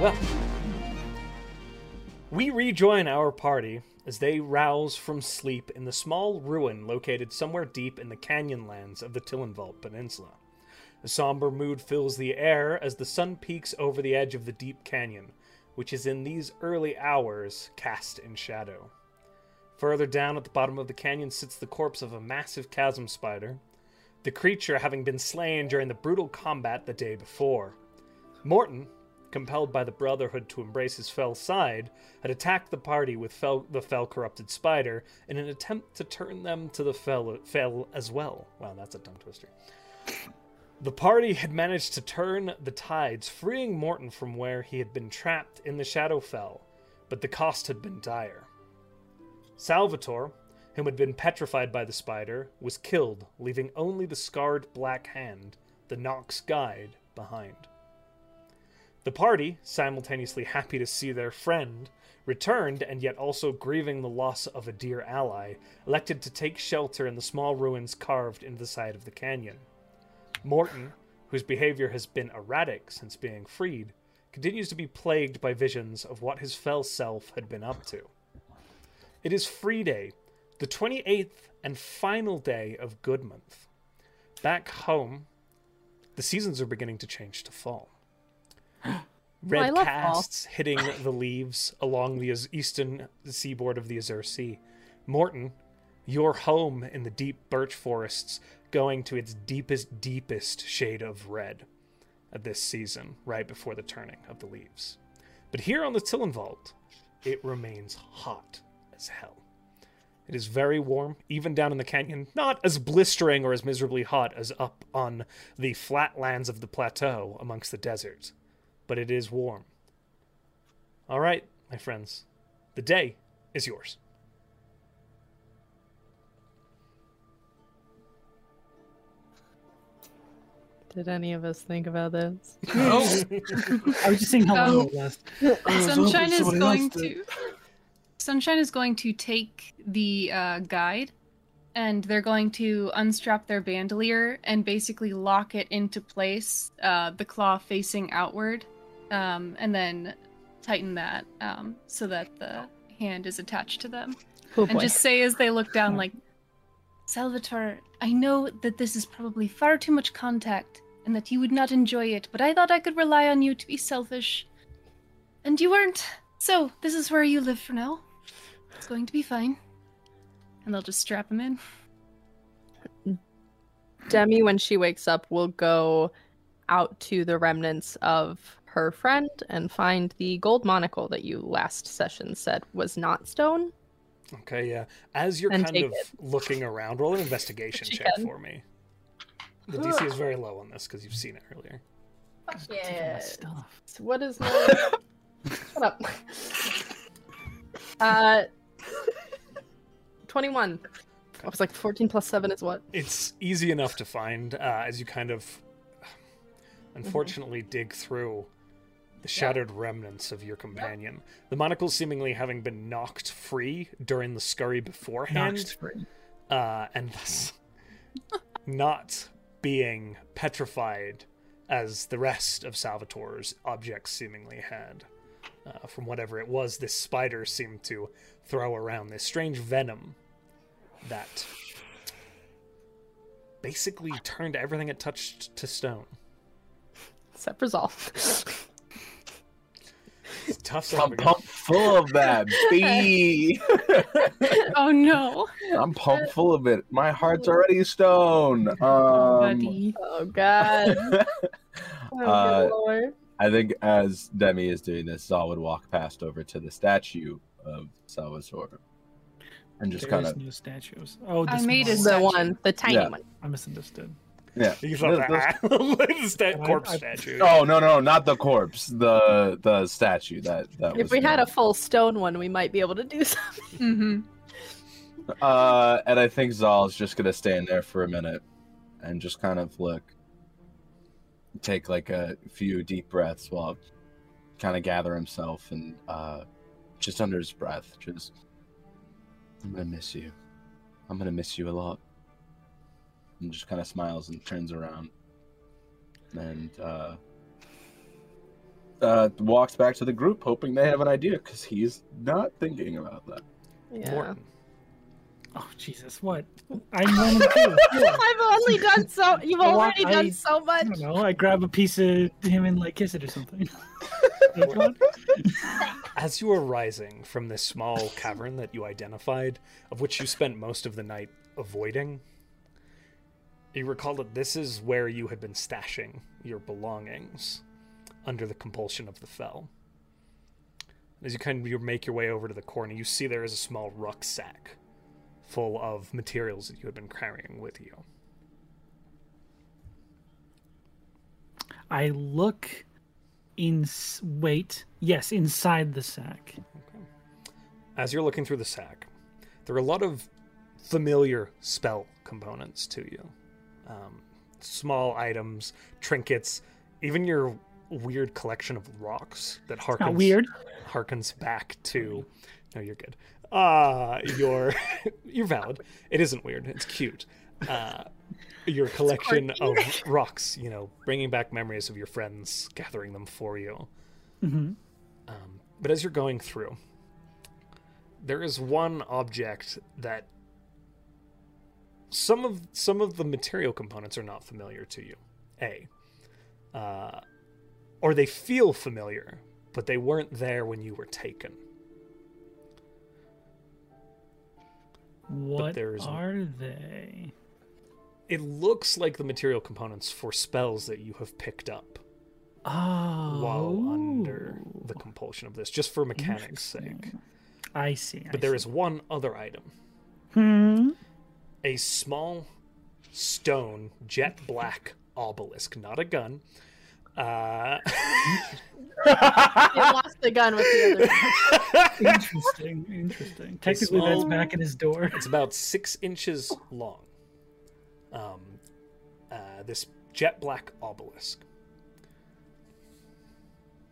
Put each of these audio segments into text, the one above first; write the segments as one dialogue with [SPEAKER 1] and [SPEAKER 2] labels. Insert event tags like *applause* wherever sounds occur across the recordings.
[SPEAKER 1] Well, we rejoin our party as they rouse from sleep in the small ruin located somewhere deep in the canyonlands of the Tillenwald Peninsula. A somber mood fills the air as the sun peaks over the edge of the deep canyon, which is in these early hours cast in shadow. Further down at the bottom of the canyon sits the corpse of a massive chasm spider, the creature having been slain during the brutal combat the day before. Morton, compelled by the Brotherhood to embrace his fell side, had attacked the party with fell, the fell corrupted spider in an attempt to turn them to the fell, fell as well. Wow, that's a tongue twister. The party had managed to turn the tides, freeing Morton from where he had been trapped in the Shadowfell, but the cost had been dire. Salvatore, whom had been petrified by the spider, was killed, leaving only the scarred black hand, the Nox guide, behind. The party, simultaneously happy to see their friend returned and yet also grieving the loss of a dear ally, elected to take shelter in the small ruins carved into the side of the canyon. Morton, whose behavior has been erratic since being freed, continues to be plagued by visions of what his fell self had been up to. It is Free Day, the 28th and final day of Good Month. Back home, the seasons are beginning to change to fall.
[SPEAKER 2] *gasps* I
[SPEAKER 1] Red
[SPEAKER 2] love fall.
[SPEAKER 1] casts hitting the leaves along the Az- eastern seaboard of the Azure Sea. Morton, your home in the deep birch forests going to its deepest, deepest shade of red at this season, right before the turning of the leaves. But here on the Tillenwald, it remains hot as hell. It is very warm, even down in the canyon, not as blistering or as miserably hot as up on the flat lands of the plateau amongst the deserts, but it is warm. All right, my friends, the day is yours.
[SPEAKER 2] Did any of us think about this?
[SPEAKER 3] Oh,
[SPEAKER 4] I was just seeing how long
[SPEAKER 5] Um,
[SPEAKER 4] it lasts.
[SPEAKER 5] Sunshine is going to. Sunshine is going to take the uh, guide, and they're going to unstrap their bandolier and basically lock it into place, uh, the claw facing outward, um, and then tighten that um, so that the hand is attached to them.
[SPEAKER 2] Oh
[SPEAKER 5] and
[SPEAKER 2] boy.
[SPEAKER 5] just say as they look down, like, Salvatore, I know that this is probably far too much contact and that you would not enjoy it, but I thought I could rely on you to be selfish. And you weren't. So, this is where you live for now. It's going to be fine. And they'll just strap him in.
[SPEAKER 2] Demi, when she wakes up, will go out to the remnants of her friend and find the gold monocle that you last session said was not stone.
[SPEAKER 1] Okay, yeah. As you're
[SPEAKER 2] And
[SPEAKER 1] kind
[SPEAKER 2] take
[SPEAKER 1] of looking around, roll an investigation
[SPEAKER 2] *laughs* She
[SPEAKER 1] check
[SPEAKER 2] can.
[SPEAKER 1] for me. The DC is very low on this because you've seen it earlier.
[SPEAKER 4] Taking my stuff.
[SPEAKER 2] So What *laughs* is my Shut up. *laughs* Uh 21. I was like 14 plus 7 is what?
[SPEAKER 1] It's easy enough to find uh, as you kind of, *sighs* unfortunately, dig through the shattered remnants of your companion. The monocle seemingly having been knocked free during the scurry beforehand.
[SPEAKER 4] Knocked free.
[SPEAKER 1] uh, and thus *laughs* not being petrified as the rest of Salvatore's objects seemingly had. Uh, from whatever it was, this spider seemed to throw around this strange venom that basically turned everything it touched to stone.
[SPEAKER 2] Except for *laughs* Zol.
[SPEAKER 1] It's a tough
[SPEAKER 3] I'm
[SPEAKER 1] stuff.
[SPEAKER 3] pumped full
[SPEAKER 2] *laughs*
[SPEAKER 3] of that bee.
[SPEAKER 5] Oh no.
[SPEAKER 3] I'm pumped full of it. My heart's already stone.
[SPEAKER 2] *laughs*
[SPEAKER 3] *laughs* Um,
[SPEAKER 5] Buddy.
[SPEAKER 2] oh god. *laughs* Oh,
[SPEAKER 3] Uh,
[SPEAKER 2] good lord.
[SPEAKER 3] I think as Demi is doing this, Zal would walk past over to the statue of Salvatore and just
[SPEAKER 4] There
[SPEAKER 3] kind
[SPEAKER 4] is
[SPEAKER 3] of
[SPEAKER 4] no statues. Oh,
[SPEAKER 5] I
[SPEAKER 4] this
[SPEAKER 5] made a
[SPEAKER 4] one.
[SPEAKER 2] The
[SPEAKER 5] statue.
[SPEAKER 2] one, the tiny
[SPEAKER 3] Yeah.
[SPEAKER 2] one.
[SPEAKER 4] I misunderstood.
[SPEAKER 3] yeah.
[SPEAKER 1] You thought
[SPEAKER 3] Those- those-
[SPEAKER 1] that *laughs* the stat-
[SPEAKER 4] I-
[SPEAKER 1] corpse
[SPEAKER 4] I-
[SPEAKER 1] statue.
[SPEAKER 3] Oh no no not the corpse the the statue that that
[SPEAKER 2] If
[SPEAKER 3] was
[SPEAKER 2] we had
[SPEAKER 3] the-
[SPEAKER 2] a full stone one, we might be able to do *laughs* something.
[SPEAKER 5] Mm-hmm.
[SPEAKER 3] Uh, and I think Zal's just gonna stand there for a minute and just kind of look, take like a few deep breaths while kind of gather himself and uh, just under his breath, just I'm gonna miss you. I'm gonna miss you a lot. And just kind of smiles and turns around and uh,
[SPEAKER 6] uh, walks back to the group, hoping they have an idea because he's not thinking about that.
[SPEAKER 1] *laughs*
[SPEAKER 3] Yeah.
[SPEAKER 1] Morton.
[SPEAKER 4] Oh Jesus, what? I'm one
[SPEAKER 2] *laughs*
[SPEAKER 4] of the
[SPEAKER 3] I've only done so. You've
[SPEAKER 4] Well,
[SPEAKER 3] already
[SPEAKER 4] I- Hmm.
[SPEAKER 3] done so
[SPEAKER 4] I don't
[SPEAKER 3] much.
[SPEAKER 4] know. I grab a piece of him and like kiss it or something. *laughs* That's what?
[SPEAKER 1] As you are rising from this small cavern that you identified, of which you spent most of the night avoiding, you recall that this is where you had been stashing your belongings under the compulsion of the fell. As you kind of you make your way over to the corner, you see there is a small rucksack full of materials that you had been carrying with you.
[SPEAKER 4] I look in wait. Yes, inside the sack.
[SPEAKER 1] as you're looking through the sack, there are a lot of familiar spell components to you. Um, small items, trinkets, even your weird collection of rocks that harkens
[SPEAKER 4] Not weird.
[SPEAKER 1] harkens back to. No, you're good. Uh, you're *laughs* you're valid. It isn't weird. It's cute. Uh, your collection of rocks, you know, bringing back memories of your friends, gathering them for you.
[SPEAKER 4] hmm
[SPEAKER 1] Um, but as you're going through, there is one object that some of some of the material components are not familiar to you. A, uh, or they feel familiar, but they weren't there when you were taken.
[SPEAKER 4] What
[SPEAKER 1] there's-
[SPEAKER 4] are they?
[SPEAKER 1] It looks like the material components for spells that you have picked up
[SPEAKER 4] Oh,
[SPEAKER 1] while under the compulsion of this, just for mechanics' sake.
[SPEAKER 4] Interesting. I see. I
[SPEAKER 1] But there
[SPEAKER 4] see.
[SPEAKER 1] is one other item
[SPEAKER 4] Hmm.
[SPEAKER 1] a small stone jet black obelisk not a gun uh, *laughs*
[SPEAKER 3] I lost the gun with the
[SPEAKER 4] *laughs*
[SPEAKER 3] other.
[SPEAKER 4] Interesting. Interesting. Technically, that's
[SPEAKER 1] small-
[SPEAKER 4] back in his door.
[SPEAKER 1] it's about six inches long um, uh, this jet black obelisk
[SPEAKER 4] *laughs*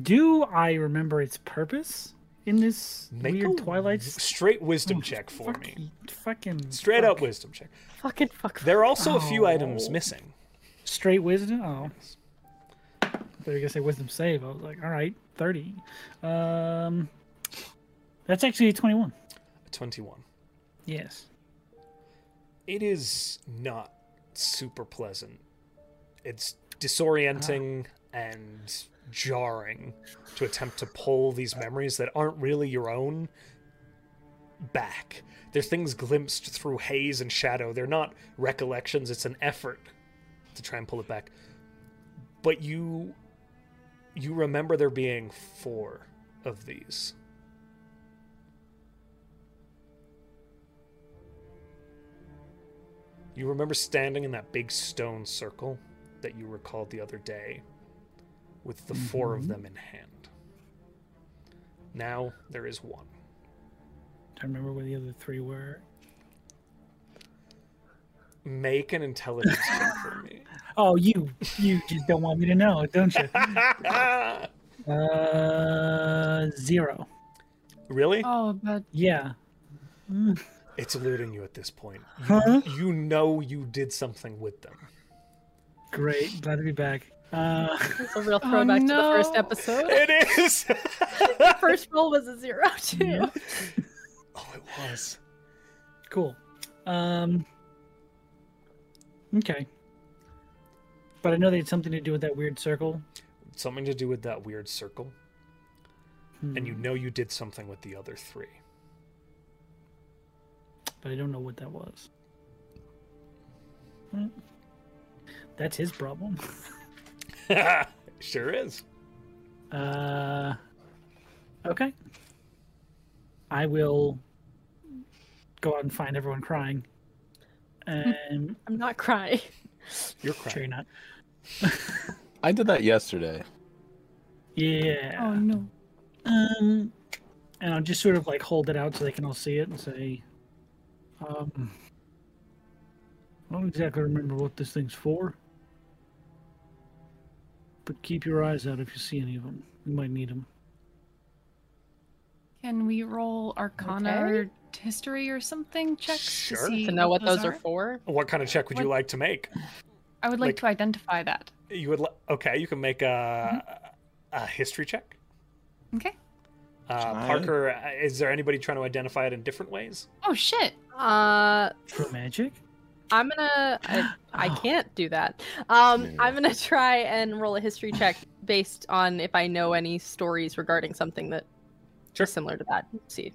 [SPEAKER 4] Do I remember its purpose in this
[SPEAKER 1] Make
[SPEAKER 4] weird
[SPEAKER 1] a
[SPEAKER 4] Twilight? Oh,
[SPEAKER 1] w- straight wisdom check for
[SPEAKER 4] Fuck
[SPEAKER 1] me
[SPEAKER 4] you, Fucking
[SPEAKER 1] straight
[SPEAKER 4] fuck.
[SPEAKER 1] up wisdom check
[SPEAKER 3] Fucking fuck.
[SPEAKER 1] there are also a few items
[SPEAKER 4] Oh.
[SPEAKER 1] missing
[SPEAKER 4] Straight wisdom. Oh, I thought you were gonna say wisdom save. I was like, all right, thirty. Um, that's actually a twenty-one.
[SPEAKER 1] 21
[SPEAKER 4] Yes.
[SPEAKER 1] it is not super pleasant. It's disorienting and jarring to attempt to pull these memories that aren't really your own back. They're things glimpsed through haze and shadow. They're not recollections, it's an effort to try and pull it back. But you you remember there being four of these. You remember standing in that big stone circle that you recalled the other day with the four of them in hand. Now there is one.
[SPEAKER 4] I remember where the other three were.
[SPEAKER 1] Make an intelligence check for me. *laughs*
[SPEAKER 4] Oh, you you just don't want me to know, don't
[SPEAKER 1] *laughs*
[SPEAKER 4] you? Uh, zero.
[SPEAKER 1] really?
[SPEAKER 5] Oh, but
[SPEAKER 4] Yeah. Mm,
[SPEAKER 1] It's eluding you at this point. You,
[SPEAKER 4] Huh?
[SPEAKER 1] you know you did something with them.
[SPEAKER 4] Great. Glad to be back. Uh, *laughs*
[SPEAKER 3] It's a real
[SPEAKER 5] Oh,
[SPEAKER 3] throwback to the first
[SPEAKER 5] no.
[SPEAKER 1] *laughs*
[SPEAKER 3] episode.
[SPEAKER 1] It is.
[SPEAKER 3] First roll was a zero too.
[SPEAKER 4] Yeah.
[SPEAKER 1] oh, it was.
[SPEAKER 4] cool. Um. Okay. But I know they had something to do with that weird circle.
[SPEAKER 1] Something to do with that weird circle, and you
[SPEAKER 4] Hmm,
[SPEAKER 1] know you did something with the other three. *laughs*
[SPEAKER 4] But I don't know what that was. Hmm. That's his problem. *laughs*
[SPEAKER 1] sure is.
[SPEAKER 4] Uh. Okay. I will go out and find everyone crying. And
[SPEAKER 3] I'm not crying.
[SPEAKER 1] You're
[SPEAKER 4] sure
[SPEAKER 1] crying.
[SPEAKER 4] you're not.
[SPEAKER 6] I did that yesterday.
[SPEAKER 4] Yeah.
[SPEAKER 5] oh no.
[SPEAKER 4] Um, and I'll just sort of like hold it out so they can all see it and say, um, I don't exactly remember what this thing's for, but keep your eyes out if you see any of them. You might need them.
[SPEAKER 5] Can we roll Arcana
[SPEAKER 3] Okay.
[SPEAKER 5] or History or something checks
[SPEAKER 1] Sure.
[SPEAKER 5] to see
[SPEAKER 3] To know what those are for.
[SPEAKER 1] What kind of check would you
[SPEAKER 5] What-
[SPEAKER 1] like to make?
[SPEAKER 5] I would like,
[SPEAKER 1] Like-
[SPEAKER 5] to identify that.
[SPEAKER 1] You would li- okay. You can make a a history check.
[SPEAKER 5] Mm-hmm. Okay.
[SPEAKER 1] Uh,
[SPEAKER 3] Can I-
[SPEAKER 1] Parker, uh, is there anybody trying to identify it in different ways?
[SPEAKER 5] Oh shit!
[SPEAKER 2] Uh,
[SPEAKER 4] For magic?
[SPEAKER 2] I'm gonna. I, I
[SPEAKER 4] Oh.
[SPEAKER 2] can't do that. Um,
[SPEAKER 3] Yeah.
[SPEAKER 2] I'm gonna try and roll a history check based on if I know any stories regarding something that
[SPEAKER 1] Sure.
[SPEAKER 2] similar to that. Let's see.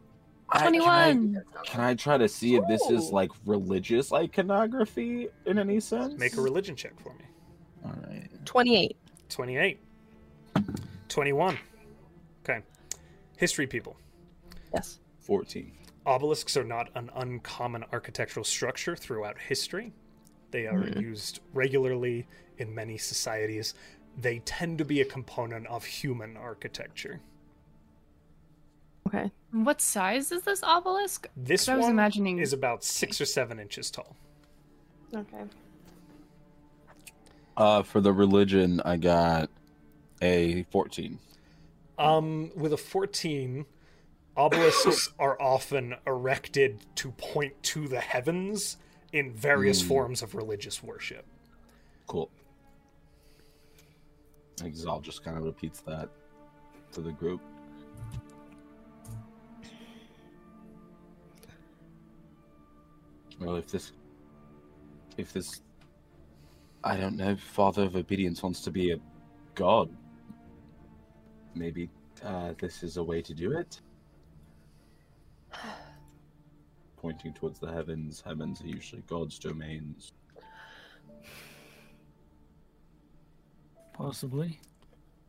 [SPEAKER 3] I- can I-
[SPEAKER 5] Twenty-one.
[SPEAKER 3] Can I try to see if this is
[SPEAKER 2] Ooh.
[SPEAKER 3] like religious iconography in any sense?
[SPEAKER 1] Make a religion check for me.
[SPEAKER 3] All right.
[SPEAKER 2] 28.
[SPEAKER 1] 28. 21. Okay. History people.
[SPEAKER 2] Yes.
[SPEAKER 3] 14.
[SPEAKER 1] Obelisks are not an uncommon architectural structure throughout history. They are
[SPEAKER 2] Mhm.
[SPEAKER 1] used regularly in many societies. They tend to be a component of human architecture.
[SPEAKER 2] Okay.
[SPEAKER 5] What size is this obelisk?
[SPEAKER 1] This
[SPEAKER 5] 'Cause I was
[SPEAKER 1] one
[SPEAKER 5] imagining-
[SPEAKER 1] is about six or seven inches tall.
[SPEAKER 2] Okay.
[SPEAKER 3] Uh, for the religion, I got a 14.
[SPEAKER 5] Hmm.
[SPEAKER 1] Um, with a 14,
[SPEAKER 5] *coughs*
[SPEAKER 1] obelisks are often erected to point to the heavens in various
[SPEAKER 3] Mm.
[SPEAKER 1] forms of religious worship.
[SPEAKER 3] Cool. I think Zal just kind of repeats that to the group. Well, if this, if this, I don't know, Father of Obedience wants to be a god, maybe uh, this is a way to do it. Pointing towards the heavens, heavens are usually God's domains.
[SPEAKER 4] Possibly.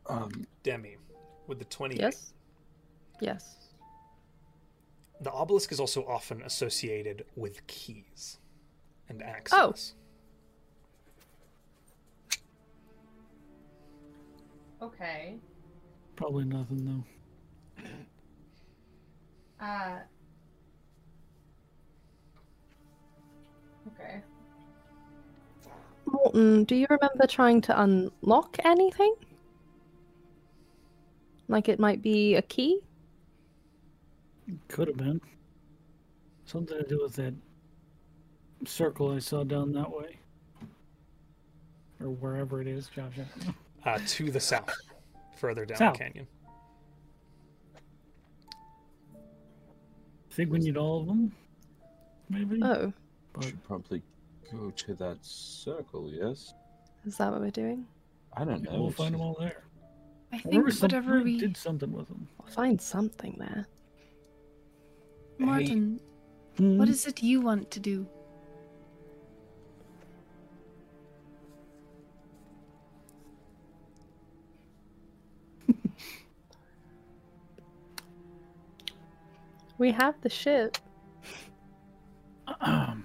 [SPEAKER 3] Um,
[SPEAKER 1] Demi, with the 20.
[SPEAKER 2] Yes. Yes.
[SPEAKER 1] The obelisk is also often associated with keys and access.
[SPEAKER 2] Okay.
[SPEAKER 4] Probably nothing, though.
[SPEAKER 2] Uh. Okay. Molten, do you remember trying to unlock anything? Like it might be a key?
[SPEAKER 4] Could have been. Something to do with that circle I saw down that way. Or wherever it is, Josh. I don't know.
[SPEAKER 1] Uh, to the south, further down
[SPEAKER 4] South.
[SPEAKER 1] the canyon.
[SPEAKER 4] I think we need all of them. Maybe?
[SPEAKER 2] Oh,
[SPEAKER 4] but
[SPEAKER 3] should probably go to that circle, yes?
[SPEAKER 2] is that what we're doing?
[SPEAKER 3] I don't know.
[SPEAKER 4] we'll find them
[SPEAKER 3] it's-
[SPEAKER 4] all there.
[SPEAKER 5] I
[SPEAKER 4] I
[SPEAKER 5] think
[SPEAKER 4] remember some-
[SPEAKER 5] whatever
[SPEAKER 4] we
[SPEAKER 5] we
[SPEAKER 4] did something with them.
[SPEAKER 2] We'll find something there.
[SPEAKER 5] Martin, what is it you want to do?
[SPEAKER 2] We have the ship.
[SPEAKER 4] I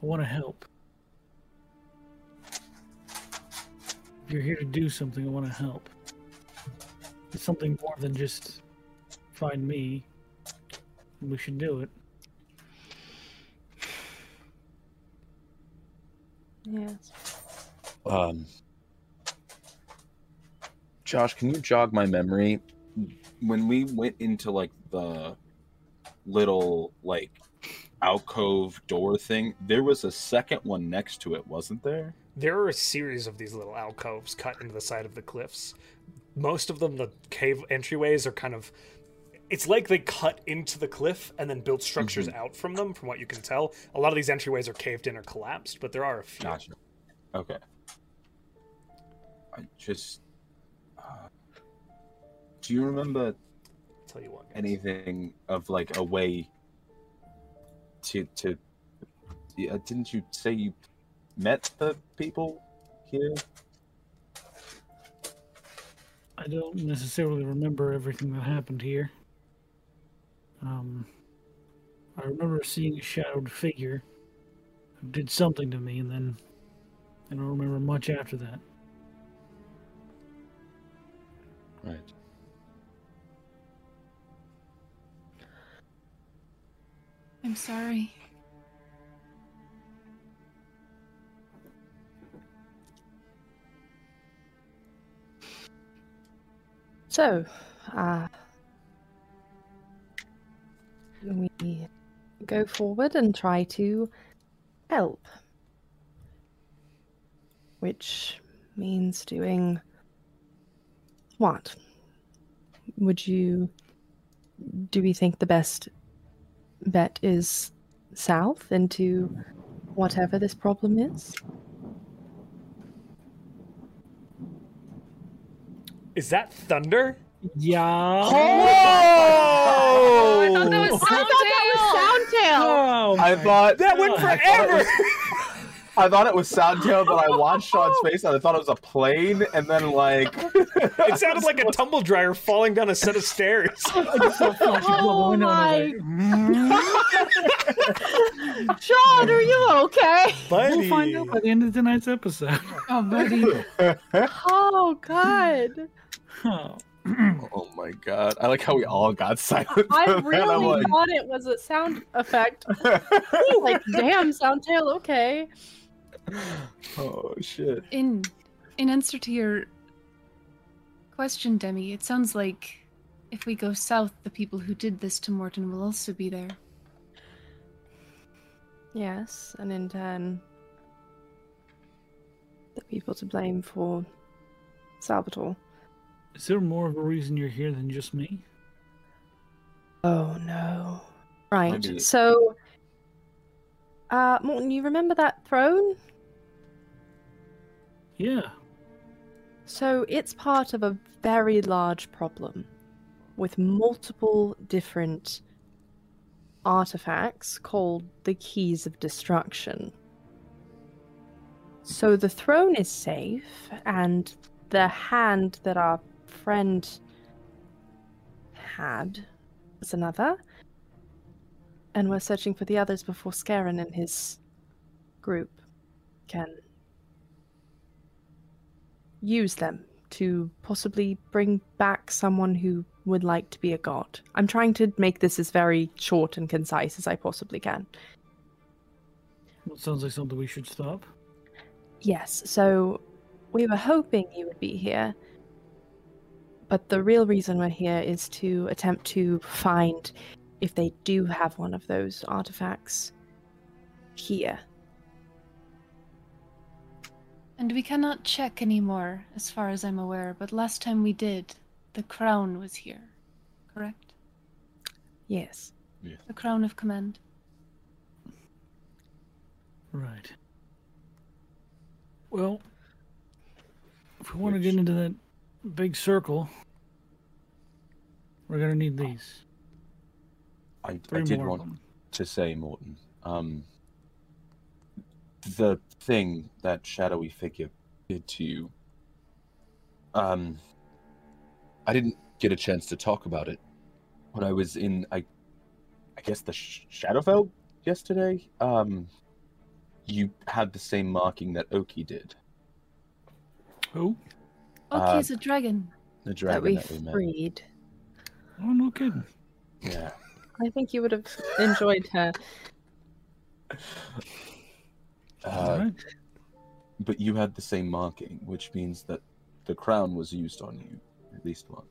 [SPEAKER 4] want to help. If you're here to do something, I want to help. It's something more than just find me. We should do it.
[SPEAKER 2] Yes.
[SPEAKER 3] Um, Josh, can you jog my memory? When we went into like the little like alcove door thing, there was a second one next to it, wasn't there?
[SPEAKER 1] There are a series of these little alcoves cut into the side of the cliffs. Most of them, the cave entryways are kind of. It's like they cut into the cliff and then built structures out from them, from what you can tell. A lot of these entryways are caved in or collapsed, but there are a few.
[SPEAKER 3] Gotcha. Okay. I just. Uh, do you remember
[SPEAKER 1] I'll tell you what. guys.
[SPEAKER 3] anything of like a way to to yeah, didn't you say you met the people here
[SPEAKER 4] I don't necessarily remember everything that happened here. Um, I remember seeing a shadowed figure who did something to me, and then I don't remember much after that.
[SPEAKER 3] right
[SPEAKER 5] I'm sorry.
[SPEAKER 2] So, uh, we go forward and try to help, which means doing want? Would you do we think the best bet is south into whatever this problem is?
[SPEAKER 1] Is that thunder?
[SPEAKER 4] Yeah.
[SPEAKER 5] Oh, I thought that was
[SPEAKER 1] Oh!
[SPEAKER 5] Soundtail.
[SPEAKER 4] Oh,
[SPEAKER 3] I
[SPEAKER 4] my-
[SPEAKER 3] thought
[SPEAKER 1] That went
[SPEAKER 4] I
[SPEAKER 1] forever.
[SPEAKER 3] I thought it was Soundtail, but I watched Sean's face and I thought it was a plane, and then *laughs* like
[SPEAKER 1] It sounded like a tumble dryer falling down a set of stairs.
[SPEAKER 4] I just saw a flash above the
[SPEAKER 2] Oh
[SPEAKER 4] window and I was
[SPEAKER 2] John, are you okay?
[SPEAKER 4] like,
[SPEAKER 1] Buddy.
[SPEAKER 4] We'll find out by the end of tonight's episode.
[SPEAKER 5] Oh, buddy.
[SPEAKER 2] Oh God.
[SPEAKER 4] Oh.
[SPEAKER 3] Oh my god! I like how we all got
[SPEAKER 2] *laughs*
[SPEAKER 3] silent.
[SPEAKER 2] I
[SPEAKER 3] for that. I'm
[SPEAKER 2] really
[SPEAKER 3] like,
[SPEAKER 2] thought it was a sound effect. *laughs* like, damn, Soundtail, okay.
[SPEAKER 3] *laughs* oh shit!
[SPEAKER 5] In in answer to your question, Demi, it sounds like if we go south, the people who did this to Morton will also be there.
[SPEAKER 2] Yes, and in turn, the people to blame for Salvatore.
[SPEAKER 4] Is there more of a reason you're here than just me?
[SPEAKER 2] Oh no. Right.
[SPEAKER 3] Maybe-
[SPEAKER 2] So uh Morton, you remember that throne?
[SPEAKER 4] Yeah.
[SPEAKER 2] So it's part of a very large problem with multiple different artifacts called the keys of destruction. So the throne is safe and the hand that our friend had is another. And we're searching for the others before Scarron and his group can use them to possibly bring back someone who would like to be a god. I'm trying to make this as very short and concise as I possibly can.
[SPEAKER 4] Well, it sounds like something we should stop.
[SPEAKER 2] Yes, so we were hoping you would be here. But the real reason we're here is to attempt to find if they do have one of those artifacts here.
[SPEAKER 5] And we cannot check anymore, as far as I'm aware, but last time we did, the crown was here, correct?
[SPEAKER 2] Yes.
[SPEAKER 5] The crown of command.
[SPEAKER 4] Right. Well, if we want to get into that big circle, we're gonna need these.
[SPEAKER 3] I, I
[SPEAKER 4] Three
[SPEAKER 3] did
[SPEAKER 4] more of
[SPEAKER 3] want
[SPEAKER 4] them.
[SPEAKER 3] to say, Morton. Um, the thing that shadowy figure did to you. Um, I didn't get a chance to talk about it when I was in, I, I guess the Sh- Shadowfell yesterday. Um, you had the same marking that Oki did,
[SPEAKER 4] Oh,
[SPEAKER 5] Okay,
[SPEAKER 3] Uh,
[SPEAKER 5] is a dragon.
[SPEAKER 3] the dragon that we,
[SPEAKER 2] that we
[SPEAKER 3] met.
[SPEAKER 2] freed.
[SPEAKER 4] oh, no kidding.
[SPEAKER 3] Yeah.
[SPEAKER 2] I think you would have enjoyed her.
[SPEAKER 3] Uh,
[SPEAKER 4] Alright.
[SPEAKER 3] But you had the same marking, which means that the crown was used on you, at least one.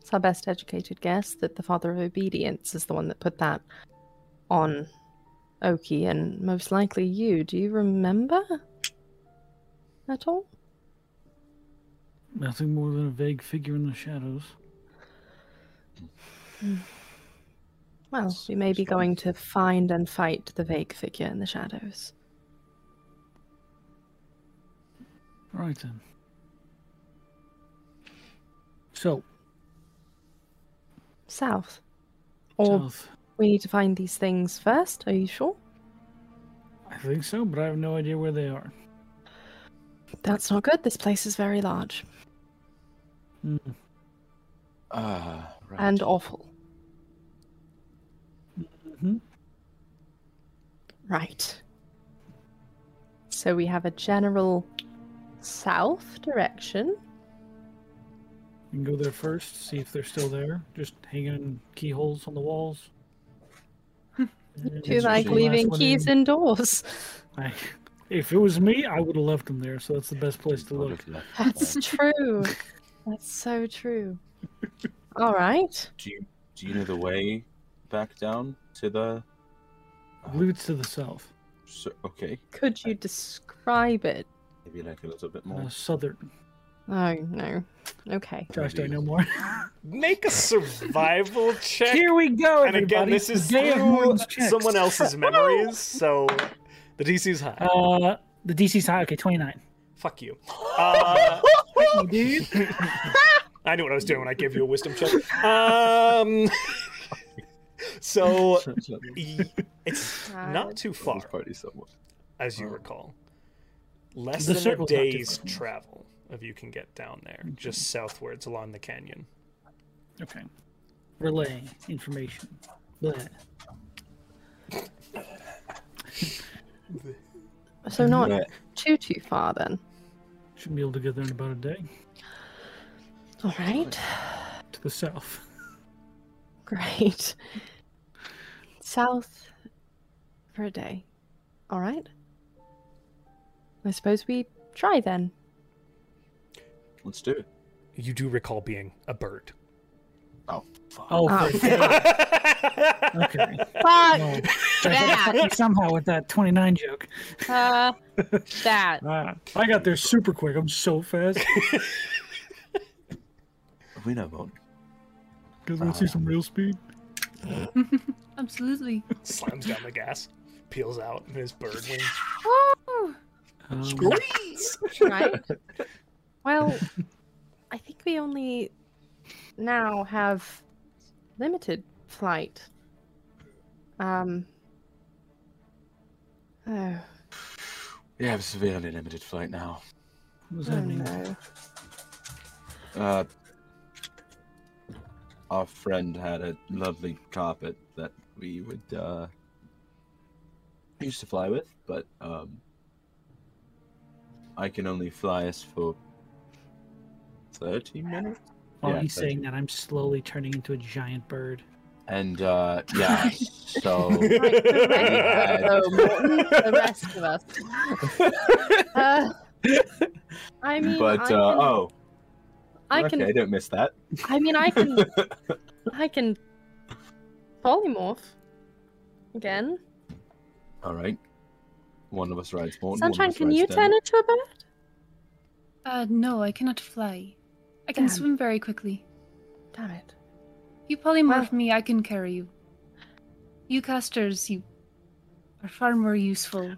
[SPEAKER 2] It's our best educated guess that the father of obedience is the one that put that on Oki, and most likely you. Do you remember at all?
[SPEAKER 4] Nothing more than a vague figure in the shadows.
[SPEAKER 2] Well, we may be going to find and fight the vague figure in the shadows.
[SPEAKER 4] Right then. So,
[SPEAKER 2] South. Or
[SPEAKER 4] South.
[SPEAKER 2] we need to find these things first. Are you sure?
[SPEAKER 4] I think so, but I have no idea where they are.
[SPEAKER 2] That's not good. This place is very large
[SPEAKER 4] Hmm.
[SPEAKER 3] Ah, right.
[SPEAKER 2] and awful.
[SPEAKER 4] Mhm.
[SPEAKER 2] Right. So we have a general south direction.
[SPEAKER 4] We can go there first, see if they're still there. Just hanging keyholes on
[SPEAKER 2] *laughs*
[SPEAKER 4] the walls.
[SPEAKER 2] To
[SPEAKER 3] It's
[SPEAKER 2] like
[SPEAKER 3] usually
[SPEAKER 2] leaving keys indoors.
[SPEAKER 4] I, if it was me, I would have left them there. So that's the best place to
[SPEAKER 3] Would
[SPEAKER 4] look.
[SPEAKER 3] have left
[SPEAKER 2] That's
[SPEAKER 3] that.
[SPEAKER 2] true. That's so true. All right.
[SPEAKER 3] Do you do you know the way back down to the?
[SPEAKER 4] I believe it's to the south,
[SPEAKER 3] So, okay,
[SPEAKER 2] Could you describe it?
[SPEAKER 3] maybe like a little bit
[SPEAKER 4] uh,
[SPEAKER 3] more.
[SPEAKER 4] southern.
[SPEAKER 2] Oh no. Okay.
[SPEAKER 4] Josh, do I
[SPEAKER 1] *laughs*
[SPEAKER 4] know more?
[SPEAKER 1] Make a
[SPEAKER 4] *laughs*
[SPEAKER 1] survival check.
[SPEAKER 4] Here we go,
[SPEAKER 1] and again,
[SPEAKER 4] everybody.
[SPEAKER 1] this is
[SPEAKER 4] The day of
[SPEAKER 1] through
[SPEAKER 4] Morden's checks.
[SPEAKER 1] someone
[SPEAKER 4] *laughs*
[SPEAKER 1] else's memories, so the DC's high.
[SPEAKER 4] Uh, the DC's high. Okay, 29.
[SPEAKER 1] Fuck you. Uh,
[SPEAKER 4] *laughs* Dude.
[SPEAKER 1] *laughs* I knew what I was doing when I gave you a wisdom check. Um, *laughs* so y- it's not too
[SPEAKER 3] This
[SPEAKER 1] far,
[SPEAKER 3] party somewhat.
[SPEAKER 1] as you recall. Less
[SPEAKER 4] Uh, The
[SPEAKER 1] than a
[SPEAKER 4] circle's not too
[SPEAKER 1] day's
[SPEAKER 4] far. Mm-hmm.
[SPEAKER 1] travel if you can get down there, just southwards along the canyon.
[SPEAKER 4] Okay. Relay information. Bleh.
[SPEAKER 2] So not
[SPEAKER 3] Right.
[SPEAKER 2] too too far then.
[SPEAKER 4] Should be able to get there in about a day
[SPEAKER 2] All right.
[SPEAKER 4] to the south.
[SPEAKER 2] *laughs* Great. South for a day. All right. I suppose we try then.
[SPEAKER 3] Let's do it.
[SPEAKER 1] You do recall being a bird.
[SPEAKER 3] Oh, fuck.
[SPEAKER 4] Oh,
[SPEAKER 2] Oh.
[SPEAKER 4] for sure.
[SPEAKER 1] okay.
[SPEAKER 2] *laughs* Fuck
[SPEAKER 4] No.
[SPEAKER 2] that.
[SPEAKER 4] Somehow with that 29 joke.
[SPEAKER 2] uh, that.
[SPEAKER 4] Ah, I got there super quick. I'm so fast. *laughs*
[SPEAKER 3] We know Moan.
[SPEAKER 4] Guys, want to see some real speed?
[SPEAKER 2] *laughs*
[SPEAKER 5] Absolutely.
[SPEAKER 1] Slams down the gas, peels out, and his bird wings.
[SPEAKER 2] *laughs*
[SPEAKER 4] *laughs*
[SPEAKER 2] Woo!
[SPEAKER 4] Um,
[SPEAKER 2] Right. Well, I think we only now have limited flight. Um. Oh,
[SPEAKER 3] We have severely limited flight now.
[SPEAKER 4] what was
[SPEAKER 2] oh
[SPEAKER 4] happening?
[SPEAKER 2] no.
[SPEAKER 3] Uh, our friend had a lovely carpet that we would uh, used to fly with, but um, I can only fly us for thirty minutes.
[SPEAKER 4] While
[SPEAKER 3] Yeah,
[SPEAKER 4] he's
[SPEAKER 3] thank
[SPEAKER 4] saying that, I'm slowly turning into a giant bird.
[SPEAKER 3] And uh,
[SPEAKER 2] *laughs*
[SPEAKER 3] yeah, so
[SPEAKER 2] Right, the
[SPEAKER 3] Yeah.
[SPEAKER 2] rest, though, Morton, the rest of us. Uh, *laughs* I mean, I
[SPEAKER 3] but
[SPEAKER 2] can,
[SPEAKER 3] uh, oh,
[SPEAKER 2] I can,
[SPEAKER 3] okay, don't miss that.
[SPEAKER 2] I mean, I can, I can polymorph again.
[SPEAKER 3] *laughs* All right, one of us rides Morton. one of
[SPEAKER 2] Sunshine,
[SPEAKER 3] us
[SPEAKER 2] can
[SPEAKER 3] rides
[SPEAKER 2] you
[SPEAKER 3] Dennis.
[SPEAKER 2] turn into a bird?
[SPEAKER 5] Uh, no, I cannot fly. I can
[SPEAKER 2] Damn.
[SPEAKER 5] swim very quickly.
[SPEAKER 2] Damn it.
[SPEAKER 5] You polymorph
[SPEAKER 2] Well-
[SPEAKER 5] me, I can carry you. You casters, you are far more useful.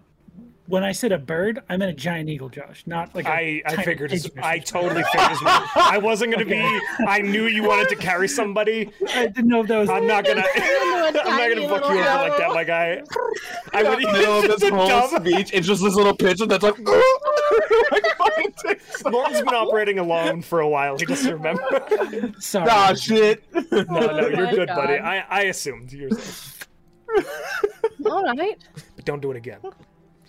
[SPEAKER 4] When I said a bird, I meant a giant eagle, Josh. Not like a
[SPEAKER 1] I, I
[SPEAKER 4] tiny
[SPEAKER 1] figured as,
[SPEAKER 4] pigeon or
[SPEAKER 1] I
[SPEAKER 4] something.
[SPEAKER 1] totally figured as much. I wasn't gonna
[SPEAKER 4] Okay.
[SPEAKER 1] be. I knew you wanted to carry somebody.
[SPEAKER 4] I didn't know if that was.
[SPEAKER 1] I'm not
[SPEAKER 2] *laughs*
[SPEAKER 1] gonna.
[SPEAKER 2] You're
[SPEAKER 1] *laughs* I'm
[SPEAKER 2] the
[SPEAKER 1] not gonna
[SPEAKER 2] tiny
[SPEAKER 1] fuck you
[SPEAKER 2] little
[SPEAKER 1] over like that,
[SPEAKER 2] animal.
[SPEAKER 1] my
[SPEAKER 2] *laughs*
[SPEAKER 1] guy. I would
[SPEAKER 3] In the
[SPEAKER 1] *laughs*
[SPEAKER 3] middle of
[SPEAKER 6] *laughs*
[SPEAKER 1] it's just
[SPEAKER 3] this
[SPEAKER 1] a
[SPEAKER 3] whole
[SPEAKER 1] dumb.
[SPEAKER 3] speech, it's just this little pigeon that's like, *laughs*
[SPEAKER 1] Morton's been operating alone for a while. He
[SPEAKER 2] *laughs*
[SPEAKER 1] doesn't remember.
[SPEAKER 4] Sorry.
[SPEAKER 3] ah, shit.
[SPEAKER 1] No,
[SPEAKER 2] Oh
[SPEAKER 1] no, you're
[SPEAKER 2] my
[SPEAKER 1] good,
[SPEAKER 2] God.
[SPEAKER 1] buddy. I, I assumed you're safe.
[SPEAKER 2] *laughs* All right.
[SPEAKER 1] But don't do it again.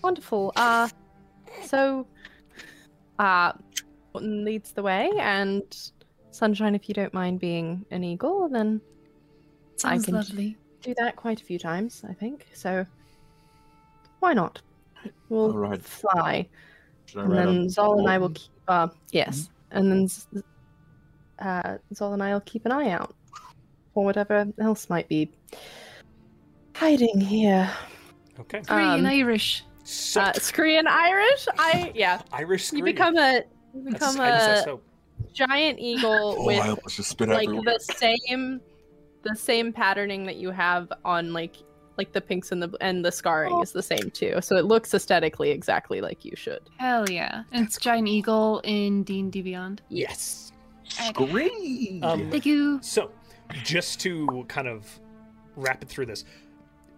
[SPEAKER 2] Wonderful. Uh, so, uh, Morton leads the way, and Sunshine, if you don't mind being an eagle, then I
[SPEAKER 5] Sounds
[SPEAKER 2] can-
[SPEAKER 5] lovely.
[SPEAKER 2] do that quite a few times, I think. So, why not? We'll
[SPEAKER 3] All right.
[SPEAKER 2] fly,
[SPEAKER 3] Should I
[SPEAKER 2] and
[SPEAKER 3] ride
[SPEAKER 2] then
[SPEAKER 3] on
[SPEAKER 2] Zol and I will
[SPEAKER 3] Morton?
[SPEAKER 2] keep. Uh, yes, and then Z- uh, Zol and I will keep an eye out for whatever else might be hiding here.
[SPEAKER 1] Okay.
[SPEAKER 5] Free and
[SPEAKER 2] Um,
[SPEAKER 5] Irish.
[SPEAKER 1] So,
[SPEAKER 2] Uh, Scree and Irish. I yeah.
[SPEAKER 1] Irish
[SPEAKER 2] You
[SPEAKER 1] scream.
[SPEAKER 2] become a you
[SPEAKER 1] That's-
[SPEAKER 2] become
[SPEAKER 1] I guess that's
[SPEAKER 2] a
[SPEAKER 1] so.
[SPEAKER 2] giant eagle
[SPEAKER 3] Oh,
[SPEAKER 2] with
[SPEAKER 3] I almost just spit
[SPEAKER 2] like
[SPEAKER 3] everywhere.
[SPEAKER 2] the same the same patterning that you have on like like the pinks and the and the scarring is the same too so it looks aesthetically exactly like you should
[SPEAKER 5] Hell yeah. And it's Giant Eagle in D&D Beyond.
[SPEAKER 1] Yes.
[SPEAKER 3] Scream!
[SPEAKER 1] Um,
[SPEAKER 5] Thank you.
[SPEAKER 1] So, just to kind of wrap it through this,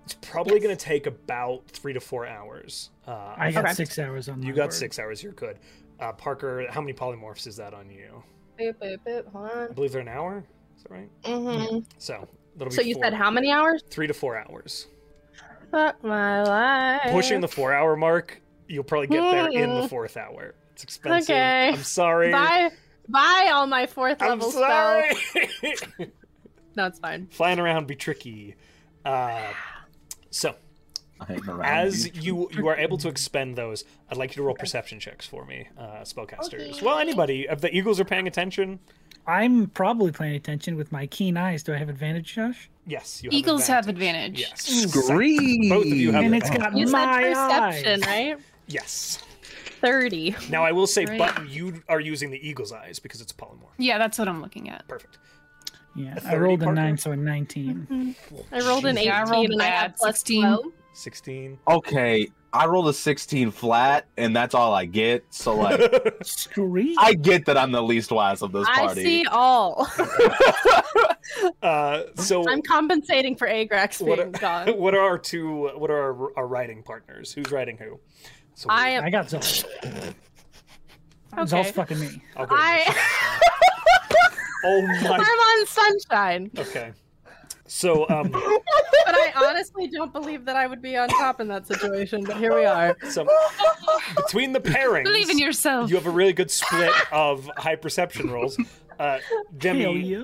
[SPEAKER 1] it's probably going to take about three to four hours. Uh,
[SPEAKER 4] I got
[SPEAKER 2] Okay.
[SPEAKER 4] six hours on.
[SPEAKER 1] you
[SPEAKER 4] my
[SPEAKER 1] got
[SPEAKER 4] bird.
[SPEAKER 1] six hours. You're good. Uh, Parker, how many polymorphs is that on you?
[SPEAKER 2] boop, boop, boop. Hold
[SPEAKER 1] I
[SPEAKER 2] on.
[SPEAKER 1] believe they're an hour. Is that right?
[SPEAKER 2] Mhm.
[SPEAKER 1] So that'll be.
[SPEAKER 2] so you
[SPEAKER 1] four-
[SPEAKER 2] said how many hours
[SPEAKER 1] Three to four hours.
[SPEAKER 2] fuck my life
[SPEAKER 1] Pushing the four-hour mark, you'll probably get there in the
[SPEAKER 2] Mm.
[SPEAKER 1] fourth hour. It's expensive.
[SPEAKER 2] Okay.
[SPEAKER 1] I'm sorry.
[SPEAKER 2] bye bye all my fourth
[SPEAKER 1] I'm
[SPEAKER 2] level
[SPEAKER 1] sorry.
[SPEAKER 2] spells no it's fine
[SPEAKER 1] *laughs* Flying around be tricky. Uh, so
[SPEAKER 3] I hang around
[SPEAKER 1] as you you are able to expend those, I'd like you to roll perception checks for me, uh, spellcasters. Well, anybody. If the eagles are paying attention,
[SPEAKER 4] I'm probably paying attention with my keen eyes. Do I have advantage, Josh?
[SPEAKER 1] yes, you have
[SPEAKER 5] Eagles have advantage.
[SPEAKER 1] Yes.
[SPEAKER 3] Scream!
[SPEAKER 1] Both of you have
[SPEAKER 4] And it's got
[SPEAKER 2] you
[SPEAKER 4] my
[SPEAKER 2] said perception
[SPEAKER 4] eyes.
[SPEAKER 2] right
[SPEAKER 1] Yes.
[SPEAKER 2] 30.
[SPEAKER 1] Now I will say,
[SPEAKER 5] Right.
[SPEAKER 1] Button, you are using the eagle's eyes because it's a polymorph.
[SPEAKER 5] Yeah, that's what I'm looking at.
[SPEAKER 1] Perfect.
[SPEAKER 4] Yeah,
[SPEAKER 1] A
[SPEAKER 4] I rolled
[SPEAKER 1] 30
[SPEAKER 4] a
[SPEAKER 1] partner?
[SPEAKER 4] nine, so
[SPEAKER 1] *laughs*
[SPEAKER 4] a nineteen.
[SPEAKER 2] Mm-hmm. I rolled an 18
[SPEAKER 5] Yeah, I rolled
[SPEAKER 2] and I
[SPEAKER 5] bad,
[SPEAKER 2] had plus
[SPEAKER 5] 16.
[SPEAKER 2] 12.
[SPEAKER 1] Sixteen.
[SPEAKER 3] Okay, I rolled a 16 flat, and that's all I get. So
[SPEAKER 1] *laughs*
[SPEAKER 3] like,
[SPEAKER 4] Scree.
[SPEAKER 3] I get that I'm the least wise of this
[SPEAKER 2] I
[SPEAKER 3] party.
[SPEAKER 2] see all.
[SPEAKER 1] uh, so
[SPEAKER 2] I'm compensating for Agrax
[SPEAKER 1] What *laughs*
[SPEAKER 2] being gone.
[SPEAKER 1] what are our two? What are our, our writing partners? Who's writing who? So
[SPEAKER 2] I am.
[SPEAKER 4] I got Zolz. Zolz
[SPEAKER 2] Okay.
[SPEAKER 4] fucking me.
[SPEAKER 1] I'll go
[SPEAKER 2] I,
[SPEAKER 1] oh
[SPEAKER 2] *laughs* I'm
[SPEAKER 1] my.
[SPEAKER 2] on sunshine,
[SPEAKER 1] Okay. So um,
[SPEAKER 2] but I honestly don't believe that I would be on top in that situation. But here we are.
[SPEAKER 1] some between the pairings,
[SPEAKER 5] Believe in yourself.
[SPEAKER 1] you have a really good split of high perception rolls. Uh, Demi,
[SPEAKER 4] Hell yeah.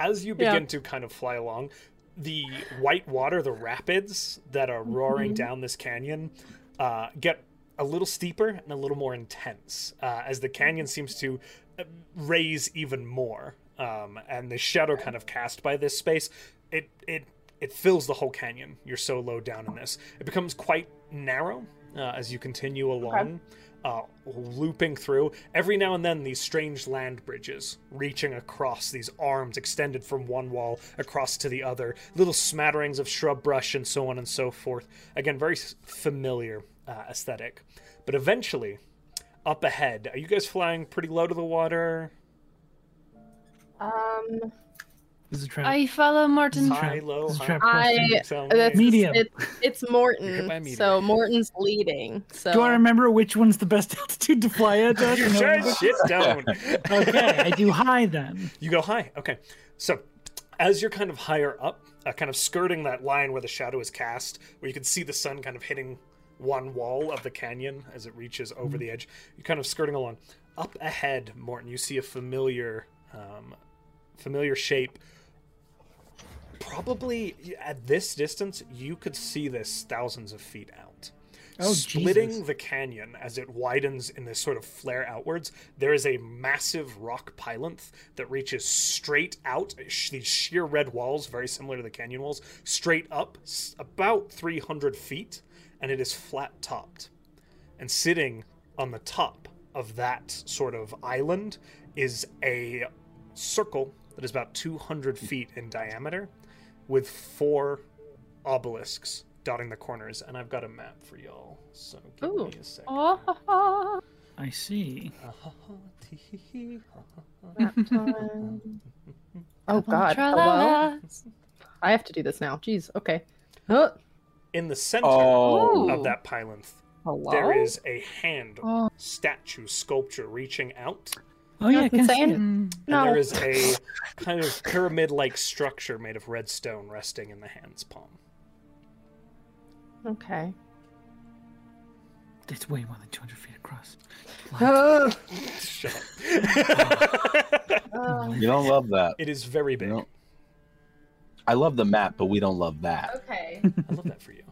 [SPEAKER 1] as you
[SPEAKER 2] Yeah.
[SPEAKER 1] begin to kind of fly along, the white water, the rapids that are roaring
[SPEAKER 2] Mhm.
[SPEAKER 1] down this canyon, uh, get a little steeper and a little more intense uh, as the canyon seems to uh, raise even more. Um, and the shadow kind of cast by this space, it it it fills the whole canyon. You're so low down in this, it becomes quite narrow uh, as you continue along. Uh, looping through every now and then these strange land bridges reaching across these arms extended from one wall across to the other little smatterings of shrub brush and so on and so forth again very s- familiar uh, aesthetic but eventually up ahead are you guys flying pretty low to the water
[SPEAKER 2] Um,
[SPEAKER 4] This is a trap.
[SPEAKER 5] I follow Martin.
[SPEAKER 4] Hi.
[SPEAKER 1] high low
[SPEAKER 4] This is a
[SPEAKER 1] high
[SPEAKER 4] trap
[SPEAKER 2] I-
[SPEAKER 4] question.
[SPEAKER 1] Tell
[SPEAKER 2] that's
[SPEAKER 1] me.
[SPEAKER 4] Medium.
[SPEAKER 2] It,
[SPEAKER 1] Hit
[SPEAKER 2] it's
[SPEAKER 1] by a
[SPEAKER 2] Morton,
[SPEAKER 1] medium.
[SPEAKER 2] so Morton's leading. So
[SPEAKER 4] Do
[SPEAKER 2] *laughs*
[SPEAKER 4] I remember which one's the best *laughs* altitude to fly at? Josh?
[SPEAKER 1] you
[SPEAKER 4] No.
[SPEAKER 1] sure
[SPEAKER 4] *laughs*
[SPEAKER 1] as shit don't
[SPEAKER 4] okay, I do high then.
[SPEAKER 1] You go high. Okay. So, as you're kind of higher up, uh, kind of skirting that line where the shadow is cast, where you can see the sun kind of hitting one wall of the canyon as it reaches over the edge, you're kind of skirting along. Up ahead, Morton, you see a familiar, um, familiar shape. Probably at this distance, you could see this thousands of feet out
[SPEAKER 4] Oh,
[SPEAKER 1] splitting
[SPEAKER 4] Jesus.
[SPEAKER 1] the canyon as it widens in this sort of flare outwards there is a massive rock pylonth that reaches straight out sh- these sheer red walls very similar to the canyon walls straight up s- about 300 feet and it is flat topped and sitting on the top of that sort of island is a circle that is about 200 feet in diameter with four obelisks dotting the corners, and I've got a map for y'all. So give
[SPEAKER 2] Ooh.
[SPEAKER 1] me a second.
[SPEAKER 5] Oh, *laughs* ha, ha.
[SPEAKER 4] I see.
[SPEAKER 1] Uh-huh.
[SPEAKER 2] oh God! Hello?
[SPEAKER 5] Tra-la-la.
[SPEAKER 2] I have to do this now. Jeez. Okay. Oh,
[SPEAKER 1] In the center
[SPEAKER 3] Oh,
[SPEAKER 5] Ooh.
[SPEAKER 1] of that pylonth,
[SPEAKER 2] hello.
[SPEAKER 1] there is a hand
[SPEAKER 5] Oh.
[SPEAKER 1] statue sculpture reaching out,
[SPEAKER 4] Oh yeah, I can see
[SPEAKER 2] Insane.
[SPEAKER 5] Mm.
[SPEAKER 4] it.
[SPEAKER 1] and
[SPEAKER 2] No.
[SPEAKER 1] there is a kind of pyramid-like structure made of red stone resting in the hand's palm. *laughs*
[SPEAKER 2] Okay.
[SPEAKER 4] That's way more than 200 feet across.
[SPEAKER 1] Shut up.
[SPEAKER 3] *laughs*
[SPEAKER 2] Uh,
[SPEAKER 3] you don't love that.
[SPEAKER 1] it is very big.
[SPEAKER 3] No. I love the map, but we don't love that.
[SPEAKER 2] *laughs* okay.
[SPEAKER 4] *laughs*
[SPEAKER 1] I love that for you.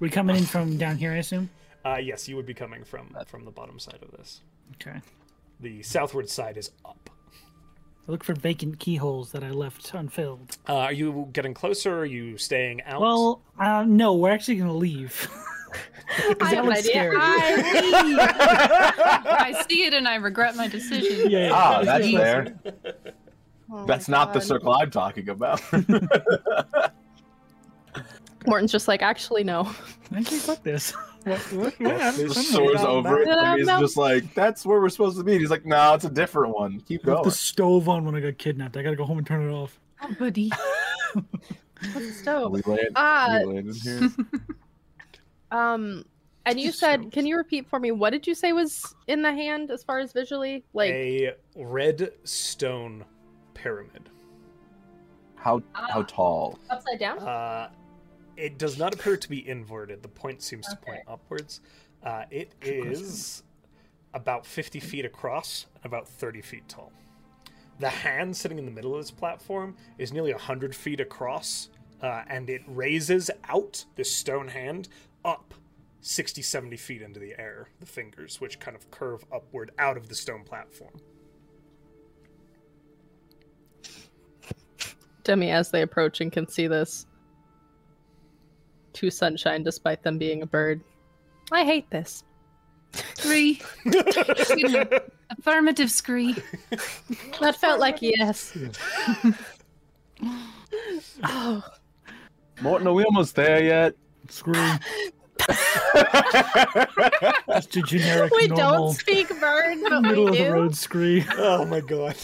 [SPEAKER 4] We're coming in from down here, I assume.
[SPEAKER 1] *laughs* Uh, yes, you would be coming from from the bottom side of this.
[SPEAKER 4] Okay.
[SPEAKER 1] The southward side is up.
[SPEAKER 4] Look for vacant keyholes that I left unfilled.
[SPEAKER 1] Uh, are you getting closer? Are you staying out?
[SPEAKER 4] Well, uh, no, we're actually gonna leave.
[SPEAKER 2] *laughs* I have an
[SPEAKER 4] was
[SPEAKER 2] idea. Oh
[SPEAKER 4] scary.
[SPEAKER 2] I
[SPEAKER 5] I
[SPEAKER 4] *laughs*
[SPEAKER 5] see it and I regret my decision.
[SPEAKER 4] *laughs* yeah,
[SPEAKER 3] *laughs* ah,
[SPEAKER 4] that
[SPEAKER 3] that's
[SPEAKER 4] was-
[SPEAKER 3] there.
[SPEAKER 2] Oh
[SPEAKER 3] That's
[SPEAKER 2] my
[SPEAKER 3] not the
[SPEAKER 2] God.
[SPEAKER 3] circle I'm talking *laughs* about.
[SPEAKER 2] Morton's just like, actually, no.
[SPEAKER 4] Actually, fuck this. *laughs* What? What? what? I don't-
[SPEAKER 3] There's
[SPEAKER 4] I don't
[SPEAKER 3] sores
[SPEAKER 4] know
[SPEAKER 3] over it.
[SPEAKER 4] about
[SPEAKER 2] that.
[SPEAKER 3] and He's just like, that's where we're supposed to be. And he's like, no, it's a different one. Keep
[SPEAKER 4] that. I left
[SPEAKER 3] going.
[SPEAKER 4] the stove on when I got kidnapped. I gotta go home and turn it off.
[SPEAKER 5] Somebody.
[SPEAKER 2] What's stove?
[SPEAKER 3] *laughs* We land-
[SPEAKER 2] Ah,
[SPEAKER 3] we landed here.
[SPEAKER 2] um, and you
[SPEAKER 4] Just
[SPEAKER 2] said,
[SPEAKER 4] stove.
[SPEAKER 2] can you repeat for me what did you say was in the hand as far as visually? Like,
[SPEAKER 1] a red stone pyramid.
[SPEAKER 3] How how tall?
[SPEAKER 2] upside down?
[SPEAKER 1] Uh, it does not appear to be inverted. The point seems to
[SPEAKER 2] Okay.
[SPEAKER 1] point upwards. Uh, it
[SPEAKER 4] Good question.
[SPEAKER 1] is about 50 feet across and about 30 feet tall. The hand sitting in the middle of this platform is nearly 100 feet across, uh, and it raises out this stone hand up 60, 70 feet into the air, the fingers, which kind of curve upward out of the stone platform.
[SPEAKER 2] Demi, as they approach and can see this, to sunshine despite them being a bird. I hate this.
[SPEAKER 5] Scree. Affirmative scree.
[SPEAKER 2] That felt
[SPEAKER 1] *laughs*
[SPEAKER 2] like yes. oh,
[SPEAKER 3] Morton, are we almost there *laughs* yet?
[SPEAKER 4] Screw. Just a
[SPEAKER 2] *laughs*
[SPEAKER 4] generic
[SPEAKER 2] we
[SPEAKER 4] normal
[SPEAKER 2] don't speak bird, but
[SPEAKER 4] middle
[SPEAKER 2] we
[SPEAKER 4] of the
[SPEAKER 2] do.
[SPEAKER 4] road scree.
[SPEAKER 1] oh my god.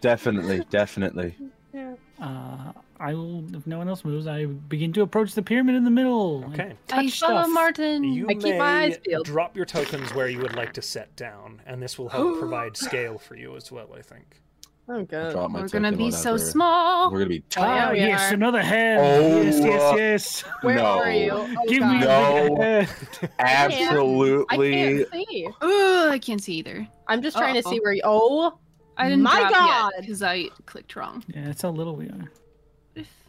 [SPEAKER 3] definitely, definitely.
[SPEAKER 4] Uh, I will. If no one else moves, I begin to approach the pyramid in the middle. and
[SPEAKER 1] Okay.
[SPEAKER 5] I
[SPEAKER 4] touch
[SPEAKER 5] follow
[SPEAKER 4] stuff.
[SPEAKER 5] Martin.
[SPEAKER 1] You
[SPEAKER 2] Mm, I keep my
[SPEAKER 1] may
[SPEAKER 2] eyes peeled.
[SPEAKER 1] drop your tokens where you would like to set down, and this will help
[SPEAKER 2] *gasps*
[SPEAKER 1] provide scale for you as well, I think.
[SPEAKER 2] Oh god.
[SPEAKER 3] Drop my
[SPEAKER 5] We're gonna
[SPEAKER 3] token
[SPEAKER 5] be
[SPEAKER 3] on
[SPEAKER 5] so
[SPEAKER 3] over.
[SPEAKER 5] small.
[SPEAKER 3] We're gonna be
[SPEAKER 4] Oh,
[SPEAKER 1] Ah,
[SPEAKER 2] Yeah, we
[SPEAKER 4] yes,
[SPEAKER 2] are.
[SPEAKER 4] another head.
[SPEAKER 3] Oh,
[SPEAKER 4] yes,
[SPEAKER 3] uh,
[SPEAKER 4] yes, yes.
[SPEAKER 2] Where
[SPEAKER 3] No.
[SPEAKER 2] are you? Oh,
[SPEAKER 4] Give
[SPEAKER 2] god.
[SPEAKER 4] me
[SPEAKER 3] No.
[SPEAKER 4] another head.
[SPEAKER 2] I
[SPEAKER 3] absolutely.
[SPEAKER 2] can't see.
[SPEAKER 5] Ugh, Oh, I can't see either.
[SPEAKER 2] I'm just trying to
[SPEAKER 5] Uh-oh.
[SPEAKER 2] see where you. Oh,
[SPEAKER 5] I didn't
[SPEAKER 2] My
[SPEAKER 5] drop
[SPEAKER 2] God.
[SPEAKER 5] because I clicked wrong.
[SPEAKER 4] Yeah, that's how little we are.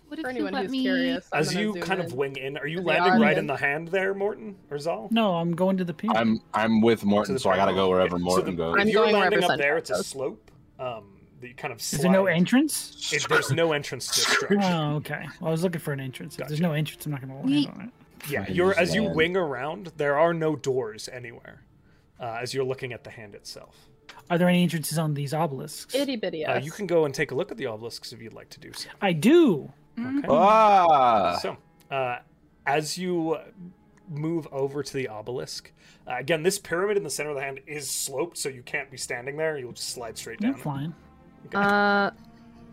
[SPEAKER 5] What if, what if
[SPEAKER 2] for
[SPEAKER 5] you
[SPEAKER 2] anyone
[SPEAKER 5] let
[SPEAKER 2] who's
[SPEAKER 5] me...
[SPEAKER 2] curious, I'm
[SPEAKER 1] As
[SPEAKER 2] gonna
[SPEAKER 1] you
[SPEAKER 2] zoom
[SPEAKER 1] kind
[SPEAKER 2] in.
[SPEAKER 1] of wing in, are you
[SPEAKER 2] They
[SPEAKER 1] landing
[SPEAKER 2] are
[SPEAKER 1] right
[SPEAKER 2] in.
[SPEAKER 1] in the hand there, Morton or Zal?
[SPEAKER 4] No, I'm going to the pyramid.
[SPEAKER 3] I'm I'm with
[SPEAKER 1] To
[SPEAKER 3] Morton,
[SPEAKER 1] the
[SPEAKER 3] so I gotta
[SPEAKER 1] pyramid?
[SPEAKER 3] go wherever
[SPEAKER 1] Okay, so
[SPEAKER 3] Morton
[SPEAKER 1] the-
[SPEAKER 3] goes.
[SPEAKER 2] I'm
[SPEAKER 1] If you're
[SPEAKER 2] going wherever
[SPEAKER 1] landing up
[SPEAKER 2] Sunshine
[SPEAKER 1] there, it's a
[SPEAKER 2] goes.
[SPEAKER 1] slope. Um, that you kind of slide.
[SPEAKER 4] Is there no entrance?
[SPEAKER 1] It, there's no
[SPEAKER 4] *laughs*
[SPEAKER 1] entrance to the structure.
[SPEAKER 4] Oh, okay. Well, I was looking for an entrance. If there's no entrance, I'm not going to land
[SPEAKER 5] Yeet.
[SPEAKER 4] on it.
[SPEAKER 1] yeah,
[SPEAKER 3] Try
[SPEAKER 1] you're
[SPEAKER 3] to
[SPEAKER 1] as you
[SPEAKER 3] land.
[SPEAKER 1] wing around, there are no doors anywhere. Uh, as you're looking at the hand itself,
[SPEAKER 4] Are there any entrances on these obelisks?
[SPEAKER 2] itty bitty.
[SPEAKER 1] uh,
[SPEAKER 2] ass.
[SPEAKER 1] you can go and take a look at the obelisks if you'd like to do so.
[SPEAKER 4] I do.
[SPEAKER 5] Mhm.
[SPEAKER 1] Okay.
[SPEAKER 3] Oh, Ah,
[SPEAKER 1] So, uh, as you move over to the obelisk, uh, again, this pyramid in the center of the hand is sloped, so you can't be standing there. You'll just slide straight
[SPEAKER 4] I'm
[SPEAKER 1] down.
[SPEAKER 4] flying.
[SPEAKER 1] Okay.
[SPEAKER 2] Uh,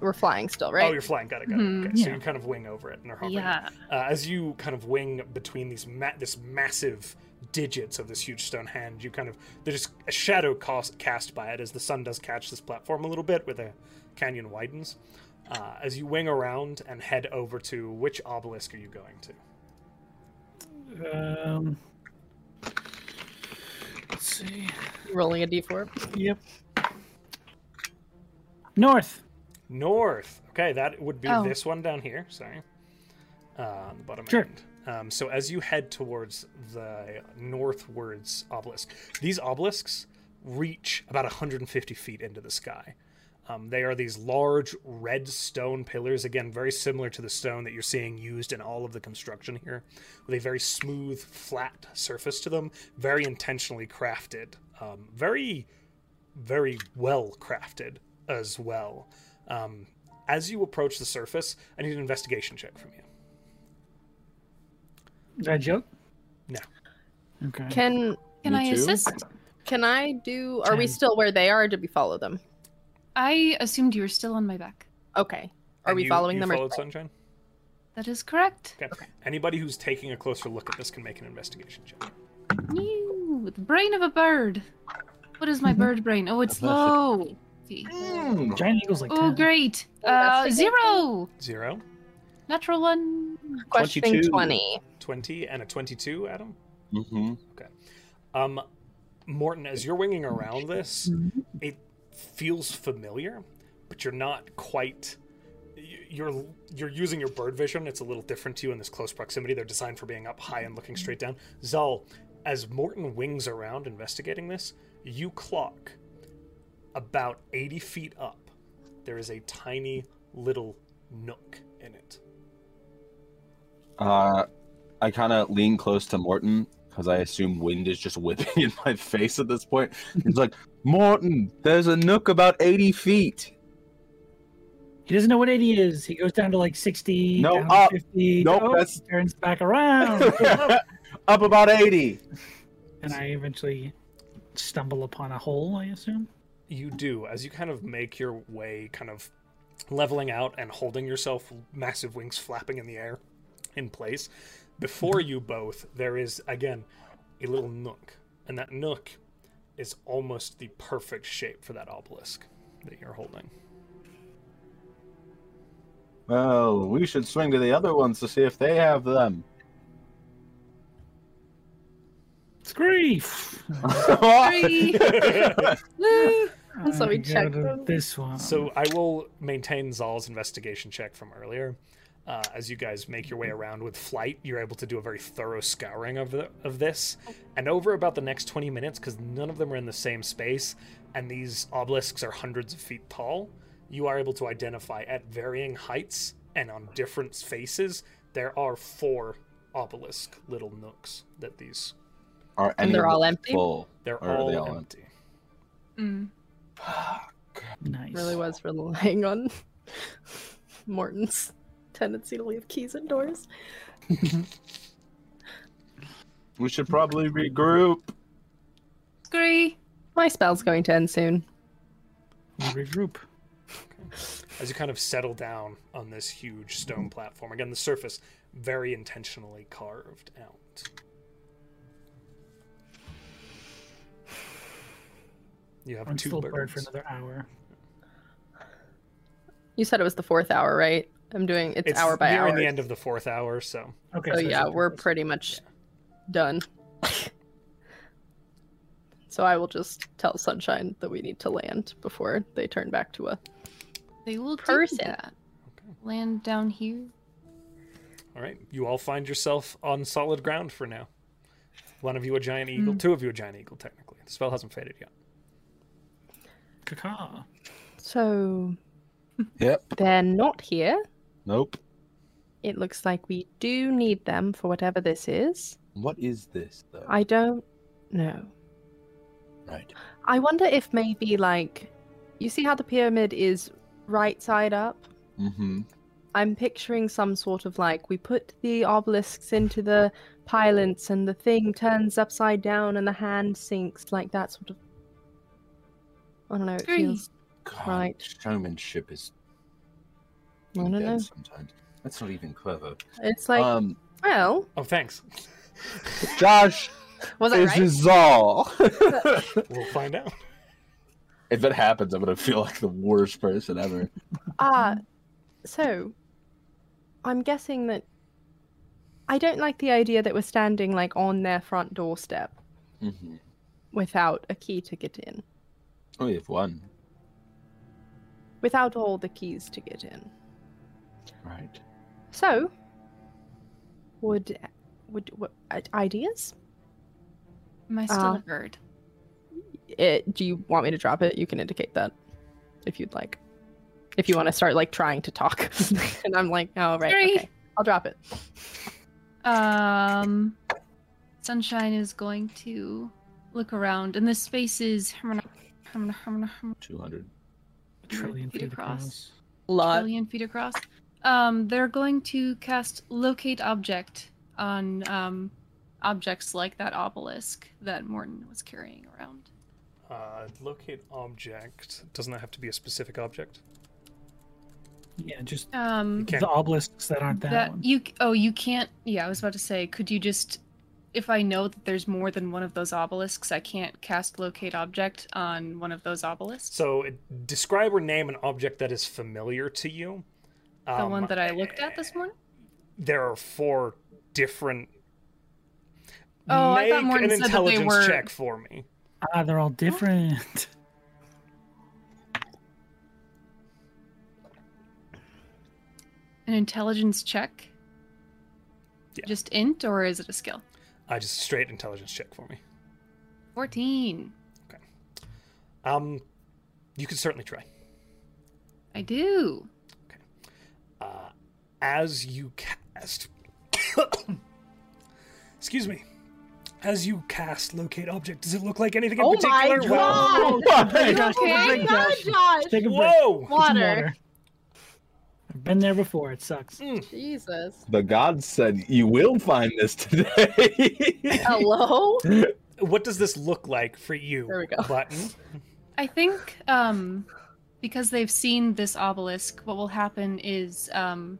[SPEAKER 2] we're flying still,
[SPEAKER 1] Oh,
[SPEAKER 2] right?
[SPEAKER 1] you're flying. Got it. Got it.
[SPEAKER 5] Mhm.
[SPEAKER 1] Okay, so
[SPEAKER 4] Mm-hmm, Yeah.
[SPEAKER 1] you kind of wing over it and are hopping.
[SPEAKER 5] Yeah.
[SPEAKER 1] Uh, as you kind of wing between these ma- this massive digits of this huge stone hand, you kind of there's a shadow cast cast by it as the sun does catch this platform a little bit, where the canyon widens. Uh, as you wing around and head over to which obelisk are you going to?
[SPEAKER 4] Um, let's see.
[SPEAKER 2] Rolling a d4.
[SPEAKER 4] Yep. North.
[SPEAKER 1] North. Okay, that would be
[SPEAKER 5] Oh.
[SPEAKER 1] this one down here. Sorry, uh, on the bottom
[SPEAKER 4] Sure.
[SPEAKER 1] end. Um, so as you head towards the northwards obelisk, these obelisks reach about 150 feet into the sky. Um, they are these large red stone pillars, again, very similar to the stone that you're seeing used in all of the construction here, with a very smooth, flat surface to them, very intentionally crafted, um, very, very well crafted as well. Um, as you approach the surface, I need an investigation check from you.
[SPEAKER 4] Is that a joke?
[SPEAKER 1] No.
[SPEAKER 4] Okay.
[SPEAKER 2] Can
[SPEAKER 5] Can
[SPEAKER 3] Me
[SPEAKER 5] I
[SPEAKER 3] too.
[SPEAKER 5] assist?
[SPEAKER 2] can I do? Are we
[SPEAKER 4] Ten.
[SPEAKER 2] still where they are? Did we follow them?
[SPEAKER 5] I assumed you were still on my back.
[SPEAKER 2] Okay. Are
[SPEAKER 1] And
[SPEAKER 2] we
[SPEAKER 1] you-
[SPEAKER 2] following
[SPEAKER 1] you
[SPEAKER 2] them? Or...
[SPEAKER 1] Followed Sunshine.
[SPEAKER 5] That is correct.
[SPEAKER 1] Okay. Anybody who's taking a closer look at this can make an investigation check.
[SPEAKER 5] You, with the brain of a bird. What is my
[SPEAKER 3] Mm-hmm.
[SPEAKER 5] bird brain? Oh, it's
[SPEAKER 3] Perfect.
[SPEAKER 5] low. See.
[SPEAKER 3] Mm.
[SPEAKER 4] Giant eagle's like
[SPEAKER 5] Oh,
[SPEAKER 4] 10.
[SPEAKER 5] great.
[SPEAKER 2] Oh, that's
[SPEAKER 5] Uh,
[SPEAKER 2] a good
[SPEAKER 5] zero.
[SPEAKER 1] Zero,
[SPEAKER 5] Natural one.
[SPEAKER 2] Questioning
[SPEAKER 3] 22.
[SPEAKER 2] 20.
[SPEAKER 1] twenty, and a twenty-two. Adam.
[SPEAKER 3] Mhm.
[SPEAKER 1] Um, Morton, as you're winging around this, it feels familiar, but you're not quite. y- You're you're using your bird vision. It's a little different to you in this close proximity. They're designed for being up high and looking straight down. Zal, as Morton wings around investigating this, you clock about 80 feet up. There is a tiny little nook in it.
[SPEAKER 3] Uh, I kind of lean close to Morton because I assume wind is just *laughs* whipping in my face at this point. He's like, Morton, there's a nook about eighty feet. *laughs*
[SPEAKER 4] He doesn't know what 80 is. He goes down to like 60,
[SPEAKER 3] No,
[SPEAKER 4] down
[SPEAKER 1] uh,
[SPEAKER 3] up.
[SPEAKER 4] to 50.
[SPEAKER 3] Nope,
[SPEAKER 4] oh,
[SPEAKER 3] that's-
[SPEAKER 4] turns back around.
[SPEAKER 1] *laughs*
[SPEAKER 3] Up about eighty.
[SPEAKER 4] and I eventually stumble upon a hole, I assume.
[SPEAKER 1] you do as you kind of make your way kind of leveling out and holding yourself massive wings flapping in the air in place before you both there is again a little nook and that nook is almost the perfect shape for that obelisk that you're holding
[SPEAKER 3] Well, we should swing to the other ones to see if they have them.
[SPEAKER 4] Scree!
[SPEAKER 5] Three. Woo.
[SPEAKER 2] And *laughs* so we check them.
[SPEAKER 4] this one.
[SPEAKER 3] Um,
[SPEAKER 1] so i will maintain zal's investigation check from earlier uh, as you guys make your way
[SPEAKER 3] Mm-hmm.
[SPEAKER 1] around with flight you're able to do a very thorough scouring of, the, of this and over about the next 20 minutes because none of them are in the same space and these obelisks are hundreds of feet tall you are able to identify at varying heights and on different faces there are four obelisk little nooks that these
[SPEAKER 3] *laughs* Are
[SPEAKER 2] And
[SPEAKER 3] any
[SPEAKER 2] they're
[SPEAKER 3] of
[SPEAKER 2] all
[SPEAKER 3] them
[SPEAKER 2] empty?
[SPEAKER 3] Full?
[SPEAKER 1] They're
[SPEAKER 3] Or are
[SPEAKER 1] all,
[SPEAKER 3] they all
[SPEAKER 1] empty.
[SPEAKER 5] Mm.
[SPEAKER 4] Nice.
[SPEAKER 2] Really was relying on *laughs* Morton's tendency to leave keys indoors.
[SPEAKER 3] We should probably regroup.
[SPEAKER 5] Scree.
[SPEAKER 2] My spell's going to end soon.
[SPEAKER 4] We regroup.
[SPEAKER 1] As you kind of settle down on this huge stone platform, again, the surface very intentionally carved out. You have
[SPEAKER 4] I'm
[SPEAKER 1] two
[SPEAKER 4] still bird for
[SPEAKER 1] birds.
[SPEAKER 4] another hour.
[SPEAKER 2] You said it was the fourth hour, right? I'm doing it's,
[SPEAKER 1] It's
[SPEAKER 2] hour by
[SPEAKER 1] nearing
[SPEAKER 2] hour.
[SPEAKER 1] the end of the fourth hour, so
[SPEAKER 4] Okay.
[SPEAKER 2] So Oh, yeah,
[SPEAKER 4] I should
[SPEAKER 2] we're
[SPEAKER 4] do this.
[SPEAKER 2] pretty much done. *laughs* so I will just tell Sunshine that we need to land before they turn back to us.
[SPEAKER 5] They will
[SPEAKER 2] Person.
[SPEAKER 5] do that.
[SPEAKER 1] okay.
[SPEAKER 5] Land down here.
[SPEAKER 1] All right, you all find yourself on solid ground for now. One of you a giant
[SPEAKER 4] Hmm.
[SPEAKER 1] eagle, two of you a giant eagle. Technically, the spell hasn't faded yet.
[SPEAKER 4] Caca.
[SPEAKER 2] So
[SPEAKER 3] Yep.
[SPEAKER 2] they're not here.
[SPEAKER 3] Nope.
[SPEAKER 2] It looks like we do need them for whatever this is.
[SPEAKER 3] What is this though?
[SPEAKER 2] I don't know.
[SPEAKER 3] Right.
[SPEAKER 2] I wonder if maybe like you see how the pyramid is right side up?
[SPEAKER 3] Mm-hmm.
[SPEAKER 2] I'm picturing some sort of like we put the obelisks into the pylons and the thing turns upside down and the hand sinks like that sort of. I don't know. It
[SPEAKER 5] Scree.
[SPEAKER 2] feels.
[SPEAKER 3] God,
[SPEAKER 2] Right.
[SPEAKER 3] showmanship is
[SPEAKER 2] I don't
[SPEAKER 3] dead
[SPEAKER 2] know.
[SPEAKER 3] sometimes. That's not even clever.
[SPEAKER 2] It's like
[SPEAKER 3] um,
[SPEAKER 2] well,
[SPEAKER 1] Oh,
[SPEAKER 4] *laughs*
[SPEAKER 1] thanks.
[SPEAKER 6] *laughs*
[SPEAKER 3] Josh
[SPEAKER 2] was I
[SPEAKER 3] is
[SPEAKER 2] right?
[SPEAKER 3] Zal.
[SPEAKER 1] we'll find out.
[SPEAKER 3] *laughs* if it happens, I'm gonna feel like the worst person ever.
[SPEAKER 2] Ah, so I'm guessing that I don't like the idea that we're standing like on their front doorstep
[SPEAKER 3] mm-hmm.
[SPEAKER 2] without a key to get in,
[SPEAKER 3] Oh, you have one,
[SPEAKER 2] without all the keys to get in.
[SPEAKER 3] right?
[SPEAKER 2] So, would would, would i- ideas?
[SPEAKER 5] Am I still
[SPEAKER 2] Uh,
[SPEAKER 5] a bird?
[SPEAKER 2] It, Eh, do you want me to drop it? You can indicate that if you'd like. If you want to start like trying to talk, *laughs* and I'm like, oh right,
[SPEAKER 5] Sorry.
[SPEAKER 2] okay, I'll drop it.
[SPEAKER 5] Um, Sunshine is going to look around, and this space is a
[SPEAKER 3] Two hundred.
[SPEAKER 4] Trillion feet across.
[SPEAKER 2] Lot.
[SPEAKER 5] billion feet across. Um, they're going to cast locate object on um, objects like that obelisk that Morton was carrying around.
[SPEAKER 1] Uh, locate object. Doesn't that have to be a specific object?
[SPEAKER 4] Yeah, just
[SPEAKER 5] Um,
[SPEAKER 1] Okay.
[SPEAKER 4] the obelisks that aren't that, one.
[SPEAKER 5] you oh you can't. Yeah, I was about to say, could you just if I know that there's more than one of those obelisks, I can't cast locate object on one of those obelisks.
[SPEAKER 1] So it, describe or name an object that is familiar to you.
[SPEAKER 5] The
[SPEAKER 1] Um,
[SPEAKER 5] one that I looked at this morning.
[SPEAKER 1] There are four different.
[SPEAKER 5] Oh, I
[SPEAKER 1] Make
[SPEAKER 5] thought
[SPEAKER 1] an
[SPEAKER 5] Morton said that they
[SPEAKER 1] intelligence
[SPEAKER 5] were-
[SPEAKER 1] check for me.
[SPEAKER 4] Ah, they're all different.
[SPEAKER 5] An intelligence check?
[SPEAKER 1] Yeah.
[SPEAKER 5] Just int, or is it a skill?
[SPEAKER 1] I just straight intelligence check for me.
[SPEAKER 5] 14.
[SPEAKER 1] Um, you can certainly try.
[SPEAKER 5] I do.
[SPEAKER 1] uh, as you cast *coughs* excuse me as you cast locate object does it look like anything in
[SPEAKER 2] Oh my
[SPEAKER 1] particular
[SPEAKER 2] God!
[SPEAKER 1] Well-
[SPEAKER 2] Oh,
[SPEAKER 1] *laughs*
[SPEAKER 4] Hey, *laughs*
[SPEAKER 5] you
[SPEAKER 4] Josh, take a
[SPEAKER 5] okay?
[SPEAKER 4] break,
[SPEAKER 2] God,
[SPEAKER 4] Josh.
[SPEAKER 2] Josh!
[SPEAKER 4] Take a break.
[SPEAKER 1] whoa
[SPEAKER 4] Get some
[SPEAKER 2] Water.
[SPEAKER 4] I've been there before. It sucks.
[SPEAKER 2] Jesus.
[SPEAKER 3] The god said you will find this today. *laughs*
[SPEAKER 2] Hello.
[SPEAKER 1] what does this look like for you
[SPEAKER 2] There we go.
[SPEAKER 1] button
[SPEAKER 5] I think um, because they've seen this obelisk, what will happen is um,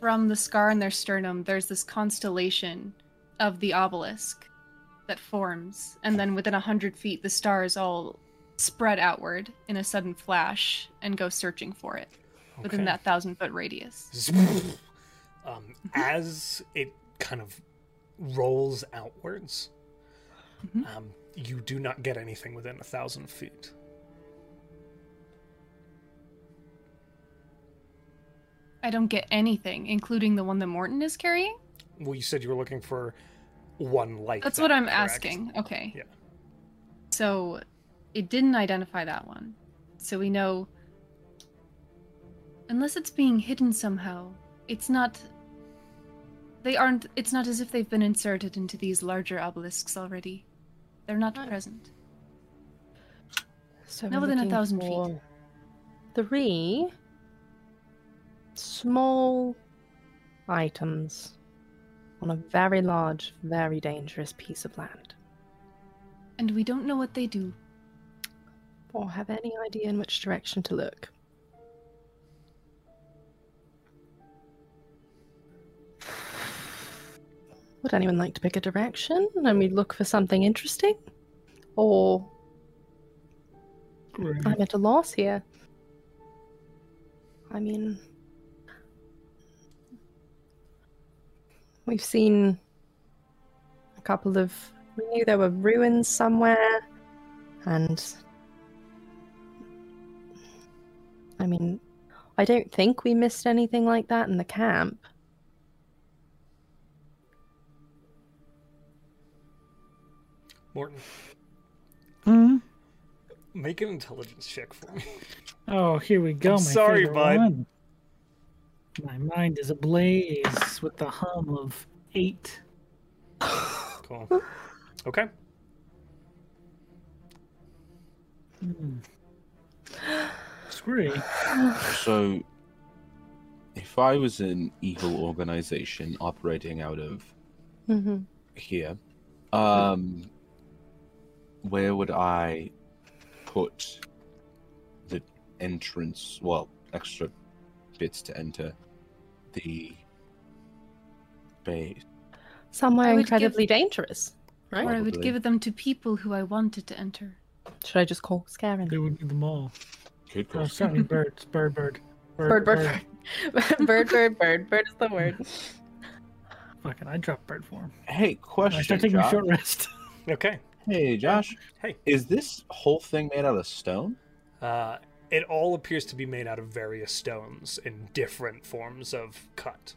[SPEAKER 5] from the scar in their sternum, there's this constellation of the obelisk that forms. And then within 100 feet, the stars all spread outward in a sudden flash and go searching for it *laughs* within
[SPEAKER 1] Okay.
[SPEAKER 5] that thousand foot radius.
[SPEAKER 1] *laughs* um, as it kind of rolls outwards
[SPEAKER 5] Mhm.
[SPEAKER 1] um, you do not get anything within a thousand feet
[SPEAKER 5] I don't get anything, including the one that Morton is carrying.
[SPEAKER 1] well you said you were looking for one light
[SPEAKER 5] That's what I'm
[SPEAKER 1] correct?
[SPEAKER 5] asking. Okay.
[SPEAKER 1] Yeah.
[SPEAKER 5] So it didn't identify that one. So we know. Unless it's being hidden somehow, it's not They aren't. It's not as if they've been inserted into these larger obelisks already. They're not
[SPEAKER 2] Right.
[SPEAKER 5] present.
[SPEAKER 2] So
[SPEAKER 5] No,
[SPEAKER 2] we're
[SPEAKER 5] within a
[SPEAKER 2] looking
[SPEAKER 5] thousand feet.
[SPEAKER 2] for Three small items on a very large, very dangerous piece of land.
[SPEAKER 5] And we don't know what they do.
[SPEAKER 2] Or have any idea in which direction to look. Would anyone like to pick a direction and we look for something interesting? Or
[SPEAKER 4] Great.
[SPEAKER 2] I'm at a loss here. I mean, we've seen a couple of. We knew there were ruins somewhere, and. I mean, I don't think we missed anything like that in the *laughs* camp.
[SPEAKER 1] Morton,
[SPEAKER 4] Hmm?
[SPEAKER 1] make an intelligence check for
[SPEAKER 5] *laughs*
[SPEAKER 1] me.
[SPEAKER 4] Oh, here we go.
[SPEAKER 1] I'm
[SPEAKER 4] my
[SPEAKER 1] sorry,
[SPEAKER 4] favorite
[SPEAKER 1] bud.
[SPEAKER 4] one. My mind is ablaze with the hum of eight.
[SPEAKER 1] Cool. Okay.
[SPEAKER 4] Hmm.
[SPEAKER 2] Mm-hmm.
[SPEAKER 4] Screw it.
[SPEAKER 3] So, if I was an evil organization operating out of
[SPEAKER 2] Mm-hmm.
[SPEAKER 3] here, um, where would I put the entrance? Well, extra bits to enter the base.
[SPEAKER 5] I
[SPEAKER 2] Somewhere
[SPEAKER 5] would give-
[SPEAKER 2] incredibly dangerous,
[SPEAKER 5] Or
[SPEAKER 2] right?
[SPEAKER 5] I would
[SPEAKER 3] Probably.
[SPEAKER 5] give them to people who I wanted to enter.
[SPEAKER 2] Should I just call Scarin?
[SPEAKER 4] They would need them all.
[SPEAKER 3] Good
[SPEAKER 4] Oh,
[SPEAKER 3] question.
[SPEAKER 4] sorry, birds. Bird, bird.
[SPEAKER 2] Bird, bird, bird, *laughs* bird, bird, bird, bird is the word.
[SPEAKER 4] Fucking, I dropped bird form.
[SPEAKER 3] Hey,
[SPEAKER 4] I
[SPEAKER 3] question.
[SPEAKER 4] start taking a
[SPEAKER 3] Josh.
[SPEAKER 4] short rest. *laughs*
[SPEAKER 1] Okay.
[SPEAKER 3] Hey, Josh.
[SPEAKER 1] Hey.
[SPEAKER 3] Is this whole thing made out of stone?
[SPEAKER 1] Uh, it all appears to be made out of various stones in different forms of cut.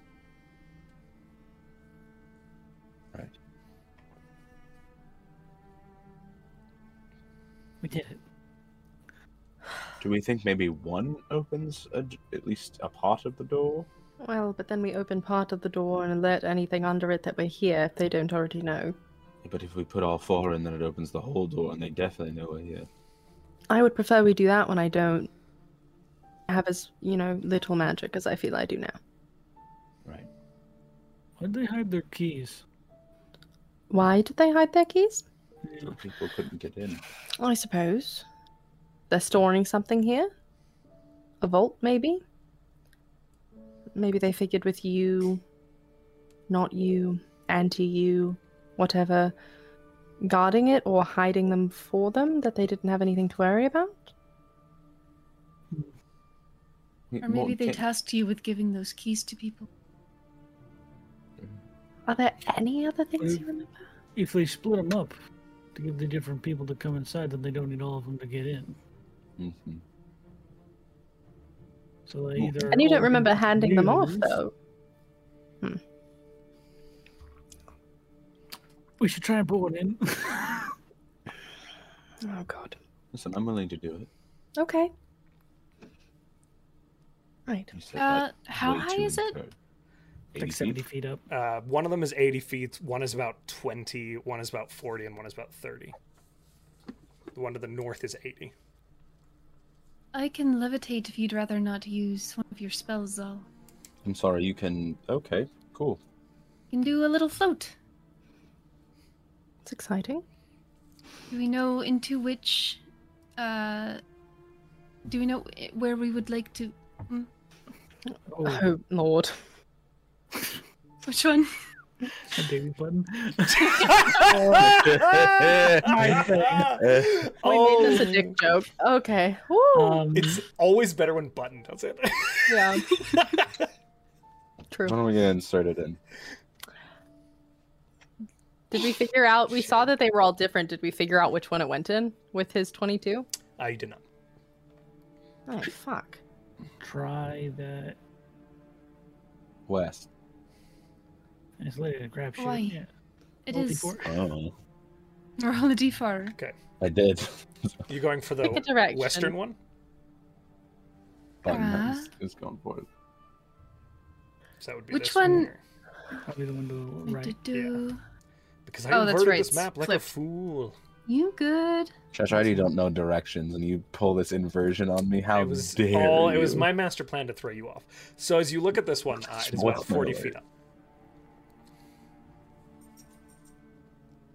[SPEAKER 4] We did it.
[SPEAKER 3] Do we think maybe one opens a d at least a part of the door?
[SPEAKER 2] *laughs* Well, but then we open part of the door and alert anything under it that we're here if they don't already know.
[SPEAKER 3] But if we put all four in, then it opens the whole door, and they definitely know we're here.
[SPEAKER 2] I would prefer we do that when I don't have as, you know, little magic as I feel I do now.
[SPEAKER 3] Right.
[SPEAKER 4] Why'd they hide their keys?
[SPEAKER 2] Why did they hide their keys?
[SPEAKER 3] So people couldn't get in.
[SPEAKER 2] I suppose. They're storing something here? A vault, maybe? Maybe they figured with you, not you, anti you, whatever, guarding it or hiding them for them that they didn't have anything to worry about?
[SPEAKER 5] Or maybe they tasked you with giving those keys to people.
[SPEAKER 2] Are there any other things you remember?
[SPEAKER 4] If they split them up to give the different people to come inside, then they don't need all of them to get in.
[SPEAKER 3] hmm
[SPEAKER 4] So they
[SPEAKER 3] Well,
[SPEAKER 4] either.
[SPEAKER 2] And you
[SPEAKER 4] all
[SPEAKER 2] don't remember
[SPEAKER 4] get
[SPEAKER 2] handing them off,
[SPEAKER 4] used-
[SPEAKER 2] though.
[SPEAKER 4] We should try and put one in. *laughs*
[SPEAKER 2] Oh, God.
[SPEAKER 3] Listen, I'm willing to do it.
[SPEAKER 2] Okay. Right.
[SPEAKER 3] You said
[SPEAKER 5] Uh,
[SPEAKER 3] that
[SPEAKER 5] how
[SPEAKER 3] way
[SPEAKER 5] high
[SPEAKER 3] too
[SPEAKER 5] is
[SPEAKER 3] many
[SPEAKER 5] it?
[SPEAKER 3] times.
[SPEAKER 4] like
[SPEAKER 3] 80
[SPEAKER 4] 70
[SPEAKER 3] feet?
[SPEAKER 4] feet up.
[SPEAKER 1] Uh, one of them is 80 feet, one is about 20, one is about 40, and one is about 30. The one to the north is 80.
[SPEAKER 5] I can levitate if you'd rather not use one of your spells, Zal.
[SPEAKER 3] I'm sorry, you can. Okay, cool.
[SPEAKER 5] You can do a little float.
[SPEAKER 2] It's exciting.
[SPEAKER 5] Do we know into which, uh, do we know i- where we would like to?
[SPEAKER 4] Oh,
[SPEAKER 1] *laughs*
[SPEAKER 2] Oh, Lord.
[SPEAKER 5] Which one?
[SPEAKER 4] a baby
[SPEAKER 1] *laughs*
[SPEAKER 4] button.
[SPEAKER 2] *laughs* We made
[SPEAKER 1] oh,
[SPEAKER 2] this a dick joke. Okay. Woo.
[SPEAKER 4] Um,
[SPEAKER 1] it's always better when button does it. *laughs*
[SPEAKER 2] yeah.
[SPEAKER 3] *laughs* Why
[SPEAKER 2] True.
[SPEAKER 3] don't we get inserted in?
[SPEAKER 2] Did we figure out? We saw that they were all different. Did we figure out which one it went in with his 22?
[SPEAKER 1] I did not.
[SPEAKER 2] Oh, fuck.
[SPEAKER 4] try that.
[SPEAKER 3] West.
[SPEAKER 4] It's literally a crapshoot.
[SPEAKER 5] Why?
[SPEAKER 4] Yeah.
[SPEAKER 5] It is.
[SPEAKER 4] Multi-port.
[SPEAKER 3] Oh,
[SPEAKER 5] Roll a d4.
[SPEAKER 3] I did. *laughs*
[SPEAKER 1] You going for
[SPEAKER 2] Pick a
[SPEAKER 1] the
[SPEAKER 2] direction.
[SPEAKER 1] western one?
[SPEAKER 3] Button
[SPEAKER 5] Ah. Uh-huh.
[SPEAKER 3] is, is going for it.
[SPEAKER 1] So that would be
[SPEAKER 5] Which
[SPEAKER 1] this
[SPEAKER 5] one-
[SPEAKER 1] or-
[SPEAKER 4] Probably the one to the right.
[SPEAKER 5] Du-du-du.
[SPEAKER 1] Because I
[SPEAKER 5] Oh, that's
[SPEAKER 1] inverted
[SPEAKER 5] right,
[SPEAKER 1] this map like
[SPEAKER 5] flip.
[SPEAKER 1] a fool.
[SPEAKER 5] You good?
[SPEAKER 6] Shashadi don't know directions, and you pull this inversion on me. How
[SPEAKER 1] it was
[SPEAKER 6] dare
[SPEAKER 1] all
[SPEAKER 6] you?
[SPEAKER 1] it was my master plan to throw you off. So as you look at this one, uh, it is about
[SPEAKER 6] Smokes my
[SPEAKER 1] forty
[SPEAKER 6] lord.
[SPEAKER 1] feet up.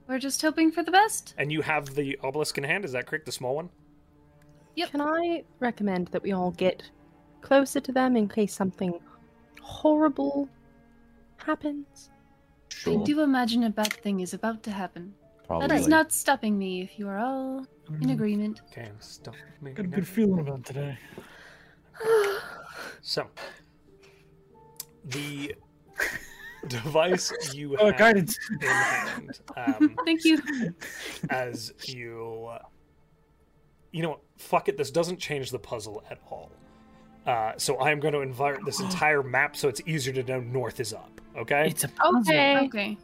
[SPEAKER 5] We're just hoping for the best.
[SPEAKER 1] And you have the obelisk in hand, is that correct? The small one?
[SPEAKER 5] Yep.
[SPEAKER 3] Can I recommend that we all get closer to them in case something horrible happens?
[SPEAKER 6] Sure,
[SPEAKER 5] I do imagine a bad thing is about to happen.
[SPEAKER 6] probably.
[SPEAKER 5] That is not stopping me if you are all
[SPEAKER 4] Mm.
[SPEAKER 5] in agreement.
[SPEAKER 1] Okay, stop me.
[SPEAKER 4] Got a
[SPEAKER 1] now.
[SPEAKER 4] good feeling about today.
[SPEAKER 1] So the device you
[SPEAKER 4] *laughs* Oh,
[SPEAKER 1] have
[SPEAKER 4] guidance.
[SPEAKER 1] in hand. Um,
[SPEAKER 5] Thank you.
[SPEAKER 1] as you you know what? fuck it this doesn't change the puzzle at all uh, so i am going to invert this entire map so it's easier to know north is up okay
[SPEAKER 4] It's a
[SPEAKER 3] Okay.
[SPEAKER 5] Okay.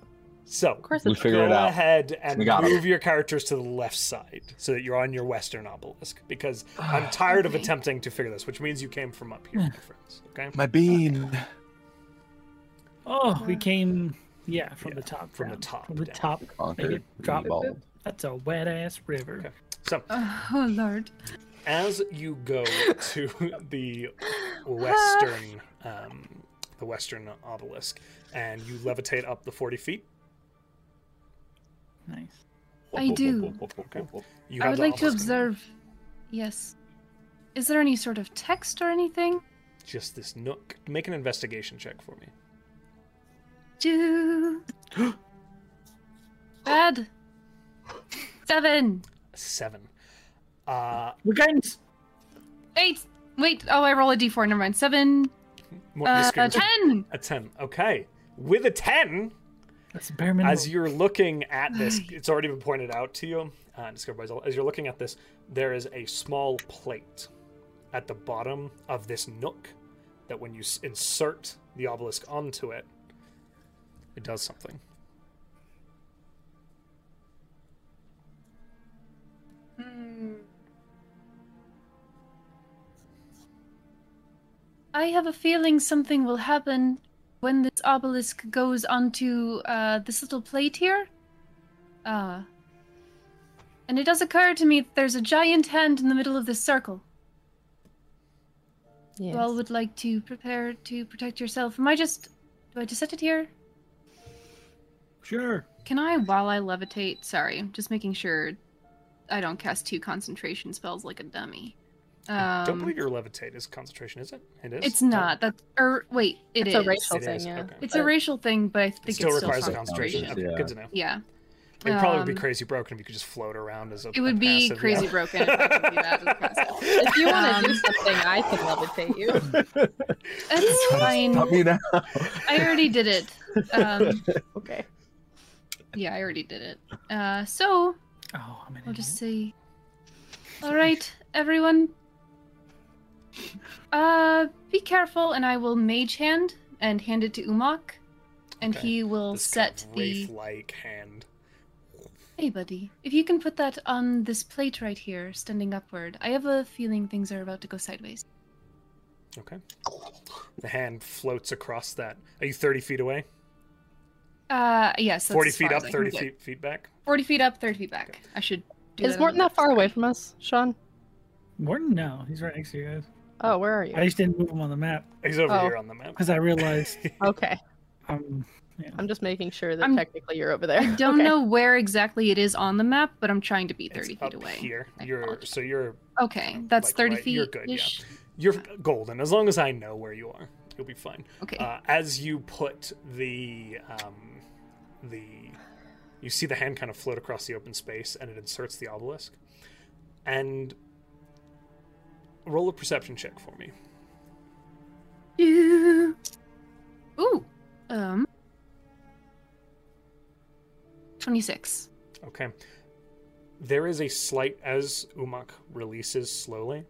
[SPEAKER 1] so
[SPEAKER 3] Of course,
[SPEAKER 6] We
[SPEAKER 3] it's
[SPEAKER 6] figure it
[SPEAKER 1] go
[SPEAKER 6] out.
[SPEAKER 1] ahead and
[SPEAKER 6] We got it.
[SPEAKER 1] move your characters to the left side so that you're on your western obelisk because i'm
[SPEAKER 6] *sighs*
[SPEAKER 1] tired of
[SPEAKER 5] Okay.
[SPEAKER 1] attempting to figure this which means you came from up here my
[SPEAKER 6] Hmm.
[SPEAKER 1] friends okay
[SPEAKER 6] my bean.
[SPEAKER 4] Oh, we came. Yeah, from the top.
[SPEAKER 1] from the
[SPEAKER 4] down.
[SPEAKER 1] top
[SPEAKER 4] From the
[SPEAKER 1] down.
[SPEAKER 4] top.
[SPEAKER 6] Conquered.
[SPEAKER 4] Drop.
[SPEAKER 6] Bald.
[SPEAKER 4] That's a wet ass river.
[SPEAKER 1] Okay. so
[SPEAKER 5] Oh, Lord.
[SPEAKER 1] as you
[SPEAKER 5] *laughs*
[SPEAKER 1] go to the western um, the western obelisk and you levitate up the 40 feet
[SPEAKER 4] Nice.
[SPEAKER 5] I do.
[SPEAKER 1] you
[SPEAKER 5] I
[SPEAKER 1] have
[SPEAKER 5] would
[SPEAKER 1] the obelisk
[SPEAKER 5] like to
[SPEAKER 1] in your hand.
[SPEAKER 5] observe. Yes. Is there any sort of text or anything?
[SPEAKER 1] just this nook make an investigation check for me
[SPEAKER 5] Do. Bad. Seven.
[SPEAKER 1] seven uh
[SPEAKER 4] What guidance?
[SPEAKER 5] Eight. Wait. Oh, I roll a d4. Never mind. Seven.
[SPEAKER 1] more
[SPEAKER 5] Uh,
[SPEAKER 1] discreet.
[SPEAKER 5] ten.
[SPEAKER 1] a 10 okay with a 10
[SPEAKER 4] That's a bare minimum.
[SPEAKER 1] as you're looking at this it's already been pointed out to you uh, and discovered by Zell. as you're looking at this there is a small plate at the bottom of this nook that when you s- insert the obelisk onto it it does something
[SPEAKER 5] I have a feeling something will happen when this obelisk goes onto uh, this little plate here. Uh, and it does occur to me that there's a giant hand in the middle of this circle.
[SPEAKER 3] Yes.
[SPEAKER 5] You all would like to prepare to protect yourself. Am I just. Do I just set it here?
[SPEAKER 4] Sure.
[SPEAKER 5] Can I, while I levitate? Sorry, just making sure I don't cast two concentration spells like a dummy.
[SPEAKER 1] I don't
[SPEAKER 5] Um,
[SPEAKER 1] believe your levitate is concentration is it it is
[SPEAKER 5] It's not. That's or wait, it
[SPEAKER 3] it's
[SPEAKER 5] is.
[SPEAKER 3] a racial
[SPEAKER 1] It
[SPEAKER 3] thing.
[SPEAKER 1] is,
[SPEAKER 3] Yeah.
[SPEAKER 1] okay.
[SPEAKER 5] It's a racial thing, but I think
[SPEAKER 1] it
[SPEAKER 5] it's
[SPEAKER 1] still
[SPEAKER 5] still
[SPEAKER 1] requires a
[SPEAKER 6] concentration.
[SPEAKER 1] concentration. Okay,
[SPEAKER 6] Yeah.
[SPEAKER 1] good to know. *laughs*
[SPEAKER 5] Yeah,
[SPEAKER 1] It probably would be
[SPEAKER 5] Um,
[SPEAKER 1] crazy broken if you could just float around as a.
[SPEAKER 5] it would
[SPEAKER 1] a
[SPEAKER 5] be
[SPEAKER 1] passive,
[SPEAKER 5] crazy
[SPEAKER 1] yeah.
[SPEAKER 5] broken if I could do that as
[SPEAKER 1] *laughs*
[SPEAKER 5] a passive.
[SPEAKER 3] If you want to do
[SPEAKER 5] Um,
[SPEAKER 3] something, I can levitate you.
[SPEAKER 5] *laughs* It's
[SPEAKER 3] *laughs*
[SPEAKER 6] Help
[SPEAKER 5] fine.
[SPEAKER 6] me now.
[SPEAKER 5] I already did it. Um,
[SPEAKER 3] Okay.
[SPEAKER 5] yeah, I already did it. Uh, so
[SPEAKER 4] Oh, I'm an
[SPEAKER 5] I'll
[SPEAKER 4] idiot.
[SPEAKER 5] just say, all right, everyone.
[SPEAKER 1] *laughs*
[SPEAKER 5] Uh, be careful, and I will mage hand and hand it to Umak, and
[SPEAKER 1] Okay.
[SPEAKER 5] he will
[SPEAKER 1] This kind
[SPEAKER 5] set
[SPEAKER 1] of
[SPEAKER 5] the
[SPEAKER 1] wraith-like hand.
[SPEAKER 5] Hey, buddy. If you can put that on this plate right here, standing upward, I have a feeling things are about to go sideways.
[SPEAKER 1] Okay. The hand floats across that. Are you thirty feet away?
[SPEAKER 5] Uh, yes. That's
[SPEAKER 1] Forty
[SPEAKER 5] as
[SPEAKER 1] feet
[SPEAKER 5] far
[SPEAKER 1] up,
[SPEAKER 5] as I can
[SPEAKER 1] thirty
[SPEAKER 5] get.
[SPEAKER 1] feet feet back.
[SPEAKER 5] Forty feet up, thirty feet back. I should. Do
[SPEAKER 3] Is
[SPEAKER 5] on
[SPEAKER 3] Morton
[SPEAKER 5] the
[SPEAKER 3] that far
[SPEAKER 5] next
[SPEAKER 3] away
[SPEAKER 5] time.
[SPEAKER 3] from us, Sean?
[SPEAKER 4] Morton, no, he's right next to you guys.
[SPEAKER 3] Oh, where are you?
[SPEAKER 4] I just didn't move him on the map
[SPEAKER 1] He's over
[SPEAKER 3] Oh.
[SPEAKER 1] here on the map.
[SPEAKER 4] because I
[SPEAKER 1] *laughs*
[SPEAKER 4] realized
[SPEAKER 5] Oh.
[SPEAKER 3] Okay.
[SPEAKER 4] I'm.
[SPEAKER 3] I'm just making sure that
[SPEAKER 5] I'm-
[SPEAKER 3] technically you're over there.
[SPEAKER 5] I don't
[SPEAKER 3] *laughs* Okay.
[SPEAKER 5] know where exactly it is on the map, but I'm trying to be
[SPEAKER 1] It's
[SPEAKER 5] thirty
[SPEAKER 1] up
[SPEAKER 5] feet away.
[SPEAKER 1] Here,
[SPEAKER 5] I
[SPEAKER 1] you're
[SPEAKER 5] apologize.
[SPEAKER 1] so you're
[SPEAKER 5] Okay, that's
[SPEAKER 1] Like,
[SPEAKER 5] thirty
[SPEAKER 1] right-
[SPEAKER 5] feet.
[SPEAKER 1] you're good, yeah. you're golden. As long as I know where you are, you'll be fine.
[SPEAKER 5] Okay.
[SPEAKER 1] Uh, as you put the um, the you see the hand kind of float across the open space and it inserts the obelisk. And roll a perception check for me.
[SPEAKER 5] Ooh. Um. Twenty-six.
[SPEAKER 1] Okay. There is a slight as Umak releases slowly,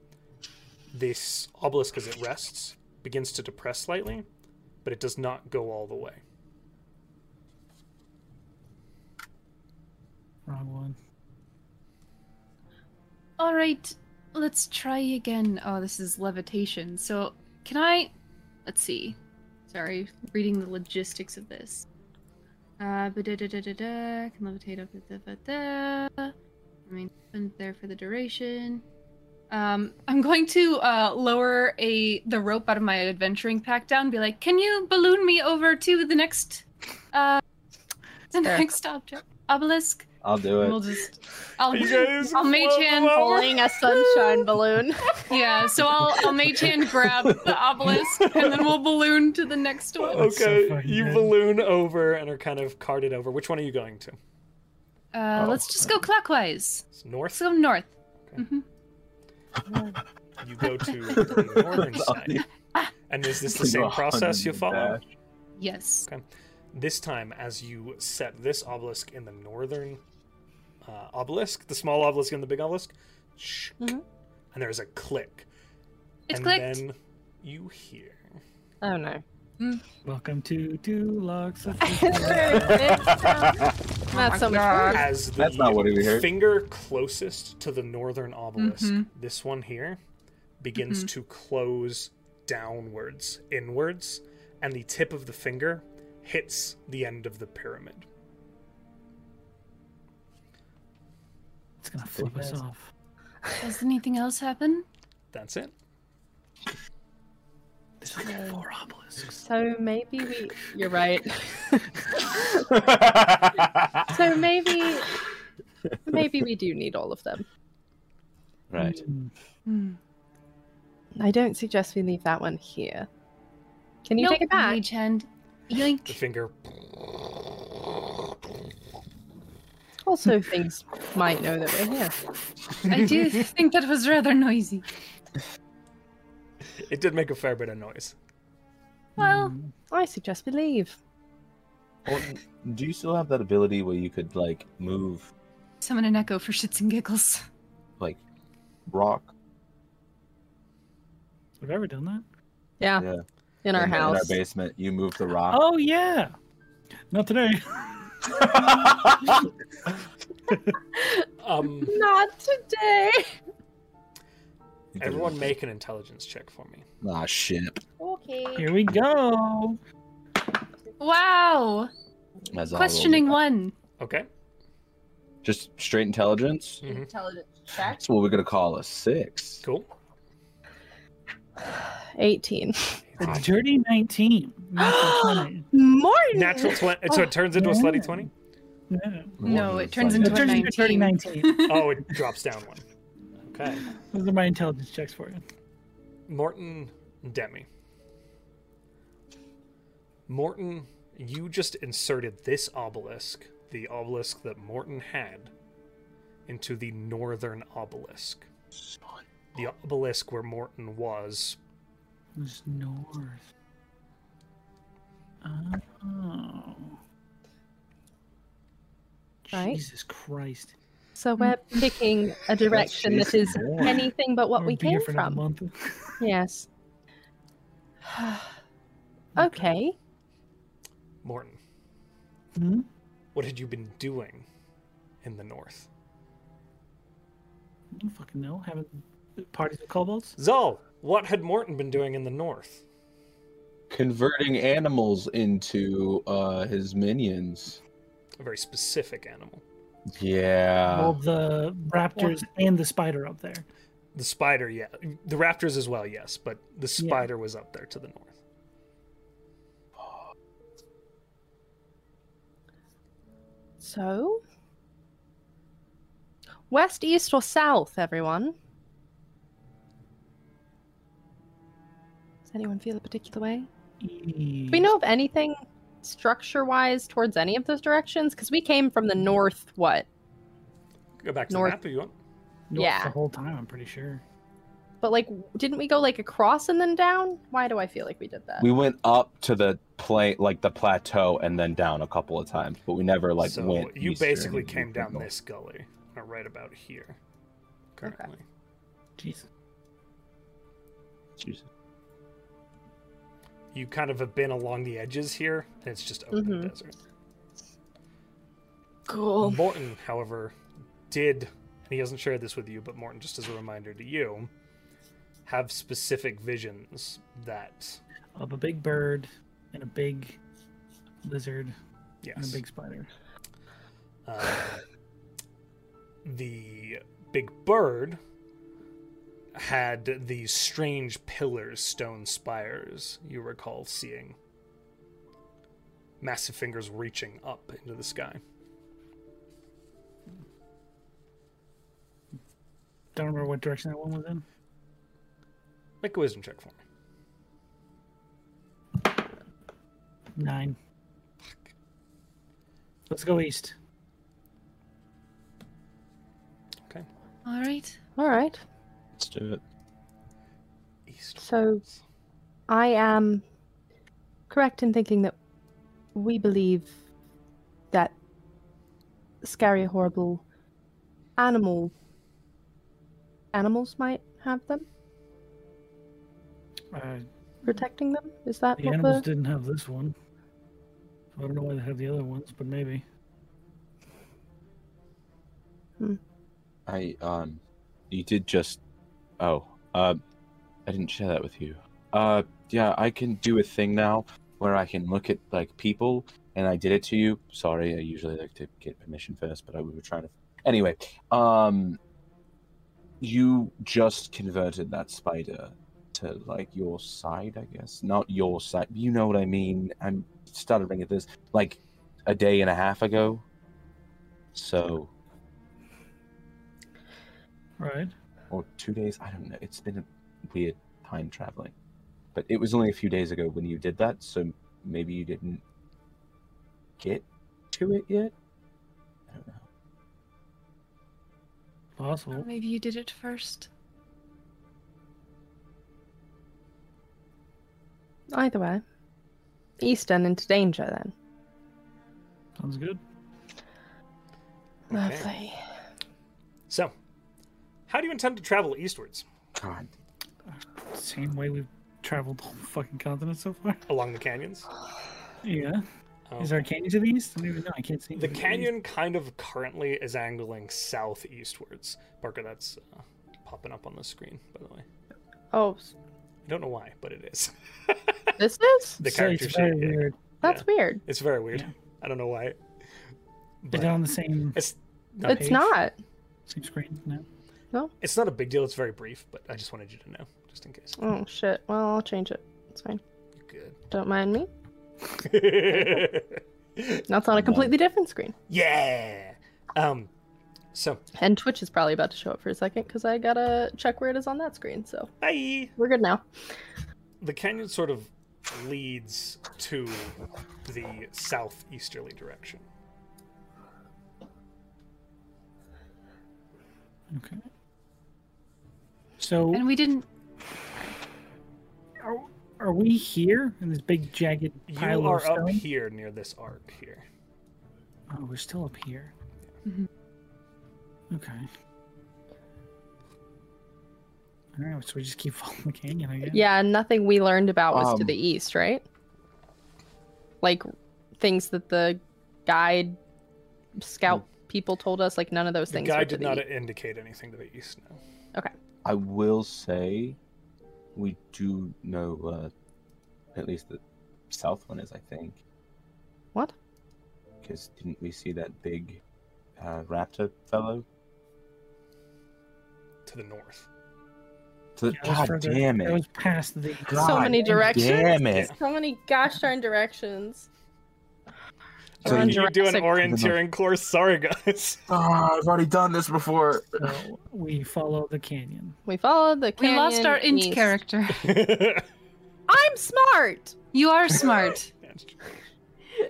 [SPEAKER 1] this obelisk as it rests begins to depress slightly, but it does not go all the way.
[SPEAKER 4] Wrong one.
[SPEAKER 5] All right, let's try again. Oh, this is levitation. So, can I? Let's see. Sorry, reading the logistics of this. Uh, ba-da-da-da-da-da, can levitate up da da da da. I mean, been there for the duration. Um, I'm going to uh, lower a the rope out of my adventuring pack down. And be like, can you balloon me over to the next, uh, the
[SPEAKER 2] Sure.
[SPEAKER 5] next object obelisk?
[SPEAKER 3] I'll do
[SPEAKER 5] *laughs* We'll
[SPEAKER 3] it.
[SPEAKER 5] just, I'll,
[SPEAKER 1] You guys
[SPEAKER 5] I'll mage
[SPEAKER 1] float
[SPEAKER 5] hand,
[SPEAKER 1] over.
[SPEAKER 2] Pulling a *laughs* sunshine balloon.
[SPEAKER 5] yeah. So I'll, I'll mage hand grab the obelisk, and then we'll balloon to the next one.
[SPEAKER 4] That's so
[SPEAKER 1] Okay,
[SPEAKER 4] fucking
[SPEAKER 1] you
[SPEAKER 4] good.
[SPEAKER 1] balloon over and are kind of carted over. Which one are you going to?
[SPEAKER 5] Uh, let's just go clockwise.
[SPEAKER 1] It's north.
[SPEAKER 5] Let's go north.
[SPEAKER 1] Okay.
[SPEAKER 5] Mhm.
[SPEAKER 1] you go to the northern side. And is this the same process you follow?
[SPEAKER 5] Yes.
[SPEAKER 1] This time, as you set this obelisk in the northern uh, obelisk, the small obelisk and the big obelisk, shh,
[SPEAKER 2] Mhm.
[SPEAKER 1] and there's a click.
[SPEAKER 5] It's
[SPEAKER 1] and
[SPEAKER 5] clicked.
[SPEAKER 1] then you hear.
[SPEAKER 2] oh *laughs* no.
[SPEAKER 4] Welcome to Dulux.
[SPEAKER 2] *laughs* Not so much. fun.
[SPEAKER 1] As the
[SPEAKER 3] That's not what we heard.
[SPEAKER 1] finger closest to the northern obelisk,
[SPEAKER 5] Mhm.
[SPEAKER 1] this one here, begins
[SPEAKER 5] Mm-hmm.
[SPEAKER 1] to close downwards, inwards, and the tip of the finger hits the end of the pyramid.
[SPEAKER 4] It's gonna flip us off.
[SPEAKER 5] Does anything else happen?
[SPEAKER 1] That's it.
[SPEAKER 4] There's only four obelisks.
[SPEAKER 2] So maybe we. You're right. so maybe. Maybe we do need all of them.
[SPEAKER 3] *laughs* right.
[SPEAKER 4] Hmm.
[SPEAKER 5] Hmm.
[SPEAKER 2] I don't suggest we leave that one here. Can you
[SPEAKER 5] Nope,
[SPEAKER 2] take it back?
[SPEAKER 5] Mage hand.
[SPEAKER 1] The
[SPEAKER 5] Yoink.
[SPEAKER 1] finger
[SPEAKER 2] Also, things might know that we're here.
[SPEAKER 5] I
[SPEAKER 1] *laughs*
[SPEAKER 5] do think that was rather noisy.
[SPEAKER 1] It did make a fair bit of noise.
[SPEAKER 5] Well,
[SPEAKER 4] Hmm.
[SPEAKER 2] I suggest we leave.
[SPEAKER 3] Well, do you still have that ability where you could like move
[SPEAKER 5] summon an echo for shits and giggles.
[SPEAKER 3] like rock
[SPEAKER 4] have I ever done that?
[SPEAKER 2] Yeah.
[SPEAKER 3] Yeah.
[SPEAKER 2] In our
[SPEAKER 3] in, in our
[SPEAKER 2] house.
[SPEAKER 3] basement? You move the *laughs* rock.
[SPEAKER 4] Oh yeah. Not today.
[SPEAKER 2] *laughs*
[SPEAKER 3] *laughs*
[SPEAKER 1] Um,
[SPEAKER 2] Not today.
[SPEAKER 3] You could-
[SPEAKER 1] everyone make an intelligence check for me.
[SPEAKER 3] Ah shit.
[SPEAKER 2] Okay.
[SPEAKER 4] Here we go.
[SPEAKER 5] Wow!
[SPEAKER 3] As always.
[SPEAKER 5] Questioning one.
[SPEAKER 1] Okay.
[SPEAKER 3] Just straight intelligence.
[SPEAKER 1] Mhm.
[SPEAKER 2] Intelligence check.
[SPEAKER 3] That's what we're gonna call a six.
[SPEAKER 1] Cool.
[SPEAKER 2] 18.
[SPEAKER 4] A dirty nineteen.
[SPEAKER 2] *gasps*
[SPEAKER 4] Natural 20.
[SPEAKER 2] Morning.
[SPEAKER 1] Natural twenty. So it turns into a slutty
[SPEAKER 5] *laughs*
[SPEAKER 1] twenty.
[SPEAKER 4] Yeah.
[SPEAKER 5] No, it turns
[SPEAKER 4] It
[SPEAKER 5] into
[SPEAKER 4] turns into a dirty
[SPEAKER 5] 19.
[SPEAKER 2] *laughs*
[SPEAKER 4] nineteen.
[SPEAKER 1] Oh, it drops down one. Okay.
[SPEAKER 4] Those are my intelligence checks for you.
[SPEAKER 1] Morton Demi. Morton, you just inserted this obelisk, the obelisk that Morton had, into the northern obelisk. The obelisk where Morton was.
[SPEAKER 4] It's north. Oh.
[SPEAKER 2] Right.
[SPEAKER 4] Jesus Christ.
[SPEAKER 2] So we're
[SPEAKER 4] Hmm.
[SPEAKER 2] picking a direction that is
[SPEAKER 3] basically it.
[SPEAKER 2] anything but what
[SPEAKER 4] We'll
[SPEAKER 2] we
[SPEAKER 4] be here
[SPEAKER 2] came
[SPEAKER 4] for
[SPEAKER 2] from.
[SPEAKER 4] another month. *sighs*
[SPEAKER 2] Yes. okay.
[SPEAKER 1] Morton,
[SPEAKER 4] Hmm?
[SPEAKER 1] what had you been doing in the north?
[SPEAKER 4] I don't fucking know. Having parties with kobolds?
[SPEAKER 1] Zol, what had Morton been doing in the north?
[SPEAKER 3] Converting animals into uh his minions.
[SPEAKER 1] A very specific animal.
[SPEAKER 4] well,
[SPEAKER 3] Yeah.
[SPEAKER 4] the raptors and the spider up there.
[SPEAKER 1] The spider, yeah. The raptors as well, yes, but the
[SPEAKER 4] Yeah.
[SPEAKER 1] spider was up there to the north.
[SPEAKER 2] So. West, east, or south, everyone? Does anyone feel a particular way? Do we know of anything structure wise towards any of those directions? Because we came from the north, what?
[SPEAKER 1] Go back to
[SPEAKER 2] North.
[SPEAKER 1] the map if you want.
[SPEAKER 4] North
[SPEAKER 2] yeah.
[SPEAKER 4] The whole time, I'm pretty sure.
[SPEAKER 2] But like, didn't we go like across and then down? Why do I feel like we did that?
[SPEAKER 3] We went up to the play like the plateau and then down a couple of times, but we never like
[SPEAKER 1] so
[SPEAKER 3] went.
[SPEAKER 1] you
[SPEAKER 3] eastern.
[SPEAKER 1] basically
[SPEAKER 3] We
[SPEAKER 1] came
[SPEAKER 3] went
[SPEAKER 1] down
[SPEAKER 3] north.
[SPEAKER 1] this gully, uh, right about here,
[SPEAKER 2] Okay.
[SPEAKER 1] currently.
[SPEAKER 4] Jesus.
[SPEAKER 3] Jesus.
[SPEAKER 1] You kind of have been along the edges here, and it's just open
[SPEAKER 2] Mhm.
[SPEAKER 1] desert.
[SPEAKER 2] Cool.
[SPEAKER 1] Morton, however, did, and he hasn't shared this with you, but Morton, just as a reminder to you, have specific visions that
[SPEAKER 4] Of a big bird and a big lizard and a
[SPEAKER 1] Yes.
[SPEAKER 4] big spider.
[SPEAKER 1] Uh, the big bird had these strange pillars, stone spires, you recall seeing. Massive fingers reaching up into the sky.
[SPEAKER 4] Don't remember what direction that one was in.
[SPEAKER 1] Make a wisdom check for me.
[SPEAKER 4] Nine. Let's go east.
[SPEAKER 5] All right.
[SPEAKER 2] All right.
[SPEAKER 3] Let's do it.
[SPEAKER 1] East.
[SPEAKER 2] So I am correct in thinking that we believe that scary, horrible animal animals might have them,
[SPEAKER 4] Uh,
[SPEAKER 2] protecting them. Is that
[SPEAKER 4] the
[SPEAKER 2] what
[SPEAKER 4] animals
[SPEAKER 2] the...
[SPEAKER 4] didn't have this one. I don't know why they have the other ones, but maybe.
[SPEAKER 3] I um, you did just. Oh, um, I didn't share that with you. Uh, yeah, I can do a thing now where I can look at like people, and I did it to you. Sorry, I usually like to get permission first, but I, we were trying to. Anyway, um, you just converted that spider to like your side, I guess. Not your side. You know what I mean? I'm stuttering at this. Like a day and a half ago. So
[SPEAKER 4] Right.
[SPEAKER 3] or two days. I don't know. It's been a weird time traveling. But it was only a few days ago when you did that, so maybe you didn't get to it yet? I don't know.
[SPEAKER 4] Possible.
[SPEAKER 5] Maybe you did it first.
[SPEAKER 2] Either way, eastern into danger then.
[SPEAKER 4] Sounds good.
[SPEAKER 1] Okay.
[SPEAKER 2] Lovely.
[SPEAKER 1] So, how do you intend to travel eastwards?
[SPEAKER 3] God.
[SPEAKER 4] Same way we've traveled the whole fucking continent so far. *laughs*
[SPEAKER 1] Along the canyons?
[SPEAKER 4] Yeah.
[SPEAKER 1] Um,
[SPEAKER 4] Is there a canyon to the east? I don't even know. I can't see.
[SPEAKER 1] The
[SPEAKER 4] anything to
[SPEAKER 1] canyon kind of currently is angling southeastwards. Parker, that's uh, popping up on the screen, by the way.
[SPEAKER 2] Oh, s-
[SPEAKER 1] I don't know why, but it is.
[SPEAKER 2] this is?
[SPEAKER 1] the
[SPEAKER 4] east. So
[SPEAKER 1] character
[SPEAKER 4] it's very
[SPEAKER 1] sheet, yeah.
[SPEAKER 4] weird.
[SPEAKER 2] That's weird.
[SPEAKER 1] It's very weird.
[SPEAKER 4] Yeah. um,
[SPEAKER 1] I don't know why.
[SPEAKER 4] Is
[SPEAKER 1] But
[SPEAKER 4] it on the same
[SPEAKER 1] it's not,
[SPEAKER 2] It's
[SPEAKER 1] it's,
[SPEAKER 4] page?
[SPEAKER 2] not.
[SPEAKER 4] same screen? No.
[SPEAKER 1] not a big deal. It's very brief, but I just wanted you to know, just in case.
[SPEAKER 2] Oh, shit. Well, I'll change it. It's fine. Don't mind me.
[SPEAKER 1] Good. *laughs*
[SPEAKER 2] That's on a completely different screen.
[SPEAKER 1] yeah. Um. So,
[SPEAKER 2] And Twitch is probably about to show up for a second because I gotta check where it is on that screen. So
[SPEAKER 1] bye.
[SPEAKER 2] we're good now.
[SPEAKER 1] the canyon sort of leads to the southeasterly direction.
[SPEAKER 4] Okay. So
[SPEAKER 5] And we didn't.
[SPEAKER 4] are, are we here in this big jagged pile
[SPEAKER 1] you are
[SPEAKER 4] of stone?
[SPEAKER 1] up here near this arc here.
[SPEAKER 4] Oh, we're still up here.
[SPEAKER 5] Mhm.
[SPEAKER 2] Mm-hmm.
[SPEAKER 4] Okay. All right, so we just keep *laughs* following the canyon, I guess.
[SPEAKER 2] Yeah, and nothing we learned about was to
[SPEAKER 3] Um,
[SPEAKER 2] the east, right? Like things that the guide scout people told us, like none of those
[SPEAKER 1] The
[SPEAKER 2] things.
[SPEAKER 1] guy
[SPEAKER 2] were to
[SPEAKER 1] did not
[SPEAKER 2] The east.
[SPEAKER 1] indicate anything to the east now.
[SPEAKER 3] I will say we do know uh, at least the south one is, I think.
[SPEAKER 2] What?
[SPEAKER 3] Because didn't we see that big uh, raptor fellow?
[SPEAKER 1] To the north.
[SPEAKER 3] To the-
[SPEAKER 4] That was
[SPEAKER 3] God
[SPEAKER 4] further-
[SPEAKER 3] damn
[SPEAKER 4] That was
[SPEAKER 3] it.
[SPEAKER 4] past the.
[SPEAKER 3] God
[SPEAKER 2] so many directions.
[SPEAKER 3] Damn it.
[SPEAKER 2] So many gosh darn directions.
[SPEAKER 3] So
[SPEAKER 1] Can
[SPEAKER 2] Around
[SPEAKER 3] you-
[SPEAKER 1] you do an
[SPEAKER 2] Jurassic-
[SPEAKER 1] orienteering course? Sorry,
[SPEAKER 4] *laughs*
[SPEAKER 1] guys. *laughs*
[SPEAKER 3] Ah, I've already done this before. *laughs*
[SPEAKER 4] So we follow the canyon.
[SPEAKER 2] We followed the.
[SPEAKER 5] We
[SPEAKER 2] Canyon
[SPEAKER 5] lost our int
[SPEAKER 2] east.
[SPEAKER 5] character.
[SPEAKER 2] I'm smart. *laughs*
[SPEAKER 5] You
[SPEAKER 1] *laughs*
[SPEAKER 5] are smart.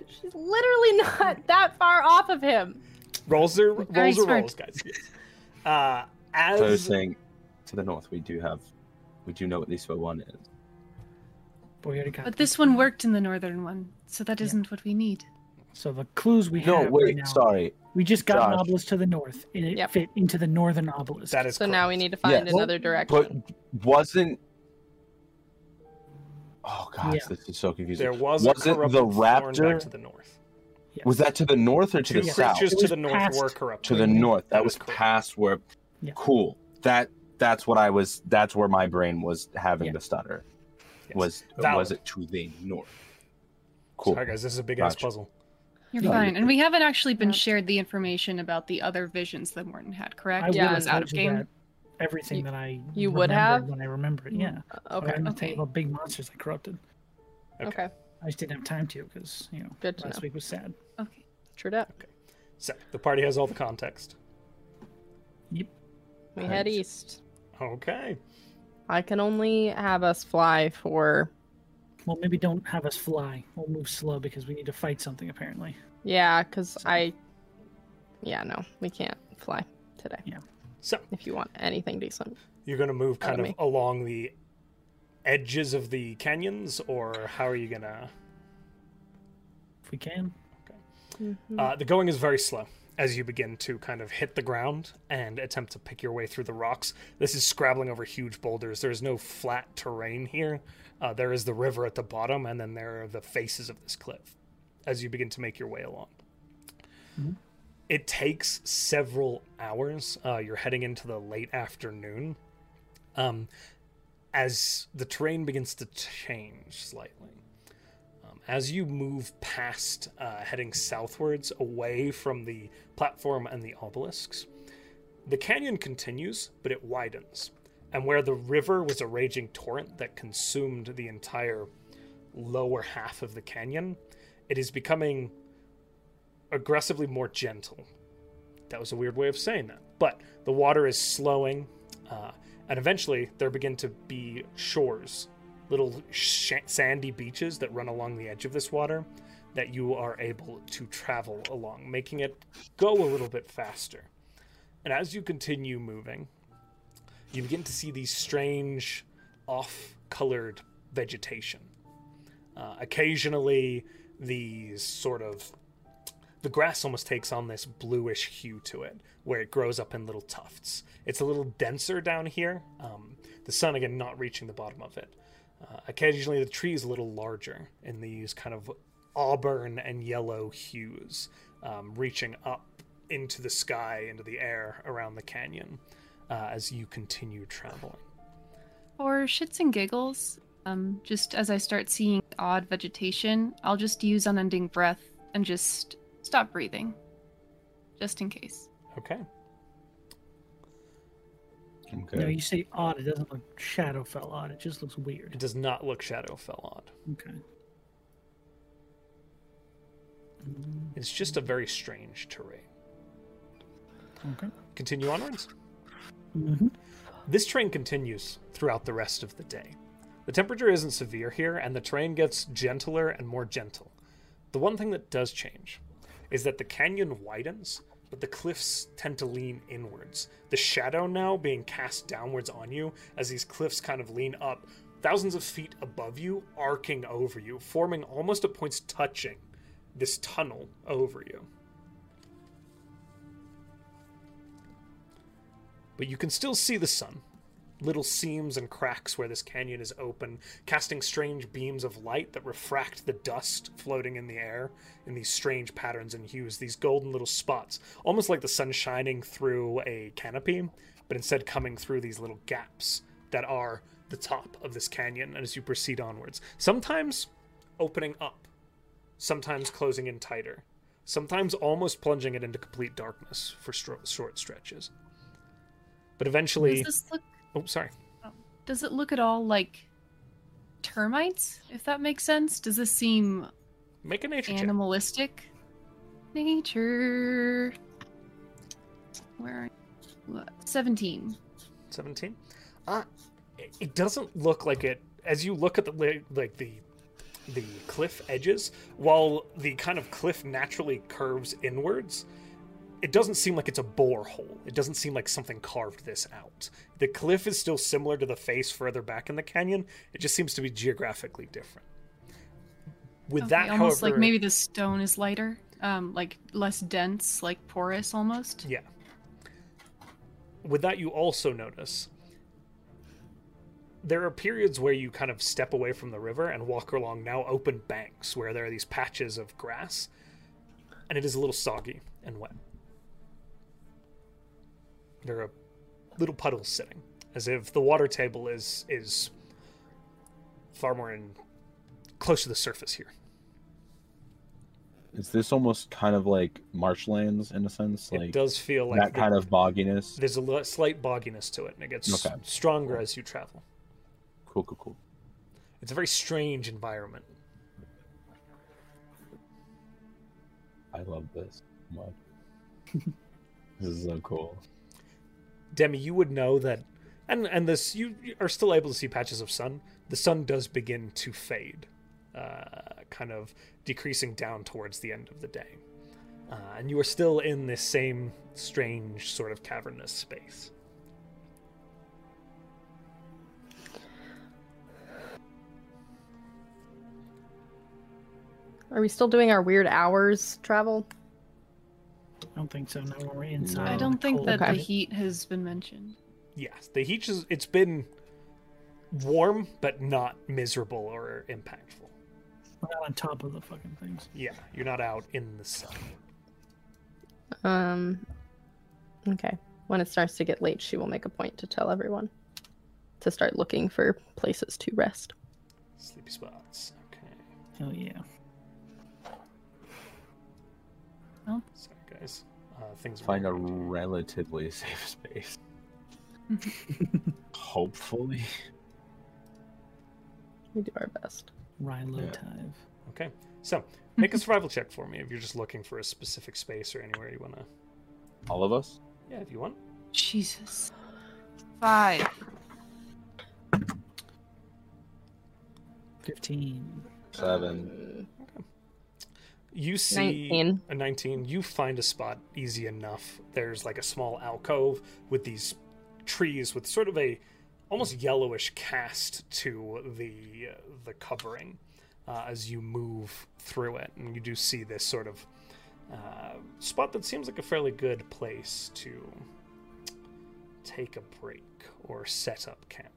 [SPEAKER 2] She's literally not that far off of him.
[SPEAKER 1] rolls are
[SPEAKER 5] Very
[SPEAKER 1] rolls are
[SPEAKER 5] smart.
[SPEAKER 1] rolls, guys. *laughs* Uh,
[SPEAKER 3] So I was
[SPEAKER 1] as
[SPEAKER 3] saying, to the north, we do have, we do know what least for one is.
[SPEAKER 4] But we already got.
[SPEAKER 5] But this one worked in the northern one, so that
[SPEAKER 4] Yeah.
[SPEAKER 5] isn't what we need.
[SPEAKER 4] So the clues we
[SPEAKER 3] no,
[SPEAKER 4] have. right
[SPEAKER 3] wait,
[SPEAKER 4] now-
[SPEAKER 3] sorry.
[SPEAKER 4] We just got an
[SPEAKER 3] Josh.
[SPEAKER 4] obelisk to the north, and it
[SPEAKER 2] Yep.
[SPEAKER 4] fit into the northern obelisk.
[SPEAKER 1] that is
[SPEAKER 2] So now we
[SPEAKER 1] correct.
[SPEAKER 2] need to find
[SPEAKER 3] Yes.
[SPEAKER 2] another direction.
[SPEAKER 3] But wasn't. Oh gosh,
[SPEAKER 4] Yeah.
[SPEAKER 3] this is so confusing.
[SPEAKER 1] There was
[SPEAKER 3] Was
[SPEAKER 1] a
[SPEAKER 3] it
[SPEAKER 1] corrupted
[SPEAKER 3] the
[SPEAKER 1] thorn back
[SPEAKER 3] raptor?
[SPEAKER 1] to the north.
[SPEAKER 4] Yes.
[SPEAKER 3] Was that to the north or to the
[SPEAKER 1] Two
[SPEAKER 4] Yeah.
[SPEAKER 3] south?
[SPEAKER 1] creatures
[SPEAKER 4] It
[SPEAKER 1] to
[SPEAKER 4] was
[SPEAKER 1] the north
[SPEAKER 4] past-
[SPEAKER 1] were corrupted.
[SPEAKER 3] To the north. That
[SPEAKER 1] That
[SPEAKER 3] was
[SPEAKER 1] is correct.
[SPEAKER 3] past where.
[SPEAKER 4] Yeah.
[SPEAKER 3] Cool. That that's what I was. That's where my brain was having
[SPEAKER 4] Yeah.
[SPEAKER 3] the stutter.
[SPEAKER 1] Yes.
[SPEAKER 3] Was
[SPEAKER 1] Valid.
[SPEAKER 3] was it to the north?
[SPEAKER 6] Cool.
[SPEAKER 1] Sorry, guys, this is a big ass
[SPEAKER 6] Gotcha.
[SPEAKER 1] puzzle.
[SPEAKER 5] You're
[SPEAKER 6] No, you're
[SPEAKER 5] fine. And
[SPEAKER 6] good.
[SPEAKER 5] we haven't actually been
[SPEAKER 3] Yep.
[SPEAKER 5] shared the information about the other visions that Morton had, correct?
[SPEAKER 4] I
[SPEAKER 5] It
[SPEAKER 4] would
[SPEAKER 2] Yeah,
[SPEAKER 4] have
[SPEAKER 5] was out of
[SPEAKER 4] told you
[SPEAKER 5] game.
[SPEAKER 4] that everything
[SPEAKER 2] You-
[SPEAKER 4] that I
[SPEAKER 2] you would
[SPEAKER 4] remembered
[SPEAKER 2] have?
[SPEAKER 4] when I remember it. Yeah. But I
[SPEAKER 2] Okay.
[SPEAKER 4] remember
[SPEAKER 5] Okay.
[SPEAKER 4] talking about big monsters I corrupted.
[SPEAKER 1] Okay.
[SPEAKER 2] Okay.
[SPEAKER 4] I just didn't have time to because you know
[SPEAKER 2] Good to
[SPEAKER 4] last
[SPEAKER 2] know.
[SPEAKER 4] week was sad.
[SPEAKER 5] Okay.
[SPEAKER 2] True that.
[SPEAKER 1] So the party has all the context.
[SPEAKER 2] We
[SPEAKER 6] Alright.
[SPEAKER 2] head east.
[SPEAKER 1] Okay.
[SPEAKER 2] I can only have us fly for.
[SPEAKER 4] Well, maybe don't have us fly. We'll move slow because we need to fight something apparently.
[SPEAKER 2] Yeah, because I. Yeah, no, we can't fly today.
[SPEAKER 1] So
[SPEAKER 2] If you want anything decent,
[SPEAKER 1] you're gonna move
[SPEAKER 2] Follow
[SPEAKER 1] kind of
[SPEAKER 2] me.
[SPEAKER 1] along the edges of the canyons, or how are you gonna?
[SPEAKER 4] If we can,
[SPEAKER 1] Uh, the going is very slow as you begin to kind of hit the ground and attempt to pick your way through the rocks. This is scrabbling over huge boulders. There is no flat terrain here. Uh, there is the river at the bottom, and then there are the faces of this cliff as you begin to make your way along.
[SPEAKER 4] Mhm.
[SPEAKER 1] It takes several hours. Uh, you're heading into the late afternoon. Um, as the terrain begins to change slightly, um, as you move past, uh, heading southwards away from the platform and the obelisks, the canyon continues, but it widens. And where the river was a raging torrent that consumed the entire lower half of the canyon, it is becoming aggressively more gentle. That was a weird way of saying that. But the water is slowing, uh, and eventually there begin to be shores little sh- sandy beaches that run along the edge of this water that you are able to travel along, making it go a little bit faster. And as you continue moving, you begin to see these strange, off colored vegetation. Uh, occasionally, these sort of the grass almost takes on this bluish hue to it, where it grows up in little tufts. It's a little denser down here. Um, the sun, again, not reaching the bottom of it. Uh, occasionally, the tree is a little larger in these kind of auburn and yellow hues, um, reaching up into the sky, into the air around the canyon uh, as you continue traveling.
[SPEAKER 5] For shits and giggles, um, just as I start seeing odd vegetation, I'll just use unending breath and just stop breathing, just in case.
[SPEAKER 1] Okay.
[SPEAKER 6] Okay.
[SPEAKER 4] you know, you say odd. It doesn't look Shadowfell odd. It just looks
[SPEAKER 1] It
[SPEAKER 4] weird.
[SPEAKER 1] does not look Shadowfell odd.
[SPEAKER 4] Okay. Mm,
[SPEAKER 1] It's just a very strange terrain.
[SPEAKER 4] Okay.
[SPEAKER 1] Continue onwards.
[SPEAKER 4] hmm
[SPEAKER 1] This train continues throughout the rest of the day. The temperature isn't severe here, and the terrain gets gentler and more gentle. The one thing that does change is that the canyon widens, but the cliffs tend to lean inwards. The shadow now being cast downwards on you as these cliffs kind of lean up, thousands of feet above you, arcing over you, forming almost at points touching this tunnel over you. But you can still see the sun. Little seams and cracks where this canyon is open, casting strange beams of light that refract the dust floating in the air in these strange patterns and hues, these golden little spots, almost like the sun shining through a canopy, but instead coming through these little gaps that are the top of this canyon as you proceed onwards. Sometimes opening up, sometimes closing in tighter, sometimes almost plunging it into complete darkness for stro- short stretches. But eventually.
[SPEAKER 5] Does this look?
[SPEAKER 1] Oh, sorry.
[SPEAKER 5] Does it look at all like termites? If that makes sense. Does this seem
[SPEAKER 1] Make a nature check.
[SPEAKER 5] animalistic? Nature. Where? Are you? Seventeen.
[SPEAKER 1] 17 uh it- it doesn't look like it as you look at the li- like the the cliff edges while the kind of cliff naturally curves inwards it doesn't seem like it's a bore hole it doesn't seem like something carved this out the cliff is still similar to the face further back in the canyon it just seems to be geographically different with
[SPEAKER 5] Okay,
[SPEAKER 1] that
[SPEAKER 5] almost
[SPEAKER 1] however
[SPEAKER 5] like maybe the stone is lighter, um, like less dense, like porous almost.
[SPEAKER 1] Yeah. With that, you also notice there are periods where you kind of step away from the river and walk along now open banks where there are these patches of grass, and it is a little soggy and wet. There are little puddles sitting, as if the water table is is far more in close to the surface here.
[SPEAKER 6] is this almost kind of like marshlands in a sense,
[SPEAKER 1] it
[SPEAKER 6] like
[SPEAKER 1] does feel like
[SPEAKER 6] that
[SPEAKER 1] the-
[SPEAKER 6] kind of bogginess?
[SPEAKER 1] there's a li- slight bogginess to it, and it gets
[SPEAKER 6] Okay.
[SPEAKER 1] stronger as you travel.
[SPEAKER 6] Cool, cool, cool.
[SPEAKER 1] It's a very strange environment.
[SPEAKER 6] I love this so much. *laughs* this is so cool.
[SPEAKER 1] Demi, you would know that, and and this you you are still able to see patches of sun. The sun does begin to fade, uh, kind of decreasing down towards the end of the day, uh, and you are still in this same strange sort of cavernous space.
[SPEAKER 2] Are we still doing our weird hours travel?
[SPEAKER 4] I don't think so. No, when we're inside.
[SPEAKER 5] I
[SPEAKER 4] in
[SPEAKER 5] don't
[SPEAKER 4] the
[SPEAKER 5] think
[SPEAKER 4] cold.
[SPEAKER 5] that the
[SPEAKER 2] Okay.
[SPEAKER 5] heat has been mentioned.
[SPEAKER 1] Yes, the heat is. It's been warm, but not miserable or impactful.
[SPEAKER 4] We're not on top of the fucking things.
[SPEAKER 1] Yeah, you're not out in the sun.
[SPEAKER 2] Um. Okay. When it starts to get late, she will make a point to tell everyone to start looking for places to rest.
[SPEAKER 1] Sleepy spots. Okay.
[SPEAKER 4] Hell yeah.
[SPEAKER 1] Sorry, guys. Uh, things are
[SPEAKER 6] Find a
[SPEAKER 1] moving.
[SPEAKER 6] relatively safe space. *laughs* Hopefully.
[SPEAKER 2] We do our best.
[SPEAKER 4] Ryan low
[SPEAKER 6] Yeah.
[SPEAKER 4] tide.
[SPEAKER 1] Okay. So make a survival check for me if you're just looking for a specific space or anywhere you want to.
[SPEAKER 6] All of us?
[SPEAKER 1] Yeah, if you want.
[SPEAKER 5] Jesus. Five.
[SPEAKER 4] 15.
[SPEAKER 6] Seven.
[SPEAKER 2] Um,
[SPEAKER 1] You see
[SPEAKER 2] Nineteen.
[SPEAKER 1] a 19. You find a spot easy enough. There's like a small alcove with these trees with sort of a almost yellowish cast to the uh, the covering uh, as you move through it, and you do see this sort of uh, spot that seems like a fairly good place to take a break or set up camp.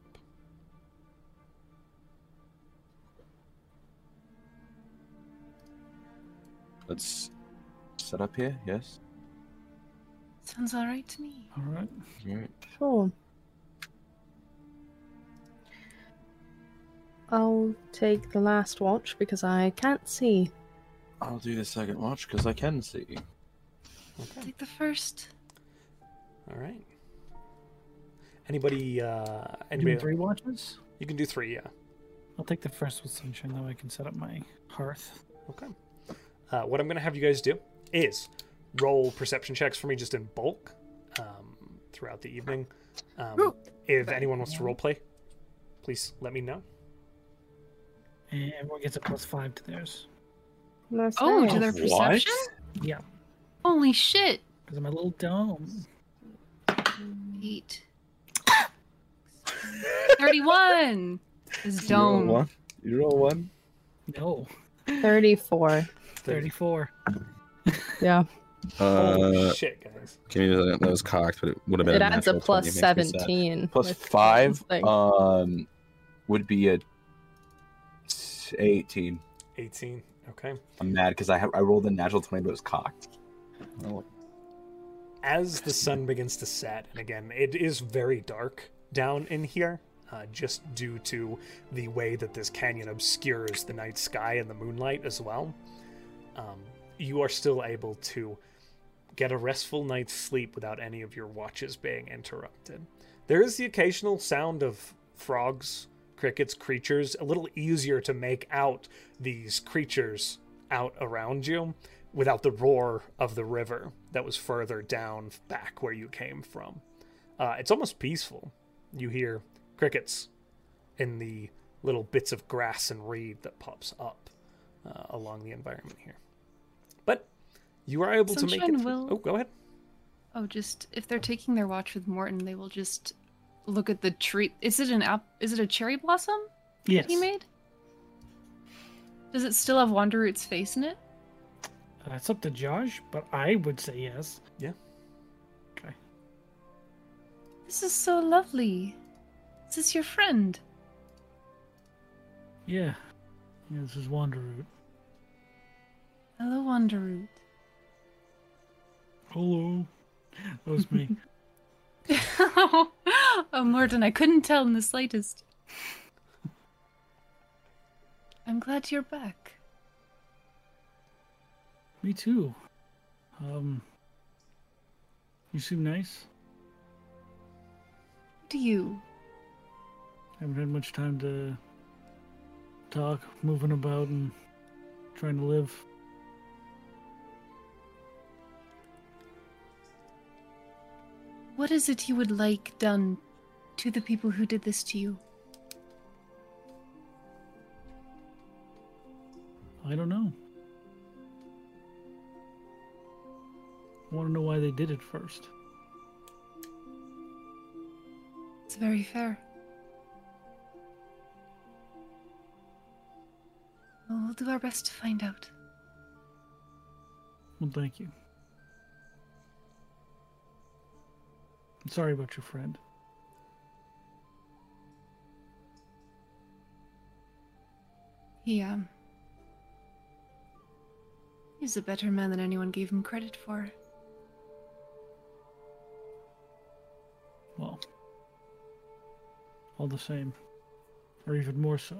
[SPEAKER 6] Let's set up here, yes?
[SPEAKER 5] Sounds alright to me.
[SPEAKER 4] All right.
[SPEAKER 6] Alright.
[SPEAKER 2] Sure. I'll take the last watch because I can't see.
[SPEAKER 6] I'll do the second watch because I can see.
[SPEAKER 1] Okay.
[SPEAKER 5] Take the first.
[SPEAKER 1] All right. Anybody? Uh,
[SPEAKER 4] Doing
[SPEAKER 1] anybody?
[SPEAKER 4] three watches?
[SPEAKER 1] You can do three. Yeah.
[SPEAKER 4] I'll take the first with sunshine, that way I can set up my hearth.
[SPEAKER 1] Okay. Uh, what I'm going to have you guys do is roll perception checks for me just in bulk um, throughout the evening. Um, if anyone wants to roleplay, please let me know.
[SPEAKER 4] And everyone gets a plus five to theirs.
[SPEAKER 2] Nice
[SPEAKER 5] Oh,
[SPEAKER 2] day.
[SPEAKER 5] to their perception?
[SPEAKER 4] Yeah,
[SPEAKER 5] Holy shit.
[SPEAKER 4] because I'm a little dumb.
[SPEAKER 5] Eight. 31
[SPEAKER 3] *laughs*
[SPEAKER 5] is dome.
[SPEAKER 6] You roll one? You roll one?
[SPEAKER 4] No.
[SPEAKER 2] 34.
[SPEAKER 4] 34.
[SPEAKER 2] Yeah.
[SPEAKER 3] Uh,
[SPEAKER 1] Holy shit, guys.
[SPEAKER 6] Uh, Give me a second. That was cocked, but it would have been.
[SPEAKER 2] It
[SPEAKER 6] a
[SPEAKER 2] adds a
[SPEAKER 6] natural
[SPEAKER 2] plus
[SPEAKER 6] 20. It makes me sad.
[SPEAKER 2] 17.
[SPEAKER 6] Plus
[SPEAKER 2] with
[SPEAKER 6] five
[SPEAKER 2] thing.
[SPEAKER 6] um, would be a t- 18.
[SPEAKER 1] 18. Okay.
[SPEAKER 6] I'm mad because I, ha- I rolled a natural 20, but it was cocked. Oh,
[SPEAKER 1] As the sun begins to set, and again, it is very dark down in here. Uh, just due to the way that this canyon obscures the night sky and the moonlight as well, um, you are still able to get a restful night's sleep without any of your watches being interrupted. There is the occasional sound of frogs, crickets, creatures, a little easier to make out these creatures out around you without the roar of the river that was further down back where you came from. Uh, it's almost peaceful. You hear crickets in the little bits of grass and reed that pops up uh, along the environment here. But you are able to make
[SPEAKER 5] Sunshine
[SPEAKER 1] it. through-
[SPEAKER 5] will-
[SPEAKER 1] Oh, go ahead.
[SPEAKER 5] Oh, just if they're taking their watch with Morton, they will just look at the tree. Is it an app? Is it a cherry blossom
[SPEAKER 4] Yes.
[SPEAKER 5] he made? Does it still have Wanderroot's face in it?
[SPEAKER 4] Uh, it's up to Josh, but I would say yes.
[SPEAKER 5] This is so lovely. Is this your friend?
[SPEAKER 4] Yeah. yeah this is Wanderroot.
[SPEAKER 5] Hello, Wanderroot. *laughs*
[SPEAKER 4] Hello. That was me.
[SPEAKER 5] oh, Morton, I couldn't tell in the slightest. I'm glad you're back.
[SPEAKER 4] Me too. Um, you seem nice.
[SPEAKER 5] Do you?
[SPEAKER 4] Haven't had much time to talk, moving about, and trying to live.
[SPEAKER 5] What is it you would like done to the people who did this to you?
[SPEAKER 4] I don't know. I want to know why they did it first.
[SPEAKER 5] It's very fair. Well, we'll do our best to find out.
[SPEAKER 4] Well, thank you. I'm sorry about your friend.
[SPEAKER 5] He, um. He's a better man than anyone gave him credit for.
[SPEAKER 4] Well, all the same, or even more so.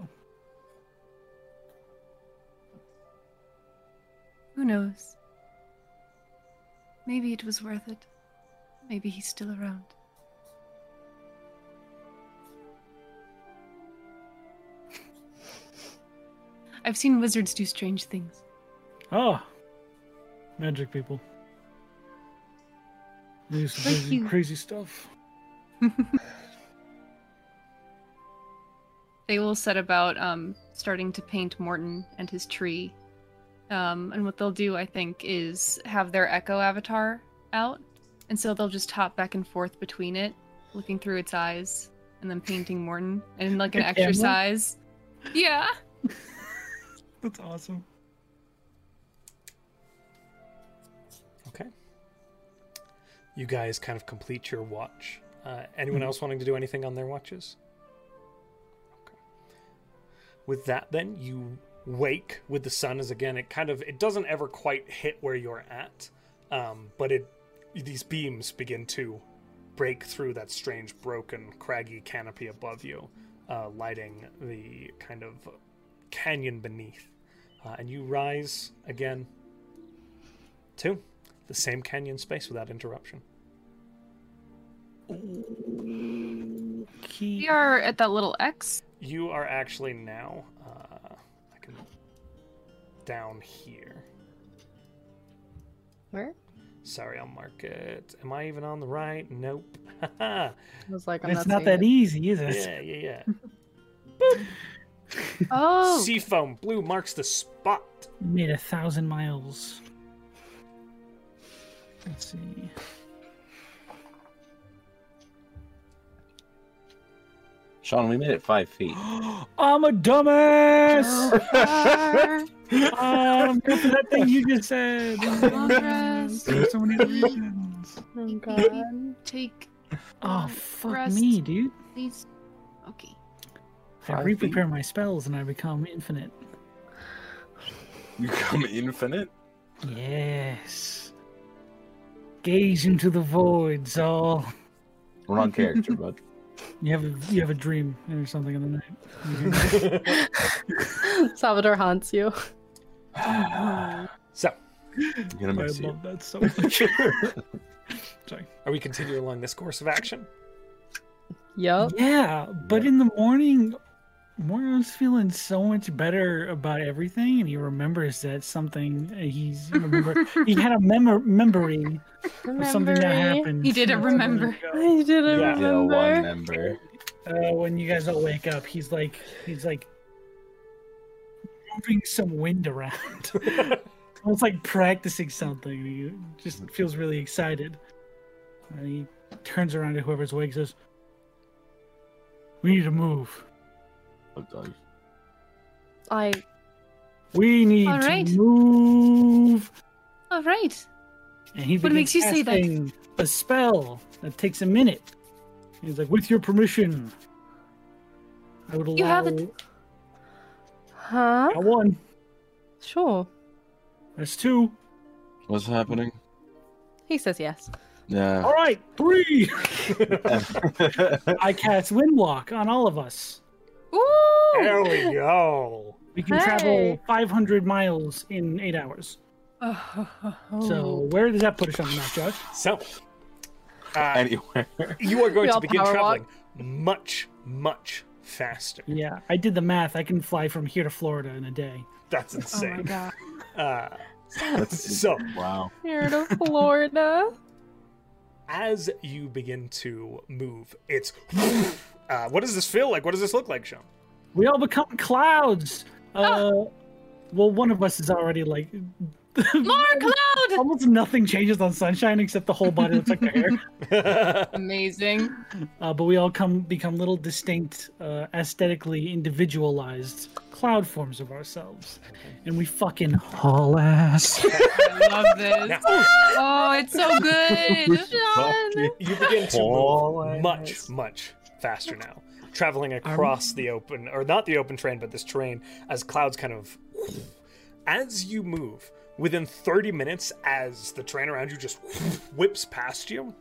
[SPEAKER 5] Who knows? Maybe it was worth it. Maybe he's still around. *laughs* I've seen wizards do strange things.
[SPEAKER 4] Ah, magic people. They used to
[SPEAKER 5] Thank
[SPEAKER 4] do
[SPEAKER 5] you.
[SPEAKER 4] crazy stuff.
[SPEAKER 5] They will set about um, starting to paint Morton and his tree. Um, and what they'll do, I think, is have their Echo avatar out. And so they'll just hop back and forth between it, looking through its eyes, and then painting Morton in like an
[SPEAKER 4] Your camera?
[SPEAKER 5] exercise. Yeah.
[SPEAKER 4] That's awesome.
[SPEAKER 1] Okay. You guys kind of complete your watch. Uh, anyone else wanting to do anything on their watches? Okay. With that, then you wake with the sun as again it kind of it doesn't ever quite hit where you're at, um, but it these beams begin to break through that strange broken craggy canopy above you, uh, lighting the kind of canyon beneath, uh, and you rise again to the same canyon space without interruption.
[SPEAKER 4] Okay.
[SPEAKER 5] We are at that little X.
[SPEAKER 1] You are actually now, uh, I can down here.
[SPEAKER 2] Where?
[SPEAKER 1] Sorry, I'll mark it. Am I even on the right? Nope. *laughs* yeah,
[SPEAKER 2] I was like, I'm
[SPEAKER 4] It's
[SPEAKER 2] not,
[SPEAKER 4] not that
[SPEAKER 2] easy.
[SPEAKER 4] easy, is it?
[SPEAKER 1] yeah, yeah.
[SPEAKER 5] Oh,
[SPEAKER 1] Seafoam blue marks the spot.
[SPEAKER 4] Made a thousand miles. Let's *gasps* see.
[SPEAKER 6] Sean, we made it five feet.
[SPEAKER 4] I'm a dumbass! *laughs* um, go for that thing you just
[SPEAKER 5] *laughs*
[SPEAKER 4] said. *laughs*
[SPEAKER 5] Dumbass.
[SPEAKER 4] For so many reasons.
[SPEAKER 2] Oh god.
[SPEAKER 5] take
[SPEAKER 4] Oh, fuck
[SPEAKER 5] Rest.
[SPEAKER 4] me, dude.
[SPEAKER 5] these. Okay.
[SPEAKER 4] I
[SPEAKER 6] Five feet.
[SPEAKER 4] re-prepare my spells and I become infinite.
[SPEAKER 6] *gasps* You come infinite?
[SPEAKER 4] Yes. Gaze into the void, Zal.
[SPEAKER 6] We're on character, bud.
[SPEAKER 4] You have a you have a dream or something in the night. You can-
[SPEAKER 2] Oh, *laughs* Salvador haunts you.
[SPEAKER 1] So,
[SPEAKER 6] I'm gonna miss
[SPEAKER 4] I
[SPEAKER 6] you.
[SPEAKER 4] love
[SPEAKER 5] *laughs*
[SPEAKER 4] that so much.
[SPEAKER 1] are we continuing along this course of
[SPEAKER 5] *laughs*
[SPEAKER 1] action?
[SPEAKER 5] Oh.
[SPEAKER 4] *laughs*
[SPEAKER 2] Yup.
[SPEAKER 4] yeah, but in the morning, Morio's feeling so much better about everything, and he remembers that something uh,
[SPEAKER 5] *laughs*
[SPEAKER 4] he's remember he had a memor- memory of something that happened.
[SPEAKER 5] He didn't
[SPEAKER 4] not too long
[SPEAKER 5] remember.
[SPEAKER 4] ago.
[SPEAKER 2] I didn't
[SPEAKER 1] Yeah.
[SPEAKER 6] Yeah, one
[SPEAKER 2] remember.
[SPEAKER 6] member.
[SPEAKER 4] uh, when you guys all wake up, he's like, he's like moving some wind *laughs* around. Almost like practicing something. He just feels really excited. And he turns around to whoever's awake and says, We need to move.
[SPEAKER 6] I'm done.
[SPEAKER 2] I
[SPEAKER 4] We need
[SPEAKER 5] All right.
[SPEAKER 4] to move.
[SPEAKER 5] All *laughs* right.
[SPEAKER 4] And he
[SPEAKER 5] What
[SPEAKER 4] begins
[SPEAKER 5] makes you say that?
[SPEAKER 4] casting A spell that takes a minute. He's like, With your permission, I would allow.
[SPEAKER 5] You have it.
[SPEAKER 2] huh?
[SPEAKER 4] Got one.
[SPEAKER 2] Sure.
[SPEAKER 4] That's two.
[SPEAKER 6] What's happening?
[SPEAKER 2] He says yes.
[SPEAKER 6] Yeah.
[SPEAKER 4] All right, three. *laughs*
[SPEAKER 6] That's
[SPEAKER 4] I cast Windwalk on all of us.
[SPEAKER 2] Ooh!
[SPEAKER 1] there we go.
[SPEAKER 4] We can travel
[SPEAKER 2] Hey.
[SPEAKER 4] 500 miles in eight hours.
[SPEAKER 5] Oh,
[SPEAKER 4] So where does that put us on the map, Josh?
[SPEAKER 1] So, uh,
[SPEAKER 6] Anywhere.
[SPEAKER 1] you are going
[SPEAKER 3] We
[SPEAKER 1] to
[SPEAKER 3] all
[SPEAKER 1] begin
[SPEAKER 3] power
[SPEAKER 1] traveling
[SPEAKER 3] walk.
[SPEAKER 1] much, much faster.
[SPEAKER 4] Yeah, I did the math. I can fly from here to Florida in a day.
[SPEAKER 1] That's
[SPEAKER 5] oh my
[SPEAKER 1] insane.
[SPEAKER 5] god.
[SPEAKER 1] uh,
[SPEAKER 6] That's-
[SPEAKER 1] so,
[SPEAKER 6] wow.
[SPEAKER 2] Here to Florida.
[SPEAKER 6] *laughs*
[SPEAKER 1] as you begin to move, it's. *laughs* Uh, what does this feel like? What does this look like, Sean? *laughs*
[SPEAKER 4] We all become clouds. Uh, Well, one of us is already like.
[SPEAKER 5] More cloud!
[SPEAKER 4] *laughs* Almost nothing changes on sunshine except the whole body looks like their hair. *laughs*
[SPEAKER 5] Amazing.
[SPEAKER 4] Uh, but we all come become little distinct, uh, aesthetically individualized cloud forms of ourselves, and we fucking haul ass.
[SPEAKER 5] I love this.
[SPEAKER 1] Now,
[SPEAKER 5] Oh, it's so good. Sean.
[SPEAKER 1] you begin to
[SPEAKER 6] Paul
[SPEAKER 1] move much, much faster now, traveling across the open, or not the open terrain, but this terrain as clouds kind of. As you move, within 30 minutes, as the terrain around you just whips past you,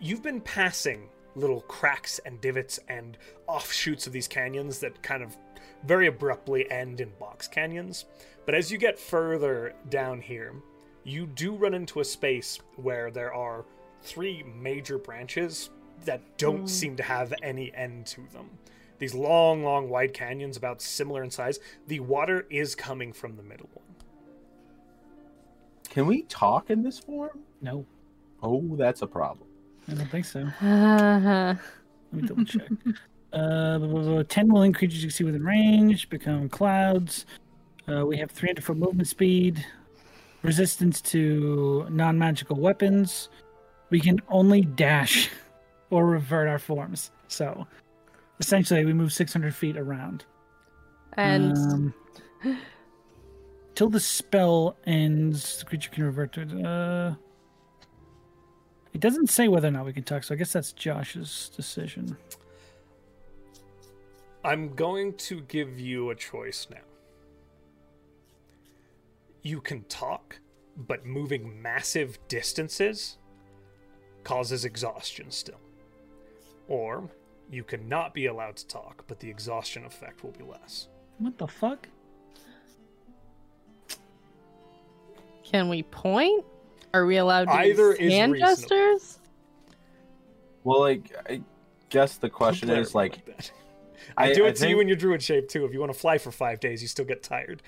[SPEAKER 1] you've been passing little cracks and divots and offshoots of these canyons that kind of very abruptly end in box canyons. But as you get further down here, you do run into a space where there are three major branches that don't seem to have any end to them. These long, long, wide canyons, about similar in size. The water is coming from the middle one.
[SPEAKER 6] Can we talk in this form?
[SPEAKER 4] no,
[SPEAKER 6] Oh, that's a problem.
[SPEAKER 4] I don't think so.
[SPEAKER 2] Uh,
[SPEAKER 4] Let me double check. uh, blah, blah, blah. 10 willing creatures you can see within range become clouds. Uh, we have 300 foot movement speed, resistance to non magical weapons. We can only dash *laughs* or revert our forms. So essentially, we move 600 feet around.
[SPEAKER 2] and
[SPEAKER 4] Um, till the spell ends, the creature can revert to it. Uh, it doesn't say whether or not we can talk, so I guess that's Josh's decision.
[SPEAKER 1] I'm going to give you a choice now. You can talk, but moving massive distances causes exhaustion still. Or you cannot be allowed to talk, but the exhaustion effect will be less.
[SPEAKER 4] What the fuck?
[SPEAKER 2] can we point? Are we allowed to
[SPEAKER 1] Either
[SPEAKER 2] use
[SPEAKER 1] is
[SPEAKER 2] hand
[SPEAKER 1] reasonable.
[SPEAKER 2] gestures?
[SPEAKER 6] Well, like, I guess the question
[SPEAKER 1] Don't
[SPEAKER 6] is
[SPEAKER 1] glare at
[SPEAKER 6] like,
[SPEAKER 1] me
[SPEAKER 6] *laughs*
[SPEAKER 1] that. I, do it to you
[SPEAKER 6] I think-
[SPEAKER 1] in your druid shape too. If you want to fly for five days, you still get tired.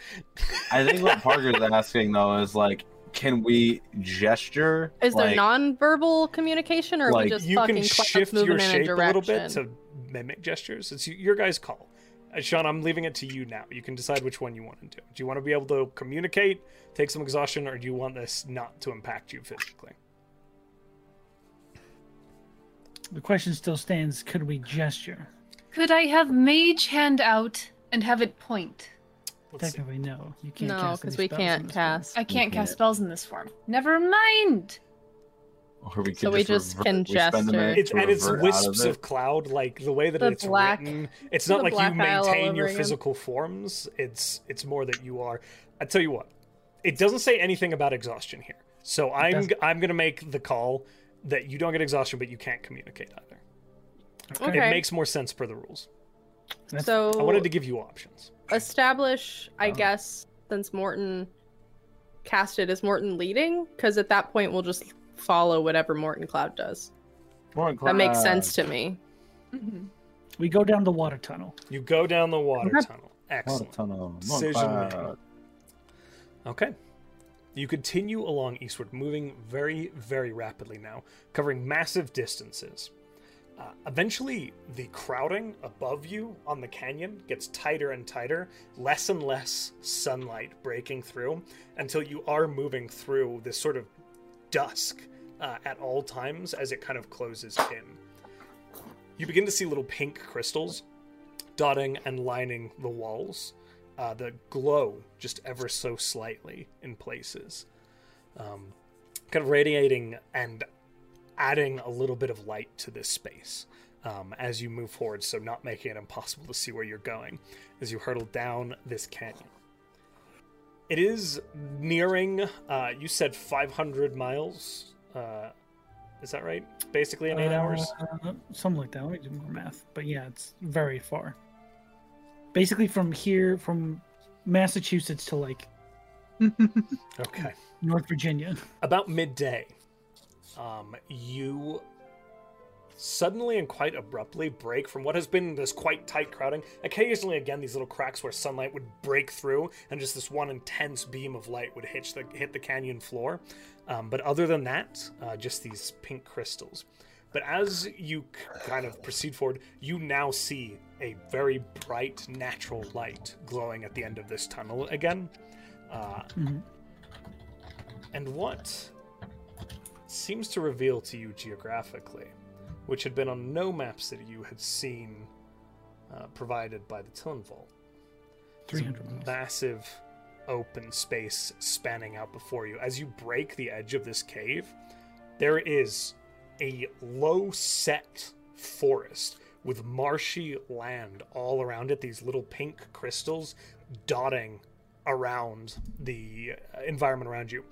[SPEAKER 6] I
[SPEAKER 1] *laughs*
[SPEAKER 6] think what
[SPEAKER 4] *laughs*
[SPEAKER 6] Parker's asking though is like, can we gesture?
[SPEAKER 2] Is there
[SPEAKER 6] like,
[SPEAKER 2] nonverbal communication, or are we
[SPEAKER 6] like,
[SPEAKER 2] just
[SPEAKER 1] you
[SPEAKER 2] fucking
[SPEAKER 1] can
[SPEAKER 2] clouds
[SPEAKER 1] shift
[SPEAKER 2] moving
[SPEAKER 1] your
[SPEAKER 2] in
[SPEAKER 1] shape
[SPEAKER 2] a
[SPEAKER 1] a,
[SPEAKER 2] direction?
[SPEAKER 1] little bit to mimic gestures. It's y- your guys' call. Uh, Sean, I'm leaving it to you now. You can decide which one you want to do. Do you want to be able to communicate, take some exhaustion, or do you want this not to impact you physically?
[SPEAKER 4] The question still stands could we gesture?
[SPEAKER 5] Could I have mage hand out and have it point?
[SPEAKER 1] Let's see.
[SPEAKER 4] Technically, no. You can't
[SPEAKER 2] No,
[SPEAKER 4] cast any
[SPEAKER 2] because we
[SPEAKER 4] spells in
[SPEAKER 2] can't
[SPEAKER 4] this one.
[SPEAKER 2] cast.
[SPEAKER 5] I can't
[SPEAKER 6] can't.
[SPEAKER 5] cast spells in this form. Never mind.
[SPEAKER 6] Or we could
[SPEAKER 2] So we just
[SPEAKER 6] revert-
[SPEAKER 2] can
[SPEAKER 6] we spend a
[SPEAKER 2] gesture.
[SPEAKER 6] minute
[SPEAKER 1] It's,
[SPEAKER 6] to
[SPEAKER 1] and it's
[SPEAKER 6] revert out
[SPEAKER 1] wisps
[SPEAKER 6] it.
[SPEAKER 1] of, cloud, like the way that
[SPEAKER 2] The
[SPEAKER 1] it's
[SPEAKER 2] black-
[SPEAKER 1] written. It's not
[SPEAKER 2] the
[SPEAKER 1] like you
[SPEAKER 2] black aisle all
[SPEAKER 1] maintain your
[SPEAKER 2] over again.
[SPEAKER 1] physical forms. It's it's more that you are. I tell you what, it doesn't say anything about exhaustion here. So I'm
[SPEAKER 4] doesn't.
[SPEAKER 1] I'm gonna make the call that you don't get exhaustion, but you can't communicate either.
[SPEAKER 2] Okay.
[SPEAKER 1] It makes more sense per the rules.
[SPEAKER 4] That's-
[SPEAKER 2] So
[SPEAKER 1] I wanted to give you options.
[SPEAKER 2] establish, I
[SPEAKER 4] Oh.
[SPEAKER 2] guess, since Morton cast it, is Morton leading? Because at that point, we'll just follow whatever Morton Cloud does.
[SPEAKER 6] Come on,
[SPEAKER 2] That makes
[SPEAKER 6] Clyde.
[SPEAKER 2] sense to me.
[SPEAKER 5] Mhm.
[SPEAKER 4] We go down the water tunnel.
[SPEAKER 1] You go down the water
[SPEAKER 2] Okay.
[SPEAKER 1] tunnel.
[SPEAKER 6] Come on,
[SPEAKER 1] Excellent.
[SPEAKER 6] tunnel. Come on,
[SPEAKER 1] Decision
[SPEAKER 6] Clyde.
[SPEAKER 1] making. Okay. You continue along eastward, moving very, very rapidly now, covering massive distances. Uh, eventually, the crowding above you on the canyon gets tighter and tighter, less and less sunlight breaking through until you are moving through this sort of dusk uh, at all times as it kind of closes in. You begin to see little pink crystals dotting and lining the walls uh, that glow just ever so slightly in places, um, kind of radiating and adding a little bit of light to this space um, as you move forward, so not making it impossible to see where you're going as you hurtle down this canyon. It is nearing, uh, you said 500 miles. Uh, is that right? Basically, in eight hours?
[SPEAKER 4] Uh, something like that. Let me do more math. But yeah, it's very
[SPEAKER 1] *laughs*
[SPEAKER 4] far. Basically, from here, from Massachusetts to like
[SPEAKER 1] Okay.
[SPEAKER 4] North Virginia. *laughs*
[SPEAKER 1] about midday, um, you suddenly and quite abruptly break from what has been this quite tight crowding. Occasionally, again, these little cracks where sunlight would break through, and just this one intense beam of light would hit the hit the canyon floor. Um, but other than that, uh, just these pink crystals. But as you c- kind of proceed forward, you now see a very bright natural light glowing at the end of this tunnel again. Uh,
[SPEAKER 4] Mhm.
[SPEAKER 1] and what seems to reveal to you geographically, which had been on no maps that you had seen uh, provided by the Tillen Vault, is
[SPEAKER 4] 300 miles.
[SPEAKER 1] a massive open space spanning out before you. As you break the edge of this cave, there is a low set forest with marshy land all around it, these little pink crystals dotting around the uh, environment around you.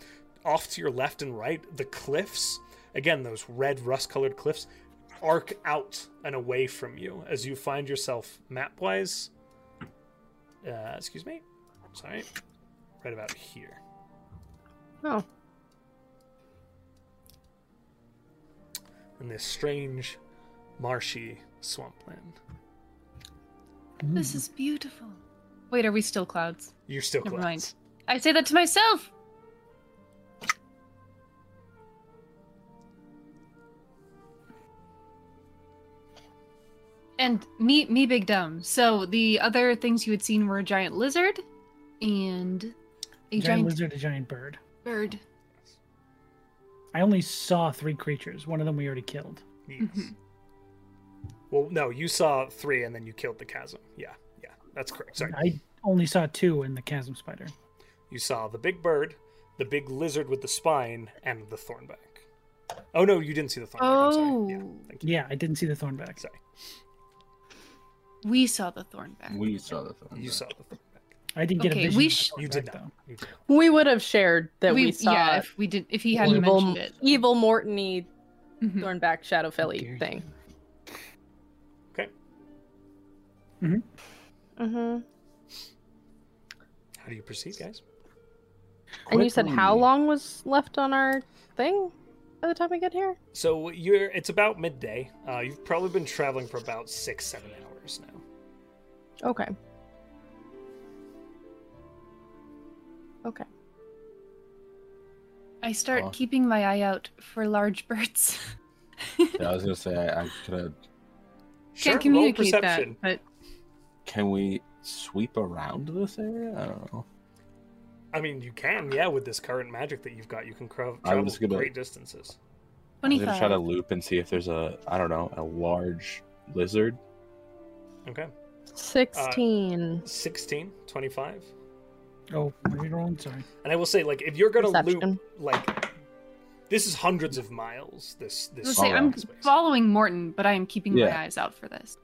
[SPEAKER 1] Off to your left and right, the cliffs, again, those red rust colored cliffs, arc out and away from you as you find yourself map wise. Uh, excuse me. Sorry. Right about here.
[SPEAKER 2] Oh,
[SPEAKER 1] In this strange, marshy swampland.
[SPEAKER 4] Mm.
[SPEAKER 5] This is beautiful. Wait, are we still clouds?
[SPEAKER 1] You're still
[SPEAKER 5] Never
[SPEAKER 1] close.
[SPEAKER 5] mind. I say that to myself. And me, me, big dumb. So the other things you had seen were a giant lizard, and a
[SPEAKER 4] giant,
[SPEAKER 5] giant,
[SPEAKER 4] lizard, a giant bird.
[SPEAKER 5] bird.
[SPEAKER 4] I only saw three creatures. One of them we already killed.
[SPEAKER 1] Yes.
[SPEAKER 5] Mm-hmm.
[SPEAKER 1] Well, no, you saw three and then you killed the chasm. Yeah, yeah, that's correct. Sorry.
[SPEAKER 4] I only saw two in the chasm spider.
[SPEAKER 1] You saw the big bird, the big lizard with the spine, and the thornback. Oh, no, you didn't see the thornback. I'm sorry. Yeah,
[SPEAKER 5] Oh.
[SPEAKER 1] thank you.
[SPEAKER 4] Yeah, I didn't see the thornback.
[SPEAKER 1] Sorry.
[SPEAKER 5] We saw the thornback.
[SPEAKER 6] We saw the thing.
[SPEAKER 1] You saw the thornback.
[SPEAKER 4] I did get
[SPEAKER 5] Okay,
[SPEAKER 4] a vision.
[SPEAKER 5] we
[SPEAKER 4] of the
[SPEAKER 5] sh-
[SPEAKER 1] You did not.
[SPEAKER 4] thornback, though.
[SPEAKER 1] You did not.
[SPEAKER 2] we would have shared that we, saw
[SPEAKER 5] yeah, if we did, if he hadn't
[SPEAKER 2] evil,
[SPEAKER 5] mentioned it,
[SPEAKER 2] evil Mortony
[SPEAKER 5] Mhm.
[SPEAKER 2] Thornback Shadowfelly
[SPEAKER 4] Dare you.
[SPEAKER 2] thing.
[SPEAKER 1] Okay.
[SPEAKER 2] Mm-hmm.
[SPEAKER 1] How do you proceed, guys?
[SPEAKER 2] And you said how
[SPEAKER 6] Quickly.
[SPEAKER 2] long was left on our thing by the time we get here?
[SPEAKER 1] So you're it's about midday. Uh, you've probably been traveling for about six, seven hours now.
[SPEAKER 2] Okay. Okay.
[SPEAKER 5] I start
[SPEAKER 6] Aw.
[SPEAKER 5] keeping my eye out for large birds. *laughs*
[SPEAKER 6] Yeah, I was gonna say I, I could have.
[SPEAKER 5] Can't
[SPEAKER 1] Sure, roll
[SPEAKER 5] communicate that,
[SPEAKER 1] perception.
[SPEAKER 5] but
[SPEAKER 6] Can we sweep around this area? I don't know.
[SPEAKER 1] I mean, you can, yeah, with this current magic that you've got, you can cra-
[SPEAKER 6] I
[SPEAKER 1] travel
[SPEAKER 6] was gonna-
[SPEAKER 1] great distances.
[SPEAKER 6] I'm gonna try to
[SPEAKER 5] twenty-five.
[SPEAKER 6] loop and see if there's a I don't know a large lizard.
[SPEAKER 1] Okay.
[SPEAKER 2] 16.
[SPEAKER 1] Uh, 16, 25.
[SPEAKER 4] Oh, what did you roll? Sorry.
[SPEAKER 1] And I will say, like, if you're gonna loop,
[SPEAKER 2] Perception.
[SPEAKER 1] like, this is hundreds of miles. This this
[SPEAKER 5] Let's say I'm
[SPEAKER 1] space.
[SPEAKER 5] following Morton, but I am keeping
[SPEAKER 6] Yeah.
[SPEAKER 5] my eyes out for this.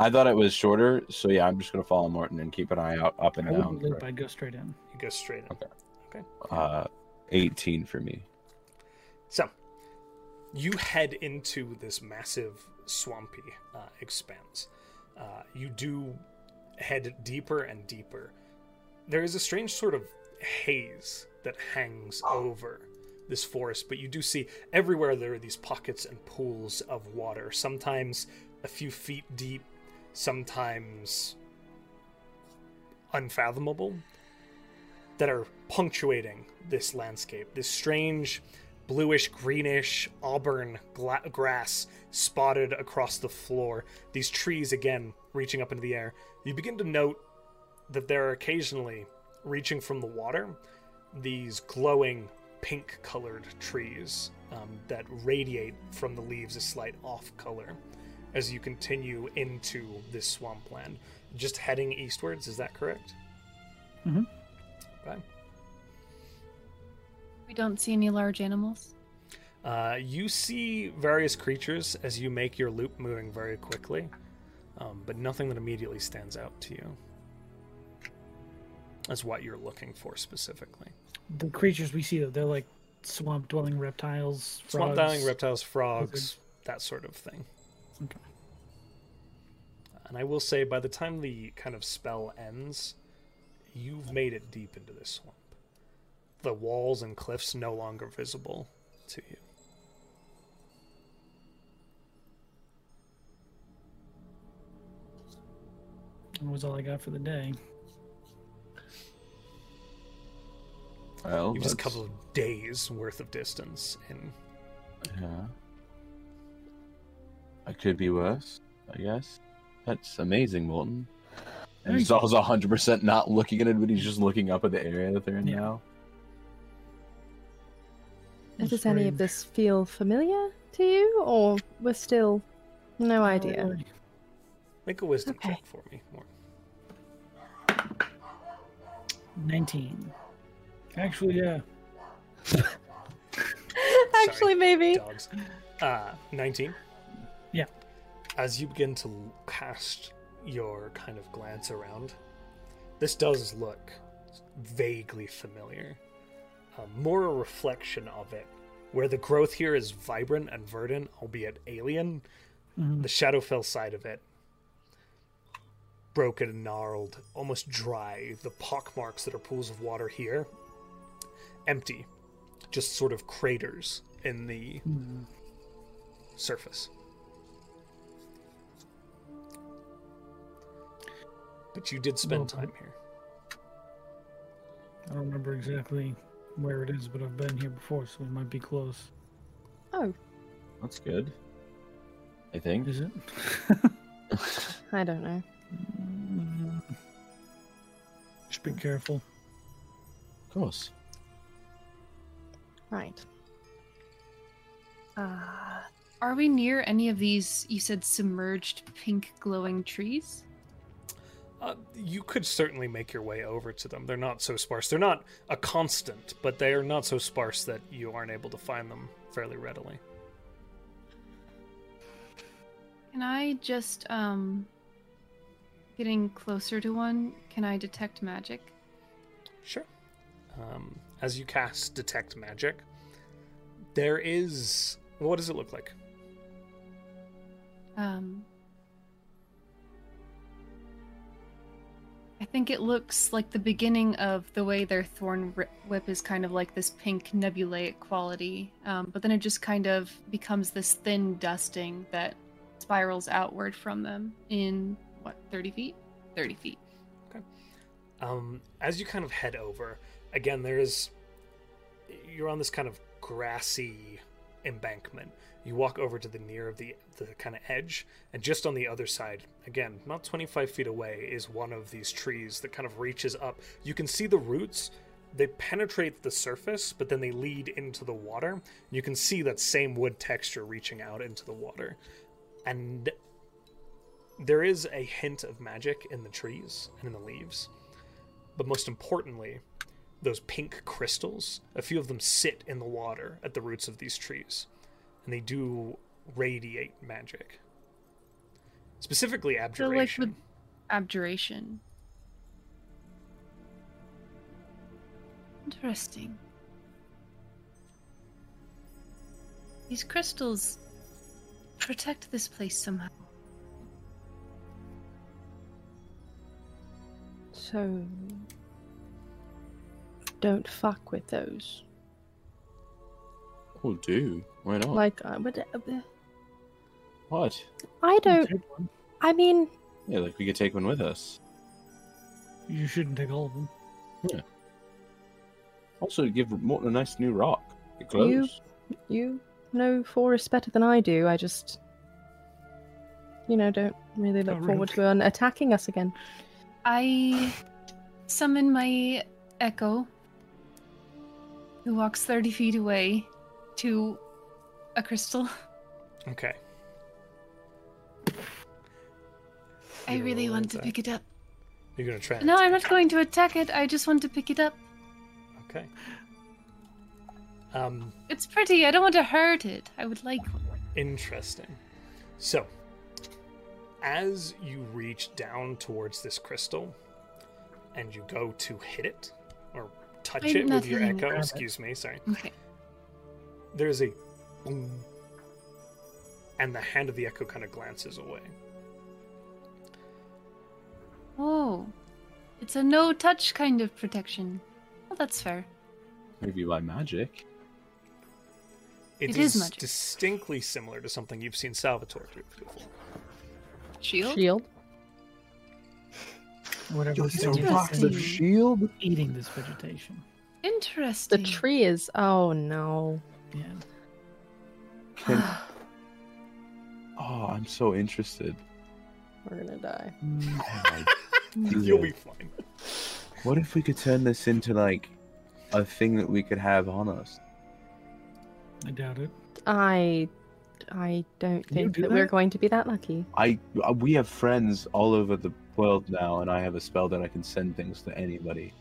[SPEAKER 6] I thought it was shorter, so yeah, I'm just gonna follow Morton and keep an eye out up and
[SPEAKER 4] I wouldn't
[SPEAKER 6] down.
[SPEAKER 4] loop. I'd go straight in.
[SPEAKER 1] You go straight in.
[SPEAKER 6] Uh, 18 for me.
[SPEAKER 1] So, you head into this massive swampy uh, expanse. Uh, you do head deeper and deeper. There is a strange sort of haze that hangs over this forest, but you do see everywhere there are these pockets and pools of water, sometimes a few feet deep, sometimes unfathomable, that are punctuating this landscape, this strange bluish greenish auburn gla- grass spotted across the floor these trees again reaching up into the air you begin to note that there are occasionally reaching from the water these glowing pink colored trees um, that radiate from the leaves a slight off color as you continue into this swampland just heading eastwards is that correct
[SPEAKER 4] Mhm.
[SPEAKER 1] okay
[SPEAKER 5] We don't see any large animals.
[SPEAKER 1] Uh, you see various creatures as you make your loop moving very quickly, um, but nothing that immediately stands out to you as what you're looking for specifically.
[SPEAKER 4] The creatures we see, though, they're like swamp dwelling reptiles, frogs.
[SPEAKER 1] Swamp diving, reptiles, frogs, that sort of thing.
[SPEAKER 4] Okay.
[SPEAKER 1] And I will say, by the time the kind of spell ends, you've made it deep into this swamp. the walls and cliffs no longer visible to you.
[SPEAKER 4] That was all I got for the day.
[SPEAKER 6] Well,
[SPEAKER 1] You've just a
[SPEAKER 6] that's-
[SPEAKER 1] couple of days worth of distance in
[SPEAKER 6] Yeah. It could be worse, I guess. That's amazing, Morton. And
[SPEAKER 4] Thank
[SPEAKER 6] Zal's *laughs* 100% not looking at it, but he's just looking up at the area that they're in
[SPEAKER 4] Yeah.
[SPEAKER 6] now.
[SPEAKER 3] Does any
[SPEAKER 4] Strange.
[SPEAKER 3] of this feel familiar to you, or we're still
[SPEAKER 4] Uh,
[SPEAKER 3] no idea?
[SPEAKER 1] Make a wisdom
[SPEAKER 3] Okay.
[SPEAKER 1] check for me. More.
[SPEAKER 4] 19. Actually, yeah.
[SPEAKER 3] *laughs* Actually, maybe.
[SPEAKER 1] dogs. Uh, 19.
[SPEAKER 4] Yeah.
[SPEAKER 1] As you begin to l- cast your kind of glance around, this does look vaguely familiar. Uh, more a reflection of it, where the growth here is vibrant and verdant, albeit alien.
[SPEAKER 4] Mhm.
[SPEAKER 1] The Shadowfell side of it, broken and gnarled, almost dry. The pockmarks that are pools of water here, empty, just sort of craters in the
[SPEAKER 4] Mhm.
[SPEAKER 1] surface. But you did spend
[SPEAKER 4] Okay.
[SPEAKER 1] time here.
[SPEAKER 4] I don't remember exactly where it is, but I've been here before, so it might be close.
[SPEAKER 3] Oh,
[SPEAKER 6] That's good. I think.
[SPEAKER 4] Is it? *laughs*
[SPEAKER 3] I don't know.
[SPEAKER 4] Mm. Just be careful.
[SPEAKER 6] Of course.
[SPEAKER 3] Right. Ah,
[SPEAKER 5] Are we near any of these, you said, submerged pink glowing trees?
[SPEAKER 1] Uh, you could certainly make your way over to them. They're not so sparse. They're not a constant, but they are not so sparse that you aren't able to find them fairly readily.
[SPEAKER 5] Can I just, um, getting closer to one, can I detect magic?
[SPEAKER 1] Sure. Um, as you cast Detect Magic, there is. What does it look like?
[SPEAKER 5] Um, I think it looks like the beginning of the way their thorn ri- whip is kind of like this pink nebulaic quality, um, but then it just kind of becomes this thin dusting that spirals outward from them in what 30 feet? 30 feet.
[SPEAKER 1] Um, as you kind of head over, again, there is. You're on this kind of grassy embankment. You walk over to the near of the the kind of edge, and just on the other side, again, not 25 feet away, is one of these trees that kind of reaches up. You can see the roots. They penetrate the surface, but then they lead into the water. You can see that same wood texture reaching out into the water, and there is a hint of magic in the trees and in the leaves but most importantly, those pink crystals, a few of them sit in the water at the roots of these trees, and they do radiate magic. Specifically,
[SPEAKER 5] So, like,
[SPEAKER 1] abjuration.
[SPEAKER 5] with- Abjuration. Interesting. These crystals protect this place somehow.
[SPEAKER 3] so don't fuck with those.
[SPEAKER 6] Oh, do. Why not?
[SPEAKER 3] Like, I would.
[SPEAKER 6] what?
[SPEAKER 3] I
[SPEAKER 4] You
[SPEAKER 3] don't.
[SPEAKER 4] take one.
[SPEAKER 3] I mean,
[SPEAKER 6] Yeah, like we could take one with us.
[SPEAKER 4] You shouldn't take all of them.
[SPEAKER 6] Also, give Morton a nice new rock. It glows.
[SPEAKER 3] You- you know forest better than I do. I just, you know, don't really look
[SPEAKER 4] Don't
[SPEAKER 3] forward
[SPEAKER 4] really.
[SPEAKER 3] to an attacking us again.
[SPEAKER 5] I summon my echo, who walks 30 feet away to a crystal.
[SPEAKER 1] okay.
[SPEAKER 5] I
[SPEAKER 1] You're
[SPEAKER 5] really
[SPEAKER 1] gonna
[SPEAKER 5] want to
[SPEAKER 1] attack-
[SPEAKER 5] pick it up.
[SPEAKER 1] You're gonna try. and
[SPEAKER 5] No, I'm
[SPEAKER 1] attack.
[SPEAKER 5] not going to attack it. I just want to pick it up.
[SPEAKER 1] Okay. Um,
[SPEAKER 5] It's pretty. I don't want to hurt it. I would like one.
[SPEAKER 1] Interesting. So, as you reach down towards this crystal and you go to hit it or touch
[SPEAKER 5] I
[SPEAKER 1] it
[SPEAKER 5] did
[SPEAKER 1] with your
[SPEAKER 5] nothing.
[SPEAKER 1] echo,
[SPEAKER 4] Grab it.
[SPEAKER 1] excuse me, sorry,
[SPEAKER 5] Okay.
[SPEAKER 1] there's a boom, and the hand of the echo kind of glances away.
[SPEAKER 5] Oh, it's a no touch kind of protection. Well, that's fair.
[SPEAKER 6] Maybe by magic.
[SPEAKER 5] It
[SPEAKER 1] it
[SPEAKER 5] is
[SPEAKER 1] is,
[SPEAKER 5] magic.
[SPEAKER 1] distinctly similar to something you've seen Salvatore do before.
[SPEAKER 5] Shield?
[SPEAKER 2] Shield.
[SPEAKER 4] Whatever.
[SPEAKER 6] Yo,
[SPEAKER 4] this
[SPEAKER 6] these are
[SPEAKER 5] Interesting.
[SPEAKER 6] rocks of
[SPEAKER 4] vegetation-
[SPEAKER 6] shield.
[SPEAKER 4] Eating this vegetation.
[SPEAKER 2] The
[SPEAKER 5] Interesting.
[SPEAKER 2] tree is. Oh
[SPEAKER 4] *sighs*
[SPEAKER 2] no.
[SPEAKER 4] Yeah.
[SPEAKER 3] *laughs*
[SPEAKER 6] Can- oh, I'm so interested.
[SPEAKER 2] *sighs* We're gonna die.
[SPEAKER 4] Mm,
[SPEAKER 6] Oh my
[SPEAKER 1] *laughs* You'll
[SPEAKER 6] goodness.
[SPEAKER 1] be fine.
[SPEAKER 6] What if we could turn this into like a thing that we could have on us?
[SPEAKER 4] I doubt it.
[SPEAKER 2] I. I don't
[SPEAKER 4] Can you
[SPEAKER 2] think
[SPEAKER 4] do
[SPEAKER 2] that, we're
[SPEAKER 4] that?
[SPEAKER 2] going to be that lucky.
[SPEAKER 6] I uh, we have friends all over the world now, and I have a spell that I can send things to anybody.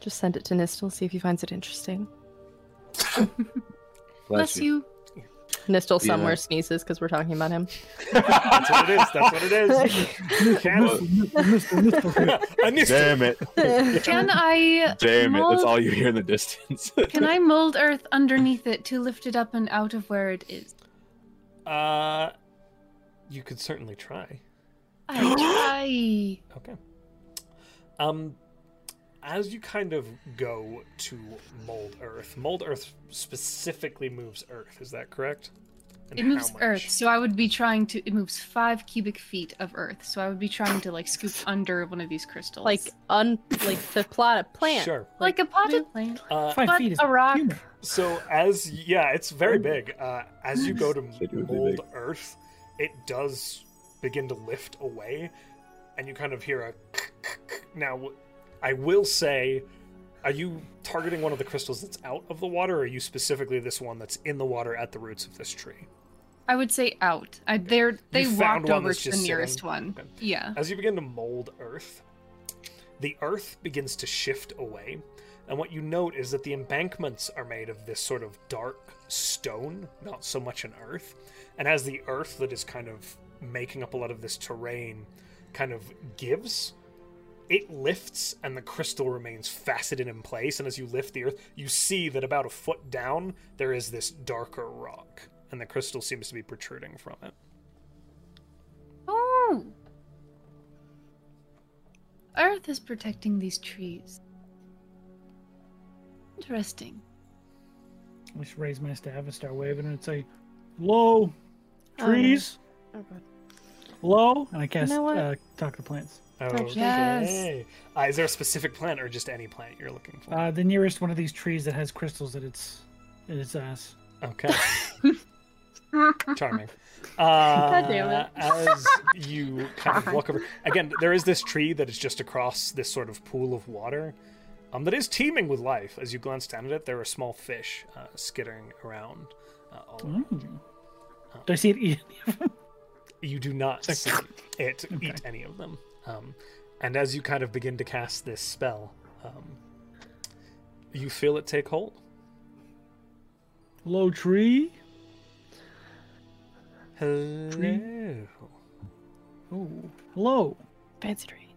[SPEAKER 2] Just send it to Nistel, see if he finds it interesting.
[SPEAKER 5] Bless you.
[SPEAKER 2] Nistel
[SPEAKER 6] Yeah.
[SPEAKER 2] somewhere sneezes because we're talking about
[SPEAKER 4] *laughs*
[SPEAKER 2] him.
[SPEAKER 1] That's what it is. That's what it is.
[SPEAKER 2] *laughs*
[SPEAKER 1] You
[SPEAKER 4] Missile,
[SPEAKER 1] can't.
[SPEAKER 4] missile, missile, missile.
[SPEAKER 1] *laughs* I missed it.
[SPEAKER 6] Damn it!
[SPEAKER 5] Can I
[SPEAKER 6] Damn it! That's
[SPEAKER 5] Mold-
[SPEAKER 6] all you hear in the distance. *laughs*
[SPEAKER 5] can I mold earth underneath it to lift it up and out of where it is?
[SPEAKER 1] Uh, you could certainly try.
[SPEAKER 5] I
[SPEAKER 1] Okay. Um, as you kind of go to Mold Earth, Mold Earth specifically moves Earth. Is that correct? And
[SPEAKER 5] try. It
[SPEAKER 1] how
[SPEAKER 5] moves
[SPEAKER 1] much?
[SPEAKER 5] earth, so I would be trying to. It moves five cubic feet of earth, so I would be trying to like scoop under one of these crystals,
[SPEAKER 2] *laughs* Like un like to plot a plant.
[SPEAKER 1] Sure.
[SPEAKER 5] like a potted plant,
[SPEAKER 1] Uh,
[SPEAKER 4] Five
[SPEAKER 5] but
[SPEAKER 4] feet is
[SPEAKER 5] a rock.
[SPEAKER 4] human.
[SPEAKER 1] So as yeah, it's very big. Uh, as you go to
[SPEAKER 6] It would be
[SPEAKER 1] mold Earth, it does begin to lift away, and you kind of hear a. *laughs* Now, I will say, are you targeting one of the crystals that's out of the water, or are you specifically this one that's in the water at the roots of this tree?
[SPEAKER 5] I would say out. I they're they
[SPEAKER 1] found
[SPEAKER 5] walked
[SPEAKER 1] one
[SPEAKER 5] over
[SPEAKER 1] that's
[SPEAKER 5] to the
[SPEAKER 1] just sitting.
[SPEAKER 5] nearest one.
[SPEAKER 1] Okay.
[SPEAKER 5] Yeah.
[SPEAKER 1] As you begin to mold Earth, the Earth begins to shift away, and what you note is that the embankments are made of this sort of dark stone, not so much an Earth. And as the Earth that is kind of making up a lot of this terrain kind of gives, it lifts and the crystal remains faceted in place. And as you lift the Earth, you see that about a foot down, there is this darker rock, and the crystal seems to be protruding from it.
[SPEAKER 5] Oh. Earth is protecting these trees. Interesting.
[SPEAKER 4] I just raise my staff and start waving it and say, "Low,
[SPEAKER 2] Oh,
[SPEAKER 4] trees,
[SPEAKER 2] Oh, God.
[SPEAKER 4] low," and I cast
[SPEAKER 2] know what?
[SPEAKER 4] uh, talk to plants.
[SPEAKER 1] Oh, Okay.
[SPEAKER 5] Yes.
[SPEAKER 1] Uh, is there a specific plant or just any plant you're looking for?
[SPEAKER 4] Uh, the nearest one of these trees that has crystals at its at its ass.
[SPEAKER 2] *laughs*
[SPEAKER 1] okay. Charming. Uh,
[SPEAKER 2] God damn
[SPEAKER 1] as you kind of walk over, again, there is this tree that is just across this sort of pool of water um, that is teeming with life. As you glance down at it, there are small fish uh, skittering around. Uh, all around.
[SPEAKER 4] Mm. Do I see it *laughs* eat?
[SPEAKER 1] You do not
[SPEAKER 4] Check.
[SPEAKER 1] see it eat any of them. Um, and as you kind of begin to cast this spell, um, you feel it take hold.
[SPEAKER 4] Low tree.
[SPEAKER 1] Hello.
[SPEAKER 4] Oh, hello.
[SPEAKER 2] Fancy tree.
[SPEAKER 4] *laughs*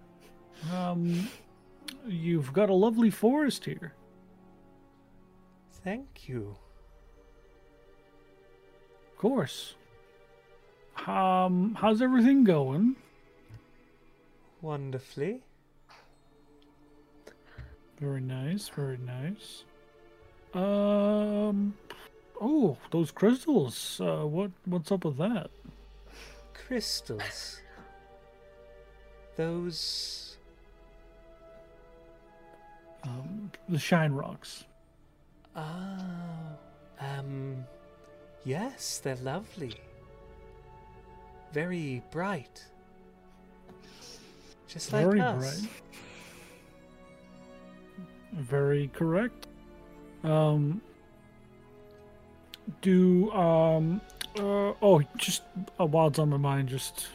[SPEAKER 4] Um, you've got a lovely forest here.
[SPEAKER 1] Thank you.
[SPEAKER 4] Of course. Um, how's everything going?
[SPEAKER 1] Wonderfully.
[SPEAKER 4] Very nice, very nice. Um, oh, those crystals. Uh, what what's up with that?
[SPEAKER 1] Crystals. Those.
[SPEAKER 4] Um, the shine rocks.
[SPEAKER 1] Ah. Um. Yes, they're lovely. Very bright. Just like
[SPEAKER 4] Very
[SPEAKER 1] us.
[SPEAKER 4] bright. Very correct. Um, do um, uh, oh, just uh, while it's on my mind, just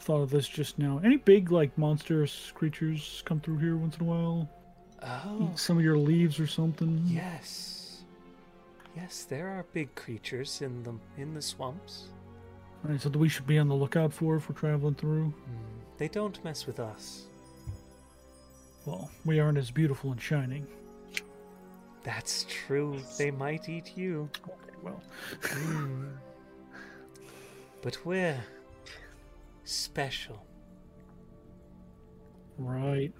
[SPEAKER 4] thought of this just now. Any big like monstrous creatures come through here once in a while?
[SPEAKER 1] Oh.
[SPEAKER 4] Eat some of your leaves or something?
[SPEAKER 1] Yes. Yes, there are big creatures in the in the swamps.
[SPEAKER 4] All right, so that we should be on the lookout for if we're traveling through.
[SPEAKER 1] Hmm, They don't mess with us.
[SPEAKER 4] Well, we aren't as beautiful and shining.
[SPEAKER 1] That's true. They might eat you.
[SPEAKER 4] Okay, well,
[SPEAKER 1] Mm. But we're special.
[SPEAKER 4] right.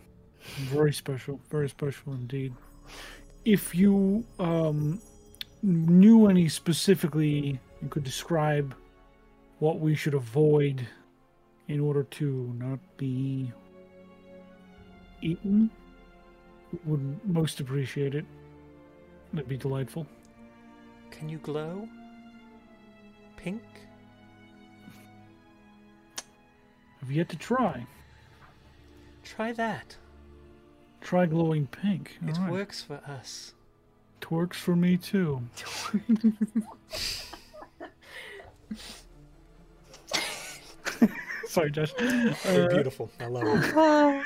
[SPEAKER 4] Very special, very special indeed. if you um, knew any specifically, you could describe what we should avoid in order to not be eaten. Would most appreciate it. That'd be delightful.
[SPEAKER 1] Can you glow? Pink?
[SPEAKER 4] I've yet to try.
[SPEAKER 1] Try that.
[SPEAKER 4] Try glowing pink.
[SPEAKER 1] it
[SPEAKER 4] All right.
[SPEAKER 1] works for us.
[SPEAKER 4] It works for me too. *laughs* Sorry, Josh.
[SPEAKER 1] They're
[SPEAKER 4] Uh,
[SPEAKER 1] beautiful. I love it.
[SPEAKER 2] Oh,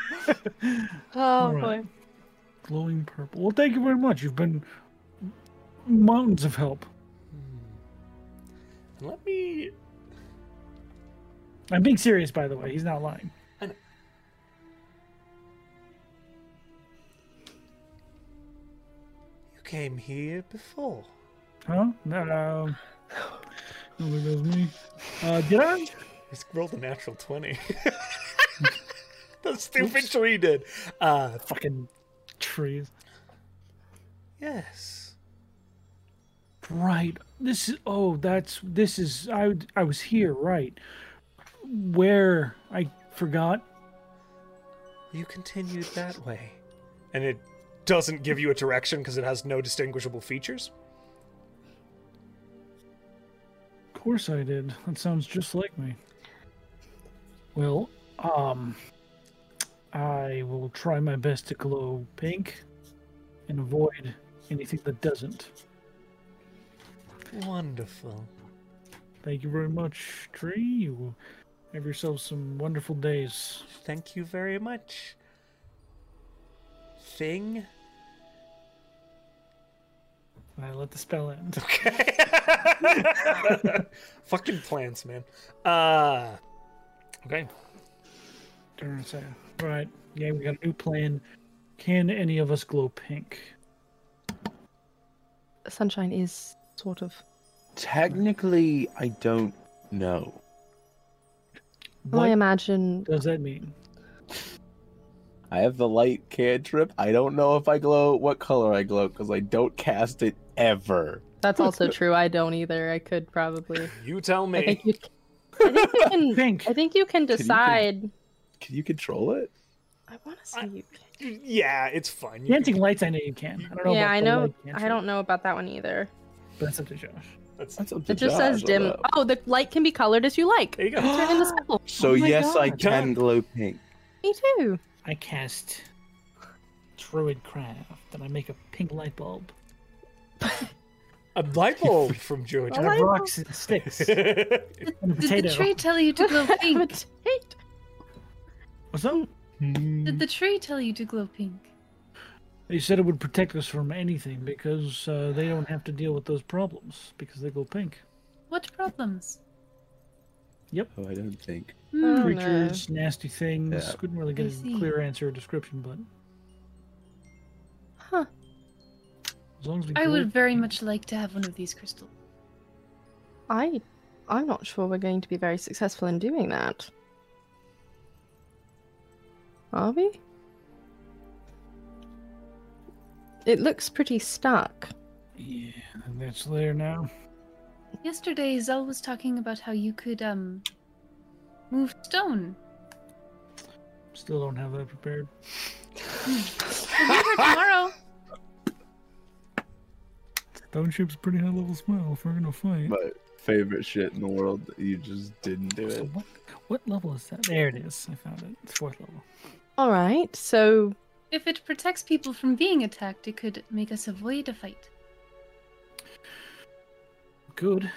[SPEAKER 2] oh
[SPEAKER 4] Right.
[SPEAKER 2] boy.
[SPEAKER 4] glowing purple. Well, thank you very much. You've been mountains of help.
[SPEAKER 1] And *laughs* let me.
[SPEAKER 4] I'm being serious, by the way. He's not lying.
[SPEAKER 1] You came here before.
[SPEAKER 4] Huh? No. Um, no, there goes me. Uh, did I?
[SPEAKER 1] He's rolled a natural *laughs* 20. the stupid tree did. Uh,
[SPEAKER 4] Fucking trees.
[SPEAKER 1] yes.
[SPEAKER 4] Right. This is. Oh, that's. This is. I. would- I was here. Right. Where I forgot.
[SPEAKER 1] You continued that way. And it doesn't give you a direction because it has no distinguishable features.
[SPEAKER 4] Of course I did. That sounds just like me. Well, um, I will try my best to glow pink and avoid anything that doesn't.
[SPEAKER 1] Wonderful.
[SPEAKER 4] Thank you very much, Tree. You have yourselves some wonderful days.
[SPEAKER 1] Thank you very much. Thing.
[SPEAKER 4] I let the spell end. *laughs*
[SPEAKER 1] Okay. *laughs* Fucking plants, man. Uh. Okay.
[SPEAKER 4] Turn it aside. Right. Yeah, we got a new plan. Can any of us glow pink?
[SPEAKER 3] Sunshine is sort of.
[SPEAKER 6] Technically, I don't know.
[SPEAKER 2] Oh,
[SPEAKER 3] Well, I
[SPEAKER 4] What
[SPEAKER 3] imagine
[SPEAKER 4] does that mean?
[SPEAKER 6] I have the light cantrip. I don't know if I glow, what color I glow, because I don't cast it ever.
[SPEAKER 2] That's also true. I don't either. I could probably.
[SPEAKER 1] You tell
[SPEAKER 2] I
[SPEAKER 1] me.
[SPEAKER 2] think you. I think you can.
[SPEAKER 4] Pink.
[SPEAKER 2] I think you can
[SPEAKER 6] you can-
[SPEAKER 2] decide.
[SPEAKER 6] Can you control it?
[SPEAKER 2] I want to say you can.
[SPEAKER 1] Yeah, it's fun. You can-
[SPEAKER 4] Dancing lights. I know you can. I don't know.
[SPEAKER 2] Yeah,
[SPEAKER 4] about
[SPEAKER 2] I
[SPEAKER 4] the
[SPEAKER 2] know.
[SPEAKER 4] light cantrip,
[SPEAKER 2] I don't know about that one either.
[SPEAKER 4] But that's up to Josh.
[SPEAKER 1] that's-
[SPEAKER 6] That's up to
[SPEAKER 2] It just
[SPEAKER 6] Josh,
[SPEAKER 2] says
[SPEAKER 6] I
[SPEAKER 2] dim.
[SPEAKER 6] don't know.
[SPEAKER 2] Oh, the light can be colored as you like.
[SPEAKER 1] There you go.
[SPEAKER 2] Turn into spell.
[SPEAKER 6] So
[SPEAKER 4] Oh my
[SPEAKER 6] yes, I
[SPEAKER 4] God.
[SPEAKER 6] can glow pink.
[SPEAKER 2] Me too.
[SPEAKER 4] I cast Druid Craft and I make a pink light bulb.
[SPEAKER 1] *gasps* A light bulb from Georgia.
[SPEAKER 4] I have rocks
[SPEAKER 1] *laughs*
[SPEAKER 4] and sticks and a
[SPEAKER 5] Did
[SPEAKER 4] potato.
[SPEAKER 5] the tree tell you to glow pink?
[SPEAKER 2] Potato.
[SPEAKER 4] What's up?
[SPEAKER 5] Did the tree tell you to glow pink?
[SPEAKER 4] They said it would protect us from anything because uh, they don't have to deal with those problems because they go pink.
[SPEAKER 5] What problems? Hmm.
[SPEAKER 6] Oh, I don't think.
[SPEAKER 2] Oh, no.
[SPEAKER 4] Creatures, nasty things.
[SPEAKER 6] Yeah.
[SPEAKER 4] Couldn't really
[SPEAKER 5] I
[SPEAKER 4] get a
[SPEAKER 5] see.
[SPEAKER 4] clear answer or description, but
[SPEAKER 2] Huh.
[SPEAKER 4] as long as we
[SPEAKER 5] I
[SPEAKER 4] glow
[SPEAKER 5] would very
[SPEAKER 4] pink-
[SPEAKER 5] much like to have one of these crystals.
[SPEAKER 2] I, I'm not sure we're going to be very successful in doing that. Are we? It looks pretty stuck.
[SPEAKER 4] Yeah, and that's there now.
[SPEAKER 5] Yesterday, Zell was talking about how you could um move stone.
[SPEAKER 4] Still don't have that prepared.
[SPEAKER 5] We'll be here tomorrow.
[SPEAKER 4] *laughs* Stoneship's a pretty high level smile if we're gonna fight.
[SPEAKER 6] My favorite shit in the world. You just didn't do
[SPEAKER 4] So
[SPEAKER 6] it.
[SPEAKER 4] what, what level is that? There it is. I found it. It's fourth level.
[SPEAKER 2] All right, so
[SPEAKER 5] If it protects people from being attacked, it could make us avoid a fight.
[SPEAKER 4] Good.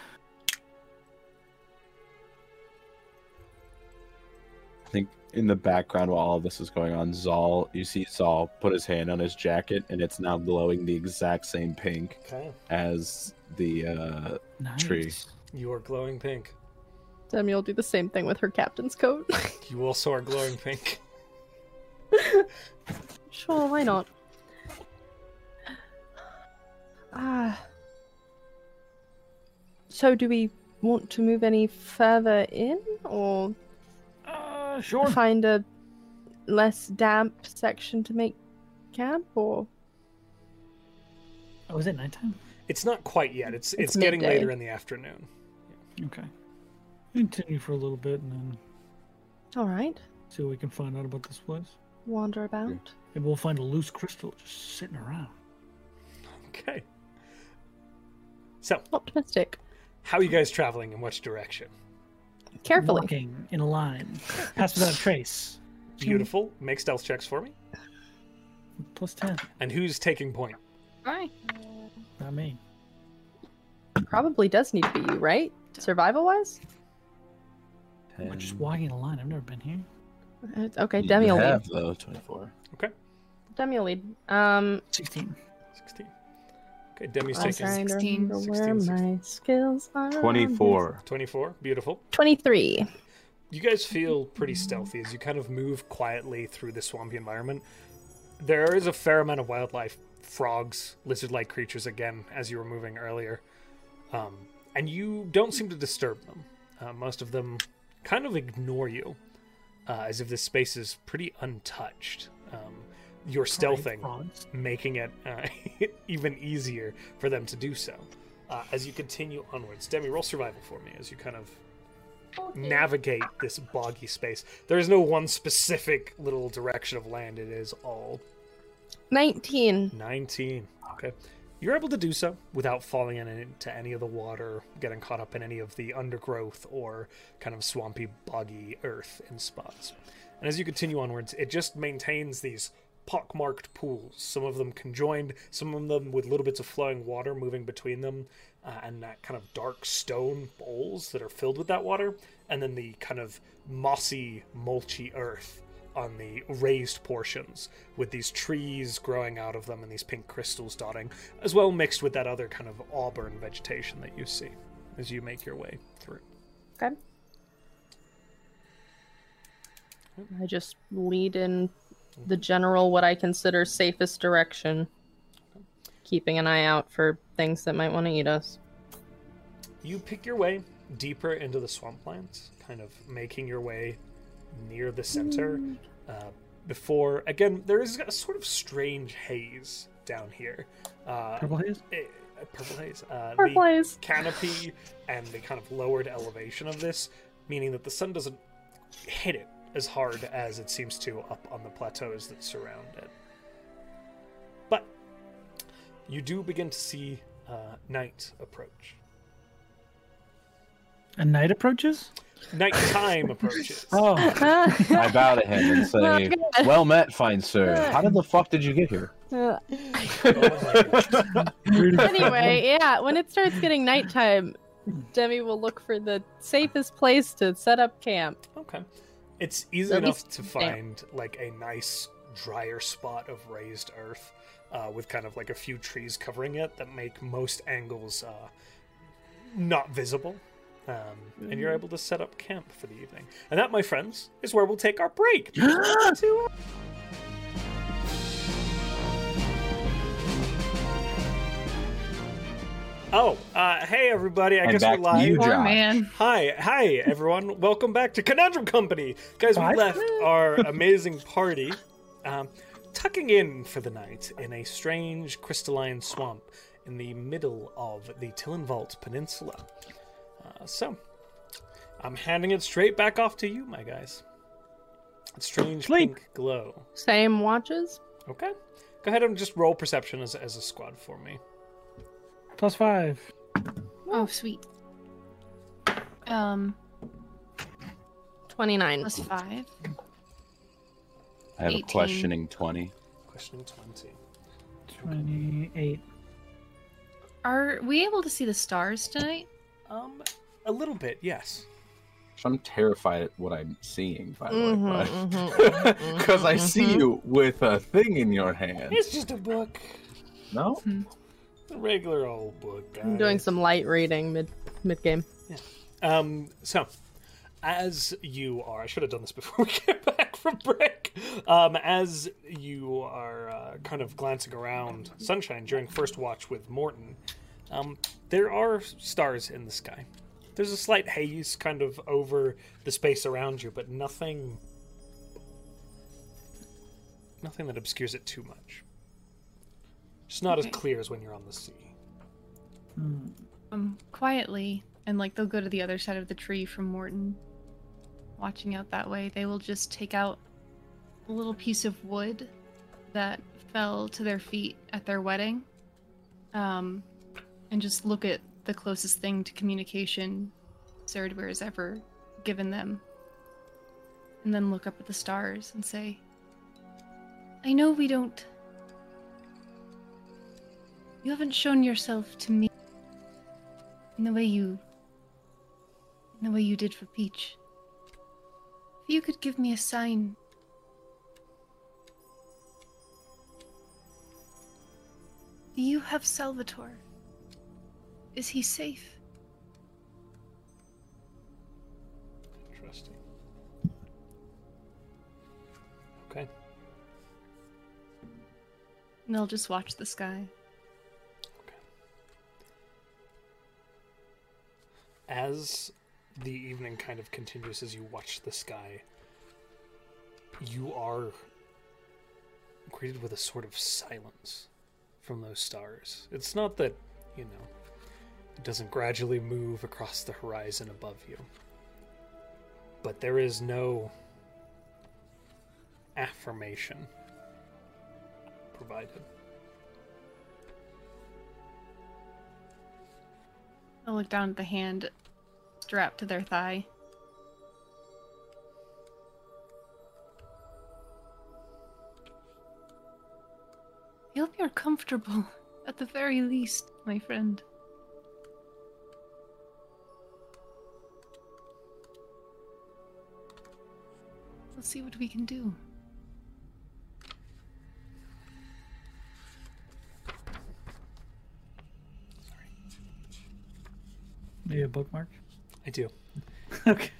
[SPEAKER 6] I think in the background while all this is going on, Zal, you see Zal put his hand on his jacket, and it's now glowing the exact same pink
[SPEAKER 1] okay.
[SPEAKER 6] as the. uh
[SPEAKER 4] Nice.
[SPEAKER 6] Tree.
[SPEAKER 1] You are glowing pink.
[SPEAKER 2] Demi will do the same thing with her captain's coat. *laughs*
[SPEAKER 1] You also are glowing pink.
[SPEAKER 2] sure, why not? Ah. so, do we want to move any further in, or
[SPEAKER 4] Uh, sure.
[SPEAKER 2] find a less damp section to make camp, or
[SPEAKER 4] Oh, is it nighttime?
[SPEAKER 1] It's not quite yet. It's it's,
[SPEAKER 2] It's
[SPEAKER 1] getting
[SPEAKER 2] midday.
[SPEAKER 1] later in the afternoon.
[SPEAKER 4] Okay. Continue for a little bit and then
[SPEAKER 3] All right.
[SPEAKER 4] see what we can find out about this place.
[SPEAKER 3] Wander about.
[SPEAKER 4] Maybe we'll find a loose crystal just sitting around.
[SPEAKER 1] Okay. So,
[SPEAKER 2] Optimistic.
[SPEAKER 1] how are you guys traveling in which direction?
[SPEAKER 2] Carefully.
[SPEAKER 4] Walking in a line. Pass without a trace.
[SPEAKER 1] Beautiful. Make stealth checks for me.
[SPEAKER 4] Plus 10.
[SPEAKER 1] And who's taking point?
[SPEAKER 5] Alright.
[SPEAKER 4] Not me.
[SPEAKER 2] Probably does need to be you, right? Survival wise?
[SPEAKER 4] We're just walking in a line. I've never been here.
[SPEAKER 2] Uh, Okay, Demi will lead.
[SPEAKER 6] have *laughs* though twenty-four.
[SPEAKER 2] Demi will lead. Um,
[SPEAKER 4] 16.
[SPEAKER 1] 16. Okay, Demi's
[SPEAKER 2] I'm
[SPEAKER 5] I'll
[SPEAKER 1] taking
[SPEAKER 5] try.
[SPEAKER 2] trying to
[SPEAKER 5] 16,
[SPEAKER 2] remember where
[SPEAKER 1] 16,
[SPEAKER 2] my skills are. on this.
[SPEAKER 6] *laughs*
[SPEAKER 1] 24. Beautiful.
[SPEAKER 2] 23.
[SPEAKER 1] You guys feel pretty stealthy as you kind of move quietly through the swampy environment. There is a fair amount of wildlife, frogs, lizard like creatures again, as you were moving earlier. Um, and you don't seem to disturb them. Uh, most of them kind of ignore you, uh, as if this space is pretty untouched. Um, your stealthing
[SPEAKER 4] Frogs.
[SPEAKER 1] making it uh, *laughs* even easier for them to do so. Uh, as you continue onwards, Demi, roll survival for me as you kind of navigate this boggy space. There is no one specific little direction of land, it is all
[SPEAKER 2] 19.
[SPEAKER 1] 19. Okay. You're able to do so without falling in- into any of the water, getting caught up in any of the undergrowth or kind of swampy, boggy earth in spots. And as you continue onwards, it just maintains these pockmarked pools, some of them conjoined, some of them with little bits of flowing water moving between them, uh, and that kind of dark stone bowls that are filled with that water, and then the kind of mossy, mulchy earth on the raised portions with these trees growing out of them and these pink crystals dotting, as well mixed with that other kind of auburn vegetation that you see as you make your way through.
[SPEAKER 2] Okay. I just lead in the general, what I consider safest direction, keeping an eye out for things that might want to eat us.
[SPEAKER 1] You pick your way deeper into the swamplands, kind of making your way near the center. Uh, before, again, there is a sort of strange haze down here. Uh,
[SPEAKER 4] Purple haze?
[SPEAKER 1] eh, purple haze. Uh,
[SPEAKER 2] Our
[SPEAKER 1] the-
[SPEAKER 2] *laughs* place.
[SPEAKER 1] canopy and the kind of lowered elevation of this, meaning that the sun doesn't hit it as hard as it seems to up on the plateaus that surround it. But you do begin to see uh, night approach.
[SPEAKER 4] And night approaches?
[SPEAKER 1] Nighttime approaches.
[SPEAKER 4] Oh.
[SPEAKER 6] I bow to him and say, "Well met, fine sir. How did the fuck did you get *laughs* here?"
[SPEAKER 2] anyway, yeah, when it starts getting nighttime, Demi will look for the safest place to set up camp.
[SPEAKER 1] Okay. It's easy
[SPEAKER 2] At
[SPEAKER 1] enough
[SPEAKER 2] least
[SPEAKER 1] to
[SPEAKER 2] damp.
[SPEAKER 1] find like a nice drier spot of raised earth uh, with kind of like a few trees covering it that make most angles uh, not visible. Um, And you're able to set up camp for the evening. And that, my friends, is where we'll take our break. oh, uh, hey, everybody. I
[SPEAKER 6] And
[SPEAKER 1] guess
[SPEAKER 6] back
[SPEAKER 1] we're
[SPEAKER 6] to
[SPEAKER 1] live.
[SPEAKER 6] you,
[SPEAKER 5] Poor
[SPEAKER 6] Josh.
[SPEAKER 5] man.
[SPEAKER 1] Hi, hi everyone. Welcome back to Conundrum Company. Guys, we
[SPEAKER 4] Bye.
[SPEAKER 1] left our amazing party um, tucking in for the night in a strange crystalline swamp in the middle of the Tillenwald Peninsula. Uh, so, I'm handing it straight back off to you, my guys. Strange
[SPEAKER 4] Sleep.
[SPEAKER 1] pink glow.
[SPEAKER 2] Same watches.
[SPEAKER 1] Okay. Go ahead and just roll perception as, as a squad for me.
[SPEAKER 4] Plus 5.
[SPEAKER 5] Oh sweet. Um
[SPEAKER 2] 29.
[SPEAKER 5] plus five.
[SPEAKER 6] I have a
[SPEAKER 5] 18.
[SPEAKER 6] questioning twenty.
[SPEAKER 1] Questioning 20.
[SPEAKER 4] 28.
[SPEAKER 5] Are we able to see the stars tonight?
[SPEAKER 1] Um, a little bit, yes.
[SPEAKER 6] I'm terrified at what I'm seeing, by the
[SPEAKER 2] Mhm,
[SPEAKER 6] way,
[SPEAKER 2] mhm, mhm,
[SPEAKER 6] because I see
[SPEAKER 2] mhm.
[SPEAKER 6] you with a thing in your hand.
[SPEAKER 1] It's just a book.
[SPEAKER 6] No,
[SPEAKER 1] A regular old book. Guys.
[SPEAKER 2] Hmm. I'm doing some light reading mid mid game.
[SPEAKER 1] Um, so, as you are, I should have done this before *laughs* we get back from break. Um, as you are uh, kind of glancing around Sunshine during first watch with Morton, um, there are stars in the sky. There's a slight haze kind of over the space around you, but nothing. Nothing that obscures it too much. Just not
[SPEAKER 5] Okay.
[SPEAKER 1] as clear as when you're on the sea.
[SPEAKER 4] Hmm.
[SPEAKER 5] um, quietly, and like they'll go to the other side of the tree from Morton, watching out that way. They will just take out a little piece of wood that fell to their feet at their wedding, um, and just look at the closest thing to communication Zerdware has ever given them, and then look up at the stars and say, "I know we don't." You haven't shown yourself to me in the way you in the way you did for peach if you could give me a sign do you have salvatore is he safe
[SPEAKER 1] Interesting. Okay.
[SPEAKER 5] and i'll just watch the sky
[SPEAKER 1] as the evening kind of continues as you watch the sky, you are greeted with a sort of silence from those stars. It's not that, you know, it doesn't gradually move across the horizon above you, but there is no affirmation provided.
[SPEAKER 5] i'll look down at the hand strapped to their thigh I hope you're comfortable, *laughs* at the very least, my friend. Let's see what we can do.
[SPEAKER 4] Do you have a bookmark?
[SPEAKER 1] I do.
[SPEAKER 4] Okay.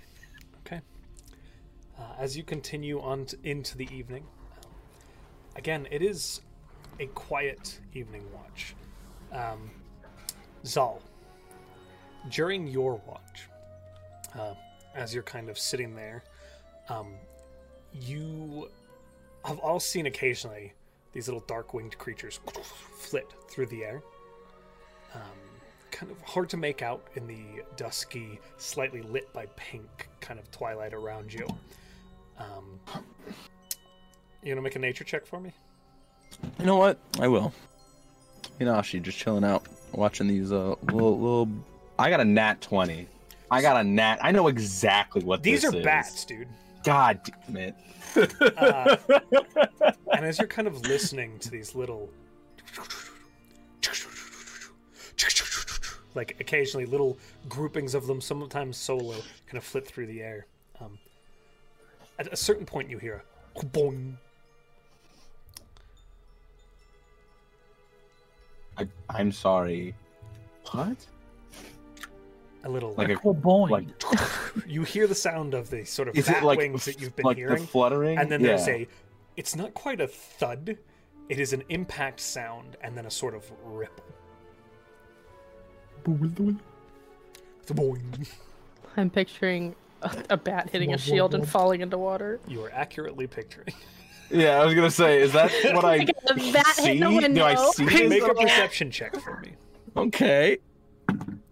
[SPEAKER 1] Okay. Uh, as you continue on t- into the evening, um, again, it is a quiet evening watch. Um, Zal, during your watch, uh, as you're kind of sitting there, um, you have all seen occasionally these little dark winged creatures *laughs* flit through the air. Um, kind of hard to make out in the dusky, slightly lit by pink kind of twilight around you. Um, you want to make a nature check for me?
[SPEAKER 6] You know what? I will. Hinashi just chilling out, watching these uh little little. I got a nat twenty. I got a nat. I know exactly what
[SPEAKER 1] These
[SPEAKER 6] this
[SPEAKER 1] are
[SPEAKER 6] is.
[SPEAKER 1] bats, dude.
[SPEAKER 6] God damn it!
[SPEAKER 1] Uh, and as you're kind of listening to these little, like occasionally little groupings of them, sometimes solo, kind of flit through the air. Um, at a certain point, you hear a boing.
[SPEAKER 6] I, I'm sorry. What?
[SPEAKER 1] A little
[SPEAKER 6] Like a
[SPEAKER 4] Well, Boeing.
[SPEAKER 6] like.
[SPEAKER 1] you hear the sound of the sort of
[SPEAKER 6] Is
[SPEAKER 1] bat
[SPEAKER 6] it like
[SPEAKER 1] wings that you've been
[SPEAKER 6] like
[SPEAKER 1] hearing,
[SPEAKER 6] the fluttering?
[SPEAKER 1] and then
[SPEAKER 6] yeah.
[SPEAKER 1] there's a. It's not quite a thud. It is an impact sound, and then a sort of ripple. Boing.
[SPEAKER 2] I'm picturing a, a bat hitting a
[SPEAKER 4] Womp, womp,
[SPEAKER 2] shield and
[SPEAKER 4] womp.
[SPEAKER 2] falling into water.
[SPEAKER 1] You are accurately picturing.
[SPEAKER 6] Yeah, I was gonna say,
[SPEAKER 1] *laughs*
[SPEAKER 6] is that what I
[SPEAKER 2] The bat
[SPEAKER 6] see?
[SPEAKER 2] hit the
[SPEAKER 6] Do I
[SPEAKER 2] window.
[SPEAKER 6] see?
[SPEAKER 1] Make
[SPEAKER 6] this?
[SPEAKER 1] a perception check for me.
[SPEAKER 6] Okay. And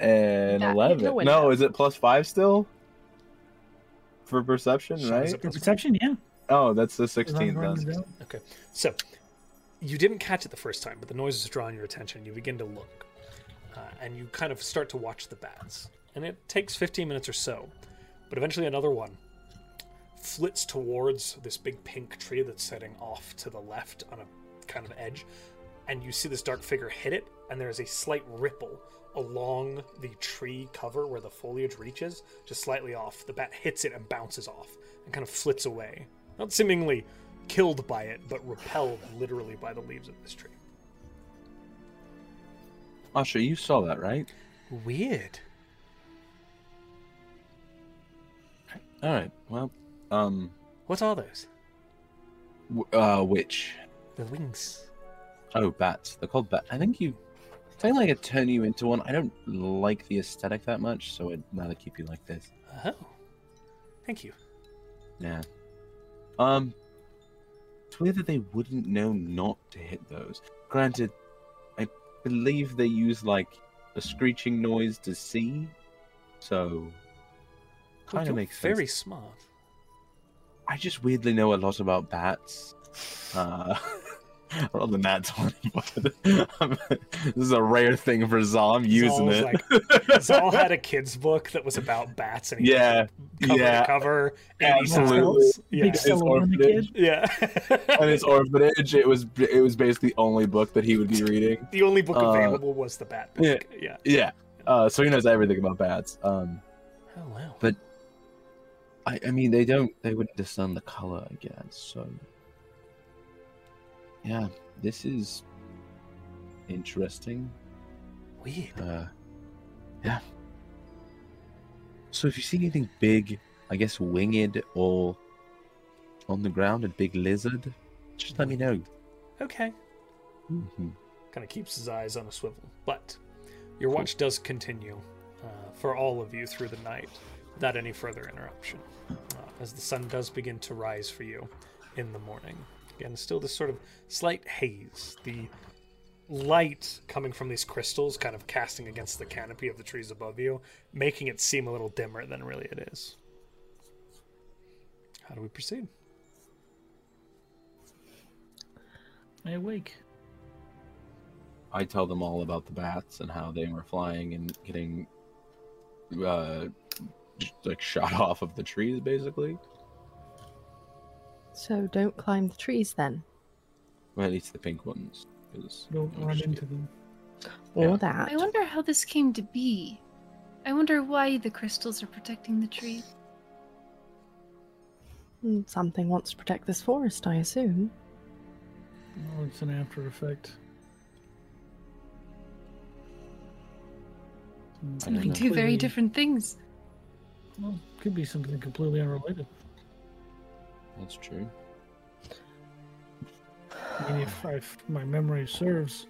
[SPEAKER 2] Bat hit the
[SPEAKER 6] eleven.
[SPEAKER 2] window.
[SPEAKER 6] No, is it plus five still? For perception,
[SPEAKER 1] So
[SPEAKER 6] right?
[SPEAKER 1] is it
[SPEAKER 4] For
[SPEAKER 1] plus-
[SPEAKER 4] protection, yeah.
[SPEAKER 6] Oh, that's the
[SPEAKER 4] Is that
[SPEAKER 6] sixteen
[SPEAKER 4] wrong
[SPEAKER 6] then.
[SPEAKER 4] to do?
[SPEAKER 1] So, you didn't catch it the first time, but the noises draw your attention. You begin to look, uh, and you kind of start to watch the bats. And it takes 15 minutes or so, but eventually another one flits towards this big pink tree that's setting off to the left on a kind of edge. And you see this dark figure hit it, and there is a slight ripple along the tree cover where the foliage reaches, just slightly off. The bat hits it and bounces off and kind of flits away. Not seemingly killed by it, but repelled literally by the leaves of this tree.
[SPEAKER 6] Asha, you saw that, right?
[SPEAKER 1] Weird.
[SPEAKER 6] All right. Well, um,
[SPEAKER 1] What are those?
[SPEAKER 6] w- uh, which?
[SPEAKER 1] The wings.
[SPEAKER 6] Oh, bats. They're called bats. I think you. I think like it turn you into one. I don't like the aesthetic that much, so I'd rather keep you like this.
[SPEAKER 1] Oh. Thank you.
[SPEAKER 6] Yeah. Um. swear that they wouldn't know not to hit those. Granted, I believe they use like a screeching noise to see, so
[SPEAKER 1] Well,
[SPEAKER 6] kind
[SPEAKER 1] you're
[SPEAKER 6] of makes
[SPEAKER 1] very
[SPEAKER 6] sense.
[SPEAKER 1] smart.
[SPEAKER 6] I just weirdly know a lot about bats. Uh, *laughs* rather than that, *laughs* this is a rare thing for Zom using
[SPEAKER 1] Zal's
[SPEAKER 6] it. *laughs*
[SPEAKER 1] Zal had a kid's book that was about bats, and he
[SPEAKER 6] yeah,
[SPEAKER 1] cover to
[SPEAKER 6] yeah,
[SPEAKER 1] cover. and he *laughs*
[SPEAKER 6] absolutely.
[SPEAKER 1] sounds- Yeah.
[SPEAKER 4] Big cellar on the
[SPEAKER 6] orphanage.
[SPEAKER 4] kid.
[SPEAKER 1] Yeah. *laughs*
[SPEAKER 6] and his orphanage. It was it was basically the only book that he would be reading.
[SPEAKER 1] the only book
[SPEAKER 6] Uh,
[SPEAKER 1] available was the Bat
[SPEAKER 6] yeah.
[SPEAKER 1] book. Yeah.
[SPEAKER 6] Yeah, uh, so he knows everything about bats. Um,
[SPEAKER 1] Oh wow.
[SPEAKER 6] I, I mean, they don't they wouldn't discern the color, I guess. So yeah, this is interesting.
[SPEAKER 1] Weird.
[SPEAKER 6] Uh, yeah. So if you see anything big, I guess winged or on the ground, a big lizard, just let me know.
[SPEAKER 1] Okay.
[SPEAKER 6] Mm-hmm.
[SPEAKER 1] kind of keeps his eyes on a swivel. But your watch does continue uh, for all of you through the night without any further interruption, uh, as the sun does begin to rise for you in the morning. Again, still this sort of slight haze. The light coming from these crystals kind of casting against the canopy of the trees above you, making it seem a little dimmer than really it is. How do we proceed?
[SPEAKER 4] I awake.
[SPEAKER 6] I tell them all about the bats and how they were flying and getting uh just, like shot *laughs* off of the trees basically.
[SPEAKER 3] So don't climb the trees then.
[SPEAKER 6] Well, at least the pink ones. 'cause-
[SPEAKER 4] Don't run into them.
[SPEAKER 3] Or
[SPEAKER 6] Yeah.
[SPEAKER 3] that.
[SPEAKER 5] I wonder how this came to be. I wonder why the crystals are protecting the tree.
[SPEAKER 3] Mm, Something wants to protect this forest, I assume.
[SPEAKER 4] Well, oh, it's an after effect.
[SPEAKER 6] I don't
[SPEAKER 5] We
[SPEAKER 6] know.
[SPEAKER 5] do very different things.
[SPEAKER 4] Well, could be something completely unrelated.
[SPEAKER 6] That's true.
[SPEAKER 4] I mean, if, I- if my memory serves,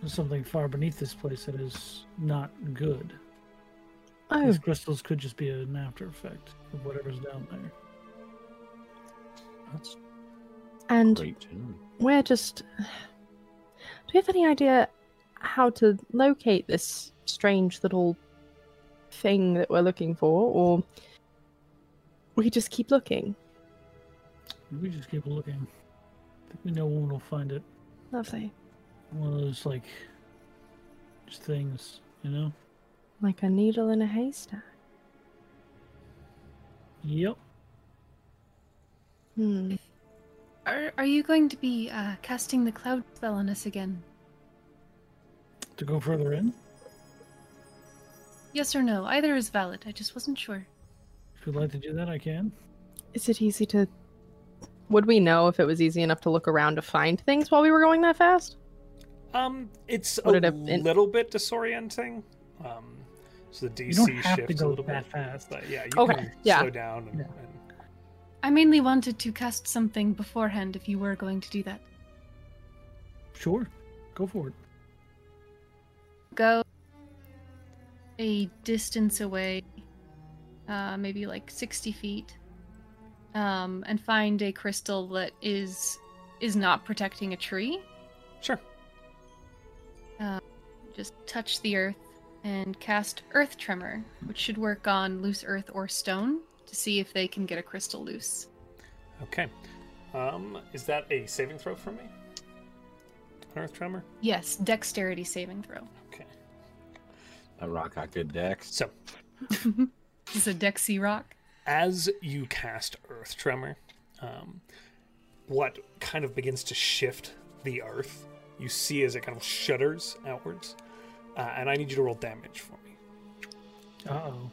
[SPEAKER 4] there's something far beneath this place that is not good.
[SPEAKER 3] Oh,
[SPEAKER 4] These crystals could just be an after effect of whatever's down there.
[SPEAKER 6] That's
[SPEAKER 3] and
[SPEAKER 6] great to know.
[SPEAKER 3] we're just. *sighs* Do you have any idea how to locate this strange little thing that we're looking for, or we just keep looking?
[SPEAKER 4] We just keep looking. I think we know when we'll find it.
[SPEAKER 3] Lovely.
[SPEAKER 4] One of those like just things, you know?
[SPEAKER 3] Like a needle in a haystack.
[SPEAKER 4] Yep.
[SPEAKER 3] Hmm.
[SPEAKER 5] Are, are you going to be uh, casting the cloud spell on us again?
[SPEAKER 4] To go further in,
[SPEAKER 5] Yes or no? Either is valid. I just wasn't sure.
[SPEAKER 4] if you'd like to do that, I can.
[SPEAKER 3] Is it easy to. Would we know if it was easy enough to look around to find things while we were going that fast?
[SPEAKER 1] Um, it's
[SPEAKER 3] Would
[SPEAKER 1] a
[SPEAKER 3] it have been-
[SPEAKER 1] little bit disorienting. Um, so the DC
[SPEAKER 4] You don't have to
[SPEAKER 1] shifts a
[SPEAKER 4] go
[SPEAKER 1] little
[SPEAKER 4] that
[SPEAKER 1] bit.
[SPEAKER 4] fast.
[SPEAKER 1] But yeah, you
[SPEAKER 3] Okay,
[SPEAKER 1] can
[SPEAKER 3] yeah.
[SPEAKER 1] slow down. And, and-
[SPEAKER 5] I mainly wanted to cast something beforehand if you were going to do that.
[SPEAKER 4] Sure. Go for it.
[SPEAKER 5] Go a distance away, uh, maybe like 60 feet, um, and find a crystal that is is not protecting a tree.
[SPEAKER 1] Sure.
[SPEAKER 5] Just touch the earth and cast Earth Tremor, which should work on loose earth or stone to see if they can get a crystal loose.
[SPEAKER 1] Okay. Um, is that a saving throw for me? An Earth Tremor?
[SPEAKER 5] Yes, dexterity saving throw.
[SPEAKER 1] Okay.
[SPEAKER 6] That rock got good decks.
[SPEAKER 1] So
[SPEAKER 5] This is a dexy rock.
[SPEAKER 1] as you cast Earth Tremor, um, what kind of begins to shift the earth, you see as it kind of shudders outwards. Uh, and I need you to roll damage for me.
[SPEAKER 4] Uh oh.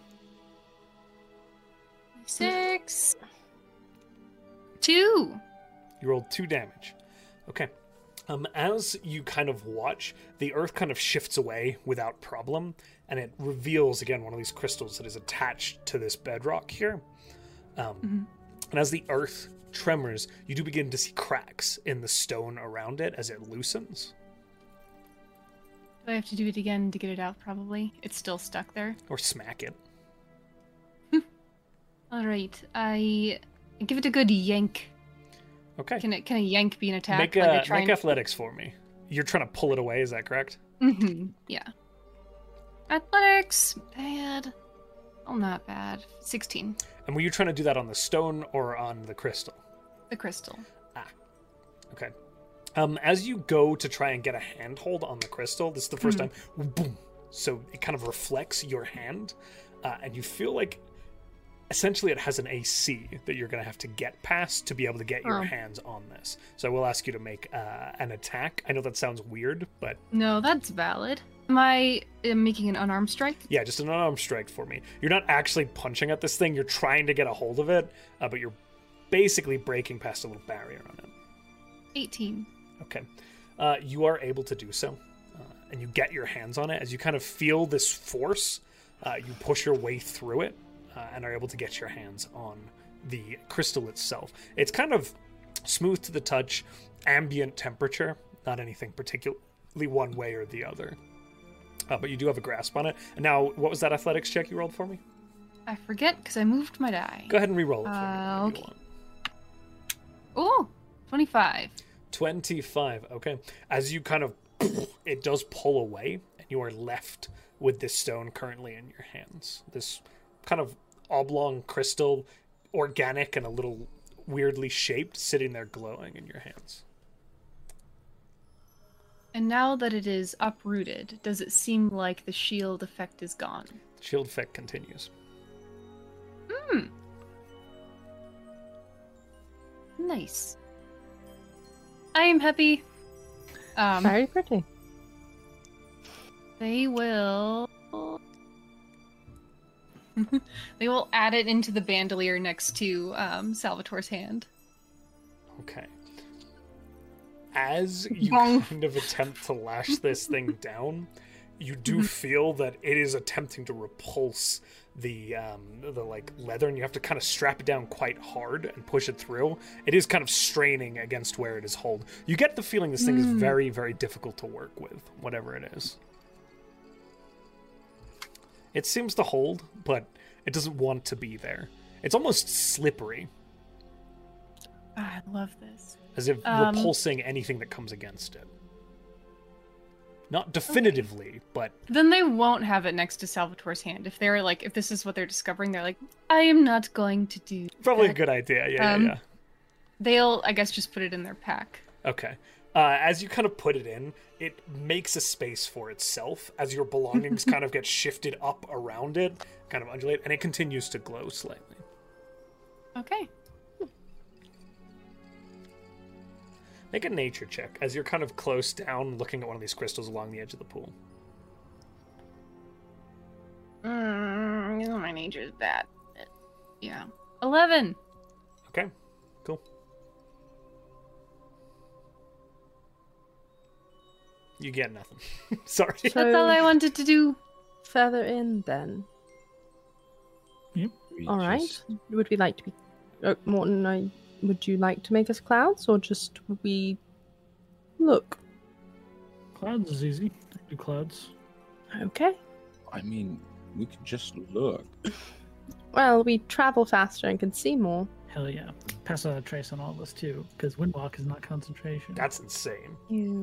[SPEAKER 5] Six. Two.
[SPEAKER 1] You rolled two damage. Okay. Um, as you kind of watch, the earth kind of shifts away without problem, and it reveals again one of these crystals that is attached to this bedrock here. Um,
[SPEAKER 5] Mm-hmm.
[SPEAKER 1] And as the earth tremors, you do begin to see cracks in the stone around it as it loosens,
[SPEAKER 5] Do I have to do it again to get it out, probably. It's still stuck there.
[SPEAKER 1] or smack it.
[SPEAKER 5] All right, I give it a good yank
[SPEAKER 1] Okay.
[SPEAKER 5] Can it? Can a yank be an attack?
[SPEAKER 1] Make,
[SPEAKER 5] Like
[SPEAKER 1] a,
[SPEAKER 5] a try
[SPEAKER 1] make athletics for me. You're trying to pull it away, is that correct?
[SPEAKER 5] and- Mhm, Yeah. Athletics. Bad. Oh, not bad. Sixteen.
[SPEAKER 1] And were you trying to do that on the stone or on the crystal?
[SPEAKER 5] The crystal.
[SPEAKER 1] Okay. Um, as you go to try and get a handhold on the crystal, this is the 1st time, boom. So it kind of reflects your hand, uh, and you feel like essentially it has an AC that you're going to have to get past to be able to get your
[SPEAKER 2] Oh.
[SPEAKER 1] hands on this. So I will ask you to make uh, an attack. I know that sounds weird, but
[SPEAKER 5] No, that's valid. Am I uh, making an unarmed strike?
[SPEAKER 1] yeah, just an unarmed strike for me. You're not actually punching at this thing, you're trying to get a hold of it, uh, but you're basically breaking past a little barrier on it.
[SPEAKER 5] Eighteen.
[SPEAKER 1] Okay. Uh, you are able to do so. Uh, and you get your hands on it. As you kind of feel this force, uh, you push your way through it uh, and are able to get your hands on the crystal itself. It's kind of smooth to the touch, ambient temperature, not anything particularly one way or the other. Uh, but you do have a grasp on it. And now, what was that athletics check you rolled for me?
[SPEAKER 5] I forget because I moved my die.
[SPEAKER 1] Go ahead and re-roll it for
[SPEAKER 5] Uh,
[SPEAKER 1] me. if you
[SPEAKER 5] okay.
[SPEAKER 1] want.
[SPEAKER 5] Oh, 25.
[SPEAKER 1] 25 okay as you kind of *clears throat* it does pull away and you are left with this stone currently in your hands this kind of oblong crystal organic and a little weirdly shaped sitting there glowing in your hands
[SPEAKER 5] And now that it is uprooted, does it seem like the shield effect is gone?
[SPEAKER 1] shield effect continues
[SPEAKER 5] Hmm. Nice. I am happy. Um,
[SPEAKER 2] Very pretty.
[SPEAKER 5] They will. *laughs* they will add it into the bandolier next to um, Salvatore's hand.
[SPEAKER 1] okay as you
[SPEAKER 5] Bong.
[SPEAKER 1] kind of attempt to lash this thing down you do
[SPEAKER 5] Mhm.
[SPEAKER 1] feel that it is attempting to repulse the um the like leather and you have to kind of strap it down quite hard and push it through it is kind of straining against where it is held you get the feeling this thing is
[SPEAKER 5] Mm.
[SPEAKER 1] very very difficult to work with whatever it is it seems to hold but it doesn't want to be there it's almost slippery
[SPEAKER 5] Ah, I love this.
[SPEAKER 1] as if
[SPEAKER 5] Um,
[SPEAKER 1] repulsing anything that comes against it. Not definitively, but
[SPEAKER 5] Then they won't have it next to Salvatore's hand. If they're like, if this is what they're discovering, they're like, I am not going to do.
[SPEAKER 1] probably a
[SPEAKER 5] that."
[SPEAKER 1] good idea. Yeah,
[SPEAKER 5] um,
[SPEAKER 1] yeah,
[SPEAKER 5] They'll, I guess, just put it in their pack.
[SPEAKER 1] yeah. Okay. Uh, as you kind of put it in, it makes a space for itself as your
[SPEAKER 5] *laughs*
[SPEAKER 1] belongings kind of get shifted up around it, kind of undulate, and it continues to glow slightly.
[SPEAKER 5] Okay.
[SPEAKER 1] Make a nature check as you're kind of close down looking at one of these crystals along the edge of the pool.
[SPEAKER 5] Mm, you know, my nature is bad. Yeah. 11.
[SPEAKER 1] Okay, cool. You get nothing. *laughs* Sorry.
[SPEAKER 5] *laughs* That's all I wanted to do.
[SPEAKER 2] Further in, then.
[SPEAKER 6] We
[SPEAKER 2] All right.
[SPEAKER 6] just-
[SPEAKER 2] Would we like to be. Oh, Morton, I... would you like to make us clouds or just we look?
[SPEAKER 4] Clouds is easy. Do clouds.
[SPEAKER 2] Okay.
[SPEAKER 6] I mean, we could just look.
[SPEAKER 2] Well, we travel faster and can see more.
[SPEAKER 4] Hell yeah. Pass out a trace on all of us too, because windwalk is not concentration.
[SPEAKER 1] That's insane.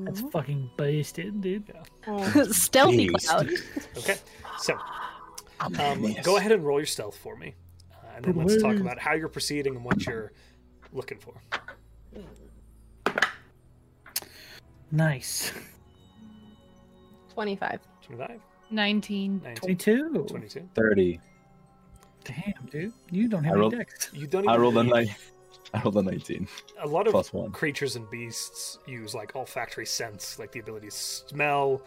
[SPEAKER 4] That's fucking basted, dude.
[SPEAKER 5] *laughs*
[SPEAKER 2] Stealthy
[SPEAKER 6] Beast.
[SPEAKER 2] cloud.
[SPEAKER 1] Okay, so
[SPEAKER 6] *sighs* I'm a
[SPEAKER 1] um,
[SPEAKER 6] mess.
[SPEAKER 1] go ahead and roll your stealth for me, uh, and then let's talk
[SPEAKER 4] Please.
[SPEAKER 1] about how you're proceeding and what you're looking for.
[SPEAKER 4] Nice.
[SPEAKER 2] 25.
[SPEAKER 1] 25,
[SPEAKER 5] 19.
[SPEAKER 1] 19,
[SPEAKER 4] 22.
[SPEAKER 1] 22.
[SPEAKER 6] Thirty.
[SPEAKER 4] Damn, dude. You don't
[SPEAKER 6] I
[SPEAKER 4] have any
[SPEAKER 6] rolled-
[SPEAKER 4] dex.
[SPEAKER 1] You don't even
[SPEAKER 6] I rolled a
[SPEAKER 1] need-
[SPEAKER 6] nine. *laughs* I rolled a nineteen
[SPEAKER 1] A lot of
[SPEAKER 6] plus one.
[SPEAKER 1] creatures and beasts use like olfactory sense, like the ability to smell,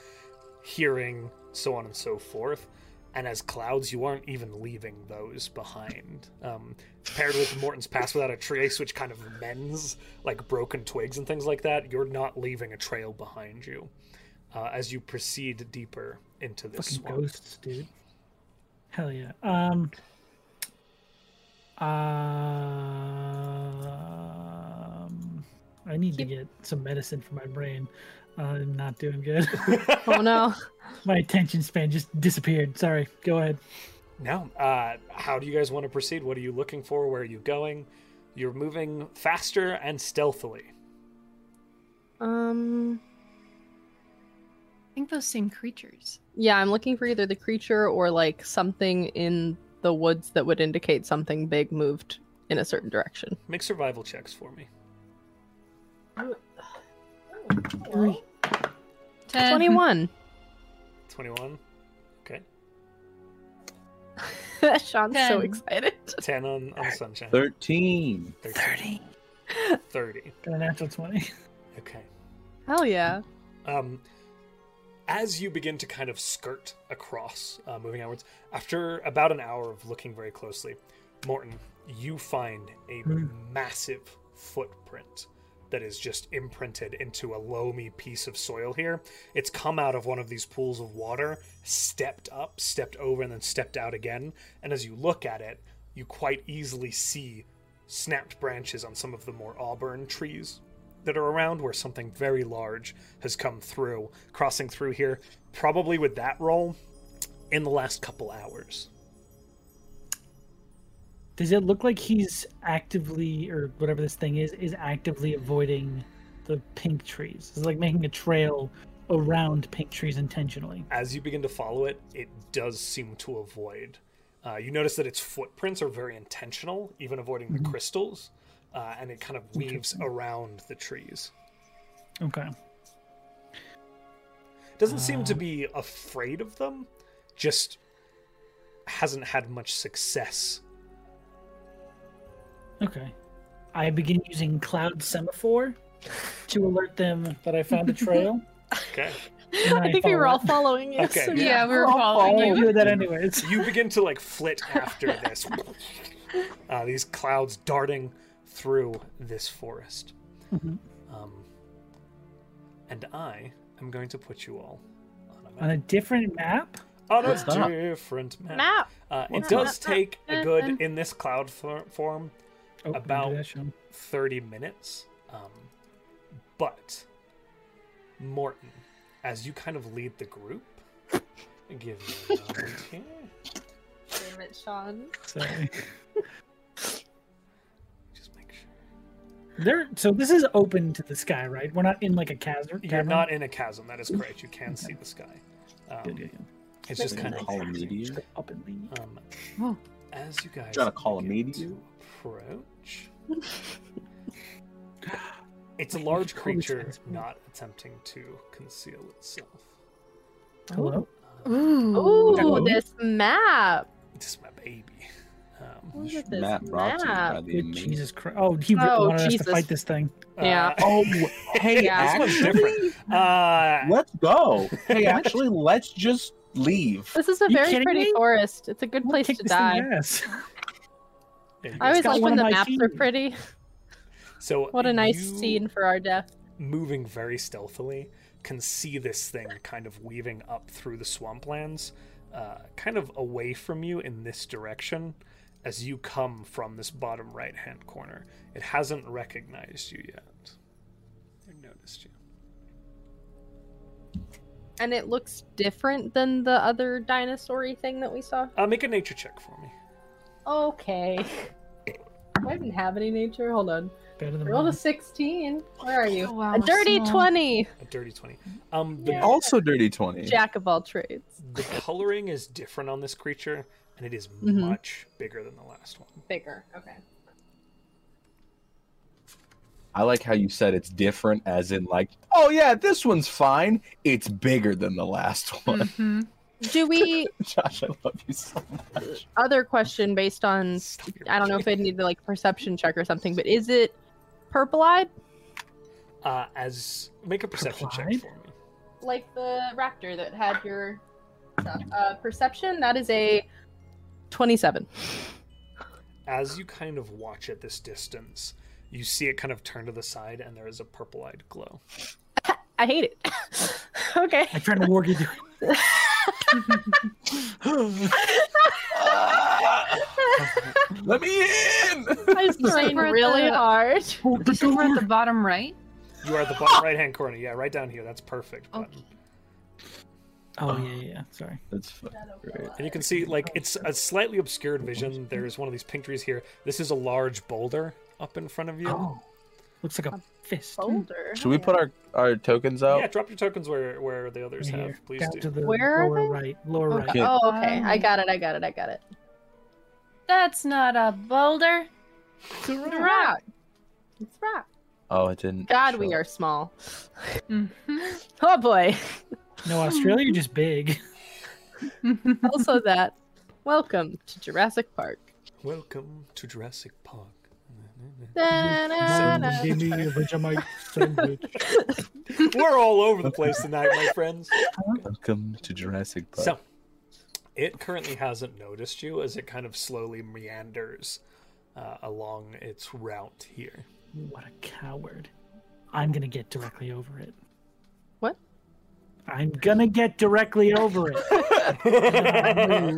[SPEAKER 1] hearing, so on and so forth. And as clouds, you aren't even leaving those behind. Um, paired with Morton's Pass Without a Trace, which kind of mends like broken twigs and things like that, you're not leaving a trail behind you uh, as you proceed deeper into this
[SPEAKER 4] Fucking
[SPEAKER 1] swamp.
[SPEAKER 4] ghosts, dude. Hell yeah. Um. Um. I need to get some medicine for my brain. Uh, I'm not doing good. *laughs*
[SPEAKER 1] *laughs*
[SPEAKER 5] *laughs*
[SPEAKER 2] Oh no.
[SPEAKER 4] my attention span just disappeared. Sorry. Go ahead.
[SPEAKER 1] Now, uh, how do you guys want to proceed? What are you looking for? Where are you going? You're moving faster and stealthily.
[SPEAKER 2] Um.
[SPEAKER 5] I think those same creatures.
[SPEAKER 2] Yeah, I'm looking for either the creature or like something in the woods that would indicate something big moved in a certain direction.
[SPEAKER 1] Make survival checks for me.
[SPEAKER 5] Ten. *laughs*
[SPEAKER 2] 21.
[SPEAKER 1] 21,
[SPEAKER 2] Sean's so
[SPEAKER 5] Ten.
[SPEAKER 2] excited.
[SPEAKER 1] 10 on, on Sunshine,
[SPEAKER 6] 13.
[SPEAKER 1] 13, 30.
[SPEAKER 4] Got a natural 20.
[SPEAKER 1] Okay.
[SPEAKER 2] Hell yeah.
[SPEAKER 1] um, as you begin to kind of skirt across, uh, moving outwards, after about an hour of looking very closely, Morton, you find a
[SPEAKER 4] Hmm.
[SPEAKER 1] massive footprint that is just imprinted into a loamy piece of soil here. It's come out of one of these pools of water, stepped up, stepped over, and then stepped out again. And as you look at it, you quite easily see snapped branches on some of the more auburn trees that are around where something very large has come through, crossing through here, probably with that roll in the last couple hours.
[SPEAKER 4] *laughs* Does it look like he's actively, or whatever this thing is, is actively avoiding the pink trees? It's like making a trail around pink trees intentionally.
[SPEAKER 1] As you begin to follow it, it does seem to avoid. Uh, you notice that its footprints are very intentional, even avoiding the crystals, uh, and it kind of weaves around the trees.
[SPEAKER 4] Okay.
[SPEAKER 1] Doesn't seem to
[SPEAKER 4] Um.
[SPEAKER 1] be afraid of them, just hasn't had much success.
[SPEAKER 4] Okay. I begin using cloud semaphore to alert them that I found
[SPEAKER 2] *laughs*
[SPEAKER 4] a trail.
[SPEAKER 1] Okay.
[SPEAKER 2] I think we were all following you.
[SPEAKER 1] Okay.
[SPEAKER 2] so-
[SPEAKER 1] Yeah.
[SPEAKER 5] Yeah, we were following
[SPEAKER 4] I'll
[SPEAKER 5] you.
[SPEAKER 4] do that anyways.
[SPEAKER 1] you begin to like flit
[SPEAKER 2] *laughs*
[SPEAKER 1] after this. Uh, these clouds darting through this forest.
[SPEAKER 4] Mhm.
[SPEAKER 1] Um, and I am going to put you all on a
[SPEAKER 4] On a
[SPEAKER 1] map.
[SPEAKER 4] different map?
[SPEAKER 1] On a
[SPEAKER 6] What's that?
[SPEAKER 1] different map.
[SPEAKER 2] Map.
[SPEAKER 1] Uh, it
[SPEAKER 2] What's
[SPEAKER 1] does
[SPEAKER 2] that?
[SPEAKER 1] take a good, in this cloud for- form,
[SPEAKER 4] Oh,
[SPEAKER 1] About-
[SPEAKER 4] do that, Sean.
[SPEAKER 1] 30 minutes. Um, but, Morton, as you kind of lead the group, give me a moment here.
[SPEAKER 2] Damn it, Sean.
[SPEAKER 4] Sorry.
[SPEAKER 1] Just make sure.
[SPEAKER 4] There, so this is open to the sky, right? We're not in like a chasm.
[SPEAKER 1] You're
[SPEAKER 4] cavern?
[SPEAKER 1] not in a chasm. That is correct. You can see the sky.
[SPEAKER 4] Good,
[SPEAKER 1] Um,
[SPEAKER 4] good, good.
[SPEAKER 1] it's just kind of
[SPEAKER 6] Call a meteor?
[SPEAKER 4] Just Up and leave.
[SPEAKER 1] Um,
[SPEAKER 2] Oh.
[SPEAKER 5] Whoa.
[SPEAKER 1] as you guys
[SPEAKER 6] Trying to call a
[SPEAKER 1] begin
[SPEAKER 6] meteor?
[SPEAKER 1] to approach, *laughs* it's a large
[SPEAKER 4] Holy
[SPEAKER 1] creature
[SPEAKER 4] smokes.
[SPEAKER 1] not attempting to conceal itself.
[SPEAKER 4] Hello?
[SPEAKER 1] Um,
[SPEAKER 2] Ooh,
[SPEAKER 6] Ooh.
[SPEAKER 2] this map.
[SPEAKER 1] this is my baby. Um,
[SPEAKER 2] Look
[SPEAKER 6] This
[SPEAKER 2] at this
[SPEAKER 6] map brought to you by
[SPEAKER 2] map.
[SPEAKER 6] the
[SPEAKER 4] Good
[SPEAKER 6] amazing
[SPEAKER 4] Jesus Christ. Oh, he really
[SPEAKER 2] Oh,
[SPEAKER 4] wanted us
[SPEAKER 2] Jesus.
[SPEAKER 4] to fight this thing.
[SPEAKER 2] *laughs* Yeah.
[SPEAKER 1] uh,
[SPEAKER 6] Oh, hey,
[SPEAKER 1] *laughs* this
[SPEAKER 2] Yeah.
[SPEAKER 1] one's
[SPEAKER 6] actually,
[SPEAKER 1] different. Uh,
[SPEAKER 6] let's
[SPEAKER 2] *laughs*
[SPEAKER 6] go. Hey, actually, let's just leave.
[SPEAKER 2] This is a
[SPEAKER 4] You
[SPEAKER 2] very
[SPEAKER 4] kidding
[SPEAKER 2] pretty
[SPEAKER 4] me?
[SPEAKER 2] forest. It's a good
[SPEAKER 4] We'll
[SPEAKER 2] place
[SPEAKER 4] kick
[SPEAKER 2] to
[SPEAKER 4] this thing
[SPEAKER 2] die. *laughs*
[SPEAKER 4] ass.
[SPEAKER 1] there you
[SPEAKER 2] I always
[SPEAKER 1] go.
[SPEAKER 4] got
[SPEAKER 2] like
[SPEAKER 4] one
[SPEAKER 2] when the
[SPEAKER 4] of my
[SPEAKER 2] maps are
[SPEAKER 4] feet.
[SPEAKER 2] pretty.
[SPEAKER 1] so
[SPEAKER 2] What a nice
[SPEAKER 1] you-
[SPEAKER 2] scene for our death.
[SPEAKER 1] moving very stealthily, can see this thing kind of weaving up through the swamplands, uh, kind of away from you in this direction as you come from this bottom right hand corner. It hasn't recognized you yet. It noticed you.
[SPEAKER 2] And it looks different than the other dinosaur thing that we saw.
[SPEAKER 1] Uh, make a nature check for me.
[SPEAKER 2] Okay. *laughs* I didn't have any nature. Hold on.
[SPEAKER 4] Better than
[SPEAKER 2] Roll a
[SPEAKER 4] mine.
[SPEAKER 2] 16. Where are you?
[SPEAKER 5] Oh, wow,
[SPEAKER 2] a
[SPEAKER 5] we're
[SPEAKER 2] dirty
[SPEAKER 5] small.
[SPEAKER 2] 20.
[SPEAKER 1] A dirty 20. Um, the,
[SPEAKER 2] Yeah.
[SPEAKER 6] *laughs* Also, dirty twenty.
[SPEAKER 2] Jack of all trades.
[SPEAKER 1] the coloring is different on this creature, and it is
[SPEAKER 2] Mhm.
[SPEAKER 1] much bigger than the last one.
[SPEAKER 2] Bigger. Okay.
[SPEAKER 6] I like how you said it's different, as in like, oh yeah, this one's fine. It's bigger than the last *laughs* one.
[SPEAKER 5] Mhm.
[SPEAKER 2] Do we.
[SPEAKER 6] Josh, I love you so much.
[SPEAKER 2] other question based on.
[SPEAKER 1] Stop your-
[SPEAKER 2] I don't know if I'd need to like perception check or something, but is it purple eyed?
[SPEAKER 1] Uh, as make a perception check
[SPEAKER 4] Replied?
[SPEAKER 1] for me.
[SPEAKER 2] Like the raptor that had your uh, perception? That is a 27.
[SPEAKER 1] as you kind of watch at this distance, you see it kind of turn to the side, and there is a purple-eyed glow.
[SPEAKER 2] I hate it. okay. *laughs*
[SPEAKER 4] I tried to warg you.
[SPEAKER 6] Let me in. *laughs*
[SPEAKER 2] I was trying
[SPEAKER 5] We're at
[SPEAKER 2] really
[SPEAKER 5] the-
[SPEAKER 2] hard.
[SPEAKER 5] You said we're at the bottom right.
[SPEAKER 1] You are at the
[SPEAKER 4] *laughs*
[SPEAKER 1] bottom right-hand corner. Yeah, right down here. That's perfect. Button.
[SPEAKER 5] Okay.
[SPEAKER 4] Oh, yeah, yeah, yeah. Sorry.
[SPEAKER 6] That's fucking great.
[SPEAKER 1] And you can see, like, it's a slightly obscured vision. There is one of these pink trees here. This is a large boulder, up in front of you.
[SPEAKER 4] Oh, looks like a fist.
[SPEAKER 2] Boulder.
[SPEAKER 6] Should we put our, our tokens out?
[SPEAKER 1] Yeah, drop your tokens where where the others
[SPEAKER 4] Right
[SPEAKER 1] have.
[SPEAKER 4] here,
[SPEAKER 1] Please
[SPEAKER 4] down
[SPEAKER 1] do.
[SPEAKER 4] to the
[SPEAKER 2] Where are
[SPEAKER 4] lower
[SPEAKER 2] they?
[SPEAKER 4] right, lower right.
[SPEAKER 6] Okay.
[SPEAKER 2] Oh, okay. I got it. I got it. I got it.
[SPEAKER 5] That's not a boulder.
[SPEAKER 1] To
[SPEAKER 2] It's a
[SPEAKER 1] rock.
[SPEAKER 2] rock. It's a rock.
[SPEAKER 6] Oh, it didn't.
[SPEAKER 2] God,
[SPEAKER 6] show
[SPEAKER 2] we
[SPEAKER 6] up.
[SPEAKER 2] are small.
[SPEAKER 5] *laughs* Mhm.
[SPEAKER 2] Oh boy.
[SPEAKER 4] No, Australia, you're
[SPEAKER 1] *laughs*
[SPEAKER 4] just big.
[SPEAKER 2] also that. Welcome to Jurassic Park.
[SPEAKER 1] Welcome to Jurassic Park.
[SPEAKER 2] Da-na-na.
[SPEAKER 4] *laughs* Give me
[SPEAKER 1] *laughs*
[SPEAKER 4] a Vegemite sandwich.
[SPEAKER 1] We're all over the place tonight, my friends.
[SPEAKER 6] Welcome to Jurassic Park.
[SPEAKER 1] So, it currently hasn't noticed you as it kind of slowly meanders uh, along its route
[SPEAKER 4] *laughs*
[SPEAKER 1] here.
[SPEAKER 4] What a coward. I'm gonna get directly over it.
[SPEAKER 2] What?
[SPEAKER 4] I'm gonna get directly over it.
[SPEAKER 1] *laughs*
[SPEAKER 4] Move.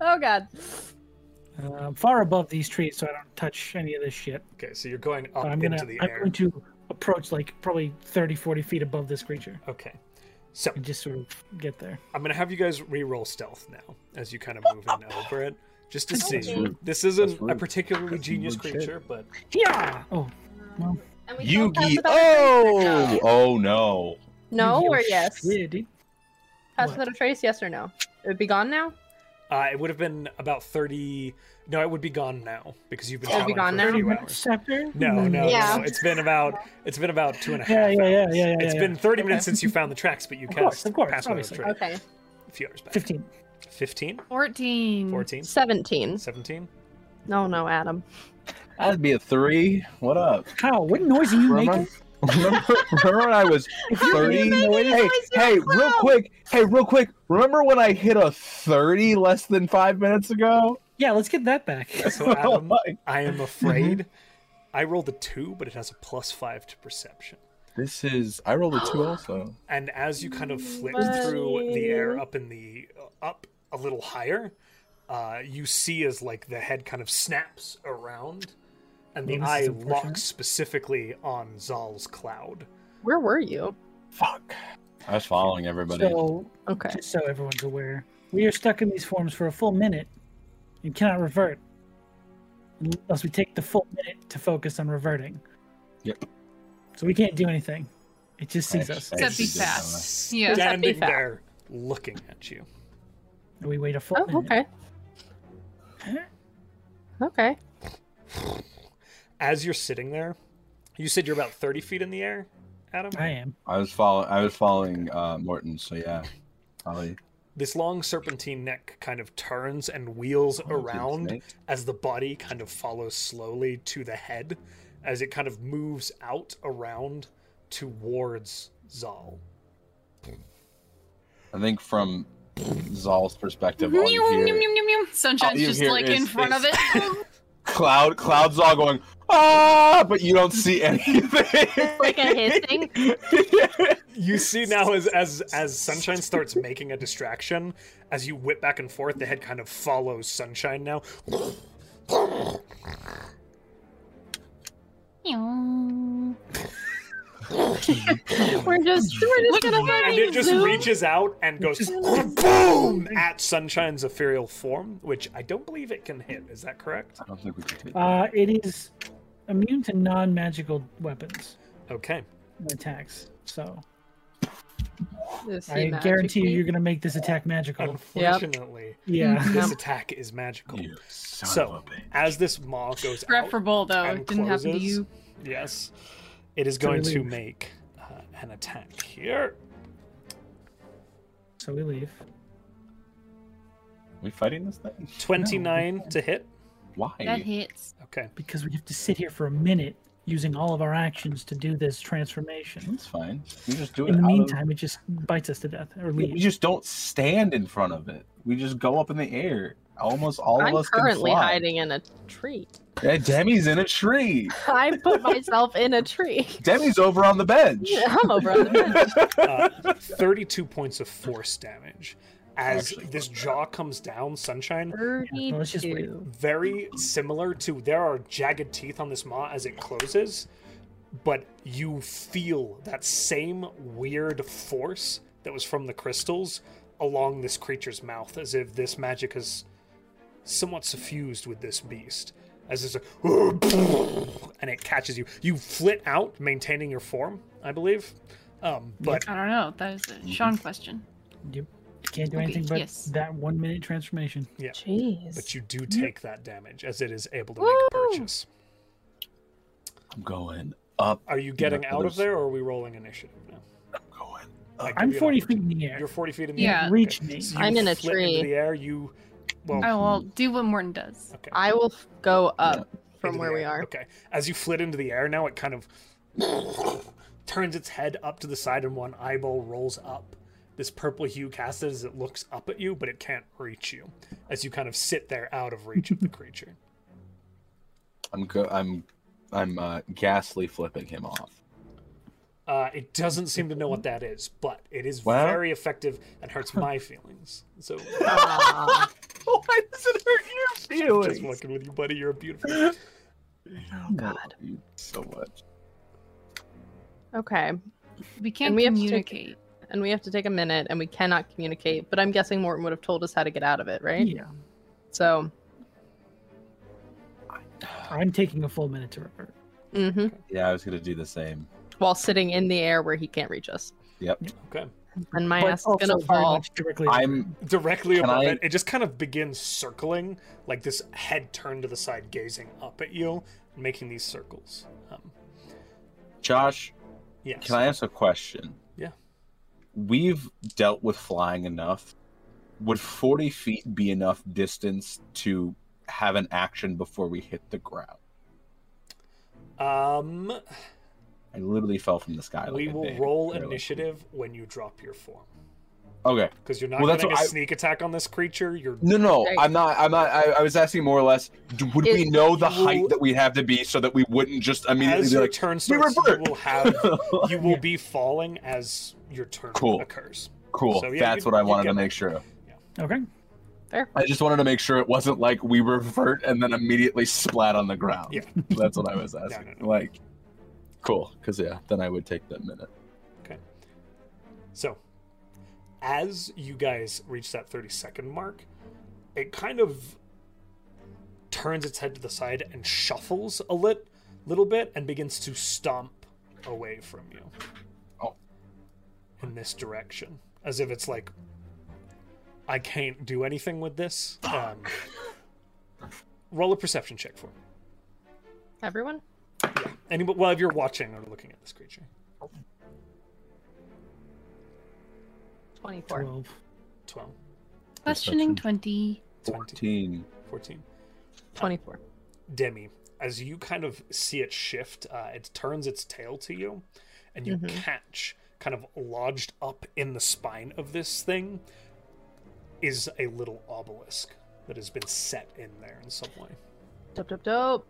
[SPEAKER 2] Oh god.
[SPEAKER 4] Uh, I'm far above these trees, so I don't touch any of this shit.
[SPEAKER 1] Okay, so you're going up
[SPEAKER 4] But I'm
[SPEAKER 1] into
[SPEAKER 4] gonna,
[SPEAKER 1] the
[SPEAKER 4] I'm
[SPEAKER 1] air.
[SPEAKER 4] going to approach like probably 30, 40 feet above this creature
[SPEAKER 1] Okay. So,
[SPEAKER 4] and just sort of get there.
[SPEAKER 1] I'm going to have you guys re-roll stealth now as you kind of move in over it. Just to
[SPEAKER 2] That's
[SPEAKER 1] see.
[SPEAKER 6] rude.
[SPEAKER 1] This isn't
[SPEAKER 6] That's
[SPEAKER 1] a
[SPEAKER 6] rude.
[SPEAKER 1] particularly
[SPEAKER 6] That's some
[SPEAKER 1] genius
[SPEAKER 6] rude shit.
[SPEAKER 1] creature, but
[SPEAKER 4] Yeah. Oh, Well,
[SPEAKER 2] And we still
[SPEAKER 6] Yugi.
[SPEAKER 2] pass without a trace
[SPEAKER 6] Oh,
[SPEAKER 2] or
[SPEAKER 6] oh no.
[SPEAKER 2] No, No
[SPEAKER 4] you
[SPEAKER 2] or yes?
[SPEAKER 4] shit, dude.
[SPEAKER 2] Pass
[SPEAKER 4] What?
[SPEAKER 2] without a trace, yes or no? It would be gone now?
[SPEAKER 1] uh, it would have been about 30... No, it would be gone now because you've been
[SPEAKER 2] It'll be
[SPEAKER 1] traveling for a
[SPEAKER 2] gone now?
[SPEAKER 1] few
[SPEAKER 4] Thirty-minute
[SPEAKER 1] hours.
[SPEAKER 4] scepter?
[SPEAKER 1] No, no,
[SPEAKER 2] Yeah.
[SPEAKER 1] no. It's been about it's been about two and a half.
[SPEAKER 4] Yeah, yeah, yeah,
[SPEAKER 1] hours.
[SPEAKER 4] yeah, yeah,
[SPEAKER 1] It's
[SPEAKER 4] yeah.
[SPEAKER 1] been thirty minutes
[SPEAKER 4] Okay.
[SPEAKER 1] since you found the tracks, but you
[SPEAKER 4] Of course,
[SPEAKER 1] cast
[SPEAKER 4] of course,
[SPEAKER 1] Pass Without a
[SPEAKER 4] obviously.
[SPEAKER 1] Trace
[SPEAKER 2] Okay.
[SPEAKER 1] a few hours back.
[SPEAKER 4] 15.
[SPEAKER 1] 15,
[SPEAKER 5] 14.
[SPEAKER 4] Hmm.
[SPEAKER 1] 14,
[SPEAKER 2] 17.
[SPEAKER 4] *laughs*
[SPEAKER 1] 17.
[SPEAKER 2] No, no, Adam.
[SPEAKER 6] That'd be a three. What up?
[SPEAKER 4] How? What noise are you
[SPEAKER 6] Remember,
[SPEAKER 4] making?
[SPEAKER 6] *laughs* remember, remember when I *laughs* was
[SPEAKER 2] are you
[SPEAKER 6] 30?
[SPEAKER 2] making a
[SPEAKER 6] Hey,
[SPEAKER 2] noise? You're
[SPEAKER 6] hey,
[SPEAKER 2] a
[SPEAKER 6] real
[SPEAKER 2] clown.
[SPEAKER 6] quick. Hey, real quick. Remember when I hit a 30 less than five minutes ago? *laughs*
[SPEAKER 4] Yeah, let's get that back.
[SPEAKER 1] So Adam,
[SPEAKER 6] Oh my-
[SPEAKER 1] I
[SPEAKER 4] Mm-hmm.
[SPEAKER 1] am afraid I rolled a two, but it has a plus five to perception.
[SPEAKER 6] This is. I rolled a two also.
[SPEAKER 1] And as you kind of flit
[SPEAKER 2] Buddy.
[SPEAKER 1] through the air up in the uh, up a little higher, uh, you see as like the head kind of snaps around, and the
[SPEAKER 4] Well, this
[SPEAKER 1] eye
[SPEAKER 4] is unfortunate.
[SPEAKER 1] locks specifically on Zal's cloud.
[SPEAKER 2] Where were you?
[SPEAKER 6] *gasps* Fuck. I was following everybody.
[SPEAKER 4] So,
[SPEAKER 2] Okay.
[SPEAKER 4] just so everyone's aware, we are stuck in these forms for a full minute and cannot revert unless we take the full minute to focus on reverting.
[SPEAKER 6] Yep.
[SPEAKER 4] So we can't do anything. It just sees
[SPEAKER 6] I-
[SPEAKER 4] us.
[SPEAKER 6] I
[SPEAKER 5] Except be
[SPEAKER 6] actually did know that.
[SPEAKER 5] fast. *laughs* Yeah.
[SPEAKER 2] Does that be
[SPEAKER 1] Standing
[SPEAKER 2] fat?
[SPEAKER 1] there, looking at you.
[SPEAKER 4] And we wait a full
[SPEAKER 2] Oh,
[SPEAKER 4] minute.
[SPEAKER 2] okay. Okay.
[SPEAKER 1] as you're sitting there, you said you're about 30 feet in the air, Adam.
[SPEAKER 4] I am.
[SPEAKER 6] I was follow. I was following uh, Morton. So yeah, probably.
[SPEAKER 1] This long serpentine neck kind of turns and wheels around as the body kind of follows slowly to the head as it kind of moves out around towards Zal.
[SPEAKER 6] I think from Zal's
[SPEAKER 5] Mm-hmm,
[SPEAKER 6] perspective, all you hear,
[SPEAKER 5] Sunshine's
[SPEAKER 6] All you
[SPEAKER 5] just
[SPEAKER 6] hear
[SPEAKER 5] like
[SPEAKER 6] is-
[SPEAKER 5] in front of
[SPEAKER 6] is-
[SPEAKER 5] it. *laughs*
[SPEAKER 6] Cloud, Cloud Zal going ah, but you
[SPEAKER 2] *laughs*
[SPEAKER 6] don't see anything.
[SPEAKER 2] *laughs* Like a hissing.
[SPEAKER 1] You see now as as as Sunshine starts making a distraction, as you whip back and forth, the head kind of follows Sunshine now.
[SPEAKER 2] *laughs* We're just we're just gonna
[SPEAKER 1] and
[SPEAKER 2] have
[SPEAKER 1] it
[SPEAKER 2] you
[SPEAKER 1] just
[SPEAKER 2] zoom.
[SPEAKER 1] reaches out and goes boom at Sunshine's ethereal form, which I don't believe it can hit. Is that correct?
[SPEAKER 6] I don't think we can take that.
[SPEAKER 4] Uh, it is immune to non magical weapons
[SPEAKER 1] Okay.
[SPEAKER 4] and attacks. So
[SPEAKER 2] Does he
[SPEAKER 4] I
[SPEAKER 2] magic
[SPEAKER 4] guarantee you,
[SPEAKER 2] me?
[SPEAKER 4] you're going to make this attack magical.
[SPEAKER 1] Unfortunately,
[SPEAKER 4] Yeah. *laughs*
[SPEAKER 1] this attack is magical.
[SPEAKER 6] You son
[SPEAKER 1] So-
[SPEAKER 6] of a bitch.
[SPEAKER 1] As this maw goes out,
[SPEAKER 5] Preferable though,
[SPEAKER 1] and
[SPEAKER 5] it didn't happen to
[SPEAKER 1] closes.
[SPEAKER 5] you.
[SPEAKER 1] yes, it is going to
[SPEAKER 4] relief.
[SPEAKER 1] make uh, an attack here.
[SPEAKER 4] So we leave.
[SPEAKER 6] we fighting this thing?
[SPEAKER 1] 29 to hit.
[SPEAKER 6] Why?
[SPEAKER 5] That hits.
[SPEAKER 1] Okay.
[SPEAKER 4] because we have to sit here for a minute using all of our actions to do this transformation.
[SPEAKER 6] It's fine. You just do it.
[SPEAKER 4] In the
[SPEAKER 6] out of-
[SPEAKER 4] meantime, it just bites us to death or
[SPEAKER 6] we
[SPEAKER 4] leaves.
[SPEAKER 6] just don't stand in front of it. We just go up in the air. Almost all of
[SPEAKER 2] I'm
[SPEAKER 6] us can
[SPEAKER 2] currently
[SPEAKER 6] fly.
[SPEAKER 2] hiding in a tree.
[SPEAKER 6] Yeah, Demi's in a tree.
[SPEAKER 2] *laughs* I put myself in a tree.
[SPEAKER 6] Demi's over on the bench.
[SPEAKER 2] *laughs* I'm over on the bench.
[SPEAKER 1] Uh, 32 points of force damage. As
[SPEAKER 6] Actually,
[SPEAKER 1] this jaw comes down, Sunshine
[SPEAKER 2] 32.
[SPEAKER 4] let's just wait.
[SPEAKER 1] very similar to there are jagged teeth on this maw as it closes, but you feel that same weird force that was from the crystals along this creature's mouth as if this magic is somewhat suffused with this beast. as it's a, *laughs* and it catches you. You flit out, maintaining your form, I believe. Um, but Mm-hmm.
[SPEAKER 5] I don't know. That is a Sean question.
[SPEAKER 4] Yep. Can't do
[SPEAKER 5] Okay,
[SPEAKER 4] anything but
[SPEAKER 5] yes.
[SPEAKER 4] that one minute transformation.
[SPEAKER 3] Jeez.
[SPEAKER 1] but you do take that damage as it is able to make a
[SPEAKER 2] Woo!
[SPEAKER 1] purchase.
[SPEAKER 6] I'm going up.
[SPEAKER 1] Are you getting out of
[SPEAKER 6] there's-
[SPEAKER 1] there, or are we rolling initiative now?
[SPEAKER 6] I'm going.
[SPEAKER 1] Like,
[SPEAKER 4] I'm
[SPEAKER 1] give you an
[SPEAKER 4] 40
[SPEAKER 1] opportunity.
[SPEAKER 4] feet in the air.
[SPEAKER 1] You're 40 feet in the
[SPEAKER 5] Yeah.
[SPEAKER 1] air.
[SPEAKER 4] Reach
[SPEAKER 1] Okay.
[SPEAKER 4] me.
[SPEAKER 1] So you
[SPEAKER 2] I'm in a
[SPEAKER 1] flit into
[SPEAKER 2] tree.
[SPEAKER 1] the air. You, well,
[SPEAKER 5] Oh well, do what Morton does.
[SPEAKER 1] okay.
[SPEAKER 2] I will f- go up
[SPEAKER 1] into
[SPEAKER 2] from
[SPEAKER 1] the
[SPEAKER 2] where we
[SPEAKER 1] air.
[SPEAKER 2] are.
[SPEAKER 1] Okay. As you flit into the air now, it kind of *laughs* turns its head up to the side and one eyeball rolls up. This purple hue casts it as it looks up at you, but it can't reach you. As you kind of sit there out of reach of the creature.
[SPEAKER 6] I'm go- I'm I'm uh, ghastly flipping him off.
[SPEAKER 1] Uh, it doesn't seem to know what that is, but it is
[SPEAKER 6] Well-
[SPEAKER 1] very effective and hurts my feelings. So
[SPEAKER 2] Ah,
[SPEAKER 6] Why does it hurt your
[SPEAKER 1] just fucking with you, buddy. You're a beautiful.
[SPEAKER 2] Oh, God.
[SPEAKER 6] Oh, So much.
[SPEAKER 2] Okay.
[SPEAKER 5] We can't
[SPEAKER 2] And we have to take-
[SPEAKER 5] communicate.
[SPEAKER 2] And we have to take a minute and we cannot communicate, but I'm guessing Morton would have told us how to get out of it, right?
[SPEAKER 4] Yeah.
[SPEAKER 2] So,
[SPEAKER 4] I'm taking a full minute to revert.
[SPEAKER 2] hmm
[SPEAKER 6] Yeah, I was gonna do the same.
[SPEAKER 2] while sitting in the air where he can't reach us.
[SPEAKER 1] Okay.
[SPEAKER 2] And my
[SPEAKER 4] But
[SPEAKER 2] ass is
[SPEAKER 4] also
[SPEAKER 2] going to
[SPEAKER 4] very
[SPEAKER 2] fall.
[SPEAKER 4] much directly.
[SPEAKER 6] I'm
[SPEAKER 1] Directly
[SPEAKER 6] Can
[SPEAKER 1] above
[SPEAKER 6] I-
[SPEAKER 1] it, it just kind of begins circling, like this head turned to the side, gazing up at you, making these circles. Um,
[SPEAKER 6] Josh.
[SPEAKER 1] yes.
[SPEAKER 6] Can I ask a question?
[SPEAKER 1] Yeah.
[SPEAKER 6] We've dealt with flying enough. Would 40 feet be enough distance to have an action before we hit the ground?
[SPEAKER 1] Um,
[SPEAKER 6] I literally fell from the sky. like
[SPEAKER 1] we
[SPEAKER 6] a
[SPEAKER 1] will
[SPEAKER 6] baby.
[SPEAKER 1] roll
[SPEAKER 6] Really.
[SPEAKER 1] initiative when you drop your form,
[SPEAKER 6] Okay.
[SPEAKER 1] because you're not
[SPEAKER 6] Well, that's
[SPEAKER 1] getting a
[SPEAKER 6] what I-
[SPEAKER 1] sneak attack on this creature. You're
[SPEAKER 6] No, no,
[SPEAKER 2] Right.
[SPEAKER 6] I'm not. I'm not. I, I was asking more or less. d- Would we
[SPEAKER 2] It-
[SPEAKER 6] know the
[SPEAKER 1] you will-
[SPEAKER 6] height that we have to be so that we wouldn't just immediately
[SPEAKER 1] as
[SPEAKER 6] be
[SPEAKER 1] your
[SPEAKER 6] like?
[SPEAKER 1] turn
[SPEAKER 6] "We
[SPEAKER 1] starts, you
[SPEAKER 6] revert."
[SPEAKER 1] will have you will
[SPEAKER 6] *laughs*
[SPEAKER 4] Yeah.
[SPEAKER 1] be falling as your turn
[SPEAKER 6] Cool.
[SPEAKER 1] occurs.
[SPEAKER 6] cool.
[SPEAKER 1] So, yeah,
[SPEAKER 6] That's
[SPEAKER 1] you-
[SPEAKER 6] what I
[SPEAKER 1] you
[SPEAKER 6] wanted
[SPEAKER 1] get
[SPEAKER 6] to
[SPEAKER 1] it.
[SPEAKER 6] make sure. of.
[SPEAKER 4] Okay.
[SPEAKER 6] I just wanted to make sure it wasn't like we revert and then immediately splat on the ground.
[SPEAKER 1] Yeah.
[SPEAKER 6] That's what I was asking.
[SPEAKER 1] *laughs* no, no.
[SPEAKER 6] Like, cool. Because, yeah, then I would take that minute.
[SPEAKER 1] So, as you guys reach that 30 second mark, it kind of turns its head to the side and shuffles a lit, little bit and begins to stomp away from you.
[SPEAKER 6] Oh.
[SPEAKER 1] In this direction. As if it's like, I can't do anything with this. Um, roll a perception check for me.
[SPEAKER 2] Everyone?
[SPEAKER 1] Any, well, if you're watching or looking at this creature.
[SPEAKER 2] 24.
[SPEAKER 4] 12.
[SPEAKER 1] 12,
[SPEAKER 5] Questioning
[SPEAKER 6] Perception.
[SPEAKER 5] twenty.
[SPEAKER 1] *laughs* 20,
[SPEAKER 6] 14.
[SPEAKER 1] 14.
[SPEAKER 2] 24.
[SPEAKER 1] Demi, as you kind of see it shift, uh, it turns its tail to you, and you
[SPEAKER 2] Mhm.
[SPEAKER 1] catch, kind of lodged up in the spine of this thing, is a little obelisk that has been set in there in some way.
[SPEAKER 2] Dope, dope, dope.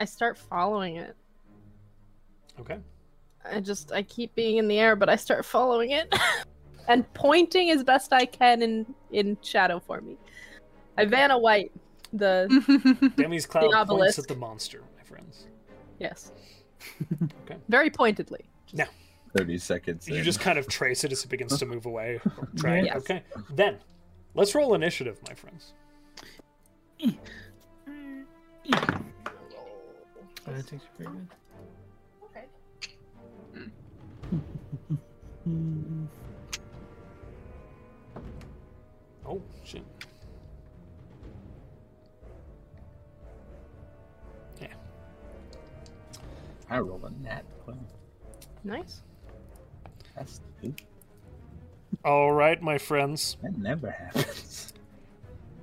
[SPEAKER 2] I start following it. *laughs*
[SPEAKER 1] Okay.
[SPEAKER 2] I just I keep being in the air, but I start following it *laughs* and pointing as best I can in in shadow for me. Ivana White, the
[SPEAKER 5] Mm.
[SPEAKER 1] Demi's cloud points
[SPEAKER 2] obelisk.
[SPEAKER 1] at the monster, my friends.
[SPEAKER 2] yes,
[SPEAKER 1] Okay.
[SPEAKER 2] very pointedly.
[SPEAKER 6] 30 seconds.
[SPEAKER 1] You
[SPEAKER 6] in.
[SPEAKER 1] just kind of trace it as it begins to move away.
[SPEAKER 2] *laughs*
[SPEAKER 1] Or try it.
[SPEAKER 2] Yes.
[SPEAKER 1] Okay. Then, let's roll initiative, my friends.
[SPEAKER 4] That takes a pretty good.
[SPEAKER 2] Okay.
[SPEAKER 4] Mm,
[SPEAKER 1] Oh, shit.
[SPEAKER 6] I rolled a nat 20.
[SPEAKER 2] Nice.
[SPEAKER 6] That's stupid.
[SPEAKER 1] All right, my friends.
[SPEAKER 6] That never happens.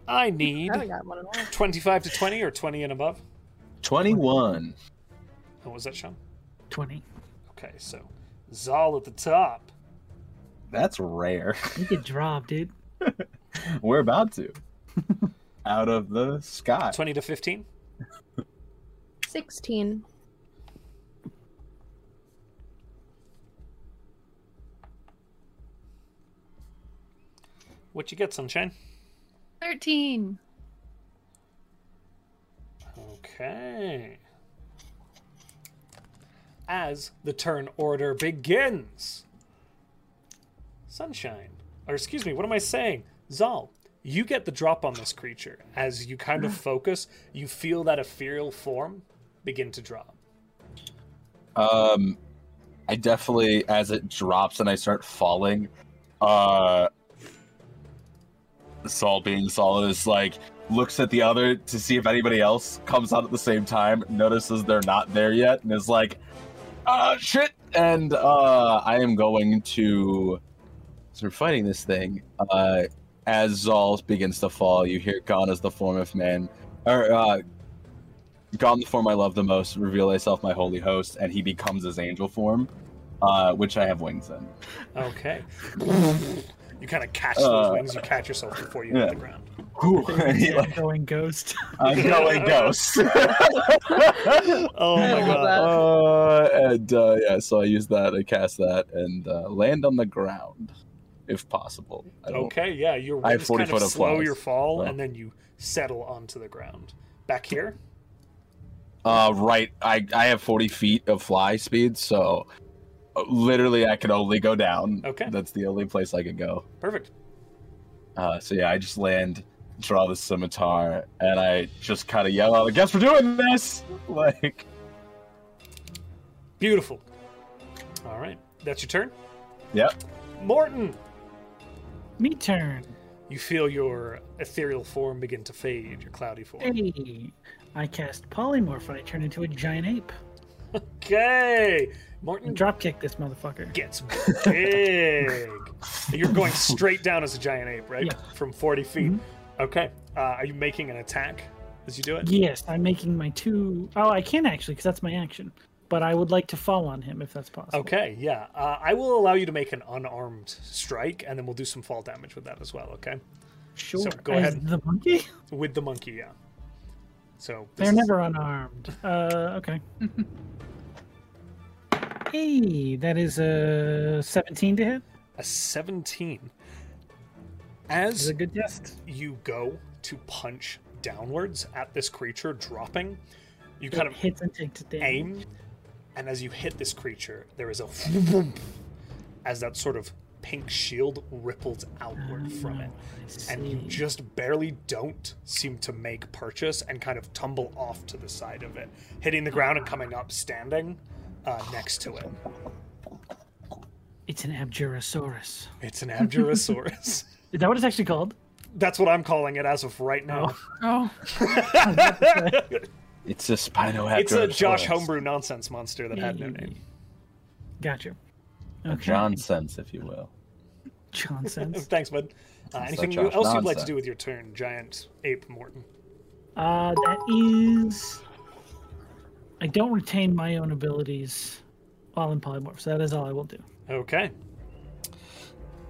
[SPEAKER 1] I
[SPEAKER 2] I
[SPEAKER 1] need
[SPEAKER 2] haven't got one at all.
[SPEAKER 1] 25 to 20 or 20 and above?
[SPEAKER 6] 21.
[SPEAKER 1] What was that, Sean?
[SPEAKER 4] 20.
[SPEAKER 1] Okay, so Zal at the top.
[SPEAKER 6] That's rare. *laughs*
[SPEAKER 4] You could drop, dude.
[SPEAKER 6] We're
[SPEAKER 1] *laughs*
[SPEAKER 6] about to. Out of the sky.
[SPEAKER 1] 20 to 15?
[SPEAKER 2] Sixteen.
[SPEAKER 1] What you get, Sunshine?
[SPEAKER 5] Thirteen.
[SPEAKER 1] Okay. As the turn order begins, Sunshine, or excuse me, what am I saying? Zal, You get the drop on this creature. As you kind of
[SPEAKER 6] *laughs*
[SPEAKER 1] focus, you feel that ethereal form begin to drop.
[SPEAKER 6] Um, I definitely, as it drops and I start falling, uh, Saul being Saul is like looks at the other to see if anybody else comes out at the same time, notices they're not there yet, and is like, "Ah, shit!" And uh, I am going to start fighting this thing. Uh, as Zal begins to fall, you hear "Gone is the form of man," or uh, "Gone the form I love the most." Reveal thyself, my holy host, and he becomes his angel form, uh, which I have wings in. *laughs*
[SPEAKER 1] Okay. you kind of catch those
[SPEAKER 6] Uh,
[SPEAKER 1] wings. You catch yourself before you
[SPEAKER 6] yeah.
[SPEAKER 1] hit the ground.
[SPEAKER 6] Ooh, *laughs* and he, like,
[SPEAKER 4] Going ghost. *laughs*
[SPEAKER 6] I'm
[SPEAKER 1] *laughs*
[SPEAKER 6] going ghost.
[SPEAKER 1] Oh
[SPEAKER 2] I
[SPEAKER 6] *laughs*
[SPEAKER 1] my
[SPEAKER 2] love
[SPEAKER 1] god.
[SPEAKER 2] that.
[SPEAKER 6] Uh, and uh, yeah, so I use that, I cast that, and uh, land on the ground, if possible. I don't-
[SPEAKER 1] Okay, yeah, your
[SPEAKER 6] I have
[SPEAKER 1] wings
[SPEAKER 6] 40
[SPEAKER 1] kind of
[SPEAKER 6] foot of
[SPEAKER 1] slow
[SPEAKER 6] flies,
[SPEAKER 1] your fall,
[SPEAKER 6] so.
[SPEAKER 1] and then you settle onto the ground. Back here,
[SPEAKER 6] Uh, right, I I have forty feet of fly speed, so uh, literally I can only go down.
[SPEAKER 1] Okay.
[SPEAKER 6] that's the only place I can go.
[SPEAKER 1] perfect.
[SPEAKER 6] Uh, so yeah, I just land, draw the scimitar, and I just kind of yell out, "I guess we're doing this!" *laughs* Like,
[SPEAKER 1] Beautiful. All right, that's your turn,
[SPEAKER 6] yep.
[SPEAKER 1] Morton.
[SPEAKER 4] Me turn.
[SPEAKER 1] You feel your ethereal form begin to fade, your cloudy form.
[SPEAKER 4] Hey, I cast polymorph and I turn into a giant ape.
[SPEAKER 1] Okay, Morton
[SPEAKER 4] Dropkick this motherfucker.
[SPEAKER 1] gets big. You're going straight down as a giant ape, right?
[SPEAKER 4] Yeah.
[SPEAKER 1] From 40 feet. Okay. Uh, are you making an attack as you do it?
[SPEAKER 4] Yes, I'm making my two oh I can actually, because that's my action. But I would like to fall on him if that's possible.
[SPEAKER 1] Okay, yeah. Uh, I will allow you to make an unarmed strike, and then we'll do some fall damage with that as well, okay?
[SPEAKER 4] Sure.
[SPEAKER 1] go
[SPEAKER 4] As
[SPEAKER 1] ahead.
[SPEAKER 4] The monkey?
[SPEAKER 1] With the monkey, yeah. So this
[SPEAKER 4] *laughs* They're
[SPEAKER 1] is-
[SPEAKER 4] never unarmed. Uh, okay. hey, that is a 17 to hit.
[SPEAKER 1] a 17.
[SPEAKER 4] Is
[SPEAKER 1] As
[SPEAKER 4] a good test.
[SPEAKER 1] you go to punch downwards at this creature dropping, you
[SPEAKER 4] It
[SPEAKER 1] kind of
[SPEAKER 4] hits and takes damage.
[SPEAKER 1] aim, and as you hit this creature, there is a *laughs* as that sort of pink shield ripples outward from it.
[SPEAKER 4] Um, I
[SPEAKER 1] And you
[SPEAKER 4] see.
[SPEAKER 1] just barely don't seem to make purchase and kind of tumble off to the side of it, hitting the ground and coming up standing uh, next to it.
[SPEAKER 4] It's an Abjurosaurus.
[SPEAKER 1] *sighs* It's an Abjurosaurus.
[SPEAKER 4] Is that what it's actually called?
[SPEAKER 1] *laughs* That's what I'm calling it as of right now.
[SPEAKER 5] Oh,
[SPEAKER 1] Oh.
[SPEAKER 6] It's a
[SPEAKER 1] *laughs*
[SPEAKER 6] Spino
[SPEAKER 1] it's a Josh Homebrew nonsense monster that had no name.
[SPEAKER 4] Gotcha. Okay.
[SPEAKER 6] John sense, if you will.
[SPEAKER 4] John sense.
[SPEAKER 1] Thanks, bud. Uh,
[SPEAKER 6] It's
[SPEAKER 1] anything
[SPEAKER 6] a
[SPEAKER 1] you-
[SPEAKER 6] Josh
[SPEAKER 1] else you'd like to
[SPEAKER 6] nonsense.
[SPEAKER 1] do with your turn, giant ape Morton?
[SPEAKER 4] Uh, that is. I don't retain my own abilities while in polymorph, so that is all I will do.
[SPEAKER 1] Okay.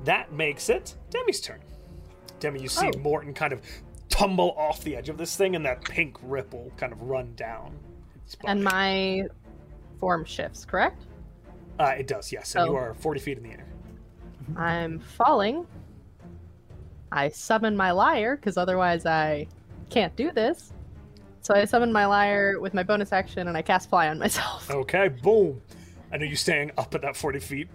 [SPEAKER 1] That makes it Demi's turn. Demi, you see
[SPEAKER 2] Oh.
[SPEAKER 1] Morton kind of tumble off the edge of this thing and that pink ripple kind of run down. his body.
[SPEAKER 2] And my form shifts, correct?
[SPEAKER 1] uh, it does, yes. And you
[SPEAKER 2] Oh.
[SPEAKER 1] are 40 feet in the air.
[SPEAKER 2] I'm falling. I summon my liar because otherwise I can't do this. So I summon my liar with my bonus action and I cast fly on myself.
[SPEAKER 1] Okay, boom. And are you staying up at that 40 feet?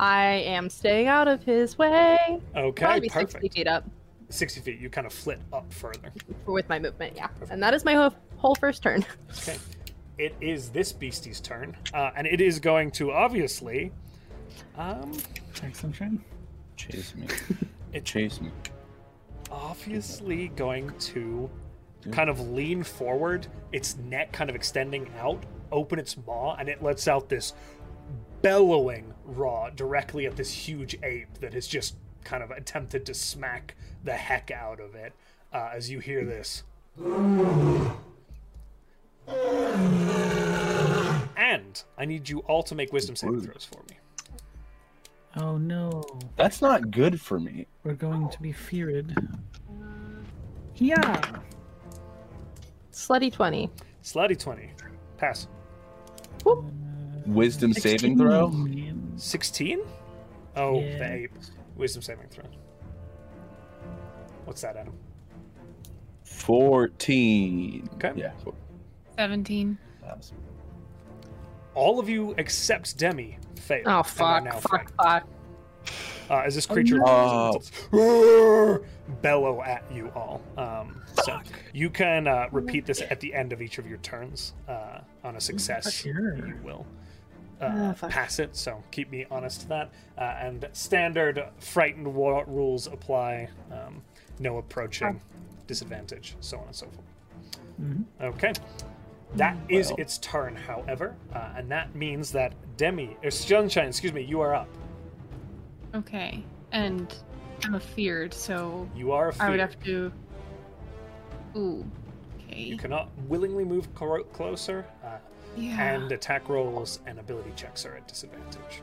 [SPEAKER 2] I am staying out of his way.
[SPEAKER 1] Okay,
[SPEAKER 2] Probably
[SPEAKER 1] perfect.
[SPEAKER 2] 60 feet up
[SPEAKER 1] 60 feet. You kind of flit up further.
[SPEAKER 2] with my movement, yeah. And that is my ho- whole first turn. *laughs*
[SPEAKER 1] Okay. It is this beastie's turn. Uh, and it is going to obviously. Um,
[SPEAKER 4] Thanks, Sunshine.
[SPEAKER 6] Chase me.
[SPEAKER 1] It-
[SPEAKER 6] Chase me.
[SPEAKER 1] obviously going to kind of lean forward, its neck kind of extending out, open its maw, and it lets out this bellowing raw directly at this huge ape that has just kind of attempted to smack the heck out of it. Uh, as you hear this. And I need you all to make wisdom saving throws for me.
[SPEAKER 4] Oh no,
[SPEAKER 6] That's not good for me.
[SPEAKER 4] we're going to be feared. Yeah.
[SPEAKER 2] Slutty 20.
[SPEAKER 1] Slutty 20. Pass.
[SPEAKER 6] Wisdom saving throw.
[SPEAKER 4] 16.
[SPEAKER 1] 16? Oh,
[SPEAKER 4] Yeah.
[SPEAKER 1] the ape. Wisdom saving throw. What's that, Adam?
[SPEAKER 6] 14.
[SPEAKER 1] Okay.
[SPEAKER 6] Yeah.
[SPEAKER 5] 17.
[SPEAKER 1] All of you except Demi fail. and
[SPEAKER 2] Oh
[SPEAKER 1] are
[SPEAKER 2] fuck,
[SPEAKER 1] now
[SPEAKER 2] Oh, fuck, Oh,
[SPEAKER 1] frightened.
[SPEAKER 2] fuck.
[SPEAKER 1] uh, as this creature
[SPEAKER 6] no.
[SPEAKER 1] launches its- roar, *laughs* bellow at you all. Um, so you can uh, repeat this at the end of each of your turns. Uh, on a success,
[SPEAKER 4] Sure.
[SPEAKER 1] you will
[SPEAKER 3] Ah,
[SPEAKER 1] uh,
[SPEAKER 3] fuck.
[SPEAKER 1] pass it. So keep me honest to that. Uh, and standard frightened wa- rules apply. Um, no approaching, disadvantage, so on and so forth.
[SPEAKER 4] Mhm.
[SPEAKER 1] Okay. that is
[SPEAKER 6] Well.
[SPEAKER 1] its turn, however, uh, and that means that Demi, or Sunshine, excuse me, you are up.
[SPEAKER 5] Okay. And I'm afeared, so
[SPEAKER 1] You are afeared.
[SPEAKER 5] I would have to. Ooh. Okay.
[SPEAKER 1] You cannot willingly move cor- closer, uh,
[SPEAKER 5] yeah.
[SPEAKER 1] and attack rolls and ability checks are at disadvantage.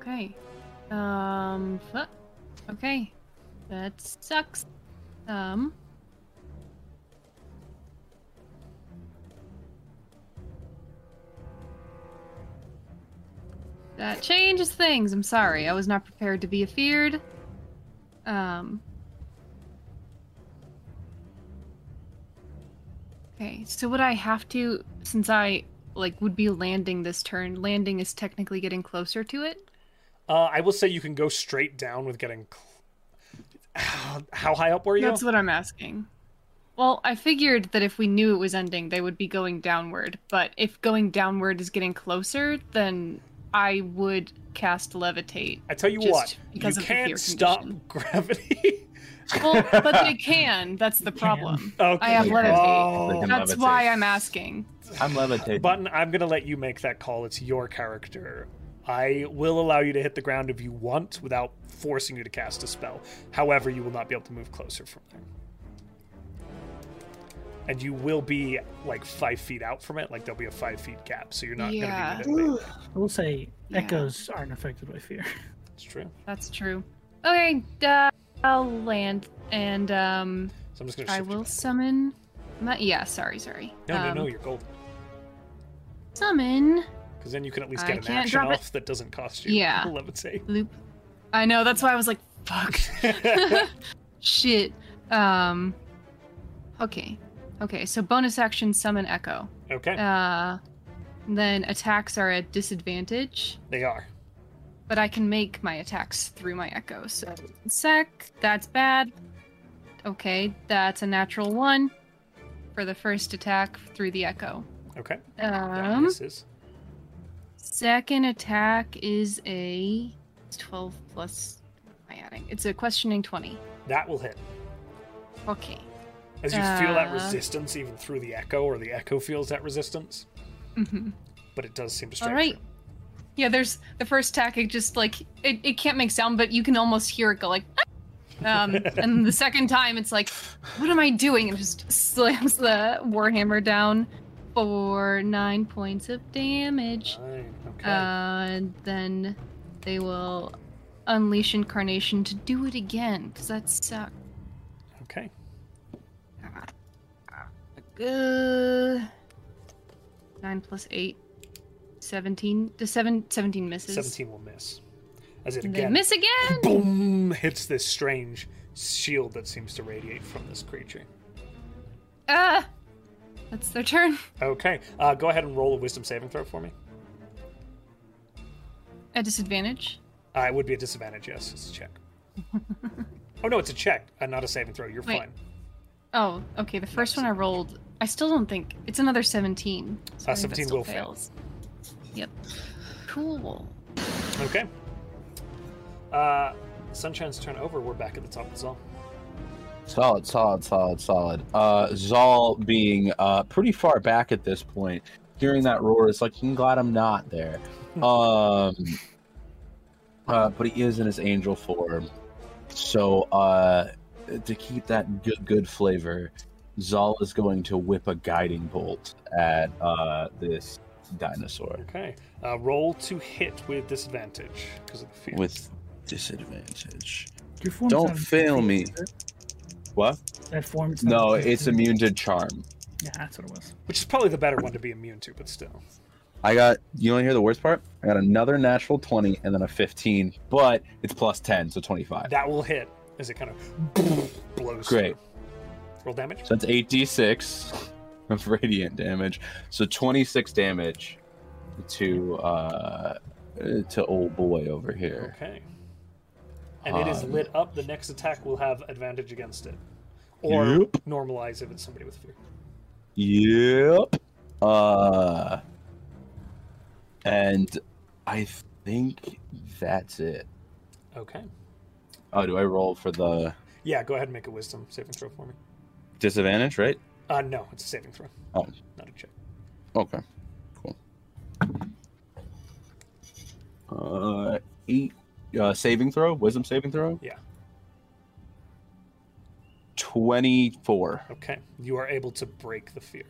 [SPEAKER 5] Okay. Um. fuck. Okay. That sucks. Um. That changes things. I'm sorry. I was not prepared to be afeared. Um. Okay. So would I have to, since I like would be landing this turn? Landing is technically getting closer to it.
[SPEAKER 1] Uh, I will say you can go straight down with getting. Cl- *sighs* How high up were you?
[SPEAKER 5] That's what I'm asking. Well, I figured that if we knew it was ending, they would be going downward. But if going downward is getting closer, then I would cast levitate.
[SPEAKER 1] I tell you
[SPEAKER 5] Just
[SPEAKER 1] what, you
[SPEAKER 5] because of the fear
[SPEAKER 1] can't stop
[SPEAKER 5] condition.
[SPEAKER 1] gravity. *laughs*
[SPEAKER 5] Well, but they can. That's the problem.
[SPEAKER 1] okay.
[SPEAKER 5] I have
[SPEAKER 6] They
[SPEAKER 5] levitate.
[SPEAKER 6] can-
[SPEAKER 1] Oh.
[SPEAKER 6] they can
[SPEAKER 5] That's
[SPEAKER 6] levitate.
[SPEAKER 5] why I'm asking.
[SPEAKER 6] I'm levitating.
[SPEAKER 1] Button, I'm going to let you make that call. It's your character. I will allow you to hit the ground if you want without forcing you to cast a spell. However, you will not be able to move closer from there. And you will be like five feet out from it. Like there'll be a five feet gap, so you're not
[SPEAKER 5] Yeah.
[SPEAKER 1] going to be mitigated.
[SPEAKER 4] I will say
[SPEAKER 5] Yeah.
[SPEAKER 4] echoes aren't affected by fear. *laughs*
[SPEAKER 1] It's true.
[SPEAKER 5] That's true. Okay, uh, I'll land and um,
[SPEAKER 1] So I'm just going to.
[SPEAKER 5] I will summon. My, yeah, sorry, sorry.
[SPEAKER 1] No,
[SPEAKER 5] Um,
[SPEAKER 1] no, no. You're golden
[SPEAKER 5] Summon.
[SPEAKER 1] because then you can at least
[SPEAKER 5] I
[SPEAKER 1] get an
[SPEAKER 5] can't
[SPEAKER 1] action
[SPEAKER 5] drop it.
[SPEAKER 1] off that doesn't cost you.
[SPEAKER 5] Yeah.
[SPEAKER 1] Levitate.
[SPEAKER 5] *laughs*
[SPEAKER 1] *laughs*
[SPEAKER 5] loop. I know, that's why I was like, fuck. *laughs* Shit. Um Okay. Okay, so bonus action summon echo.
[SPEAKER 1] Okay,
[SPEAKER 5] Uh then attacks are at disadvantage,
[SPEAKER 1] they are.
[SPEAKER 5] but I can make my attacks through my echo. So sec, that's bad. Okay, that's a natural one for the first attack through the echo.
[SPEAKER 1] Okay. That
[SPEAKER 5] Um
[SPEAKER 1] misses.
[SPEAKER 5] Second attack is a it's 12 plus. Am I adding? It's a questioning 20.
[SPEAKER 1] That will hit.
[SPEAKER 5] Okay.
[SPEAKER 1] As you feel that
[SPEAKER 5] Uh.
[SPEAKER 1] resistance, even through the echo, or the echo feels that resistance,
[SPEAKER 5] hmm
[SPEAKER 1] but it does seem to strike.
[SPEAKER 5] All
[SPEAKER 1] you.
[SPEAKER 5] right. Yeah, there's the first attack. It just like it, it can't make sound, but you can almost hear it go like. *laughs* "Ah!" Um, and the second time, it's like, what am I doing? And just slams the warhammer down for nine points of damage.
[SPEAKER 1] Fine, Okay.
[SPEAKER 5] Uh, and then they will unleash incarnation to do it again because that sucks.
[SPEAKER 1] okay.
[SPEAKER 5] Uh, 9 plus 8 17 the seven, 17 misses
[SPEAKER 1] 17 will miss. As it
[SPEAKER 5] And they
[SPEAKER 1] again
[SPEAKER 5] miss again
[SPEAKER 1] boom hits this strange shield that seems to radiate from this creature.
[SPEAKER 5] ah that's their turn *laughs*
[SPEAKER 1] Okay. Uh, go ahead and roll a wisdom saving throw for me.
[SPEAKER 5] at disadvantage
[SPEAKER 1] Uh, it would be a disadvantage, yes. It's a check. oh, no, it's a check, uh, not a saving throw. You're
[SPEAKER 5] Wait.
[SPEAKER 1] fine.
[SPEAKER 5] oh okay the first one i rolled i still don't think it's another 17 so
[SPEAKER 1] Uh,
[SPEAKER 5] I think that
[SPEAKER 1] 17
[SPEAKER 5] still
[SPEAKER 1] will fail.
[SPEAKER 5] yep cool
[SPEAKER 1] Okay. Uh, Sunshine's turn over. We're back at the top of the all.
[SPEAKER 6] Solid, solid, solid, solid. Uh, Zal being uh, pretty far back at this point, hearing that roar, it's like, I'm glad I'm not there.
[SPEAKER 1] Hmm.
[SPEAKER 6] Um, uh, but he is in his angel form. So uh, to keep that good, good flavor, Zal is going to whip a guiding bolt at uh, this dinosaur
[SPEAKER 1] Okay. Uh, roll to hit with disadvantage because of the fear.
[SPEAKER 6] with disadvantage.
[SPEAKER 4] Your form's
[SPEAKER 6] Don't
[SPEAKER 4] not
[SPEAKER 6] fail
[SPEAKER 4] affected,
[SPEAKER 6] me.
[SPEAKER 4] is it?
[SPEAKER 6] What?
[SPEAKER 4] That form's not
[SPEAKER 6] No,
[SPEAKER 4] affected.
[SPEAKER 6] it's immune to charm.
[SPEAKER 4] Yeah, that's what it was.
[SPEAKER 1] which is probably the better one to be immune to, but still.
[SPEAKER 6] I got you want to hear the worst part? I got another natural twenty and then a fifteen, but it's plus ten, so twenty five.
[SPEAKER 1] That will hit as it kind of blows.
[SPEAKER 6] Great.
[SPEAKER 1] through. Roll damage.
[SPEAKER 6] So that's eight d six of *laughs* radiant damage. So twenty six damage to uh to old boy over here.
[SPEAKER 1] Okay. and it
[SPEAKER 6] Um.
[SPEAKER 1] is lit up, the next attack will have advantage against it. Or
[SPEAKER 6] Yep.
[SPEAKER 1] normalize if it's somebody with fear.
[SPEAKER 6] Yep. Uh, and I think that's it.
[SPEAKER 1] Okay.
[SPEAKER 6] Oh, do I roll for the
[SPEAKER 1] Yeah, go ahead and make a wisdom saving throw for me.
[SPEAKER 6] disadvantage, right?
[SPEAKER 1] Uh, no, it's a saving throw.
[SPEAKER 6] Oh.
[SPEAKER 1] Not a check.
[SPEAKER 6] Okay. Cool. Uh, eight. Uh, saving throw? Wisdom saving throw?
[SPEAKER 1] Yeah.
[SPEAKER 6] 24.
[SPEAKER 1] Okay. You are able to break the fear.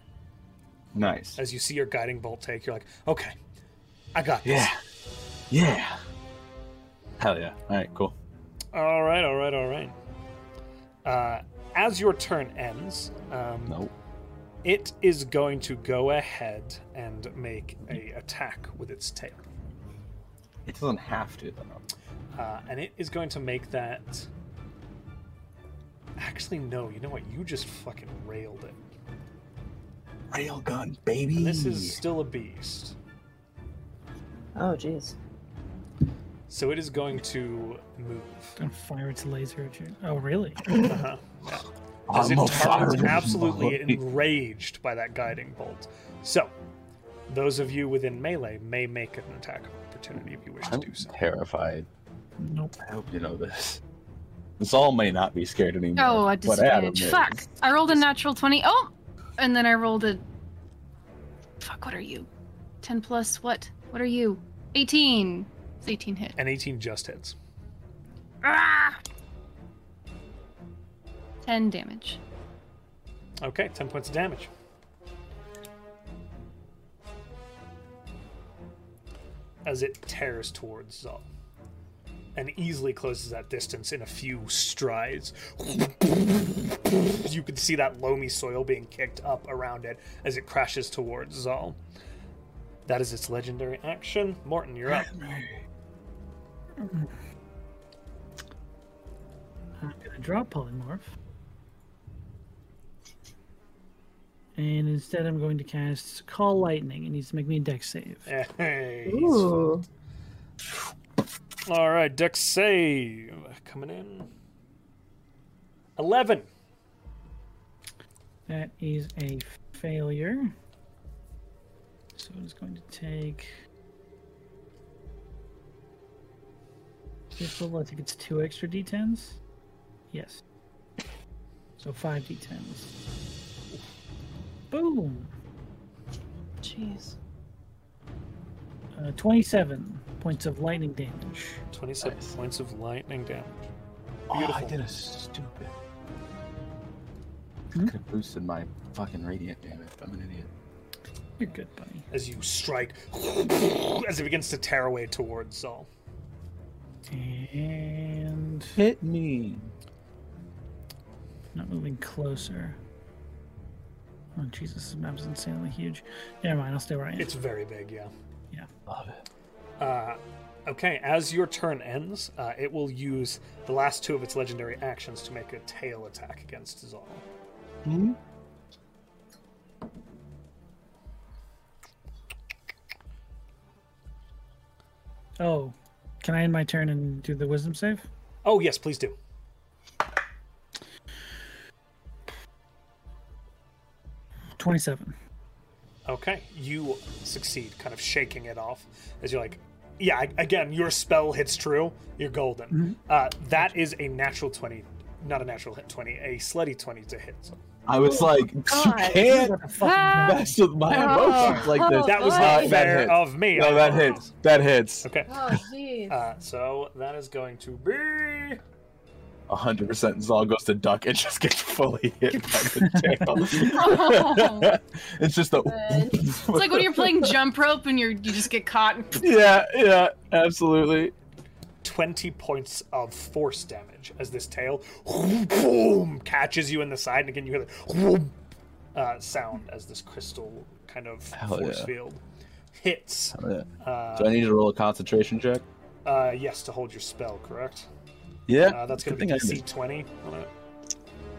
[SPEAKER 6] Nice.
[SPEAKER 1] As you see your guiding bolt take, you're like, okay, I got this.
[SPEAKER 6] Yeah. Yeah. Hell yeah. All right, cool.
[SPEAKER 1] All right, all right, all right. Uh, as your turn ends, um,
[SPEAKER 6] Nope.
[SPEAKER 1] it is going to go ahead and make a attack with its tail.
[SPEAKER 6] It doesn't have to, though.
[SPEAKER 1] Uh, and it is going to make that. Actually, no. You know what? You just fucking railed it.
[SPEAKER 6] Railgun, baby.
[SPEAKER 1] And this is still a beast.
[SPEAKER 2] Oh, jeez.
[SPEAKER 1] So it is going to move.
[SPEAKER 4] Don't fire its laser at you. Oh, really?
[SPEAKER 1] Uh-huh. As it turns absolutely enraged by that guiding bolt. So, those of you within melee may make an attack of opportunity if you wish to
[SPEAKER 6] I'm
[SPEAKER 1] do so.
[SPEAKER 6] terrified.
[SPEAKER 4] Nope.
[SPEAKER 6] I hope you know this. Saul may not be scared anymore.
[SPEAKER 5] Oh, a
[SPEAKER 6] but Adam
[SPEAKER 5] disadvantage.
[SPEAKER 6] is.
[SPEAKER 5] Fuck. I rolled a natural 20. Oh! And then I rolled a. Fuck, what are you? 10 plus what? What are you? 18. It's 18 hit.
[SPEAKER 1] An 18 just hits.
[SPEAKER 5] Ah! 10 damage.
[SPEAKER 1] Okay, 10 points of damage. As it tears towards Zal. And easily closes that distance in a few strides. You can see that loamy soil being kicked up around it as it crashes towards Zal. That is its legendary action. Morton, you're up.
[SPEAKER 4] I'm gonna drop polymorph. And instead, I'm going to cast Call Lightning. It needs to make me a deck save.
[SPEAKER 1] Hey, he's
[SPEAKER 2] Ooh.
[SPEAKER 1] All right, Dex save coming in. Eleven.
[SPEAKER 4] That is a failure. So it's going to take. This level, I think it's two extra d10s. Yes. So five d10s. Boom!
[SPEAKER 2] Jeez.
[SPEAKER 4] Uh, 27 points of lightning damage.
[SPEAKER 1] 27
[SPEAKER 6] Nice.
[SPEAKER 1] points of lightning damage.
[SPEAKER 6] Oh, I
[SPEAKER 1] Beautiful.
[SPEAKER 6] did a stupid.
[SPEAKER 4] Hmm?
[SPEAKER 6] I could have boosted my fucking radiant damage. I'm an idiot.
[SPEAKER 4] You're good, buddy.
[SPEAKER 1] As you strike, *laughs* as it begins to tear away towards Zal.
[SPEAKER 4] And.
[SPEAKER 6] Hit me.
[SPEAKER 4] Not moving closer. Oh, Jesus, this map's insanely huge. Never mind, I'll stay where I am.
[SPEAKER 1] It's very big, yeah.
[SPEAKER 6] Love it.
[SPEAKER 1] Uh, okay, as your turn ends, uh, it will use the last two of its legendary actions to make a tail attack against Zal.
[SPEAKER 6] Hmm?
[SPEAKER 4] Oh, can I end my turn and do the wisdom save?
[SPEAKER 1] Oh, yes, please do.
[SPEAKER 4] Twenty-seven.
[SPEAKER 1] Okay, you succeed, kind of shaking it off as you're like, yeah, I- again, your spell hits true, you're golden.
[SPEAKER 6] Mm-hmm.
[SPEAKER 1] Uh, that is a natural 20, not a natural hit 20, a slutty 20 to hit. So
[SPEAKER 6] I was
[SPEAKER 1] Oh
[SPEAKER 6] like, you
[SPEAKER 2] God.
[SPEAKER 6] can't
[SPEAKER 4] *laughs* What the fuck?
[SPEAKER 6] mess with my
[SPEAKER 2] Oh.
[SPEAKER 6] emotions like this.
[SPEAKER 2] Oh,
[SPEAKER 1] that was
[SPEAKER 2] boy.
[SPEAKER 1] not
[SPEAKER 6] Uh, that
[SPEAKER 1] fair Oh,
[SPEAKER 6] hits.
[SPEAKER 1] of me. I
[SPEAKER 6] No, that
[SPEAKER 1] apologize.
[SPEAKER 6] hits. That hits.
[SPEAKER 1] Okay, *laughs*
[SPEAKER 2] Oh, jeez.
[SPEAKER 1] uh, so that is going to be.
[SPEAKER 6] 100% Zal goes to duck and *laughs* just gets fully hit by
[SPEAKER 1] *laughs*
[SPEAKER 6] the tail. *laughs* it's just the.
[SPEAKER 1] Uh,
[SPEAKER 2] Good.
[SPEAKER 6] it's *laughs*
[SPEAKER 5] It's like when you're playing jump rope and you're you just get caught. and-
[SPEAKER 6] Yeah, yeah, absolutely.
[SPEAKER 1] 20 points of force damage as this tail boom, catches you in the side, and again you hear the whoom, uh, sound as this crystal kind of
[SPEAKER 6] Hell
[SPEAKER 1] force
[SPEAKER 6] yeah.
[SPEAKER 1] field hits.
[SPEAKER 6] Yeah.
[SPEAKER 1] Uh,
[SPEAKER 6] Do I need to roll a concentration check?
[SPEAKER 1] uh, yes, to hold your spell, correct?
[SPEAKER 6] Yeah.
[SPEAKER 1] Uh, that's going to
[SPEAKER 6] Good
[SPEAKER 1] be
[SPEAKER 6] thing
[SPEAKER 1] DC
[SPEAKER 6] I did.
[SPEAKER 1] 20. on it.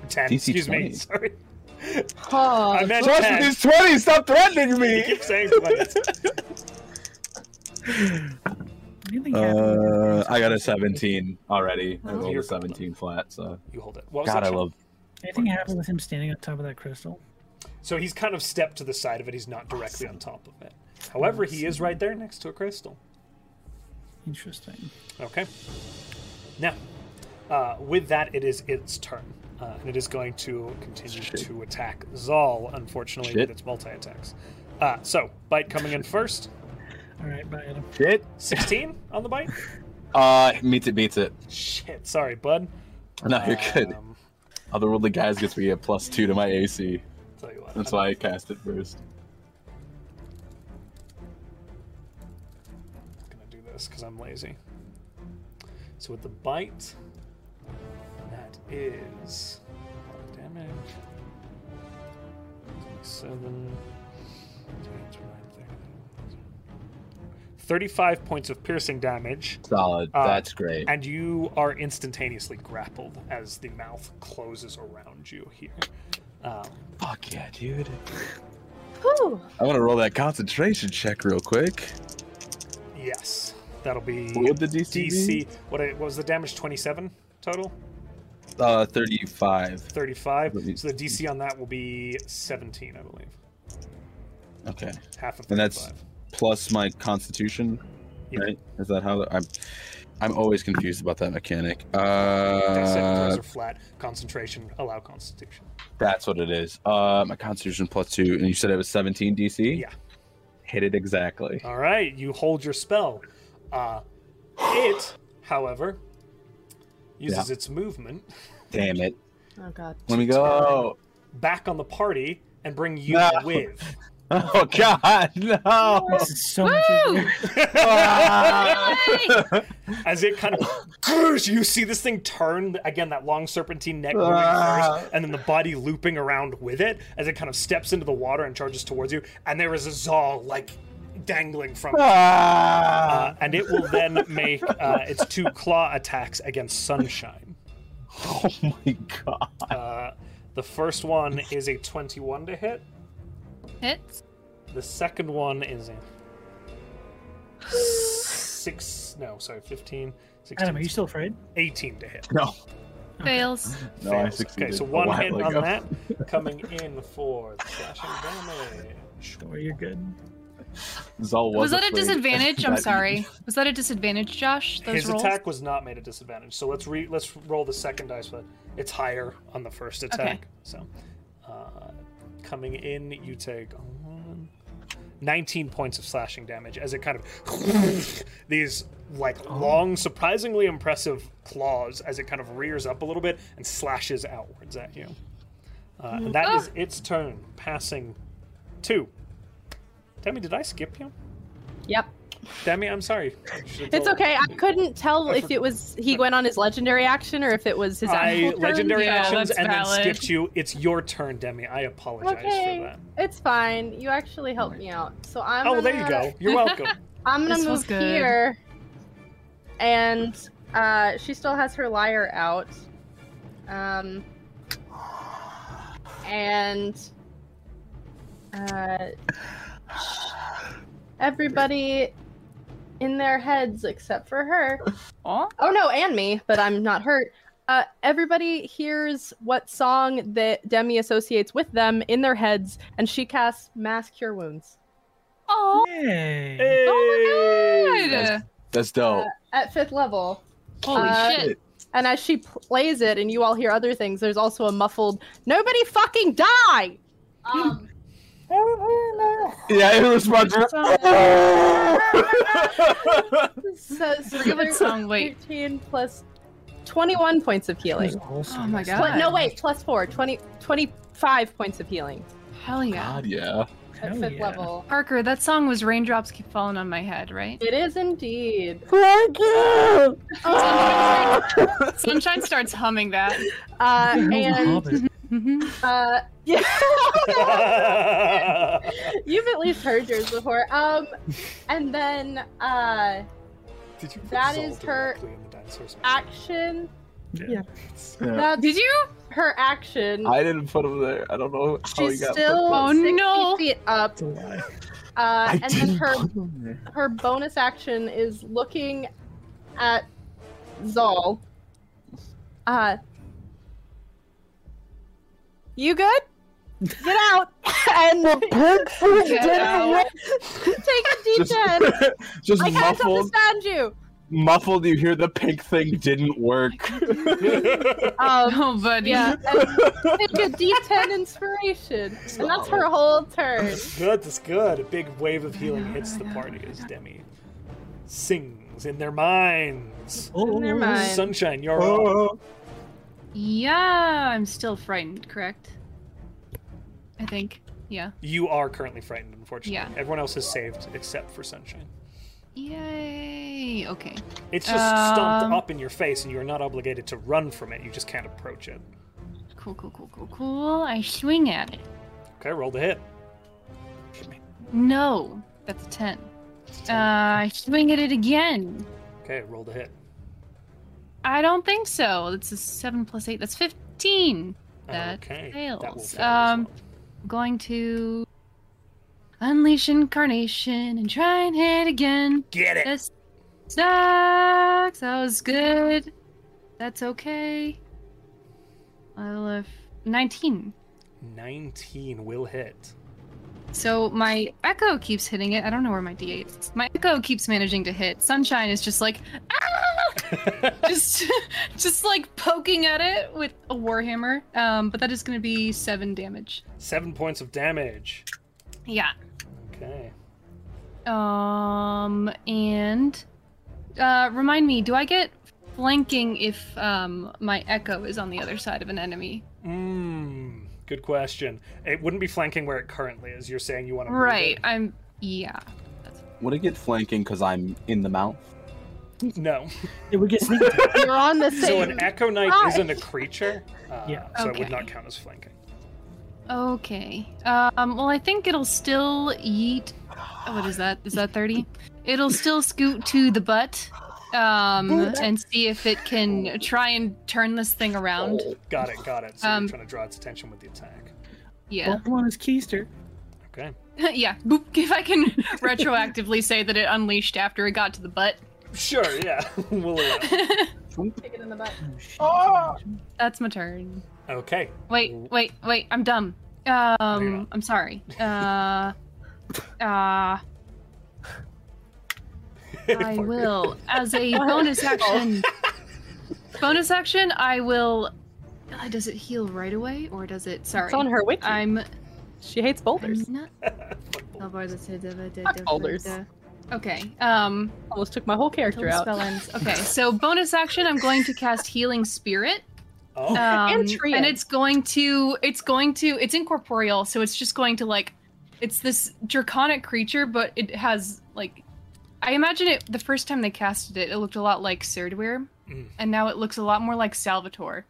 [SPEAKER 1] 10,
[SPEAKER 6] DC
[SPEAKER 1] excuse
[SPEAKER 6] 20.
[SPEAKER 1] me, sorry.
[SPEAKER 2] Oh,
[SPEAKER 1] I meant
[SPEAKER 6] Trust
[SPEAKER 1] 10.
[SPEAKER 6] me,
[SPEAKER 1] *laughs*
[SPEAKER 6] it's 20! *laughs* Stop threatening
[SPEAKER 1] I
[SPEAKER 6] me!
[SPEAKER 1] keep saying 20.
[SPEAKER 4] anything happen?
[SPEAKER 6] Uh, I got a 17 already. I
[SPEAKER 5] Oh.
[SPEAKER 6] rolled a 17 flat, so.
[SPEAKER 1] You hold it. What was
[SPEAKER 6] God,
[SPEAKER 1] that,
[SPEAKER 6] I
[SPEAKER 1] Sean?
[SPEAKER 6] love.
[SPEAKER 4] Anything happen with him standing on top of that crystal?
[SPEAKER 1] So he's kind of stepped to the side of it. He's not directly on top of it. However, he is right there next to a crystal.
[SPEAKER 4] Interesting.
[SPEAKER 1] Okay. Now, uh, with that, it is its turn. Uh, and it is going to continue
[SPEAKER 6] Shit.
[SPEAKER 1] to attack Zal, unfortunately, with
[SPEAKER 6] Shit.
[SPEAKER 1] its multi attacks. Uh, so, bite coming
[SPEAKER 6] *laughs*
[SPEAKER 1] in first.
[SPEAKER 4] All right, bye, Adam.
[SPEAKER 6] Shit.
[SPEAKER 1] 16 on the bite?
[SPEAKER 6] Uh, meets it, beats it.
[SPEAKER 1] Shit, sorry, bud.
[SPEAKER 6] No, you're good.
[SPEAKER 1] Um,
[SPEAKER 6] Otherworldly Guys gets me a plus two to my AC.
[SPEAKER 1] tell you what.
[SPEAKER 6] That's
[SPEAKER 1] I'm-
[SPEAKER 6] why I cast it first.
[SPEAKER 1] gonna do this because I'm lazy. So with the bite, that is damage. Seven. 35 points of piercing damage,
[SPEAKER 6] Solid.
[SPEAKER 1] Uh,
[SPEAKER 6] That's great.
[SPEAKER 1] and you are instantaneously grappled as the mouth closes around you here. Um,
[SPEAKER 6] Fuck yeah, dude.
[SPEAKER 2] Whew.
[SPEAKER 6] I want to roll that concentration check real quick.
[SPEAKER 1] yes, that'll be
[SPEAKER 6] What would the DC?
[SPEAKER 1] DC. What, I- what was the damage? 27 total?
[SPEAKER 6] Uh, 35.
[SPEAKER 1] 35.
[SPEAKER 6] Let me-
[SPEAKER 1] So the DC on that will be 17, I believe.
[SPEAKER 6] Okay.
[SPEAKER 1] Half of 35.
[SPEAKER 6] And that's- Plus my constitution,
[SPEAKER 1] Yeah.
[SPEAKER 6] right? Is that how I'm? I'm always confused about that mechanic.
[SPEAKER 1] Dex saving throws
[SPEAKER 6] Uh,
[SPEAKER 1] are flat. Concentration, allow constitution.
[SPEAKER 6] that's what it is. Uh, my constitution plus two, and you said it was 17 DC.
[SPEAKER 1] Yeah.
[SPEAKER 6] Hit it exactly.
[SPEAKER 1] All right, you hold your spell. Uh, it, however, uses its movement
[SPEAKER 6] Damn it.
[SPEAKER 2] Oh god.
[SPEAKER 6] Let me go.
[SPEAKER 1] back on the party and bring you
[SPEAKER 6] No.
[SPEAKER 1] with.
[SPEAKER 6] *laughs* Oh God, *laughs* no!
[SPEAKER 4] This is so much
[SPEAKER 5] Woo!
[SPEAKER 4] easier.
[SPEAKER 6] Oh, Ah!
[SPEAKER 1] As it kind of you see this thing turn again, that long serpentine neck moving
[SPEAKER 6] Ah.
[SPEAKER 1] first, and then the body looping around with it as it kind of steps into the water and charges towards you. And there is a Zal like dangling from it. Uh,
[SPEAKER 6] Ah!
[SPEAKER 1] and it will then make uh, its two claw attacks against Sunshine.
[SPEAKER 6] oh my God!
[SPEAKER 1] Uh, the first one is a 21 to hit.
[SPEAKER 5] *laughs* Hits.
[SPEAKER 1] The second one is a six. No, sorry, 15, 16,
[SPEAKER 4] Adam, are you still afraid?
[SPEAKER 1] 18 to hit.
[SPEAKER 6] No,
[SPEAKER 5] Fails.
[SPEAKER 6] no, I
[SPEAKER 1] Fails.
[SPEAKER 6] succeeded.
[SPEAKER 1] okay, so
[SPEAKER 6] a
[SPEAKER 1] one
[SPEAKER 6] while
[SPEAKER 1] hit on
[SPEAKER 6] ago. *laughs*
[SPEAKER 1] that, coming in for the slashing damage.
[SPEAKER 4] Don't worry, you're good.
[SPEAKER 6] Zal
[SPEAKER 5] Was, that a
[SPEAKER 6] afraid.
[SPEAKER 5] disadvantage? I'm
[SPEAKER 6] *laughs* That-
[SPEAKER 5] sorry. Was that a disadvantage, Josh? Those
[SPEAKER 1] His
[SPEAKER 5] rolls.
[SPEAKER 1] attack was not made at disadvantage, so let's re- let's roll the second dice, but it's higher on the first attack. So, uh, coming in, you take um, 19 points of slashing damage as it kind of *laughs* these like
[SPEAKER 5] Oh.
[SPEAKER 1] long, surprisingly impressive claws as it kind of rears up a little bit and slashes outwards at you. Uh, and
[SPEAKER 5] Mm.
[SPEAKER 1] that is its turn, passing two. Demi, did I skip you?
[SPEAKER 2] Yep.
[SPEAKER 1] Demi, I'm sorry. I should've
[SPEAKER 2] It's
[SPEAKER 1] told-
[SPEAKER 2] okay. I couldn't tell
[SPEAKER 1] I
[SPEAKER 2] if it was he went on his legendary action or if it was his actual
[SPEAKER 1] I
[SPEAKER 2] turn.
[SPEAKER 1] legendary
[SPEAKER 5] Yeah,
[SPEAKER 1] actions
[SPEAKER 5] that's
[SPEAKER 1] and
[SPEAKER 5] valid.
[SPEAKER 1] then skipped you. It's your turn, Demi. I apologize
[SPEAKER 2] Okay.
[SPEAKER 1] for that.
[SPEAKER 2] It's fine. You actually helped me out. So I'm
[SPEAKER 1] Oh,
[SPEAKER 2] gonna,
[SPEAKER 1] there you go. You're
[SPEAKER 2] *laughs*
[SPEAKER 1] welcome.
[SPEAKER 2] I'm gonna
[SPEAKER 5] This was
[SPEAKER 2] move
[SPEAKER 5] good.
[SPEAKER 2] here. And uh she still has her lyre out. Um and uh everybody in their heads except for her
[SPEAKER 5] Aw.
[SPEAKER 2] Oh no, and me, but I'm not hurt. Uh, everybody hears what song that Demi associates with them in their heads, and she casts Mass Cure Wounds. Oh.
[SPEAKER 5] Aw.
[SPEAKER 4] Yay!
[SPEAKER 1] Hey!
[SPEAKER 5] Oh my
[SPEAKER 6] Yes.
[SPEAKER 5] god.
[SPEAKER 6] That's
[SPEAKER 5] Uh,
[SPEAKER 6] dope.
[SPEAKER 2] At fifth level.
[SPEAKER 5] Holy
[SPEAKER 2] Uh,
[SPEAKER 5] shit.
[SPEAKER 2] And as she pl- plays it, and you all hear other things, there's also a muffled, Nobody fucking die! Um,
[SPEAKER 6] yeah, it responds. *laughs*
[SPEAKER 2] so,
[SPEAKER 5] *laughs*
[SPEAKER 2] so
[SPEAKER 5] Give it
[SPEAKER 2] there's
[SPEAKER 5] some weight.
[SPEAKER 2] 13 plus 21 points of
[SPEAKER 4] That was
[SPEAKER 2] healing.
[SPEAKER 4] awesome.
[SPEAKER 5] Oh my
[SPEAKER 2] Pl-
[SPEAKER 5] god.
[SPEAKER 2] no, wait, plus four, 20, 25 points of healing
[SPEAKER 5] Hell yeah.
[SPEAKER 6] God, yeah.
[SPEAKER 2] at
[SPEAKER 4] Hell
[SPEAKER 2] fifth
[SPEAKER 4] yeah.
[SPEAKER 2] level.
[SPEAKER 5] Parker, that song was Raindrops Keep Falling on My Head,
[SPEAKER 6] *laughs*
[SPEAKER 5] right?
[SPEAKER 2] It is indeed. *laughs*
[SPEAKER 6] Thank you.
[SPEAKER 5] *laughs* Sunshine starts humming that. *laughs*
[SPEAKER 2] Uh,
[SPEAKER 4] Who the hell's a
[SPEAKER 2] and *laughs*
[SPEAKER 4] hobbit?
[SPEAKER 5] Mhm.
[SPEAKER 2] Uh, *laughs* yeah. You've at least heard yours before. Um, and then uh,
[SPEAKER 1] *laughs* Did you put
[SPEAKER 2] That
[SPEAKER 1] Zol
[SPEAKER 2] is her
[SPEAKER 1] directly in the
[SPEAKER 2] *laughs*
[SPEAKER 1] dinosaur's mouth? *laughs*
[SPEAKER 2] action.
[SPEAKER 6] Yeah.
[SPEAKER 2] That's
[SPEAKER 5] Did you?
[SPEAKER 2] her action.
[SPEAKER 6] I didn't put him there. I don't know how he
[SPEAKER 2] She's
[SPEAKER 6] Oh, got.
[SPEAKER 2] still
[SPEAKER 5] Oh,
[SPEAKER 2] 60
[SPEAKER 5] no.
[SPEAKER 2] feet up.
[SPEAKER 4] It's a lie.
[SPEAKER 2] Uh, and then
[SPEAKER 6] didn't
[SPEAKER 2] her
[SPEAKER 6] put them there.
[SPEAKER 2] her bonus action is looking at Zal. Uh, you good? Get out *laughs* and *laughs*
[SPEAKER 5] Get out.
[SPEAKER 2] take a
[SPEAKER 6] Just,
[SPEAKER 2] d10.
[SPEAKER 6] *laughs* just
[SPEAKER 2] I can't
[SPEAKER 6] muffled,
[SPEAKER 2] understand you.
[SPEAKER 6] muffled. You hear the pink *laughs* thing didn't work.
[SPEAKER 2] Um,
[SPEAKER 5] Oh, buddy.
[SPEAKER 2] yeah, and take a d10 inspiration, and that's her whole turn.
[SPEAKER 1] That's good, that's good. A big wave of healing hits the party as Demi sings in their minds.
[SPEAKER 4] Oh,
[SPEAKER 2] Never mind.
[SPEAKER 1] Sunshine, you're up.
[SPEAKER 6] Oh,
[SPEAKER 5] Yeah, I'm still frightened, correct? I think. Yeah.
[SPEAKER 1] You are currently frightened, unfortunately.
[SPEAKER 5] Yeah.
[SPEAKER 1] Everyone else has saved except for Sunshine.
[SPEAKER 5] Yay. Okay.
[SPEAKER 1] It's just stomped
[SPEAKER 5] Um,
[SPEAKER 1] up in your face, and you are not obligated to run from it. You just can't approach it.
[SPEAKER 5] Cool, cool, cool, cool, cool. I swing at it.
[SPEAKER 1] Okay, roll the hit.
[SPEAKER 5] No, that's a 10. Uh, I swing at it again.
[SPEAKER 1] Okay, roll the hit.
[SPEAKER 5] I don't think so. That's a 7 plus 8. That's 15. That
[SPEAKER 1] okay. That will
[SPEAKER 5] fails.
[SPEAKER 1] fail as
[SPEAKER 5] Um,
[SPEAKER 1] well.
[SPEAKER 5] Going to unleash incarnation and try and hit again.
[SPEAKER 1] Get it!
[SPEAKER 5] This sucks. That was good. That's okay. I left 19.
[SPEAKER 1] 19 will hit.
[SPEAKER 5] So my echo keeps hitting it. I don't know where my d8 is. My echo keeps managing to hit. Sunshine is just like, ah! *laughs* just, just like poking at it with a warhammer. Um, but that is going to be seven damage.
[SPEAKER 1] Seven points of damage.
[SPEAKER 5] Yeah.
[SPEAKER 1] Okay.
[SPEAKER 5] Um, and uh, remind me, do I get flanking if um my echo is on the other side of an enemy?
[SPEAKER 1] Mmm. Good question. It wouldn't be flanking where it currently is. You're saying you want to. move
[SPEAKER 5] Right. I'm. Yeah.
[SPEAKER 6] Would it get flanking because I'm in the mouth?
[SPEAKER 1] it. No.
[SPEAKER 4] It would
[SPEAKER 2] *laughs*
[SPEAKER 4] get sneaked.
[SPEAKER 2] You're on the
[SPEAKER 1] So
[SPEAKER 2] same.
[SPEAKER 1] an Echo Knight
[SPEAKER 2] Hi.
[SPEAKER 1] isn't a creature. Uh,
[SPEAKER 4] Yeah.
[SPEAKER 1] So it would
[SPEAKER 5] Okay.
[SPEAKER 1] not count as flanking.
[SPEAKER 5] Okay. Um. Well, I think it'll still yeet. What is that? Is that thirty? It'll still scoot to the butt, um, and see if it can try and turn this thing around.
[SPEAKER 1] Got it, got it. So
[SPEAKER 5] Um,
[SPEAKER 1] you're trying to draw its attention with the attack.
[SPEAKER 5] Yeah.
[SPEAKER 4] Bump one is Keister.
[SPEAKER 1] Okay.
[SPEAKER 5] *laughs* yeah. Boop. If I can retroactively say that it unleashed after it got to the butt. *laughs*
[SPEAKER 1] Sure, yeah. *laughs* we'll allow. it.
[SPEAKER 2] Kick it in the butt.
[SPEAKER 4] Oh, shit.
[SPEAKER 6] Uh,
[SPEAKER 5] That's my turn.
[SPEAKER 1] Okay. *laughs*
[SPEAKER 5] Wait,
[SPEAKER 1] Mm.
[SPEAKER 5] wait, wait. I'm dumb.
[SPEAKER 1] you're
[SPEAKER 5] Um,
[SPEAKER 1] not.
[SPEAKER 5] I'm sorry. Uh, uh, I
[SPEAKER 1] Fucker.
[SPEAKER 5] will, as
[SPEAKER 2] *laughs*
[SPEAKER 5] a
[SPEAKER 2] Oh.
[SPEAKER 5] bonus action. bonus action, I will. Uh, Does it heal right away, or does it? Sorry,
[SPEAKER 2] It's on her wiki.
[SPEAKER 5] I'm.
[SPEAKER 2] She hates boulders.
[SPEAKER 5] I'm
[SPEAKER 2] *laughs*
[SPEAKER 5] not.
[SPEAKER 1] Fuck.
[SPEAKER 2] Fuck boulders.
[SPEAKER 5] Okay. Um.
[SPEAKER 2] Almost took my whole character
[SPEAKER 5] Till the
[SPEAKER 2] out.
[SPEAKER 5] spell ends. Okay. So bonus action, I'm going to
[SPEAKER 2] *laughs*
[SPEAKER 5] cast Healing Spirit.
[SPEAKER 1] *laughs* Oh,
[SPEAKER 5] um,
[SPEAKER 2] And Trian.
[SPEAKER 5] and it's going to it's going to it's incorporeal so it's just going to like it's this draconic creature but it has like i imagine it the first time they casted it it looked a lot like Serdwir,
[SPEAKER 1] Mm.
[SPEAKER 5] and now it looks a lot more like salvatore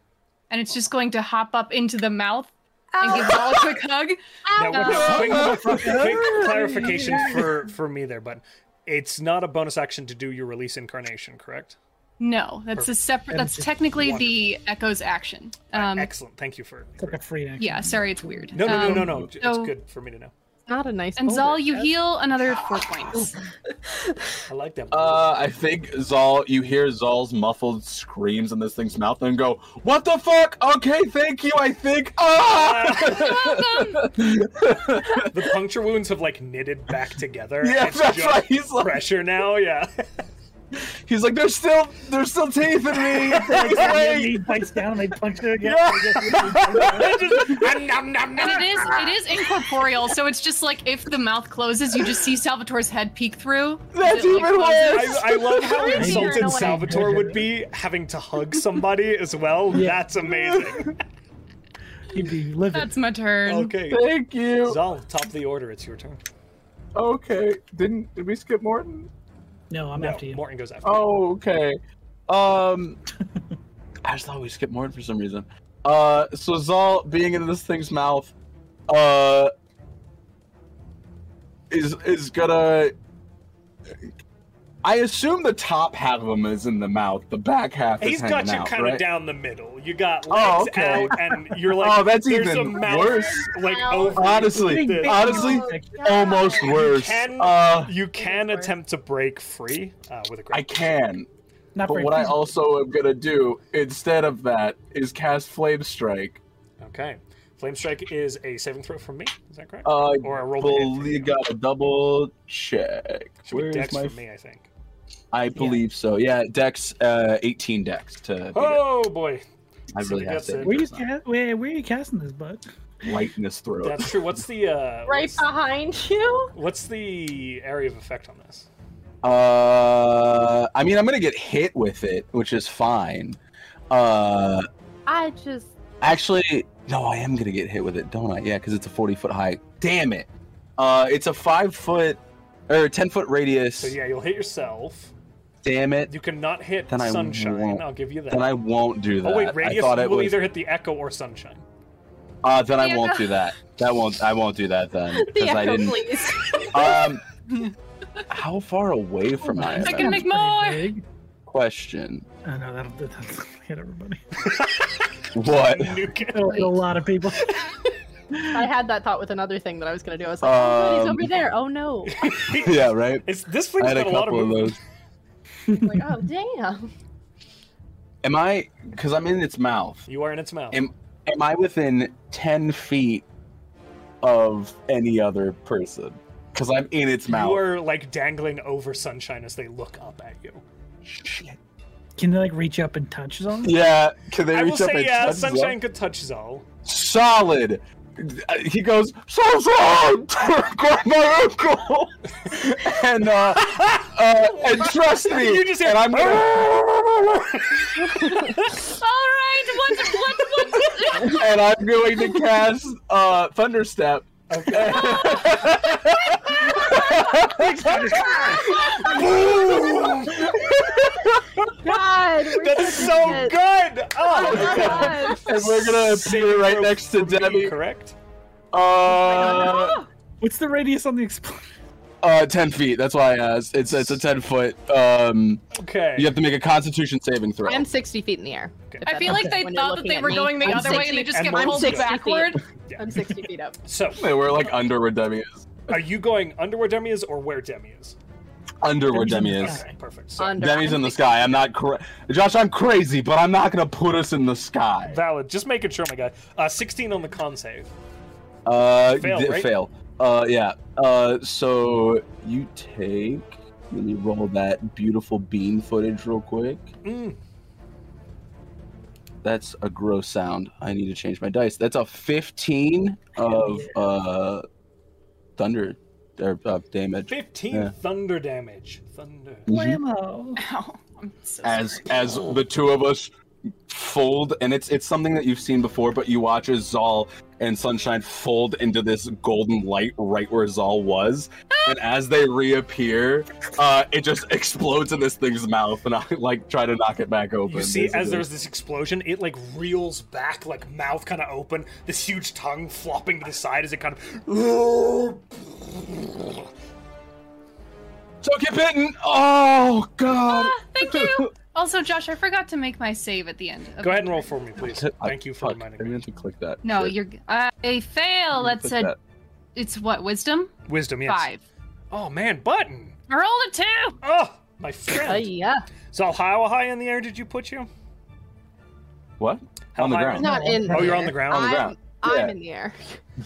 [SPEAKER 5] and it's just going to hop up into the mouth
[SPEAKER 2] *laughs*
[SPEAKER 5] and give Zal a quick hug
[SPEAKER 1] now,
[SPEAKER 5] Ow.
[SPEAKER 1] one quick, quick clarification for, for me there, but it's not a bonus action to do your release incarnation, correct?
[SPEAKER 5] no that's a separate that's technically the echo's action um
[SPEAKER 1] Excellent. Thank you for.
[SPEAKER 4] It's like a free action.
[SPEAKER 5] yeah sorry it's weird
[SPEAKER 1] No, no,
[SPEAKER 5] Um,
[SPEAKER 1] no, Oh, no, no. It's
[SPEAKER 5] so-
[SPEAKER 1] good for me to know.
[SPEAKER 2] Not a nice.
[SPEAKER 5] and
[SPEAKER 2] boulder.
[SPEAKER 5] Zal, you heal another
[SPEAKER 1] *gasps*
[SPEAKER 5] four points.
[SPEAKER 1] I like that.
[SPEAKER 6] Uh, I think Zal. You hear Zal's muffled screams in this thing's mouth, and go, "What the fuck? Okay, thank you. I think." *laughs* Ah!
[SPEAKER 1] the puncture wounds have like knitted back together.
[SPEAKER 6] *laughs* yeah,
[SPEAKER 1] it's
[SPEAKER 6] that's
[SPEAKER 1] just
[SPEAKER 6] right. He's like,
[SPEAKER 1] pressure now. Yeah. *laughs*
[SPEAKER 6] he's like, "There's still, there's still *laughs* teeth in me."
[SPEAKER 4] Like,
[SPEAKER 6] Wait.
[SPEAKER 4] he bites down, they punch it again.
[SPEAKER 6] Yeah.
[SPEAKER 5] And it is it is incorporeal, so it's just like if the mouth closes, you just see Salvatore's head peek through. as
[SPEAKER 6] That's
[SPEAKER 5] it, like,
[SPEAKER 6] even
[SPEAKER 5] closes.
[SPEAKER 6] worse.
[SPEAKER 1] I, I love how
[SPEAKER 2] Crazy.
[SPEAKER 1] insulted
[SPEAKER 2] You're
[SPEAKER 1] Salvatore would be having to hug somebody as well.
[SPEAKER 4] Yeah.
[SPEAKER 1] That's amazing.
[SPEAKER 4] He'd be livid.
[SPEAKER 5] That's my turn.
[SPEAKER 1] Okay.
[SPEAKER 6] Thank you.
[SPEAKER 1] Zal, top of the order, it's your turn.
[SPEAKER 6] Okay. Didn't did we skip Morton?
[SPEAKER 4] no, I'm
[SPEAKER 1] No,
[SPEAKER 4] after you.
[SPEAKER 1] Morton goes after. you.
[SPEAKER 6] Oh, okay. Um I just thought we skipped Morton for some reason. Uh so Zal being in this thing's mouth uh is is gonna I assume the top half of him is in the mouth. The back half is
[SPEAKER 1] He's got
[SPEAKER 6] hanging
[SPEAKER 1] you
[SPEAKER 6] out,
[SPEAKER 1] kind of
[SPEAKER 6] right?
[SPEAKER 1] down the middle. You got legs
[SPEAKER 6] Oh, okay.
[SPEAKER 1] out,
[SPEAKER 6] *laughs*
[SPEAKER 1] and you're like,
[SPEAKER 6] oh, that's
[SPEAKER 1] there's
[SPEAKER 6] even
[SPEAKER 1] a mouth,
[SPEAKER 6] worse.
[SPEAKER 1] like
[SPEAKER 2] Wow.
[SPEAKER 1] over.
[SPEAKER 6] Honestly,
[SPEAKER 1] the-
[SPEAKER 6] honestly,
[SPEAKER 2] God.
[SPEAKER 6] almost worse.
[SPEAKER 1] can-
[SPEAKER 6] Uh,
[SPEAKER 1] you can
[SPEAKER 2] Worse.
[SPEAKER 1] attempt to break free uh, with a
[SPEAKER 6] I
[SPEAKER 1] grab.
[SPEAKER 6] can,
[SPEAKER 4] Not
[SPEAKER 6] but
[SPEAKER 4] very
[SPEAKER 6] what I
[SPEAKER 4] feasible.
[SPEAKER 6] also am gonna do instead of that is cast Flame Strike.
[SPEAKER 1] Okay, flame strike is a saving throw from me. Is that correct?
[SPEAKER 6] Uh,
[SPEAKER 1] or a roll to hit from
[SPEAKER 6] believe
[SPEAKER 1] you.
[SPEAKER 6] got a double check.
[SPEAKER 1] Should be
[SPEAKER 6] Where's
[SPEAKER 1] dex
[SPEAKER 6] my?
[SPEAKER 1] from me, I think.
[SPEAKER 6] I believe so. Yeah, Dex, uh, 18 Dex to. beat it.
[SPEAKER 1] Oh boy,
[SPEAKER 6] I
[SPEAKER 1] so
[SPEAKER 6] really
[SPEAKER 1] we
[SPEAKER 6] have
[SPEAKER 1] got
[SPEAKER 6] to
[SPEAKER 4] Where you,
[SPEAKER 1] Where's
[SPEAKER 4] ca- where, where you casting this, bud?
[SPEAKER 6] lightness through.
[SPEAKER 1] that's true. What's the uh,
[SPEAKER 2] Right
[SPEAKER 1] what's,
[SPEAKER 2] behind you?
[SPEAKER 1] what's the area of effect on this?
[SPEAKER 6] Uh, I mean, I'm gonna get hit with it, which is fine. Uh,
[SPEAKER 2] I just.
[SPEAKER 6] actually, no, I am gonna get hit with it, don't I? Yeah, because it's a 40 foot high. Damn it! Uh, it's a five foot or 10 foot radius.
[SPEAKER 1] So yeah, you'll hit yourself.
[SPEAKER 6] Damn it!
[SPEAKER 1] You cannot hit
[SPEAKER 6] Then I
[SPEAKER 1] sunshine.
[SPEAKER 6] won't.
[SPEAKER 1] I'll give you that.
[SPEAKER 6] Then I won't do that.
[SPEAKER 1] oh wait,
[SPEAKER 6] I
[SPEAKER 1] radius
[SPEAKER 6] thought it
[SPEAKER 1] will
[SPEAKER 6] was.
[SPEAKER 1] either hit the echo or sunshine.
[SPEAKER 6] Uh, then I
[SPEAKER 5] Yeah,
[SPEAKER 6] won't
[SPEAKER 5] no.
[SPEAKER 1] *laughs*
[SPEAKER 6] do that. That won't. I won't do
[SPEAKER 5] *laughs*
[SPEAKER 6] that then because
[SPEAKER 2] Yeah,
[SPEAKER 6] I didn't.
[SPEAKER 2] please.
[SPEAKER 6] Um, how far away from I am?
[SPEAKER 5] I can
[SPEAKER 6] I-
[SPEAKER 5] make more.
[SPEAKER 6] Question.
[SPEAKER 4] I know that'll, *laughs* that'll hit everybody.
[SPEAKER 1] *laughs*
[SPEAKER 6] What?
[SPEAKER 1] Nuke it.
[SPEAKER 4] That'll hit a lot of people.
[SPEAKER 2] *laughs* I had that thought with another thing that I was going to do. I was like, oh, he's
[SPEAKER 6] Um,
[SPEAKER 2] over there. Oh, *laughs* no.
[SPEAKER 6] yeah, right.
[SPEAKER 1] It's this
[SPEAKER 6] I
[SPEAKER 1] thing's
[SPEAKER 6] had
[SPEAKER 1] got
[SPEAKER 6] a
[SPEAKER 1] a, lot of
[SPEAKER 6] couple of
[SPEAKER 1] movement.
[SPEAKER 6] those.
[SPEAKER 2] like, oh, damn.
[SPEAKER 6] Am I? Because I'm in its mouth.
[SPEAKER 1] You are in its mouth.
[SPEAKER 6] Am Am I within ten feet of any other person? Because I'm in its mouth.
[SPEAKER 1] You are like dangling over sunshine as they look up at you.
[SPEAKER 6] Shit.
[SPEAKER 4] Can they like reach up and touch something?
[SPEAKER 6] Yeah. Can they
[SPEAKER 1] I will
[SPEAKER 6] reach up
[SPEAKER 1] say,
[SPEAKER 6] and
[SPEAKER 1] yeah,
[SPEAKER 6] touch them?
[SPEAKER 1] sunshine could touch Zal.
[SPEAKER 6] Solid. Uh, He goes, so sorry, *laughs* grab my uncle, and uh, uh, and trust me,
[SPEAKER 1] You just hear-
[SPEAKER 6] and I'm gonna,
[SPEAKER 5] All right, what, what,
[SPEAKER 2] *laughs*
[SPEAKER 5] what?
[SPEAKER 6] and I'm going to cast uh, Thunderstep. *laughs*
[SPEAKER 1] Okay.
[SPEAKER 6] Boom!
[SPEAKER 2] *laughs* God.
[SPEAKER 1] that is
[SPEAKER 2] *laughs*
[SPEAKER 1] so
[SPEAKER 5] Uh,
[SPEAKER 1] good.
[SPEAKER 5] *laughs*
[SPEAKER 1] Oh.
[SPEAKER 2] God.
[SPEAKER 6] and we're gonna appear right next
[SPEAKER 1] Saving
[SPEAKER 6] to
[SPEAKER 1] throw for me,
[SPEAKER 6] Debbie.
[SPEAKER 1] correct?
[SPEAKER 2] *laughs*
[SPEAKER 6] Uh,
[SPEAKER 4] What's the radius on the explosion?
[SPEAKER 6] uh, ten feet. That's why I asked. It's it's a ten foot. Um,
[SPEAKER 1] Okay.
[SPEAKER 6] you have to make a Constitution saving throw.
[SPEAKER 2] I'm 60 feet in the air.
[SPEAKER 1] Okay.
[SPEAKER 2] If
[SPEAKER 5] I feel
[SPEAKER 2] that's
[SPEAKER 5] like they
[SPEAKER 2] when you're
[SPEAKER 5] thought that
[SPEAKER 2] looking
[SPEAKER 5] they
[SPEAKER 2] at
[SPEAKER 5] were
[SPEAKER 2] me.
[SPEAKER 5] going the
[SPEAKER 2] I'm
[SPEAKER 5] other way and they
[SPEAKER 2] 60
[SPEAKER 5] just
[SPEAKER 1] and
[SPEAKER 5] kept
[SPEAKER 1] I'm
[SPEAKER 5] pulled
[SPEAKER 1] 60
[SPEAKER 2] *laughs*
[SPEAKER 5] backward.
[SPEAKER 2] I'm 60 feet up.
[SPEAKER 1] So,
[SPEAKER 6] They were like under where Demi is.
[SPEAKER 1] are you going under where Demi is or where Demi is?
[SPEAKER 6] Under where Demi
[SPEAKER 4] Demi's in the
[SPEAKER 6] is.
[SPEAKER 4] sky.
[SPEAKER 1] Okay, perfect. So,
[SPEAKER 2] Under.
[SPEAKER 6] Demi's in the sky. I'm not cra- Josh. I'm crazy, but I'm not gonna put us in the sky.
[SPEAKER 1] valid. Just making sure, my guy. Uh, 16 on the con save.
[SPEAKER 6] Uh,
[SPEAKER 1] Fail,
[SPEAKER 6] d-
[SPEAKER 1] right?
[SPEAKER 6] fail. Uh, yeah. Uh, so you take. Let me roll that beautiful bean footage real quick.
[SPEAKER 1] Mm,
[SPEAKER 6] That's a gross sound. I need to change my dice. That's a 15 of uh thunder or uh, damage.
[SPEAKER 1] 15
[SPEAKER 6] Yeah.
[SPEAKER 1] thunder damage. Thunder.
[SPEAKER 4] Blammo.
[SPEAKER 5] Ow, I'm so
[SPEAKER 6] As
[SPEAKER 5] sorry.
[SPEAKER 6] as the two of us fold and it's it's something that you've seen before but you watch as Zal and Sunshine fold into this golden light right where Zal was and as they reappear uh it just explodes in this thing's mouth and I like try to knock it back open.
[SPEAKER 1] You see, as
[SPEAKER 6] basically.
[SPEAKER 1] there's this explosion, it like reels back, like mouth kind of open, this huge tongue flopping to the side as it kind of.
[SPEAKER 6] So get bitten. Oh god.
[SPEAKER 5] Ah, Thank
[SPEAKER 1] *laughs*
[SPEAKER 5] you. Also, Josh, I forgot to make my save at the end. Of
[SPEAKER 1] Go ahead and
[SPEAKER 5] my
[SPEAKER 1] roll
[SPEAKER 5] turn.
[SPEAKER 1] for me, please.
[SPEAKER 6] I-
[SPEAKER 1] Thank you for
[SPEAKER 6] fuck, I
[SPEAKER 1] reminding me.
[SPEAKER 6] meant to click that.
[SPEAKER 5] No,
[SPEAKER 6] Shit.
[SPEAKER 5] you're. I fail.
[SPEAKER 6] I meant
[SPEAKER 5] That's
[SPEAKER 6] to
[SPEAKER 5] a.
[SPEAKER 6] click
[SPEAKER 5] It's what wisdom
[SPEAKER 1] Wisdom, yes.
[SPEAKER 5] five.
[SPEAKER 1] Oh man, button.
[SPEAKER 5] I rolled a two.
[SPEAKER 1] Oh, my
[SPEAKER 2] Oh,
[SPEAKER 1] friend.
[SPEAKER 2] yeah.
[SPEAKER 1] So how high in the air did you put you?
[SPEAKER 6] that. What?
[SPEAKER 1] How
[SPEAKER 6] On the
[SPEAKER 1] high
[SPEAKER 6] ground.
[SPEAKER 1] was-
[SPEAKER 2] Not in.
[SPEAKER 1] Oh, you're on the ground?
[SPEAKER 6] On the
[SPEAKER 2] I'm-
[SPEAKER 6] ground.
[SPEAKER 2] I'm,
[SPEAKER 6] Yeah.
[SPEAKER 2] in the air.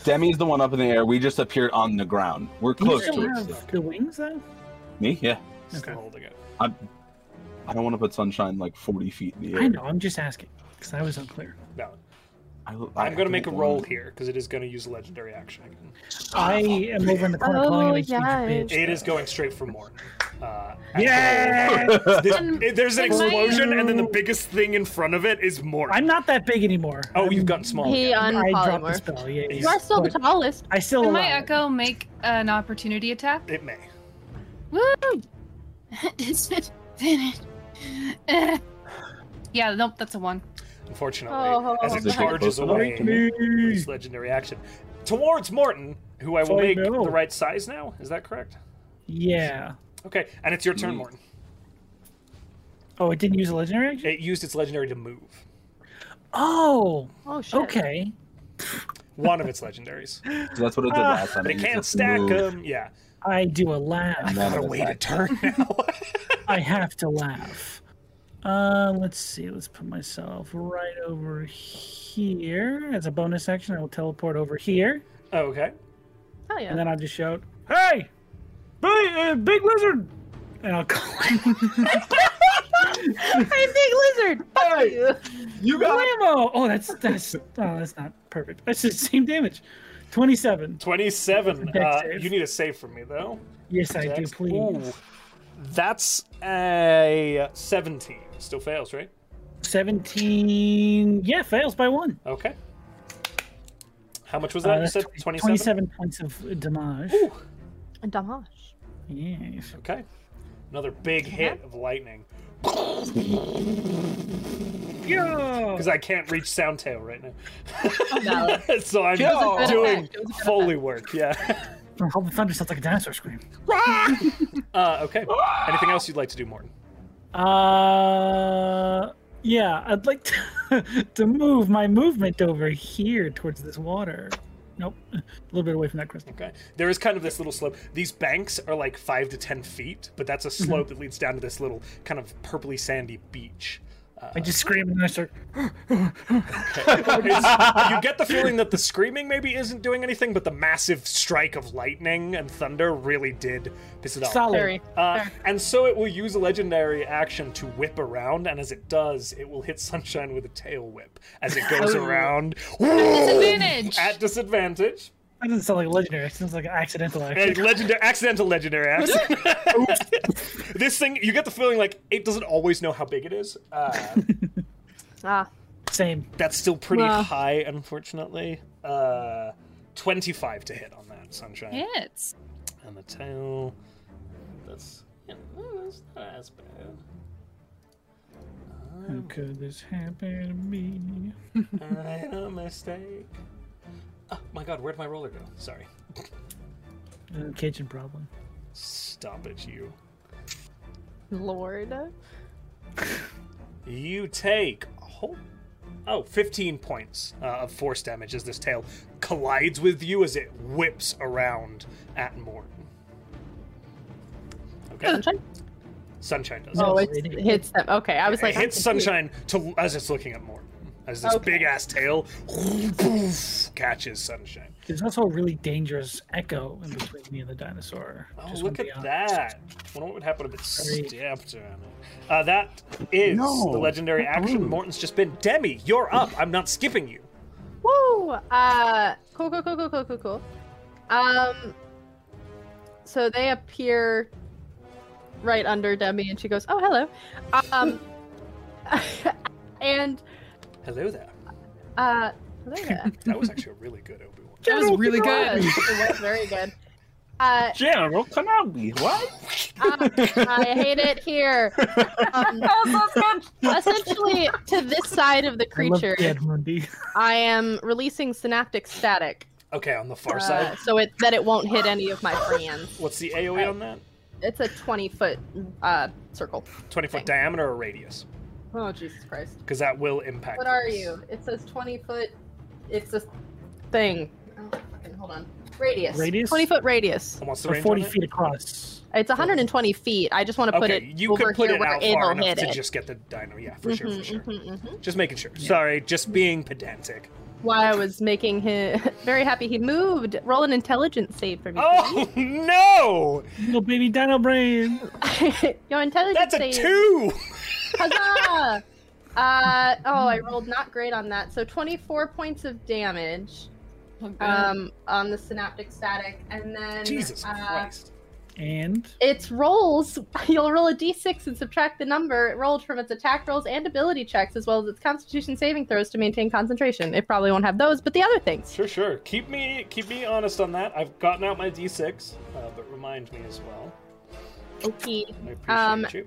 [SPEAKER 6] Demi's the one up in the air. We just appeared on the ground. We're
[SPEAKER 4] Do you
[SPEAKER 6] close
[SPEAKER 4] still
[SPEAKER 6] to it.
[SPEAKER 4] have the wings though?
[SPEAKER 6] Me? Yeah.
[SPEAKER 1] Still
[SPEAKER 4] Okay.
[SPEAKER 1] holding it.
[SPEAKER 6] I don't want to put sunshine like 40 feet in the air.
[SPEAKER 4] I know. I'm just asking because I was unclear.
[SPEAKER 1] No,
[SPEAKER 6] I,
[SPEAKER 1] I'm gonna make a roll
[SPEAKER 6] roll
[SPEAKER 1] here
[SPEAKER 6] here.
[SPEAKER 1] because it is gonna use legendary action again.
[SPEAKER 4] I am over in the corner
[SPEAKER 2] Oh,
[SPEAKER 4] calling it a
[SPEAKER 2] yes.
[SPEAKER 4] huge bitch.
[SPEAKER 1] It is going straight for more. Uh,
[SPEAKER 4] Yeah!
[SPEAKER 1] after- *laughs* This-
[SPEAKER 5] And
[SPEAKER 1] it- there's an
[SPEAKER 5] it might-
[SPEAKER 1] explosion, and then the biggest thing in front of it is more.
[SPEAKER 4] I'm not that big anymore.
[SPEAKER 1] Oh,
[SPEAKER 4] I'm-
[SPEAKER 1] you've gotten small.
[SPEAKER 2] He
[SPEAKER 1] again.
[SPEAKER 4] I
[SPEAKER 2] on
[SPEAKER 4] dropped the
[SPEAKER 2] polymorph.
[SPEAKER 4] spell. Yeah,
[SPEAKER 1] You
[SPEAKER 2] You are still the
[SPEAKER 4] but
[SPEAKER 2] tallest.
[SPEAKER 4] I still
[SPEAKER 5] Can
[SPEAKER 4] allow
[SPEAKER 5] my
[SPEAKER 4] it.
[SPEAKER 5] echo make an opportunity attack?
[SPEAKER 1] It may.
[SPEAKER 2] *laughs*
[SPEAKER 5] Woo! Is it finished? Eh. yeah, nope, that's a one.
[SPEAKER 1] Unfortunately,
[SPEAKER 2] Oh,
[SPEAKER 1] as it
[SPEAKER 6] Did you get
[SPEAKER 1] charges
[SPEAKER 6] close enough?
[SPEAKER 1] away,
[SPEAKER 4] Me.
[SPEAKER 1] its legendary action towards Morton, who I will
[SPEAKER 4] Sorry,
[SPEAKER 1] make
[SPEAKER 4] no.
[SPEAKER 1] the right size now. Is that correct?
[SPEAKER 4] Yeah.
[SPEAKER 1] Okay, and it's your turn,
[SPEAKER 4] Hmm.
[SPEAKER 6] Mm.
[SPEAKER 1] Morton.
[SPEAKER 4] Oh, it didn't use a legendary action?
[SPEAKER 1] It used its legendary to move.
[SPEAKER 4] Oh,
[SPEAKER 2] Oh shit.
[SPEAKER 4] okay.
[SPEAKER 1] One of its
[SPEAKER 4] *laughs*
[SPEAKER 1] legendaries.
[SPEAKER 6] So that's what it did
[SPEAKER 4] Ah,
[SPEAKER 6] last time.
[SPEAKER 1] But it
[SPEAKER 6] used
[SPEAKER 1] can't
[SPEAKER 6] its
[SPEAKER 1] stack
[SPEAKER 6] move.
[SPEAKER 1] them. Yeah.
[SPEAKER 4] I do a laugh.
[SPEAKER 1] *laughs*
[SPEAKER 6] None
[SPEAKER 1] Gotta
[SPEAKER 6] of it
[SPEAKER 1] wait a
[SPEAKER 6] stacked.
[SPEAKER 1] turn
[SPEAKER 4] *laughs*
[SPEAKER 1] now. *laughs*
[SPEAKER 4] I have to laugh. Uh, let's see. Let's put myself right over here. As a bonus action, I will teleport over here,
[SPEAKER 1] okay.
[SPEAKER 2] Hell yeah.
[SPEAKER 4] and then I'll just shout, "Hey, big, uh, big lizard!" And I'll *laughs* call
[SPEAKER 2] hey, big lizard. fuck you.
[SPEAKER 6] You got it.
[SPEAKER 4] Blammo! Oh, that's that's oh, that's not perfect. That's the same damage. Twenty-seven. *laughs*
[SPEAKER 1] 27.
[SPEAKER 4] Dex
[SPEAKER 1] Uh,
[SPEAKER 4] save.
[SPEAKER 1] you need a save from me, though.
[SPEAKER 4] Yes, I do.
[SPEAKER 1] Dex.
[SPEAKER 4] Please.
[SPEAKER 1] Ooh. That's a 17. Still fails, right?
[SPEAKER 4] Seventeen. Yeah, fails by one.
[SPEAKER 1] Okay. How much was
[SPEAKER 4] Uh,
[SPEAKER 1] that? you
[SPEAKER 4] that's
[SPEAKER 1] said
[SPEAKER 4] 20
[SPEAKER 1] 27?
[SPEAKER 4] Twenty-seven points of damage.
[SPEAKER 1] Ooh.
[SPEAKER 2] And Damash.
[SPEAKER 4] Yes.
[SPEAKER 1] Okay. Another big hit of lightning.
[SPEAKER 4] Yeah.
[SPEAKER 1] Because I can't reach Soundtail right
[SPEAKER 2] valid.
[SPEAKER 1] now. *laughs* so I'm
[SPEAKER 6] Yo.
[SPEAKER 1] doing
[SPEAKER 2] It was a good effect. It was a good
[SPEAKER 1] Foley work, yeah. *laughs*
[SPEAKER 4] All the thunder sounds like a dinosaur scream.
[SPEAKER 1] Uh, okay. Anything else you'd like to do, Morton?
[SPEAKER 4] Uh, yeah, I'd like to, *laughs* to move my movement over here towards this water. Nope, *laughs* a little bit away from that crystal.
[SPEAKER 1] Okay. There is kind of this little slope. These banks are like five to ten feet, but that's a slope that leads down to this little kind of purpley sandy beach. Uh,
[SPEAKER 4] *laughs* I just scream and I start. *gasps*
[SPEAKER 1] It's- you get the feeling that the screaming maybe isn't doing anything, but the massive strike of lightning and thunder really did piss it off.
[SPEAKER 4] Solid.
[SPEAKER 2] Very.
[SPEAKER 1] Uh, and so it will use a legendary action to whip around, and as it does, it will hit Sunshine with a tail whip as it goes around.
[SPEAKER 5] Disadvantage.
[SPEAKER 1] At disadvantage.
[SPEAKER 4] That doesn't sound like a legendary. It sounds like an accidental
[SPEAKER 1] A
[SPEAKER 4] action.
[SPEAKER 1] legendary, accidental legendary accident. this thing, you get the feeling like it doesn't always know how big it is. Uh,
[SPEAKER 2] Ah.
[SPEAKER 4] Same.
[SPEAKER 1] that's still pretty
[SPEAKER 2] Wow.
[SPEAKER 1] high, unfortunately. Uh, 25 to hit on that, Sunshine.
[SPEAKER 5] Hits.
[SPEAKER 1] And the tail. That's, you know, that's not as bad.
[SPEAKER 4] How could this happen to me?
[SPEAKER 1] I made a mistake. Oh my god, where'd my roller go? Sorry.
[SPEAKER 4] Uh, kitchen problem.
[SPEAKER 1] Stop it, you.
[SPEAKER 2] Lord.
[SPEAKER 1] You take a whole. Oh, 15 points uh, of force damage as this tail collides with you as it whips around at Morton. Okay, *laughs*
[SPEAKER 2] Sunshine?
[SPEAKER 1] Sunshine does.
[SPEAKER 2] Oh,
[SPEAKER 1] it.
[SPEAKER 2] it hits them. Okay, I was like,
[SPEAKER 1] it
[SPEAKER 2] I'm
[SPEAKER 1] hits
[SPEAKER 2] confused.
[SPEAKER 1] Sunshine to as it's looking at Morton. As this
[SPEAKER 2] Okay.
[SPEAKER 1] big ass tail poof, catches Sunshine.
[SPEAKER 4] There's also a really dangerous echo in between me and the dinosaur.
[SPEAKER 1] Oh,
[SPEAKER 4] Just
[SPEAKER 1] look
[SPEAKER 4] wanna be
[SPEAKER 1] at
[SPEAKER 4] honest.
[SPEAKER 1] that. wonder what would happen if it
[SPEAKER 4] Sorry.
[SPEAKER 1] stamped on it. Uh, that is
[SPEAKER 6] No.
[SPEAKER 1] the legendary action.
[SPEAKER 6] rude.
[SPEAKER 1] Morton's just been Demi, you're up. I'm not skipping you.
[SPEAKER 2] Woo! Uh, cool, cool, cool, cool, cool, cool, cool. Um, so they appear right under Demi, and she goes, "Oh, hello." Um, *laughs* and
[SPEAKER 1] Hello there.
[SPEAKER 2] uh, *laughs* hello there.
[SPEAKER 1] That was actually a really good Obi Wan.
[SPEAKER 5] That was really
[SPEAKER 2] It
[SPEAKER 5] good.
[SPEAKER 2] was very good. Uh,
[SPEAKER 6] General Kenobi, what?
[SPEAKER 2] uh, I hate it here. Um, essentially, to this side of the
[SPEAKER 4] I love
[SPEAKER 2] creature,
[SPEAKER 4] Dead Mundi.
[SPEAKER 2] I am releasing synaptic static,
[SPEAKER 1] Okay, on the far
[SPEAKER 2] uh,
[SPEAKER 1] side.
[SPEAKER 2] so it that it won't hit any of my friends.
[SPEAKER 1] What's the AoE on that?
[SPEAKER 2] It's a 20 foot uh, circle.
[SPEAKER 1] 20 foot
[SPEAKER 2] Okay.
[SPEAKER 1] diameter or radius?
[SPEAKER 2] Oh, Jesus Christ.
[SPEAKER 1] Because that will impact.
[SPEAKER 2] What are
[SPEAKER 1] this.
[SPEAKER 2] you? It says 20 foot. It's this thing. Oh, fucking, hold on. Radius.
[SPEAKER 4] Radius?
[SPEAKER 2] 20 foot radius.
[SPEAKER 1] And what's the
[SPEAKER 4] So
[SPEAKER 1] range
[SPEAKER 4] 40
[SPEAKER 1] on it?
[SPEAKER 4] feet across.
[SPEAKER 2] It's 120 feet. I just want to put
[SPEAKER 1] okay,
[SPEAKER 2] it
[SPEAKER 1] you
[SPEAKER 2] over
[SPEAKER 1] could put
[SPEAKER 2] here
[SPEAKER 1] it
[SPEAKER 2] where
[SPEAKER 1] out
[SPEAKER 2] it'll
[SPEAKER 1] far enough
[SPEAKER 2] hit
[SPEAKER 1] to
[SPEAKER 2] it.
[SPEAKER 1] just get the dino. Yeah, for sure, for
[SPEAKER 2] Mhm,
[SPEAKER 1] sure.
[SPEAKER 2] mhm, mhm.
[SPEAKER 1] Just making sure. Sorry, just being pedantic.
[SPEAKER 2] Why I was making him *laughs* very happy he moved. Roll an intelligence save for me.
[SPEAKER 1] Oh *laughs* no!
[SPEAKER 4] Little baby dino brain.
[SPEAKER 2] please. *laughs* Your intelligence
[SPEAKER 1] That's a
[SPEAKER 2] save.
[SPEAKER 1] two. *laughs*
[SPEAKER 2] Huzzah! Uh, oh, I rolled not great on that. So 24 points of damage.
[SPEAKER 5] Oh, good.
[SPEAKER 2] um, on the synaptic static, and then
[SPEAKER 1] Uh-huh. Jesus
[SPEAKER 2] uh,
[SPEAKER 1] Christ.
[SPEAKER 4] And
[SPEAKER 2] Its rolls, *laughs* you'll roll a d6 and subtract the number it rolled from its attack rolls and ability checks, as well as its constitution saving throws to maintain concentration. It probably won't have those, but the other things.
[SPEAKER 1] Sure, sure. Keep me keep me honest on that. I've gotten out my D6, uh, but remind me as well.
[SPEAKER 2] Okay.
[SPEAKER 1] I appreciate
[SPEAKER 2] Um,
[SPEAKER 1] you.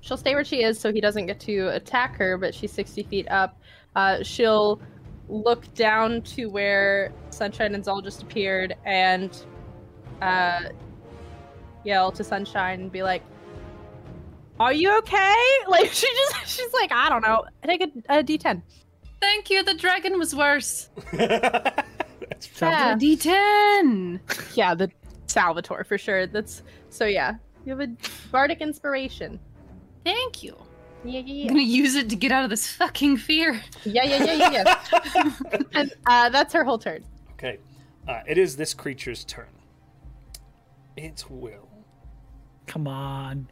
[SPEAKER 2] She'll stay where she is so he doesn't get to attack her, but she's 60 feet up. Uh, she'll look down to where Sunshine and Zal just appeared and uh, yell to Sunshine and be like, "Are you okay?" *laughs* Like she just she's like, "I don't know." Take a, a D10.
[SPEAKER 5] Thank you. The dragon was worse.
[SPEAKER 1] That's
[SPEAKER 2] Yeah.
[SPEAKER 5] D10.
[SPEAKER 2] Yeah, the Salvatore for sure. That's so. Yeah, you have a bardic inspiration.
[SPEAKER 5] Thank you.
[SPEAKER 2] Yeah,
[SPEAKER 5] I'm
[SPEAKER 2] yeah,
[SPEAKER 5] gonna use it to get out of this fucking fear.
[SPEAKER 2] yeah, yeah, yeah, yeah, yeah.
[SPEAKER 1] *laughs*
[SPEAKER 2] yeah. and uh, that's her whole turn.
[SPEAKER 1] Okay. Uh, it is this creature's turn. It will.
[SPEAKER 4] Come on.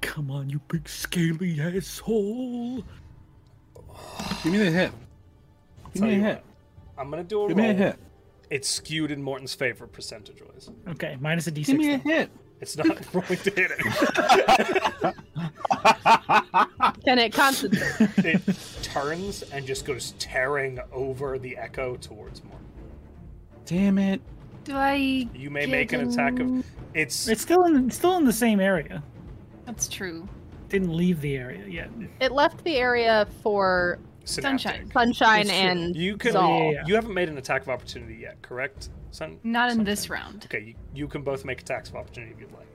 [SPEAKER 4] Come on, you big scaly asshole.
[SPEAKER 6] Give me the hit. Give
[SPEAKER 1] Tell
[SPEAKER 6] me a
[SPEAKER 1] you
[SPEAKER 6] hit.
[SPEAKER 1] what, I'm going to do a
[SPEAKER 6] Give
[SPEAKER 1] roll.
[SPEAKER 6] me a hit.
[SPEAKER 1] It's skewed in Morton's favor percentage wise.
[SPEAKER 4] Okay, minus a d6.
[SPEAKER 6] Give me a
[SPEAKER 4] then.
[SPEAKER 6] hit.
[SPEAKER 1] It's not *laughs* rolling to hit it.
[SPEAKER 6] *laughs*
[SPEAKER 2] Can it concentrate?
[SPEAKER 1] It turns and just goes tearing over the echo towards Morton.
[SPEAKER 6] Damn it.
[SPEAKER 5] Do I?
[SPEAKER 1] You may
[SPEAKER 5] get
[SPEAKER 1] make an attack of. It's.
[SPEAKER 4] It's still in it's still in the same area.
[SPEAKER 5] That's true.
[SPEAKER 4] Didn't leave the area yet.
[SPEAKER 2] it left the area for
[SPEAKER 1] synaptic.
[SPEAKER 5] Sunshine.
[SPEAKER 2] Sunshine
[SPEAKER 4] It's-
[SPEAKER 2] and
[SPEAKER 1] You can.
[SPEAKER 2] Zal.
[SPEAKER 4] Yeah.
[SPEAKER 1] You haven't made an attack of opportunity yet, correct? Sun.
[SPEAKER 5] Not in
[SPEAKER 1] Sunshine?
[SPEAKER 5] this round.
[SPEAKER 1] Okay, you, you can both make attacks of opportunity if you'd like.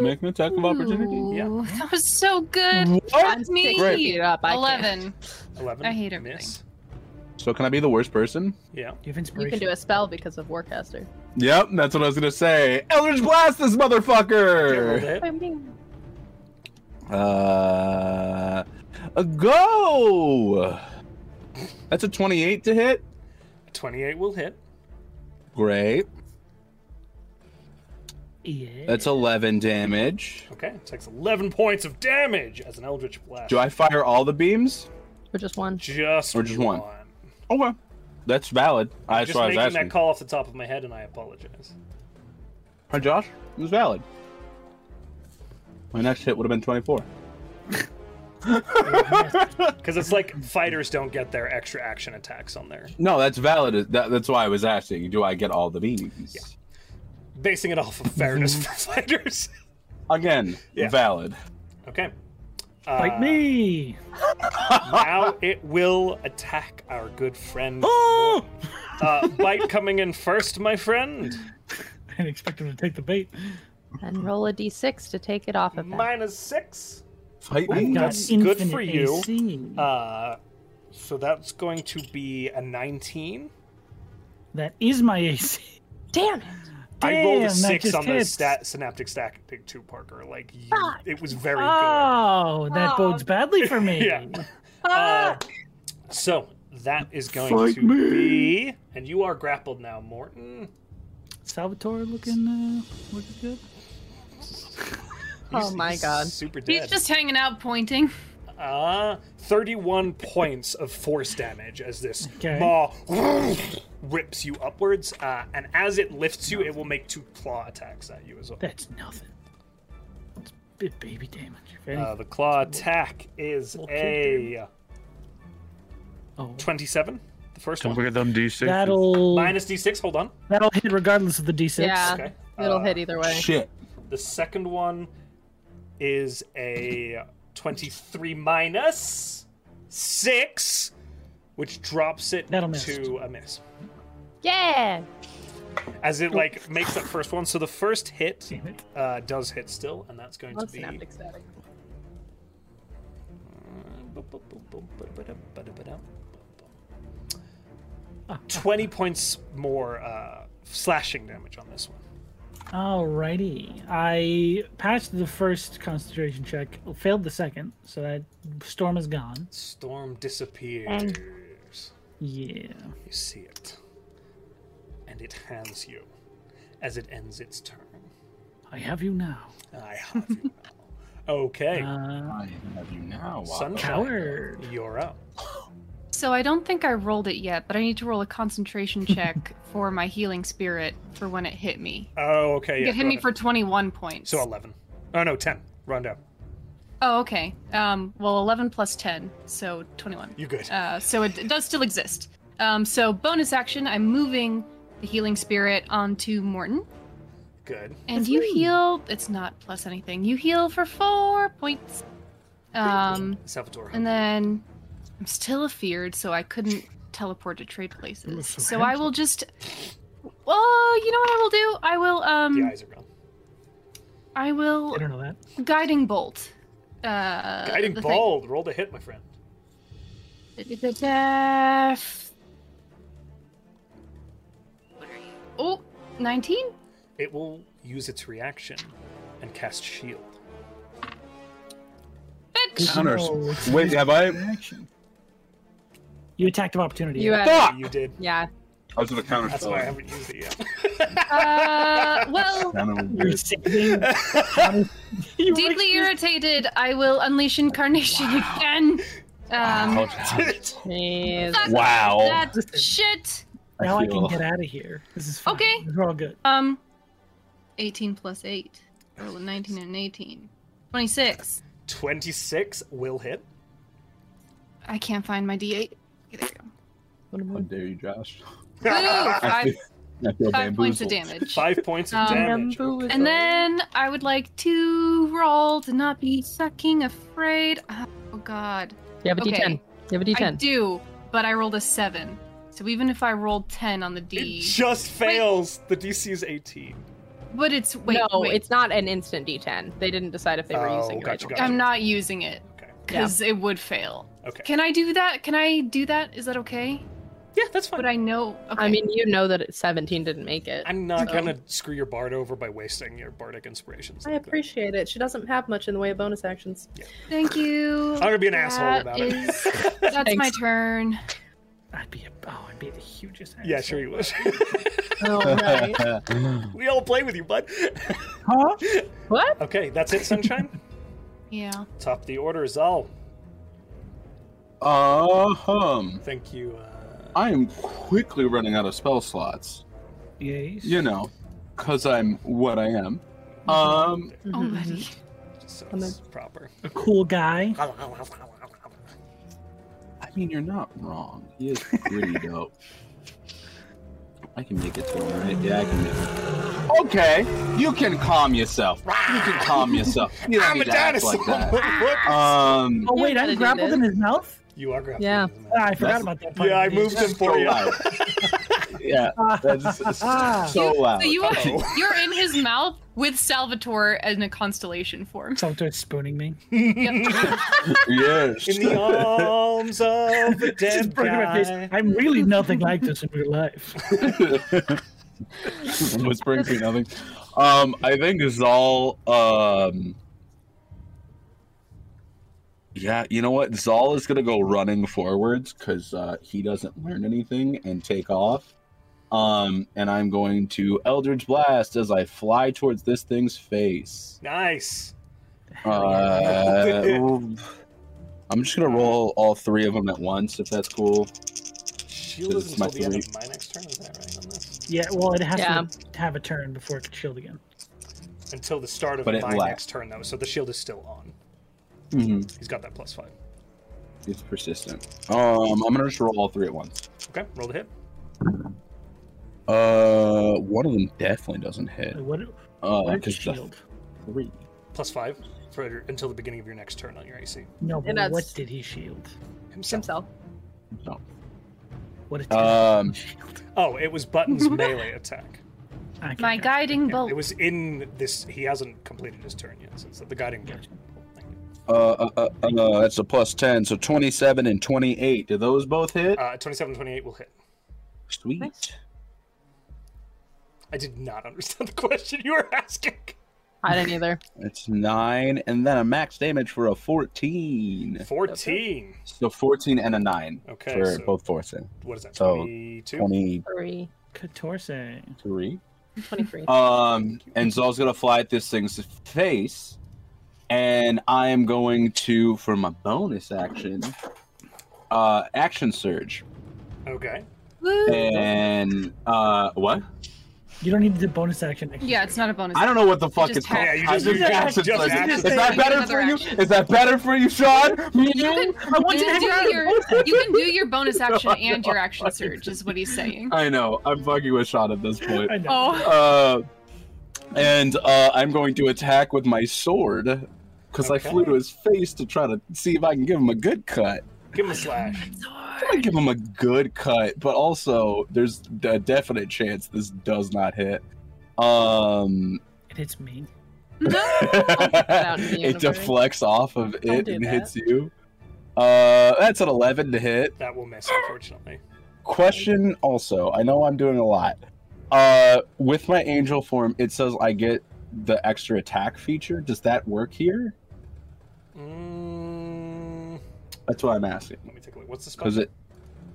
[SPEAKER 6] Make an attack of opportunity.
[SPEAKER 1] yeah.
[SPEAKER 5] Ooh, That was so good.
[SPEAKER 2] I'm
[SPEAKER 5] Fuck
[SPEAKER 2] sticking
[SPEAKER 5] me.
[SPEAKER 2] it up. I can't.
[SPEAKER 5] Eleven.
[SPEAKER 1] 11.
[SPEAKER 5] I hate everything.
[SPEAKER 1] Miss.
[SPEAKER 6] So can I be the worst person?
[SPEAKER 1] Yeah.
[SPEAKER 4] You have
[SPEAKER 2] You can
[SPEAKER 4] inspiration.
[SPEAKER 2] do a spell because of Warcaster.
[SPEAKER 6] Yep, that's what I was gonna say. Eldritch blast this
[SPEAKER 1] Yeah, roll to
[SPEAKER 6] motherfucker.
[SPEAKER 1] hit.
[SPEAKER 6] Uh, a go. That's a twenty-eight to hit.
[SPEAKER 1] 28 will hit.
[SPEAKER 6] Great.
[SPEAKER 4] Yeah.
[SPEAKER 6] That's eleven damage.
[SPEAKER 1] Okay, it takes 11 points of damage as an Eldritch Blast.
[SPEAKER 6] Do I fire all the beams?
[SPEAKER 2] Or just one.
[SPEAKER 1] Just,
[SPEAKER 6] Or just one?
[SPEAKER 1] one.
[SPEAKER 6] Okay, that's valid. I
[SPEAKER 1] I'm
[SPEAKER 6] that's
[SPEAKER 1] just
[SPEAKER 6] what I was
[SPEAKER 1] making that
[SPEAKER 6] asking.
[SPEAKER 1] call off the top of my head, and I apologize.
[SPEAKER 6] Hi, Josh. It was valid. My next hit would have been twenty-four.
[SPEAKER 1] Because it's like fighters don't get their extra action attacks on there.
[SPEAKER 6] No, that's valid. That, that's why I was asking. Do I get all the beams? Yeah.
[SPEAKER 1] Basing it
[SPEAKER 6] *laughs*
[SPEAKER 1] off of fairness for fighters. *laughs*
[SPEAKER 6] Again,
[SPEAKER 1] Yeah.
[SPEAKER 6] valid.
[SPEAKER 1] Okay.
[SPEAKER 4] Fight
[SPEAKER 1] Uh,
[SPEAKER 4] me.
[SPEAKER 1] Now it will attack our good
[SPEAKER 6] *gasps*
[SPEAKER 1] friend.
[SPEAKER 6] Oh!
[SPEAKER 1] Uh, bite coming in first, my friend.
[SPEAKER 4] I *laughs* didn't expect him to take the bait.
[SPEAKER 2] And roll a d6 to take it off of that.
[SPEAKER 1] Minus six.
[SPEAKER 6] Fight
[SPEAKER 4] I've
[SPEAKER 6] me.
[SPEAKER 4] got
[SPEAKER 1] that's good for
[SPEAKER 4] infinite
[SPEAKER 1] you.
[SPEAKER 4] AC.
[SPEAKER 1] Uh, so that's going to be a 19.
[SPEAKER 4] that is my AC.
[SPEAKER 2] Damn it!
[SPEAKER 1] I rolled a
[SPEAKER 4] Damn, that
[SPEAKER 1] six
[SPEAKER 4] just
[SPEAKER 1] on the
[SPEAKER 4] hits.
[SPEAKER 1] stat synaptic stack thing too, Parker. Like you,
[SPEAKER 2] Fuck.
[SPEAKER 1] it was *laughs* very
[SPEAKER 4] Oh, that
[SPEAKER 2] Oh.
[SPEAKER 4] bodes badly for
[SPEAKER 1] good.
[SPEAKER 4] me.
[SPEAKER 1] *laughs* Yeah. Uh, so that is going
[SPEAKER 6] Fight
[SPEAKER 1] to
[SPEAKER 6] me.
[SPEAKER 1] be, and you are grappled now, Morton.
[SPEAKER 4] Salvatore looking uh, looking good.
[SPEAKER 2] Oh
[SPEAKER 1] He's-
[SPEAKER 2] my
[SPEAKER 1] he's
[SPEAKER 2] God.
[SPEAKER 1] Super
[SPEAKER 5] He's
[SPEAKER 1] dead.
[SPEAKER 5] just hanging out, pointing.
[SPEAKER 1] Uh, Thirty-one points of force damage as this
[SPEAKER 4] Okay.
[SPEAKER 1] maw *laughs* rips you upwards, uh, and as it lifts you, it will make two claw attacks at you as well.
[SPEAKER 4] That's nothing. It's bit baby damage. if any-
[SPEAKER 1] Uh, the claw attack is
[SPEAKER 4] Well, keep
[SPEAKER 1] a
[SPEAKER 4] oh,
[SPEAKER 1] twenty-seven. The first
[SPEAKER 7] Don't
[SPEAKER 1] one
[SPEAKER 7] forget them D6.
[SPEAKER 4] that'll
[SPEAKER 1] minus d6. Hold on.
[SPEAKER 4] that'll hit regardless of the d6.
[SPEAKER 2] Yeah,
[SPEAKER 1] Okay.
[SPEAKER 2] it'll
[SPEAKER 1] Uh,
[SPEAKER 2] hit either way.
[SPEAKER 6] Shit.
[SPEAKER 1] The second one is a 23 minus 6, which drops it
[SPEAKER 4] That'll miss.
[SPEAKER 1] to a miss.
[SPEAKER 2] Yeah!
[SPEAKER 1] As it, like, makes that first one. So the first hit
[SPEAKER 4] Damn it.
[SPEAKER 1] uh, does hit still, and that's going
[SPEAKER 2] Love
[SPEAKER 1] to be...
[SPEAKER 2] synaptic static.
[SPEAKER 5] Ah.
[SPEAKER 1] Twenty points more uh, slashing damage on this one.
[SPEAKER 4] Alrighty. I passed the first concentration check, failed the second, so that storm is gone.
[SPEAKER 1] Storm disappears.
[SPEAKER 4] Yeah.
[SPEAKER 1] You see it. And it hands you as it ends its turn.
[SPEAKER 4] I have you now.
[SPEAKER 1] I have you
[SPEAKER 5] *laughs*
[SPEAKER 1] now. Okay,
[SPEAKER 4] Uh,
[SPEAKER 6] I have you now.
[SPEAKER 1] Sun-
[SPEAKER 4] coward.
[SPEAKER 1] you're up.
[SPEAKER 5] So I don't think I rolled it yet, but I need to roll a concentration check for my healing spirit for when it hit me.
[SPEAKER 1] Oh, okay. Yeah,
[SPEAKER 5] it hit
[SPEAKER 1] go
[SPEAKER 5] me
[SPEAKER 1] ahead.
[SPEAKER 5] for 21 points.
[SPEAKER 1] So 11. Oh, no, 10. Run down.
[SPEAKER 5] oh, okay. Um, well, 11 plus 10, so 21.
[SPEAKER 1] You good.
[SPEAKER 5] Uh, so it, it does still exist. Um, so bonus action, I'm moving the healing spirit onto Morton,
[SPEAKER 1] good.
[SPEAKER 5] and you heal. It's not plus anything. You heal for four points. Um,
[SPEAKER 1] Salvatore.
[SPEAKER 5] and then I'm still afeared, so I couldn't teleport to trade
[SPEAKER 4] look
[SPEAKER 5] places.
[SPEAKER 4] so
[SPEAKER 5] So I will just. Well, you know what I will do? I will.
[SPEAKER 1] the
[SPEAKER 5] Um,
[SPEAKER 1] eyes are gone.
[SPEAKER 5] I will
[SPEAKER 4] I don't know that.
[SPEAKER 5] guiding bolt. Uh,
[SPEAKER 1] Guiding
[SPEAKER 5] the thing.
[SPEAKER 1] Bald. Roll to hit, my friend.
[SPEAKER 5] Da-da-da-da. F- What are you? Oh, 19?
[SPEAKER 1] It will use its reaction and cast shield.
[SPEAKER 6] *laughs*
[SPEAKER 5] Bitch!
[SPEAKER 6] Counters.
[SPEAKER 4] No, Oh, it's-
[SPEAKER 6] Wait, have I?
[SPEAKER 4] Action. You attacked of opportunity.
[SPEAKER 2] You have-
[SPEAKER 6] Fuck!
[SPEAKER 1] You did.
[SPEAKER 2] Yeah.
[SPEAKER 6] I was gonna counter
[SPEAKER 1] That's
[SPEAKER 6] spell.
[SPEAKER 1] why I haven't used it yet.
[SPEAKER 5] Uh, well,
[SPEAKER 6] Kinda
[SPEAKER 4] You're
[SPEAKER 2] *laughs*
[SPEAKER 6] weird.
[SPEAKER 4] saving. You were
[SPEAKER 5] deeply irritated, I will unleash incarnation again. Um, *laughs*
[SPEAKER 2] Jeez.
[SPEAKER 5] fuck
[SPEAKER 6] Wow.
[SPEAKER 5] that shit.
[SPEAKER 4] now I can
[SPEAKER 6] feel-
[SPEAKER 4] get out of here. This is fine.
[SPEAKER 5] Okay.
[SPEAKER 4] We're all good.
[SPEAKER 5] Um, 18 plus 8. Roll a 19 and an 18. 26.
[SPEAKER 1] 26 will hit.
[SPEAKER 5] I can't find my d8. Okay, there
[SPEAKER 6] How dare you, Josh?
[SPEAKER 5] you go. Woo!
[SPEAKER 6] *laughs* I
[SPEAKER 5] Five,
[SPEAKER 6] feel- I feel
[SPEAKER 5] five points
[SPEAKER 6] *laughs*
[SPEAKER 5] of
[SPEAKER 6] bamboozled.
[SPEAKER 1] *laughs*
[SPEAKER 5] damage.
[SPEAKER 1] Five points of
[SPEAKER 5] Um,
[SPEAKER 1] damage.
[SPEAKER 2] bamboozled.
[SPEAKER 1] Okay.
[SPEAKER 5] And then I would like to roll to not be sucking afraid. Oh god.
[SPEAKER 2] You have a
[SPEAKER 5] Okay.
[SPEAKER 2] D10. You have a
[SPEAKER 5] I
[SPEAKER 2] D10.
[SPEAKER 5] do, but I rolled a 7. So even if I rolled 10 on the
[SPEAKER 1] it
[SPEAKER 5] D,
[SPEAKER 1] just fails. The DC is 18.
[SPEAKER 5] but it's wait,
[SPEAKER 2] no,
[SPEAKER 5] wait.
[SPEAKER 2] it's not an instant D10. They didn't decide if they were
[SPEAKER 1] Oh,
[SPEAKER 2] using
[SPEAKER 1] gotcha,
[SPEAKER 2] it.
[SPEAKER 1] gotcha.
[SPEAKER 5] I'm not using it
[SPEAKER 1] Okay.
[SPEAKER 5] cuz it would fail.
[SPEAKER 1] Okay.
[SPEAKER 5] Can I do that? Can I do that? Is that okay?
[SPEAKER 1] yeah, that's fine.
[SPEAKER 5] But I know okay.
[SPEAKER 2] I mean, you know that it- 17 didn't make it.
[SPEAKER 1] I'm not
[SPEAKER 2] So-
[SPEAKER 1] gonna screw your bard over by wasting your bardic inspirations.
[SPEAKER 2] I
[SPEAKER 1] like that.
[SPEAKER 2] appreciate it. She doesn't have much in the way of bonus actions.
[SPEAKER 5] thank you.
[SPEAKER 1] I'm gonna be an
[SPEAKER 5] That
[SPEAKER 1] asshole about *laughs*
[SPEAKER 5] is-
[SPEAKER 1] it.
[SPEAKER 5] That's my
[SPEAKER 2] Thanks.
[SPEAKER 5] turn.
[SPEAKER 4] I'd be a, oh, I'd be the hugest.
[SPEAKER 1] yeah,
[SPEAKER 4] asshole.
[SPEAKER 1] sure you wish.
[SPEAKER 2] Oh,
[SPEAKER 6] *laughs*
[SPEAKER 2] right.
[SPEAKER 1] *laughs* we all play with you, bud. *laughs*
[SPEAKER 4] Huh?
[SPEAKER 2] what?
[SPEAKER 1] okay, that's it,
[SPEAKER 5] *laughs*
[SPEAKER 1] Sunshine.
[SPEAKER 5] Yeah.
[SPEAKER 1] Top of the order is all.
[SPEAKER 6] Um,
[SPEAKER 1] Thank you. Uh,
[SPEAKER 6] I am quickly running out of spell slots.
[SPEAKER 4] Yes.
[SPEAKER 6] You know, cause I'm what I am. Um,
[SPEAKER 2] Mm-hmm.
[SPEAKER 5] Oh buddy.
[SPEAKER 1] just so
[SPEAKER 2] I'm
[SPEAKER 1] it's proper.
[SPEAKER 4] A cool guy.
[SPEAKER 6] I mean, you're not wrong. He is pretty dope. I can make it to him, right? Yeah, I can make it. Okay, you can calm yourself. You can calm yourself. You don't
[SPEAKER 1] I'm a
[SPEAKER 6] need to act
[SPEAKER 1] dinosaur.
[SPEAKER 6] Like that.
[SPEAKER 1] *laughs*
[SPEAKER 6] Um,
[SPEAKER 4] Oh
[SPEAKER 2] You
[SPEAKER 4] wait,
[SPEAKER 2] gotta
[SPEAKER 4] I'm
[SPEAKER 2] do
[SPEAKER 4] grappled
[SPEAKER 2] this.
[SPEAKER 4] in his mouth.
[SPEAKER 1] you are grappling.
[SPEAKER 2] Yeah.
[SPEAKER 1] isn't it?
[SPEAKER 6] *laughs*
[SPEAKER 4] Ah, I forgot
[SPEAKER 6] That's-
[SPEAKER 4] about that part.
[SPEAKER 1] yeah, I
[SPEAKER 4] of the
[SPEAKER 1] moved him for you.
[SPEAKER 6] loud. yeah,
[SPEAKER 4] *laughs*
[SPEAKER 6] that's
[SPEAKER 4] Ah.
[SPEAKER 6] so
[SPEAKER 2] uh,
[SPEAKER 6] loud.
[SPEAKER 5] So you are,
[SPEAKER 6] Oh.
[SPEAKER 5] you're in his mouth with Salvatore in a constellation form.
[SPEAKER 4] Salvatore's
[SPEAKER 1] *laughs*
[SPEAKER 4] spooning me.
[SPEAKER 5] Yep.
[SPEAKER 6] yes.
[SPEAKER 1] In the arms of
[SPEAKER 6] *laughs*
[SPEAKER 1] a
[SPEAKER 4] Just
[SPEAKER 1] dead
[SPEAKER 4] burning my face.
[SPEAKER 1] guy.
[SPEAKER 4] I'm really nothing like this in
[SPEAKER 1] *laughs*
[SPEAKER 4] real life.
[SPEAKER 6] *laughs* I'm whispering to you nothing. Um, I think Zal. Um, yeah, you know what? Zal is gonna go running forwards because uh, he doesn't learn anything and take off. Um, and I'm going to Eldritch Blast as I fly towards this thing's
[SPEAKER 1] *laughs*
[SPEAKER 6] face.
[SPEAKER 1] Nice.
[SPEAKER 6] Uh, I'm just gonna roll all three of them at once if that's cool.
[SPEAKER 1] Shield is
[SPEAKER 6] This is
[SPEAKER 1] until
[SPEAKER 6] my
[SPEAKER 1] the end
[SPEAKER 6] three.
[SPEAKER 1] of my next turn. Is that right on this?
[SPEAKER 4] Yeah, well, it has
[SPEAKER 2] Yeah.
[SPEAKER 4] to have a turn before it can shield again.
[SPEAKER 1] Until the start of
[SPEAKER 6] But
[SPEAKER 1] my
[SPEAKER 6] it lasts.
[SPEAKER 1] next turn, though. So the shield is still on.
[SPEAKER 6] Mm-hmm.
[SPEAKER 1] He's got that plus five.
[SPEAKER 6] It's persistent. Um, I'm gonna just roll all three at once.
[SPEAKER 1] Okay, roll the hit.
[SPEAKER 6] Uh, one of them definitely doesn't hit.
[SPEAKER 4] Like, What?
[SPEAKER 6] Uh,
[SPEAKER 4] What is
[SPEAKER 6] because the
[SPEAKER 4] shield?
[SPEAKER 6] three.
[SPEAKER 1] Plus five for until the beginning of your next turn on your AC.
[SPEAKER 4] No, but
[SPEAKER 2] And that's-
[SPEAKER 4] what did he shield?
[SPEAKER 1] Himself.
[SPEAKER 2] Himself.
[SPEAKER 6] No.
[SPEAKER 4] What a
[SPEAKER 6] Um,
[SPEAKER 4] shield.
[SPEAKER 1] Oh, it was Button's melee attack.
[SPEAKER 4] I can-
[SPEAKER 5] My guiding
[SPEAKER 1] Yeah,
[SPEAKER 5] bolt.
[SPEAKER 1] It was in this. He hasn't completed his turn yet, so it's the guiding.
[SPEAKER 4] Gotcha.
[SPEAKER 6] Uh, uh, uh, uh, that's a plus ten, so twenty-seven and twenty-eight. Do those both hit?
[SPEAKER 1] Uh, 27, 28 will hit.
[SPEAKER 6] Sweet.
[SPEAKER 2] nice.
[SPEAKER 1] I did not *laughs* understand the question you were asking.
[SPEAKER 2] I didn't either.
[SPEAKER 6] It's nine, and then a max damage for a fourteen.
[SPEAKER 1] 14.
[SPEAKER 6] So fourteen and a nine
[SPEAKER 1] Okay,
[SPEAKER 6] for
[SPEAKER 1] so-
[SPEAKER 6] both forcing.
[SPEAKER 1] What is that?
[SPEAKER 6] So,
[SPEAKER 1] 22?
[SPEAKER 6] Twenty-three.
[SPEAKER 2] Three.
[SPEAKER 4] Catorce.
[SPEAKER 2] 23.
[SPEAKER 6] Um, and Zol's gonna fly at this thing's face, and I am going to for my bonus action, uh, action surge,
[SPEAKER 1] Okay.
[SPEAKER 5] Woo.
[SPEAKER 6] and uh, what?
[SPEAKER 4] You don't need the bonus action. next
[SPEAKER 5] Yeah,
[SPEAKER 4] turn.
[SPEAKER 5] it's not a bonus.
[SPEAKER 6] I don't know what the fuck
[SPEAKER 5] Just
[SPEAKER 6] it's called.
[SPEAKER 1] *laughs*
[SPEAKER 6] *laughs*
[SPEAKER 1] Yeah, you
[SPEAKER 6] I
[SPEAKER 1] just-
[SPEAKER 6] do
[SPEAKER 1] you just- *laughs*
[SPEAKER 6] action
[SPEAKER 1] just
[SPEAKER 6] surge.
[SPEAKER 1] action
[SPEAKER 6] Is
[SPEAKER 1] surge.
[SPEAKER 6] that better
[SPEAKER 5] Another
[SPEAKER 6] for you?
[SPEAKER 5] action.
[SPEAKER 6] Is that better for you,
[SPEAKER 5] *laughs* can-
[SPEAKER 6] Sean? I want
[SPEAKER 5] You
[SPEAKER 6] you to
[SPEAKER 5] can, do
[SPEAKER 6] hear it.
[SPEAKER 5] your, you can do your bonus action and your action surge, is what he's
[SPEAKER 6] *laughs*
[SPEAKER 5] saying.
[SPEAKER 6] *laughs* I know. I'm fucking with Sean at this
[SPEAKER 1] *laughs*
[SPEAKER 6] point.
[SPEAKER 4] I know.
[SPEAKER 5] Oh,
[SPEAKER 6] Uh, and uh, I'm going to attack with my sword because
[SPEAKER 1] Okay.
[SPEAKER 6] I flew to his face to try to see if I can give him a good cut.
[SPEAKER 1] Give him a slash.
[SPEAKER 6] I'm gonna give him a good cut, but also there's a definite chance this does not hit. Um,
[SPEAKER 4] It hits me.
[SPEAKER 6] *laughs*
[SPEAKER 2] out in the
[SPEAKER 6] it
[SPEAKER 2] universe.
[SPEAKER 6] deflects off of
[SPEAKER 2] Don't
[SPEAKER 6] it
[SPEAKER 2] do
[SPEAKER 6] and
[SPEAKER 2] that.
[SPEAKER 6] hits you. Uh, that's an 11 to hit.
[SPEAKER 1] That will miss, unfortunately.
[SPEAKER 6] Question also, I know I'm doing a lot. Uh, with my angel form, it says I get the extra attack feature. Does that work here?
[SPEAKER 1] Mm,
[SPEAKER 6] That's what I'm asking.
[SPEAKER 1] let me take a look. What's the spell?
[SPEAKER 6] Because it,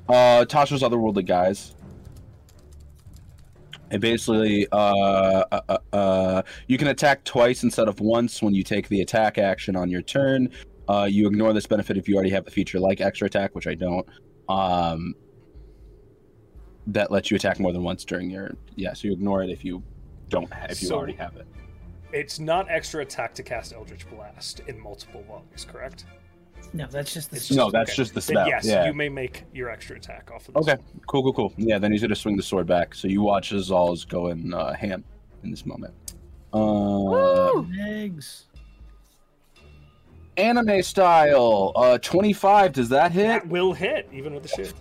[SPEAKER 6] uh, Tasha's otherworldly guys. It basically, uh, uh, uh, uh, you can attack twice instead of once when you take the attack action on your turn. Uh, you ignore this benefit if you already have the feature like extra attack, which I don't. Um, that lets you attack more than once during your yeah. So you ignore it if you don't ha- if you
[SPEAKER 1] So-
[SPEAKER 6] already have it.
[SPEAKER 1] It's not extra attack to cast Eldritch Blast in multiple volleys, correct?
[SPEAKER 4] No, that's just the
[SPEAKER 1] It's
[SPEAKER 6] No, that's
[SPEAKER 1] okay.
[SPEAKER 6] just the
[SPEAKER 1] Then
[SPEAKER 6] spell.
[SPEAKER 1] yes,
[SPEAKER 6] yeah.
[SPEAKER 1] you may make your extra attack off of this.
[SPEAKER 6] Okay, cool, cool, cool. Yeah, then he's gonna swing the sword back. So you watch as all is going uh, ham in this moment. Uh,
[SPEAKER 2] Woo!
[SPEAKER 4] eggs.
[SPEAKER 6] anime style, uh, 25. Does that hit?
[SPEAKER 1] That will hit, even with the shield.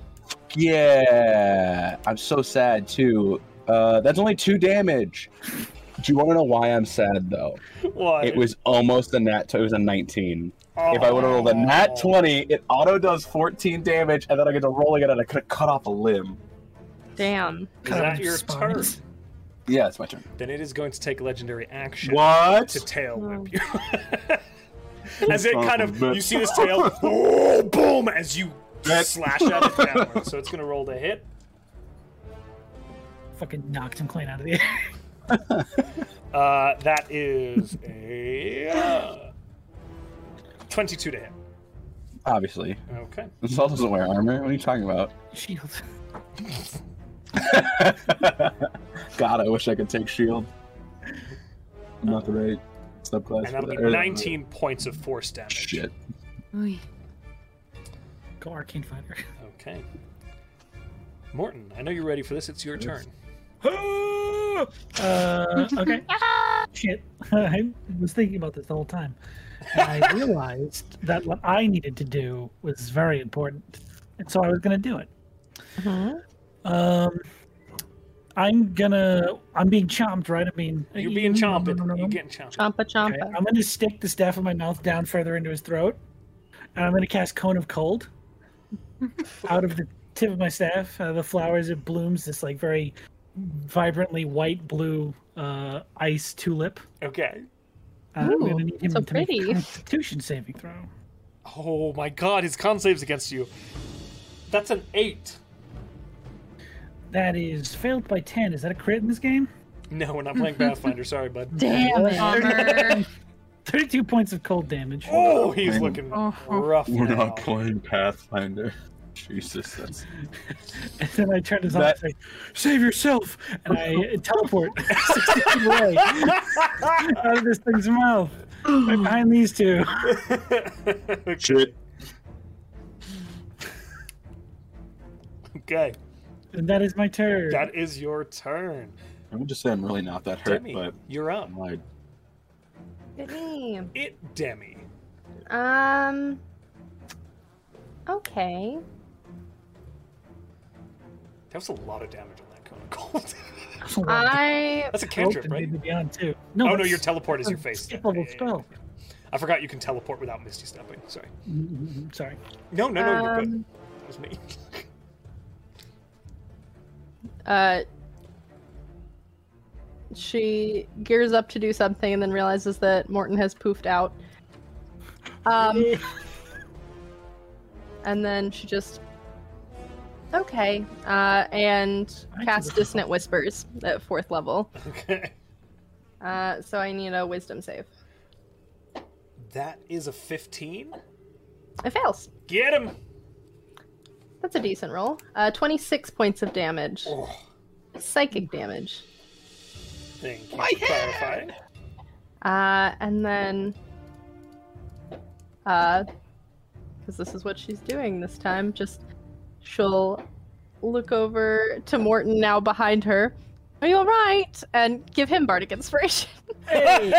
[SPEAKER 6] Yeah, I'm so sad too. Uh, that's only two damage. Do you want to know why I'm sad though?
[SPEAKER 1] Why?
[SPEAKER 6] It was almost a nat. It was a 19. If I would have rolled a nat
[SPEAKER 1] Oh.
[SPEAKER 6] 20, it auto does 14 damage, and then I get to rolling it, and I could have cut off a limb.
[SPEAKER 2] Damn.
[SPEAKER 1] Is that your turn?
[SPEAKER 4] Spines.
[SPEAKER 6] Yeah, it's my turn.
[SPEAKER 1] Then it is going to take legendary action
[SPEAKER 6] What?
[SPEAKER 1] to tail
[SPEAKER 2] No.
[SPEAKER 1] whip you. *laughs* as it
[SPEAKER 6] Son
[SPEAKER 1] kind
[SPEAKER 6] of
[SPEAKER 1] of,
[SPEAKER 6] a bitch.
[SPEAKER 1] you see this
[SPEAKER 6] *laughs*
[SPEAKER 1] tail, oh, boom, as you
[SPEAKER 6] That-
[SPEAKER 1] slash at it downward. So it's going to roll to hit.
[SPEAKER 4] Fucking knocked him clean out of the air. *laughs*
[SPEAKER 1] Uh, that
[SPEAKER 6] *laughs*
[SPEAKER 1] is a uh, 22 to hit.
[SPEAKER 6] Obviously,
[SPEAKER 1] Okay.
[SPEAKER 6] Zal doesn't wear armor. What are you talking about?
[SPEAKER 4] Shield.
[SPEAKER 6] *laughs* God, I wish I could take shield. I'm not the right subclass.
[SPEAKER 1] And that'll be
[SPEAKER 6] for that. Or-
[SPEAKER 1] 19 points of force damage.
[SPEAKER 6] Shit.
[SPEAKER 5] Oy.
[SPEAKER 4] Go
[SPEAKER 1] *laughs*
[SPEAKER 4] arcane fighter.
[SPEAKER 1] Okay. Morton, I know you're ready for this. It's your
[SPEAKER 6] Yes.
[SPEAKER 1] turn. Ah!
[SPEAKER 4] uh,
[SPEAKER 1] *laughs*
[SPEAKER 4] okay. Shit. *laughs* I was thinking about this the whole time. And
[SPEAKER 1] *laughs*
[SPEAKER 4] I realized that what I needed to do was very important. And so I was going to do it.
[SPEAKER 2] Mm-hmm.
[SPEAKER 4] Um, I'm going to. I'm being chomped, right? I mean,
[SPEAKER 1] You're
[SPEAKER 4] *laughs*
[SPEAKER 1] being chomped. You're getting chomped.
[SPEAKER 2] Chompa chompa.
[SPEAKER 4] Okay, I'm going to stick the staff of my mouth down further into his throat, and I'm going to cast Cone of Cold
[SPEAKER 2] *laughs*
[SPEAKER 4] out of the tip of my staff. Uh, the flowers it blooms this like very vibrantly white blue uh, ice tulip.
[SPEAKER 1] Okay.
[SPEAKER 4] Uh, I'm
[SPEAKER 2] Ooh,
[SPEAKER 4] going to need him
[SPEAKER 2] so
[SPEAKER 4] to make a
[SPEAKER 2] pretty.
[SPEAKER 4] Constitution saving throw.
[SPEAKER 1] Oh my god, his con saves against you. That's an 8.
[SPEAKER 4] That is failed by ten. Is that a crit in this game?
[SPEAKER 1] No, we're not playing Pathfinder. Sorry,
[SPEAKER 4] *laughs*
[SPEAKER 1] bud.
[SPEAKER 2] Damn it.
[SPEAKER 5] Bummer.
[SPEAKER 4] Thirty-two points of cold damage.
[SPEAKER 1] Oh, he's looking
[SPEAKER 5] Oh.
[SPEAKER 1] rough.
[SPEAKER 6] We're
[SPEAKER 1] now. *laughs*
[SPEAKER 6] not playing Pathfinder. *laughs* Jesus, that's
[SPEAKER 4] And then I turn to Zon
[SPEAKER 6] That-
[SPEAKER 4] and say, "Save yourself!" And I teleport *laughs* sixty feet away out of this thing's mouth, right behind these two.
[SPEAKER 6] shit.
[SPEAKER 1] okay,
[SPEAKER 4] And that is my turn.
[SPEAKER 1] that is your turn.
[SPEAKER 6] I would just say I'm really not that hurt,
[SPEAKER 1] Demi,
[SPEAKER 6] but
[SPEAKER 1] you're up.
[SPEAKER 6] I'm like,
[SPEAKER 2] Good name.
[SPEAKER 1] It Demi.
[SPEAKER 2] Um. Okay.
[SPEAKER 1] That was a lot of damage on that cone *laughs* of cold.
[SPEAKER 4] That's a lot.
[SPEAKER 2] I
[SPEAKER 1] That's a
[SPEAKER 4] Oh,
[SPEAKER 1] cantrip,
[SPEAKER 4] and
[SPEAKER 1] right?
[SPEAKER 4] maybe beyond too.
[SPEAKER 1] Oh
[SPEAKER 4] No,
[SPEAKER 1] no,
[SPEAKER 4] that's-
[SPEAKER 1] your teleport is your face.
[SPEAKER 4] Skip level
[SPEAKER 1] Yeah, yeah, yeah,
[SPEAKER 4] spell.
[SPEAKER 1] yeah. I forgot you can teleport without misty stepping. Sorry.
[SPEAKER 4] Mm, Sorry.
[SPEAKER 1] No, no, no, you're good.
[SPEAKER 2] Um,
[SPEAKER 1] That was me.
[SPEAKER 2] uh. She gears up to do something and then realizes that Morton has poofed out. Um.
[SPEAKER 4] *laughs*
[SPEAKER 2] and then she just. Okay. Uh, and
[SPEAKER 4] I
[SPEAKER 2] casts
[SPEAKER 4] do.
[SPEAKER 2] Dissonant Whispers at fourth level.
[SPEAKER 1] Okay.
[SPEAKER 2] Uh, so I need a Wisdom save.
[SPEAKER 1] *laughs* That is a 15.
[SPEAKER 2] It fails.
[SPEAKER 1] Get him.
[SPEAKER 2] That's a decent roll. Uh, 26 points of damage.
[SPEAKER 1] Oh,
[SPEAKER 2] Psychic damage.
[SPEAKER 1] thank you. for clarifying.
[SPEAKER 2] Uh, and then, uh, because this is what she's doing this time, just she'll look over to Morton now behind her.
[SPEAKER 1] *laughs*
[SPEAKER 2] Are you all right? And give him bardic inspiration.
[SPEAKER 1] Hey,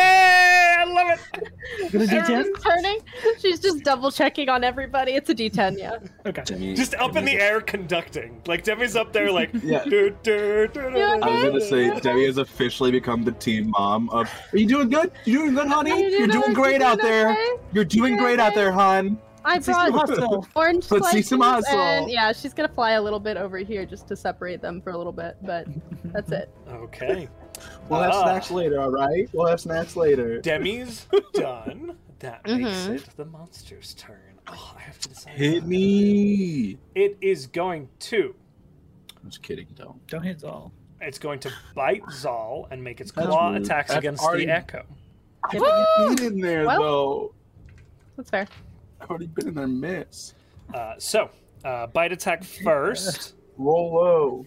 [SPEAKER 1] I love it.
[SPEAKER 4] Gonna
[SPEAKER 2] She's
[SPEAKER 4] D10?
[SPEAKER 2] just turning. She's just double checking on everybody. It's a D10, yeah.
[SPEAKER 4] Okay.
[SPEAKER 6] Demi,
[SPEAKER 1] Just up in
[SPEAKER 6] Demi-
[SPEAKER 1] the air conducting. Like Demi's up there like
[SPEAKER 6] *laughs* Yeah.
[SPEAKER 1] do, do, do, do,
[SPEAKER 2] Yeah,
[SPEAKER 1] do,
[SPEAKER 6] I was
[SPEAKER 1] do, do.
[SPEAKER 6] gonna say Demi has officially become the team mom of. Are you doing good? You doing good, honey?
[SPEAKER 2] You
[SPEAKER 6] You're doing
[SPEAKER 2] doing-
[SPEAKER 6] great
[SPEAKER 2] you
[SPEAKER 6] out
[SPEAKER 2] doing
[SPEAKER 6] there.
[SPEAKER 2] okay?
[SPEAKER 6] You're doing
[SPEAKER 2] You doing
[SPEAKER 6] great out
[SPEAKER 2] okay?
[SPEAKER 6] there, hon.
[SPEAKER 2] I
[SPEAKER 6] Let's see some
[SPEAKER 2] brought
[SPEAKER 6] hustle.
[SPEAKER 2] orange
[SPEAKER 6] Let's see
[SPEAKER 2] slices,
[SPEAKER 6] some hustle.
[SPEAKER 2] and yeah, she's gonna fly a little bit over here just to separate them for a little bit, but that's it.
[SPEAKER 1] Okay.
[SPEAKER 6] We'll have
[SPEAKER 1] Ah.
[SPEAKER 6] snacks later, all right? We'll have snacks later. *laughs*
[SPEAKER 1] Demi's done. That makes
[SPEAKER 2] Mhm.
[SPEAKER 1] it the monster's turn. Oh, I have to decide.
[SPEAKER 6] Hit me.
[SPEAKER 1] It is going to.
[SPEAKER 6] I'm just kidding, though.
[SPEAKER 4] Don't hit all.
[SPEAKER 1] It's going to bite Zal and make its
[SPEAKER 6] That's
[SPEAKER 1] claw
[SPEAKER 6] rude.
[SPEAKER 1] attacks
[SPEAKER 6] That's
[SPEAKER 1] against
[SPEAKER 6] already-
[SPEAKER 1] the echo.
[SPEAKER 6] I've
[SPEAKER 2] Yep.
[SPEAKER 6] already been in there,
[SPEAKER 2] Hmm. Well-
[SPEAKER 6] though.
[SPEAKER 2] That's fair.
[SPEAKER 6] I've already been in their midst.
[SPEAKER 1] Uh, so, uh, bite
[SPEAKER 6] *laughs*
[SPEAKER 1] attack first.
[SPEAKER 6] Roll low.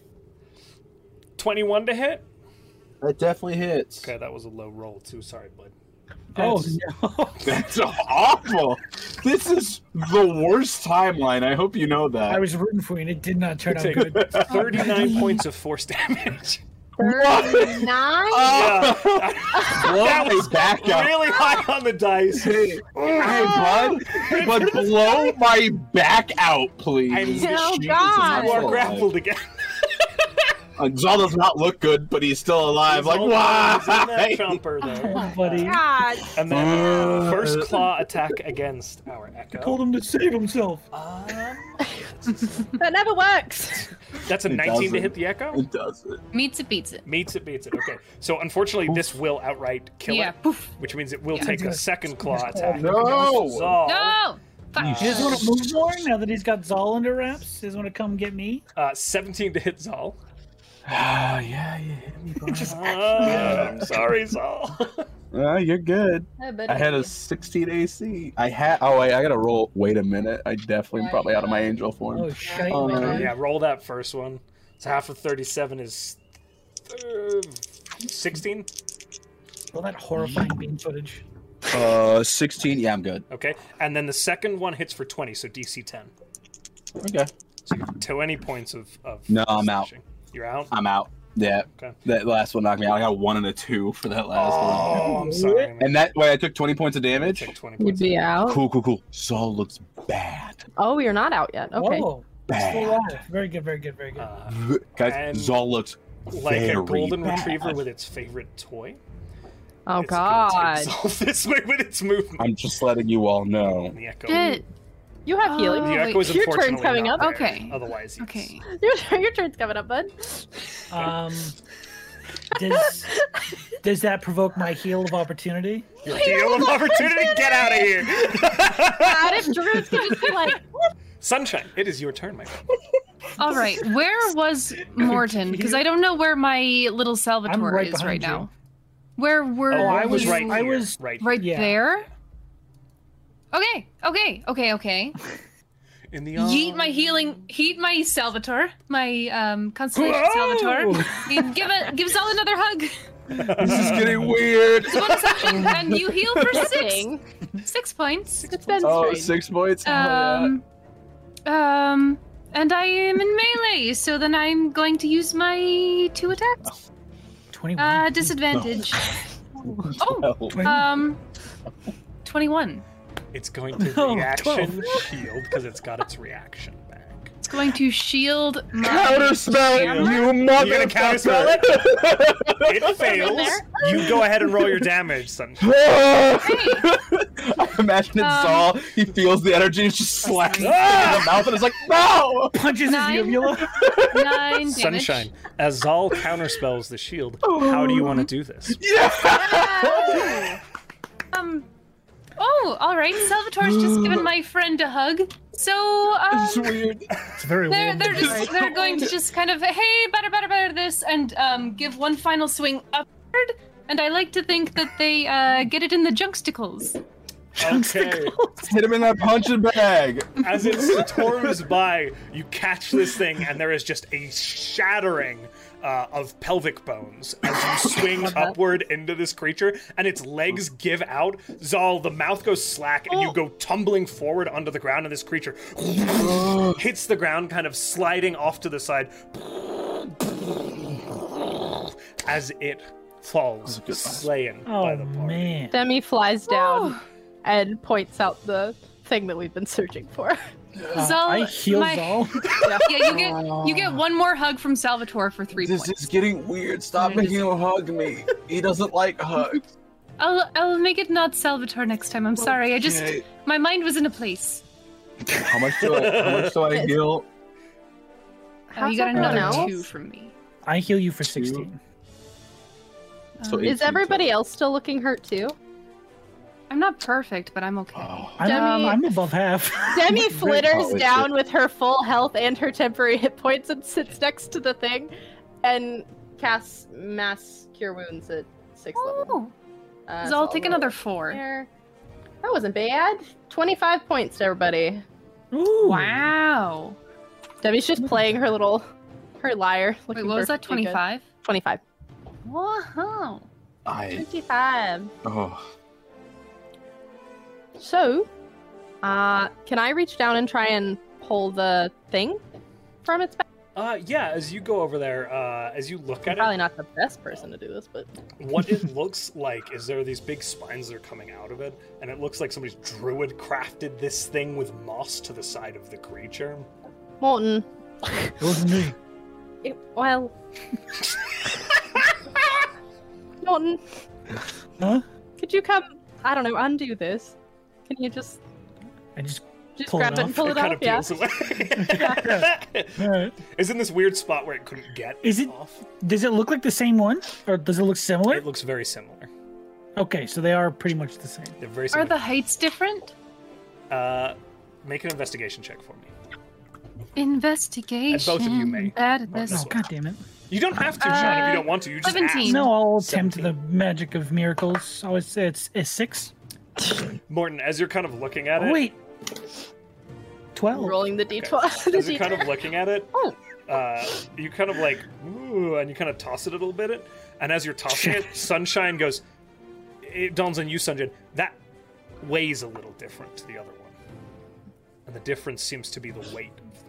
[SPEAKER 1] 21 to hit.
[SPEAKER 6] That definitely hits.
[SPEAKER 1] Okay, that was a low roll too. Sorry, bud.
[SPEAKER 6] That's-
[SPEAKER 4] oh
[SPEAKER 1] *laughs*
[SPEAKER 4] no!
[SPEAKER 6] *laughs* That's awful. This is the worst timeline. I hope you know that.
[SPEAKER 4] I was rooting for you, and it did not turn out
[SPEAKER 1] Take
[SPEAKER 4] good.
[SPEAKER 6] *laughs*
[SPEAKER 1] 39 points of force damage.
[SPEAKER 6] *laughs*
[SPEAKER 2] Thirty-nine.
[SPEAKER 6] Oh,
[SPEAKER 1] Yeah. that
[SPEAKER 6] Blow me
[SPEAKER 1] was
[SPEAKER 6] back up.
[SPEAKER 1] really high on the dice. *laughs*
[SPEAKER 6] Hey, hey,
[SPEAKER 1] Ah.
[SPEAKER 6] bud, but blow my back out, please.
[SPEAKER 1] I'm-
[SPEAKER 6] Jesus,
[SPEAKER 2] Oh,
[SPEAKER 6] that's
[SPEAKER 2] God.
[SPEAKER 1] You are
[SPEAKER 6] alive.
[SPEAKER 1] grappled again.
[SPEAKER 6] Uh, Zal does not look good, but he's still alive. like,
[SPEAKER 1] He's in that
[SPEAKER 6] why?
[SPEAKER 1] jumper, though.
[SPEAKER 4] Oh, buddy.
[SPEAKER 2] God.
[SPEAKER 1] And then
[SPEAKER 6] Uh,
[SPEAKER 1] first claw attack against our echo.
[SPEAKER 4] Told him to save himself.
[SPEAKER 1] Um,
[SPEAKER 2] That never works.
[SPEAKER 1] that's a
[SPEAKER 6] It
[SPEAKER 1] 19 to
[SPEAKER 6] doesn't.
[SPEAKER 1] hit the echo.
[SPEAKER 6] *laughs* It doesn't.
[SPEAKER 5] Meets it, beats it.
[SPEAKER 1] Meets it, beats it. Okay. So unfortunately, this will outright kill
[SPEAKER 5] yeah.
[SPEAKER 1] it,
[SPEAKER 5] Poof.
[SPEAKER 1] which means it will
[SPEAKER 4] Yeah,
[SPEAKER 1] take a
[SPEAKER 4] just-
[SPEAKER 1] second claw
[SPEAKER 4] just-
[SPEAKER 1] attack.
[SPEAKER 6] No!
[SPEAKER 1] against Zal.
[SPEAKER 5] No. Fuck.
[SPEAKER 4] He doesn't want to move more now that he's got Zal under wraps. He doesn't want to come get me. *laughs*
[SPEAKER 1] Uh, 17 to hit Zal.
[SPEAKER 6] Ah, yeah, you hit me, bud.
[SPEAKER 4] *laughs*
[SPEAKER 1] Uh, I'm sorry, Zal. *laughs*
[SPEAKER 6] Ah, you're good. I had a
[SPEAKER 2] a
[SPEAKER 6] 16 AC. I had. Oh, wait, I gotta roll. Wait a minute. I definitely am probably out of my angel
[SPEAKER 4] Oh
[SPEAKER 6] form.
[SPEAKER 4] shit!
[SPEAKER 6] Oh,
[SPEAKER 4] my
[SPEAKER 6] man.
[SPEAKER 4] God.
[SPEAKER 1] yeah, roll that first one. So half of 37 is uh, 16.
[SPEAKER 4] All that horrifying bean footage.
[SPEAKER 6] Uh, 16. Yeah, I'm good.
[SPEAKER 1] Okay. And then the second one hits for 20, so DC 10.
[SPEAKER 6] Okay.
[SPEAKER 1] So you have 20 points of. of
[SPEAKER 6] No, I'm out.
[SPEAKER 1] slashing. You're out?
[SPEAKER 6] I'm out. Yeah.
[SPEAKER 1] Okay.
[SPEAKER 6] That last one knocked me out. I got one and a two for that last one.
[SPEAKER 1] Oh, I'm sorry. man.
[SPEAKER 6] And that way, I took 20 points of
[SPEAKER 1] You
[SPEAKER 6] damage.
[SPEAKER 1] take 20
[SPEAKER 3] You'd
[SPEAKER 1] points.
[SPEAKER 3] be out.
[SPEAKER 6] Cool, cool, cool. Saul looks bad.
[SPEAKER 2] Oh, you're not out yet. Okay.
[SPEAKER 4] Whoa! Still
[SPEAKER 6] Bad.
[SPEAKER 4] alive. Very good. Very good. Very good.
[SPEAKER 1] Uh,
[SPEAKER 6] Guys,
[SPEAKER 1] and-
[SPEAKER 6] Zal looks
[SPEAKER 1] like a
[SPEAKER 6] Very
[SPEAKER 1] golden
[SPEAKER 6] bad.
[SPEAKER 1] retriever with its favorite toy.
[SPEAKER 3] Oh
[SPEAKER 1] it's gonna
[SPEAKER 3] god.
[SPEAKER 1] take itself *laughs* this way with its movement.
[SPEAKER 6] I'm just letting you all know.
[SPEAKER 1] And the echo.
[SPEAKER 5] Shit.
[SPEAKER 2] You have healing.
[SPEAKER 5] Oh,
[SPEAKER 1] the echo
[SPEAKER 5] wait.
[SPEAKER 1] is
[SPEAKER 2] Your turn's
[SPEAKER 1] unfortunately
[SPEAKER 2] coming
[SPEAKER 1] not
[SPEAKER 2] up.
[SPEAKER 1] there.
[SPEAKER 5] Okay.
[SPEAKER 1] Otherwise, yes. *laughs*
[SPEAKER 5] Okay.
[SPEAKER 2] *laughs* Your, your turn's coming up, bud.
[SPEAKER 4] Um, does does that provoke my heal of opportunity?
[SPEAKER 1] Your deal of opportunity. Get out of here. *laughs*
[SPEAKER 2] God, if *laughs* Drew's gonna just be like,
[SPEAKER 1] Sunshine, it is your turn, my friend.
[SPEAKER 5] All right. Where was Morton? Because I don't know where my little Salvatore
[SPEAKER 4] right
[SPEAKER 5] is right
[SPEAKER 4] behind you.
[SPEAKER 5] now. Where were
[SPEAKER 1] Oh, I
[SPEAKER 5] you?
[SPEAKER 1] was right.
[SPEAKER 4] I
[SPEAKER 1] here,
[SPEAKER 4] was-
[SPEAKER 1] right.
[SPEAKER 5] right
[SPEAKER 4] Yeah.
[SPEAKER 5] there. Okay. Okay. Okay. Okay.
[SPEAKER 1] in the
[SPEAKER 5] Yeet my
[SPEAKER 1] *laughs*
[SPEAKER 5] healing. Heat my Salvatore. My um constellation Salvatore. And give it. Give Zal another hug.
[SPEAKER 6] This is
[SPEAKER 1] Uh,
[SPEAKER 6] getting weird.
[SPEAKER 5] *laughs* Bonus action, and you heal for six.
[SPEAKER 2] "Ding."
[SPEAKER 5] Six points.
[SPEAKER 2] It's been
[SPEAKER 6] Oh,
[SPEAKER 2] strange.
[SPEAKER 6] six points.
[SPEAKER 5] Um, um, and I am in melee, so then I'm going to use my two attacks.
[SPEAKER 4] Twenty-one.
[SPEAKER 5] Uh, disadvantage. Oh,
[SPEAKER 6] oh,
[SPEAKER 4] Twen-
[SPEAKER 5] um, twenty-one.
[SPEAKER 1] It's going to
[SPEAKER 4] No,
[SPEAKER 1] reaction shield because it's got its reaction
[SPEAKER 4] *laughs*
[SPEAKER 1] back.
[SPEAKER 5] It's going to shield my. *laughs*
[SPEAKER 6] counter spell it,
[SPEAKER 5] hammer.
[SPEAKER 6] you
[SPEAKER 1] gonna counterspell
[SPEAKER 6] motherfucker!
[SPEAKER 1] *laughs* It fails. You go ahead and roll your damage,
[SPEAKER 4] *laughs*
[SPEAKER 1] Sunshine.
[SPEAKER 6] I *laughs* imagine it's
[SPEAKER 5] Um,
[SPEAKER 6] Saul. He feels the energy,
[SPEAKER 5] *laughs*
[SPEAKER 6] he's just slaps it in
[SPEAKER 1] *laughs* Ah!
[SPEAKER 6] the mouth, and it's like, no!
[SPEAKER 4] *laughs* punches
[SPEAKER 5] Nine.
[SPEAKER 4] his uvula.
[SPEAKER 5] Nine damage.
[SPEAKER 1] Sunshine, as Zal counterspells the shield, how do you want to do this?
[SPEAKER 6] Yeah!
[SPEAKER 5] Oh. Um. Oh, all right. Salvatore's just given my friend a hug. So, um,
[SPEAKER 6] *laughs* It's weird.
[SPEAKER 4] It's very
[SPEAKER 5] They're
[SPEAKER 4] warm.
[SPEAKER 5] they're just
[SPEAKER 6] Right.
[SPEAKER 5] they're going to just kind of hey better better better this and um give one final swing upward and I like to think that they uh get it in the junksticles.
[SPEAKER 1] Okay.
[SPEAKER 6] Hit him in that punching bag.
[SPEAKER 1] As it storms by, you catch this thing, and there is just a shattering uh, of pelvic bones as you swing upward into this creature, and its legs give out. Zal, the mouth goes slack, and you go tumbling forward onto the ground, and this creature hits the ground, kind of sliding off to the side as it falls, slain by
[SPEAKER 4] Oh
[SPEAKER 1] the party.
[SPEAKER 4] man.
[SPEAKER 2] Demi flies down. and points out the thing that we've been searching for.
[SPEAKER 4] Uh,
[SPEAKER 5] Zal,
[SPEAKER 4] I heal
[SPEAKER 5] my-
[SPEAKER 4] Zal.
[SPEAKER 5] Yeah, you get you get one more hug from Salvatore for *sighs* three
[SPEAKER 6] this
[SPEAKER 5] points.
[SPEAKER 6] is getting weird. Stop making him hug me. He doesn't like hugs.
[SPEAKER 5] I'll I'll make it not Salvatore next time. I'm sorry. I just
[SPEAKER 6] Okay.
[SPEAKER 5] my mind was in a place.
[SPEAKER 6] How much do I, how much
[SPEAKER 5] *laughs*
[SPEAKER 6] do I
[SPEAKER 5] Oh, you
[SPEAKER 6] heal?
[SPEAKER 2] How's
[SPEAKER 5] got
[SPEAKER 2] everyone
[SPEAKER 5] another
[SPEAKER 2] else?
[SPEAKER 5] two from me.
[SPEAKER 4] I heal you for
[SPEAKER 6] Two.
[SPEAKER 4] 16.
[SPEAKER 6] So
[SPEAKER 5] Um,
[SPEAKER 6] eight.
[SPEAKER 2] Is everybody else still looking hurt too?
[SPEAKER 5] I'm not perfect, but I'm okay.
[SPEAKER 6] Oh.
[SPEAKER 4] I'm,
[SPEAKER 2] Demi-
[SPEAKER 4] I'm above half. *laughs*
[SPEAKER 2] Demi flitters
[SPEAKER 6] Holy
[SPEAKER 2] down
[SPEAKER 6] shit.
[SPEAKER 2] with her full health and her temporary *laughs* hit points and sits next to the thing and casts mass cure wounds at sixth level.
[SPEAKER 5] Oh,
[SPEAKER 2] Uh,
[SPEAKER 5] Zal,
[SPEAKER 2] so
[SPEAKER 5] take
[SPEAKER 2] I'll
[SPEAKER 5] another
[SPEAKER 2] roll
[SPEAKER 5] four.
[SPEAKER 2] there. That wasn't bad. 25 points to everybody.
[SPEAKER 4] Ooh.
[SPEAKER 5] Wow.
[SPEAKER 2] Demi's just playing her little, her liar.
[SPEAKER 5] Mm-hmm. Wait,
[SPEAKER 2] looking
[SPEAKER 5] what was
[SPEAKER 2] for
[SPEAKER 5] that?
[SPEAKER 2] pretty good-
[SPEAKER 5] Twenty-five.
[SPEAKER 2] 25.
[SPEAKER 5] Wow.
[SPEAKER 6] I
[SPEAKER 2] 25.
[SPEAKER 6] oh
[SPEAKER 2] So, uh, can I reach down and try and pull the thing from its back?
[SPEAKER 1] Uh, yeah, as you go over there, uh, as you look
[SPEAKER 2] I'm
[SPEAKER 1] at
[SPEAKER 2] probably
[SPEAKER 1] it,
[SPEAKER 2] not the best person to do this, but
[SPEAKER 1] what
[SPEAKER 4] *laughs*
[SPEAKER 1] it looks like is there are these big spines that are coming out of it, and it looks like somebody's druid crafted this thing with moss to the side of the creature.
[SPEAKER 2] Morton.
[SPEAKER 4] It wasn't me.
[SPEAKER 2] It, *laughs* well, Norton,
[SPEAKER 4] Huh?
[SPEAKER 2] could you come? I don't know, undo this. Can you just
[SPEAKER 4] I just.
[SPEAKER 2] just
[SPEAKER 4] Pull it
[SPEAKER 2] grab it, and
[SPEAKER 4] off?
[SPEAKER 2] pull
[SPEAKER 1] it
[SPEAKER 2] it
[SPEAKER 1] kind
[SPEAKER 2] off?
[SPEAKER 1] of
[SPEAKER 2] Yeah.
[SPEAKER 1] peels away.
[SPEAKER 4] Alright.
[SPEAKER 1] *laughs* it's in this weird spot where it couldn't get.
[SPEAKER 4] Is it-
[SPEAKER 1] off?
[SPEAKER 4] Does it look like the same one? Or does it look similar?
[SPEAKER 1] It looks very similar.
[SPEAKER 4] Okay, so they are pretty much the same.
[SPEAKER 1] They're very
[SPEAKER 5] Are
[SPEAKER 1] similar.
[SPEAKER 5] the heights different?
[SPEAKER 1] Uh, make an investigation check for me.
[SPEAKER 5] Investigation.
[SPEAKER 1] And both of you may.
[SPEAKER 5] Bad at
[SPEAKER 1] Well,
[SPEAKER 5] this.
[SPEAKER 1] no.
[SPEAKER 4] Oh, god damn it.
[SPEAKER 1] You don't have to, Sean, if
[SPEAKER 5] Uh,
[SPEAKER 1] you don't want to. You just
[SPEAKER 5] 17.
[SPEAKER 1] ask.
[SPEAKER 4] No, I'll attempt the
[SPEAKER 1] 17.
[SPEAKER 4] magic of miracles. I would say it's a six.
[SPEAKER 1] Morton, as you're kind of looking at
[SPEAKER 4] Oh,
[SPEAKER 1] it,
[SPEAKER 4] wait. 12.
[SPEAKER 2] Rolling
[SPEAKER 5] *laughs*
[SPEAKER 2] the d12. *laughs* the
[SPEAKER 1] as you're kind
[SPEAKER 2] d10.
[SPEAKER 1] of looking at it,
[SPEAKER 2] Oh.
[SPEAKER 1] uh, you kind of like, ooh, and you kind of toss it a little bit. And as you're tossing
[SPEAKER 5] *laughs*
[SPEAKER 1] it, Sunshine goes, it dawns on you, Sunshine, that weighs a little different to the other one. And the difference seems to be the weight of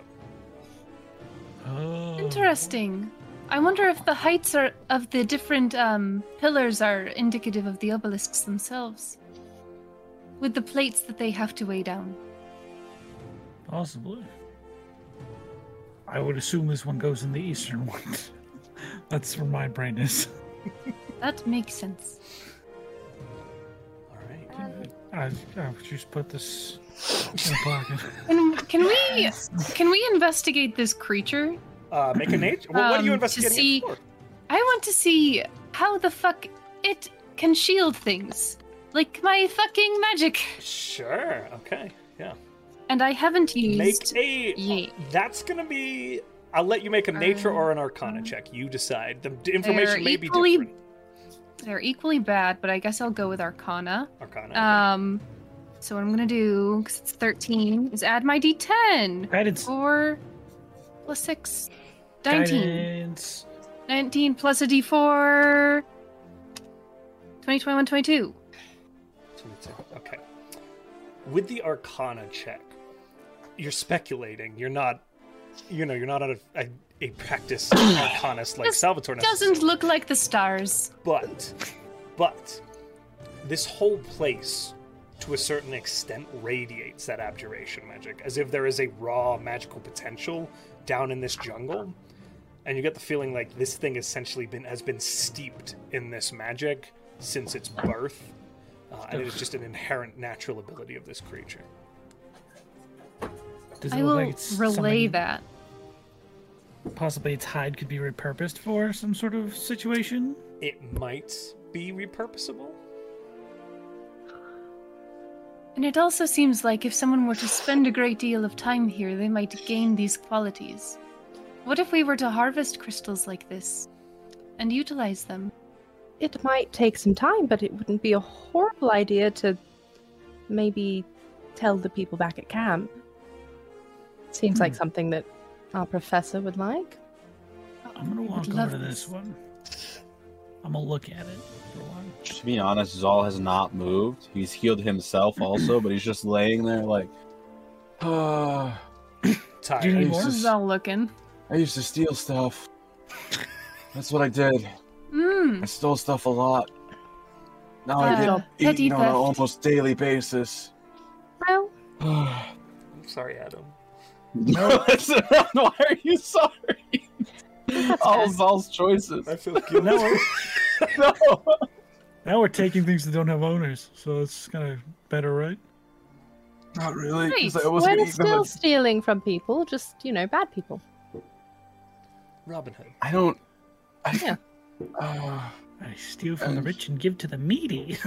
[SPEAKER 1] them.
[SPEAKER 4] Oh.
[SPEAKER 5] Interesting. I wonder if the heights are of the different um, pillars are indicative of the obelisks themselves, with the plates that they have to weigh down.
[SPEAKER 4] Possibly. I would assume this one goes in the eastern *laughs* one. That's where my brain is.
[SPEAKER 5] That makes sense.
[SPEAKER 1] All right.
[SPEAKER 4] I, I would just put this in the
[SPEAKER 5] *laughs*
[SPEAKER 4] pocket.
[SPEAKER 5] Can, can we can we investigate this creature?
[SPEAKER 1] Uh, make
[SPEAKER 5] *clears throat*
[SPEAKER 1] a nature. Well, what are you
[SPEAKER 5] Um, to
[SPEAKER 1] investigating it
[SPEAKER 5] see-
[SPEAKER 1] for?
[SPEAKER 5] I want to see how the fuck it can shield things, like my fucking magic,
[SPEAKER 1] Sure. Okay. Yeah.
[SPEAKER 5] and I haven't
[SPEAKER 1] Make
[SPEAKER 5] used.
[SPEAKER 1] a.
[SPEAKER 5] Ye-
[SPEAKER 1] That's gonna be. I'll let you make a nature
[SPEAKER 5] Um,
[SPEAKER 1] or an arcana check. You decide. The d- information may be
[SPEAKER 5] hmm. equally-
[SPEAKER 1] different.
[SPEAKER 5] They're equally bad, but I guess I'll go with Arcana.
[SPEAKER 1] Arcana.
[SPEAKER 5] Um, so what I'm gonna do, because it's 13, is add my D10.
[SPEAKER 4] Guidance.
[SPEAKER 5] Four plus six. 19.
[SPEAKER 4] Guidance.
[SPEAKER 5] 19 plus a D4. 20, 21, 22.
[SPEAKER 1] Okay. With the arcana check, you're speculating. You're not. You know, you're not a, a, a practiced arcanist like
[SPEAKER 5] This
[SPEAKER 1] Salvatore.
[SPEAKER 5] Doesn't look like the stars.
[SPEAKER 1] But, but, this whole place, to a certain extent, radiates that abjuration magic, as if there is a raw magical potential down in this jungle. And you get the feeling like this thing essentially been has been steeped in this magic since its birth, uh, and it is just an inherent natural ability of this creature.
[SPEAKER 4] Does it
[SPEAKER 5] I
[SPEAKER 4] look
[SPEAKER 5] will
[SPEAKER 4] like it's
[SPEAKER 5] relay
[SPEAKER 4] something-
[SPEAKER 5] that.
[SPEAKER 4] Possibly its hide could be repurposed for some sort of situation.
[SPEAKER 1] It might be repurposable.
[SPEAKER 5] And it also seems like if someone were to spend a great deal of time here, they might gain these qualities. What if we were to harvest crystals like this and utilize them?
[SPEAKER 3] It might take some time, but it wouldn't be a horrible idea to maybe tell the people back at camp.
[SPEAKER 2] Seems like
[SPEAKER 4] Hmm.
[SPEAKER 2] something that our professor would like.
[SPEAKER 4] I'm gonna
[SPEAKER 5] I would
[SPEAKER 4] walk over
[SPEAKER 5] love
[SPEAKER 4] to this one. I'm gonna look at it for a while.
[SPEAKER 6] to be honest, Zal has not moved. He's healed himself also, but he's just laying there like *sighs* ah.
[SPEAKER 1] Tired.
[SPEAKER 4] Do you
[SPEAKER 6] I
[SPEAKER 4] need
[SPEAKER 6] used
[SPEAKER 4] more?
[SPEAKER 6] to
[SPEAKER 5] This is
[SPEAKER 6] s-
[SPEAKER 5] all looking.
[SPEAKER 6] I used to steal stuff. That's what I did.
[SPEAKER 5] Mmm.
[SPEAKER 6] I stole stuff a lot. Now
[SPEAKER 5] I
[SPEAKER 6] I
[SPEAKER 5] Uh,
[SPEAKER 6] get
[SPEAKER 5] get petty
[SPEAKER 6] eaten
[SPEAKER 5] eaten on
[SPEAKER 6] on
[SPEAKER 5] an
[SPEAKER 6] an
[SPEAKER 5] theft.
[SPEAKER 6] almost daily basis. *sighs*
[SPEAKER 2] Well,
[SPEAKER 6] no,
[SPEAKER 1] I'm sorry, Adam.
[SPEAKER 6] it's not. *laughs* Why are you sorry? All Zal's choices.
[SPEAKER 1] I feel *laughs* guilty.
[SPEAKER 4] Now we're,
[SPEAKER 6] No.
[SPEAKER 4] now we're taking things that don't have owners, so it's kind of better, right?
[SPEAKER 6] Not really. 'cause
[SPEAKER 5] Wait,
[SPEAKER 6] I wasn't
[SPEAKER 2] we're
[SPEAKER 6] eating them
[SPEAKER 2] still
[SPEAKER 6] with-
[SPEAKER 2] stealing from people, just you know, bad people.
[SPEAKER 1] Robin Hood.
[SPEAKER 6] I don't. I,
[SPEAKER 2] Yeah.
[SPEAKER 6] *sighs* Uh,
[SPEAKER 4] I steal from the rich and give to the meaty.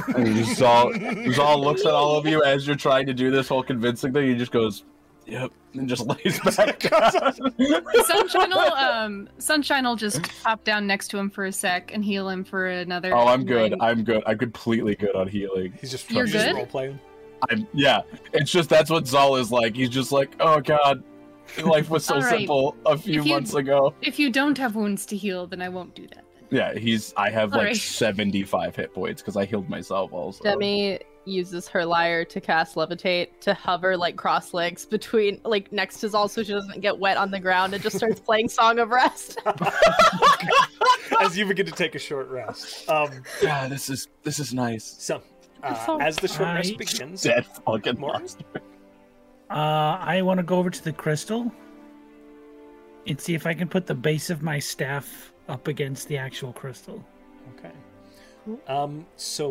[SPEAKER 6] Zal,
[SPEAKER 2] *laughs*
[SPEAKER 6] Zal looks at all of you as you're trying to do this whole convincing thing. He just goes, "Yep," and just *laughs* lays back. down.
[SPEAKER 5] *laughs* Sunshine will, um, Sunshine will just hop down next to him for a sec and heal him for another.
[SPEAKER 6] Oh, I'm good.
[SPEAKER 5] nine.
[SPEAKER 6] I'm good. I'm completely good on healing.
[SPEAKER 1] *laughs* He's just
[SPEAKER 5] You're
[SPEAKER 1] he's just
[SPEAKER 5] good?
[SPEAKER 1] role playing.
[SPEAKER 6] I'm yeah. It's just that's what Zal is like. He's just like, oh god, life was so
[SPEAKER 5] All right.
[SPEAKER 6] simple a few
[SPEAKER 5] If you-
[SPEAKER 6] months ago.
[SPEAKER 5] If you don't have wounds to heal, then I won't do that.
[SPEAKER 6] Yeah, he's. I have
[SPEAKER 5] All
[SPEAKER 6] like
[SPEAKER 5] right.
[SPEAKER 6] 75 hit points because I healed myself also.
[SPEAKER 2] Demi uses her lyre to cast levitate to hover like cross legs between like next to Zal so she doesn't get wet on the ground and just starts playing Song of Rest.
[SPEAKER 1] As you begin to take a short rest. Um,
[SPEAKER 6] Yeah, this is this is nice.
[SPEAKER 1] so, uh,
[SPEAKER 2] So
[SPEAKER 1] as the short rest
[SPEAKER 4] I-
[SPEAKER 1] begins,
[SPEAKER 6] Dead fucking
[SPEAKER 1] More?
[SPEAKER 6] monster.
[SPEAKER 4] *laughs* Uh, I want to go over to the crystal and see if I can put the base of my staff up against the actual crystal.
[SPEAKER 1] Okay. Um, so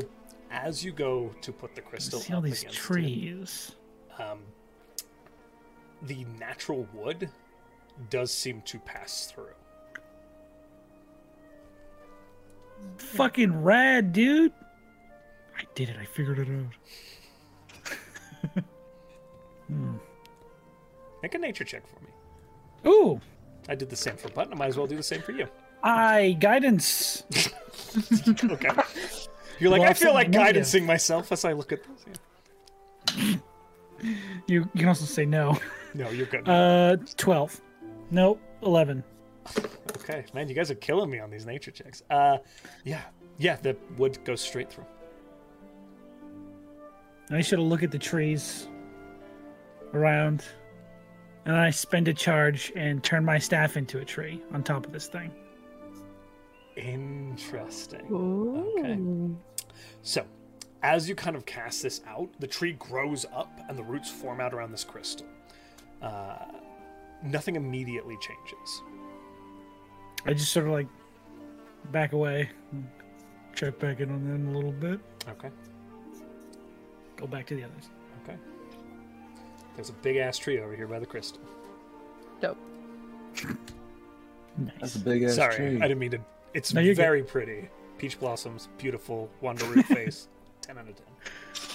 [SPEAKER 1] as you go to put the crystal
[SPEAKER 4] see all
[SPEAKER 1] up
[SPEAKER 4] these
[SPEAKER 1] against it,
[SPEAKER 4] trees.
[SPEAKER 1] um, the natural wood does seem to pass through.
[SPEAKER 4] Fucking rad, dude. I did it. I figured it out. hmm.
[SPEAKER 1] Make a nature check for me.
[SPEAKER 4] Ooh,
[SPEAKER 1] I did the same for Button. I might as well do the same for you.
[SPEAKER 4] I guidance. *laughs*
[SPEAKER 1] Okay. You're like,
[SPEAKER 4] Well,
[SPEAKER 1] I feel
[SPEAKER 4] some
[SPEAKER 1] like
[SPEAKER 4] negative.
[SPEAKER 1] guidancing myself as I look at this. Yeah.
[SPEAKER 4] You, you can also say no.
[SPEAKER 1] No, you're good.
[SPEAKER 4] Uh, twelve. Nope, eleven.
[SPEAKER 1] okay. Man, you guys are killing me on these nature checks. Uh, yeah. Yeah, the wood goes straight through.
[SPEAKER 4] I should have looked at the trees around, and I spend a charge and turn my staff into a tree on top of this thing.
[SPEAKER 1] Interesting.
[SPEAKER 2] Okay.
[SPEAKER 1] So, as you kind of cast this out, the tree grows up and the roots form out around this crystal. Uh, nothing immediately changes.
[SPEAKER 4] I just sort of like back away, check back in on them a little bit,
[SPEAKER 1] Okay.
[SPEAKER 4] go back to the others.
[SPEAKER 1] Okay. There's a big ass tree over here by the crystal.
[SPEAKER 2] Dope.
[SPEAKER 6] That's
[SPEAKER 4] Nice.
[SPEAKER 6] a big ass
[SPEAKER 1] Sorry,
[SPEAKER 6] tree.
[SPEAKER 1] I didn't mean to. It's
[SPEAKER 4] No, you're good.
[SPEAKER 1] very pretty. Peach blossoms, beautiful, wonder
[SPEAKER 4] *laughs*
[SPEAKER 1] root face. 10 out of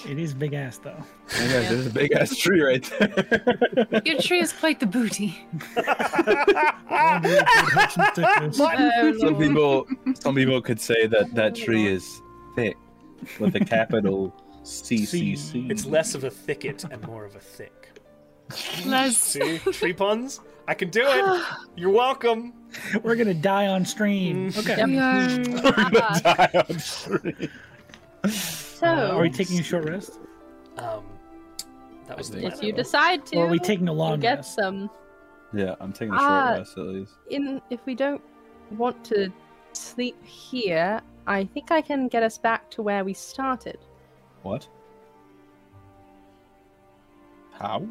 [SPEAKER 1] 10.
[SPEAKER 4] It is big ass though.
[SPEAKER 6] Oh my God, there's a big ass tree right there.
[SPEAKER 5] *laughs* Your tree is quite the *laughs* booty.
[SPEAKER 1] *laughs*
[SPEAKER 4] *laughs*
[SPEAKER 6] *laughs*
[SPEAKER 1] Ah!
[SPEAKER 5] Um,
[SPEAKER 6] some people, some people could say that that tree is thick, with a capital C C C.
[SPEAKER 1] It's less of a thicket and more of a thick.
[SPEAKER 5] Les.
[SPEAKER 1] See? Tree puns? I can do it. You're welcome.
[SPEAKER 4] We're gonna die on stream. Okay.
[SPEAKER 5] We are.
[SPEAKER 2] *laughs*
[SPEAKER 6] We're gonna die on three.
[SPEAKER 2] Uh, So
[SPEAKER 4] Uh, are we taking a short rest?
[SPEAKER 1] Um, that was the
[SPEAKER 6] think
[SPEAKER 1] plan.
[SPEAKER 2] if
[SPEAKER 1] I
[SPEAKER 2] you
[SPEAKER 1] wrote.
[SPEAKER 2] decide to
[SPEAKER 4] Or are we taking a
[SPEAKER 2] we'll
[SPEAKER 4] long
[SPEAKER 2] get
[SPEAKER 4] rest?
[SPEAKER 2] some
[SPEAKER 6] Yeah, I'm taking a short
[SPEAKER 5] Uh,
[SPEAKER 2] Ah.
[SPEAKER 6] rest at least.
[SPEAKER 2] in if we don't want to sleep here, I think I can get us back to where we started.
[SPEAKER 6] What?
[SPEAKER 2] *laughs*
[SPEAKER 6] How?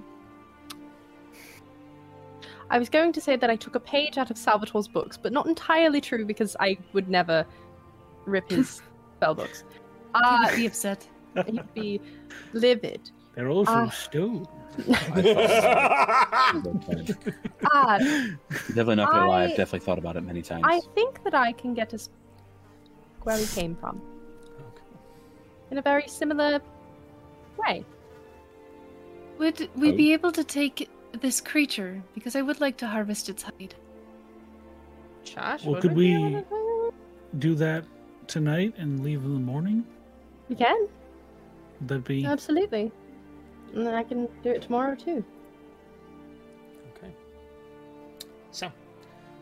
[SPEAKER 2] I was going to say that I took a page out of Salvatore's books, but not entirely true because I would never rip his spell books.
[SPEAKER 5] Ah,
[SPEAKER 2] Uh,
[SPEAKER 5] be upset.
[SPEAKER 2] he'd be livid.
[SPEAKER 4] They're all from
[SPEAKER 2] Uh,
[SPEAKER 4] stone.
[SPEAKER 6] I thought-
[SPEAKER 4] *laughs*
[SPEAKER 2] Ah,
[SPEAKER 6] definitely not gonna lie. I've
[SPEAKER 2] I-
[SPEAKER 6] definitely thought about it many times.
[SPEAKER 2] I think that I can get us where we came from in a very similar way.
[SPEAKER 5] Would we be able to take this creature? Because I would like to harvest its hide.
[SPEAKER 2] Josh,
[SPEAKER 4] Well, would could we be able Do that tonight and leave in the morning.
[SPEAKER 2] We can
[SPEAKER 4] Would that be
[SPEAKER 2] absolutely. And then I can do it tomorrow too.
[SPEAKER 1] *laughs* Okay. So,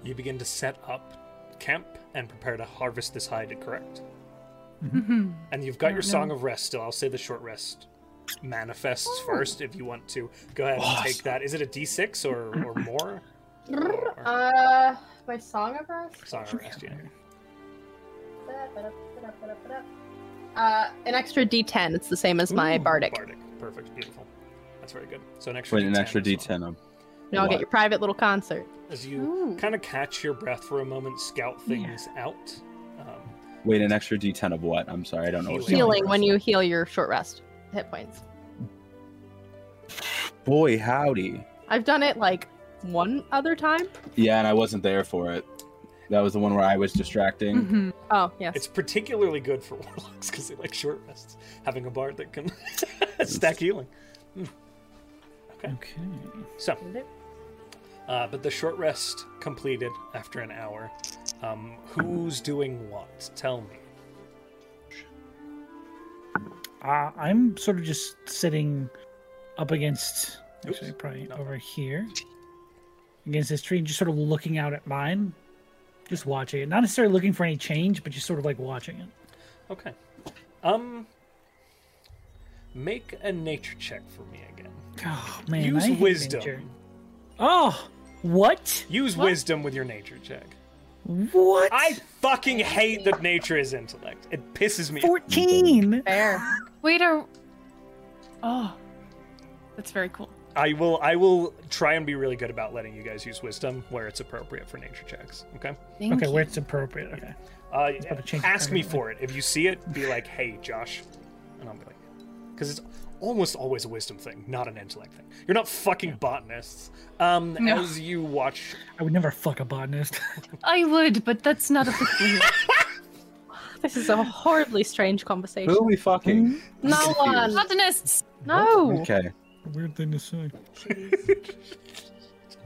[SPEAKER 1] you begin to set up camp and prepare to harvest this hide, correct?
[SPEAKER 5] Mhm.
[SPEAKER 1] And you've got
[SPEAKER 5] No,
[SPEAKER 1] your
[SPEAKER 5] no.
[SPEAKER 1] song of rest still. I'll say the short rest manifests first if you want to. Go ahead and take
[SPEAKER 6] Awesome.
[SPEAKER 1] that. Is it a d6 or, or more?
[SPEAKER 2] Uh, my song of rest.
[SPEAKER 1] Song of rest, yeah.
[SPEAKER 2] Uh, an extra D10. It's the same as my
[SPEAKER 1] Ooh,
[SPEAKER 2] bardic.
[SPEAKER 1] Perfect. Beautiful. That's very good. So an extra
[SPEAKER 6] Wait,
[SPEAKER 1] D10
[SPEAKER 6] an extra
[SPEAKER 1] as well.
[SPEAKER 6] D10. Um,
[SPEAKER 2] Now I'll get
[SPEAKER 6] What?
[SPEAKER 2] your private little concert.
[SPEAKER 1] As you kind of catch your breath for a moment, scout things out. Um,
[SPEAKER 6] Wait, an extra D10 of what? I'm sorry, I don't know. What
[SPEAKER 1] Yeah.
[SPEAKER 2] Healing when you heal your short rest hit points.
[SPEAKER 6] Boy, howdy.
[SPEAKER 2] I've done it like one other time.
[SPEAKER 6] Yeah, and I wasn't there for it. That was the one where I was distracting.
[SPEAKER 5] Mhm.
[SPEAKER 2] Oh yes.
[SPEAKER 1] it's particularly good for *laughs* warlocks because they like short rests. Having a bard that can *laughs* stack healing.
[SPEAKER 4] Okay.
[SPEAKER 1] So, uh, but the short rest completed after an hour. Um, who's doing what? Tell me.
[SPEAKER 4] Uh, I'm sort of just sitting up against, actually,
[SPEAKER 1] Oops.
[SPEAKER 4] probably
[SPEAKER 1] No.
[SPEAKER 4] over here, against this tree, just sort of looking out at mine, just watching it. Not necessarily looking for any change, but just sort of like watching it.
[SPEAKER 1] Okay. Um, make a nature check for me again.
[SPEAKER 4] Oh man, I
[SPEAKER 1] Use
[SPEAKER 4] hate
[SPEAKER 1] wisdom.
[SPEAKER 4] nature. Oh, what?
[SPEAKER 1] Use wisdom with your nature check.
[SPEAKER 4] What?
[SPEAKER 1] I fucking hate that nature is intellect. It pisses me.
[SPEAKER 4] fourteen.
[SPEAKER 2] Fair.
[SPEAKER 5] Wait, are. Oh. That's very cool.
[SPEAKER 1] I will. I will try and be really good about letting you guys use wisdom where it's appropriate for nature checks. Okay.
[SPEAKER 5] Thank
[SPEAKER 4] Okay,
[SPEAKER 5] you.
[SPEAKER 4] where it's appropriate. Okay.
[SPEAKER 1] Uh,
[SPEAKER 4] about to change
[SPEAKER 1] ask me
[SPEAKER 4] permanently.
[SPEAKER 1] for it. If you see it, be like, "Hey, Josh," and I'll be like, "Because it's almost always a wisdom thing, not an intellect thing. You're not fucking botanists." Um,
[SPEAKER 5] No.
[SPEAKER 1] as you watch,
[SPEAKER 4] I would never fuck a botanist.
[SPEAKER 5] *laughs* I would, but that's not a big *laughs* deal.
[SPEAKER 2] This is a horribly strange conversation.
[SPEAKER 6] Who are we fucking?
[SPEAKER 2] No
[SPEAKER 6] I'm
[SPEAKER 2] one.
[SPEAKER 5] Botanists!
[SPEAKER 2] No.
[SPEAKER 6] Okay.
[SPEAKER 4] Weird thing to say.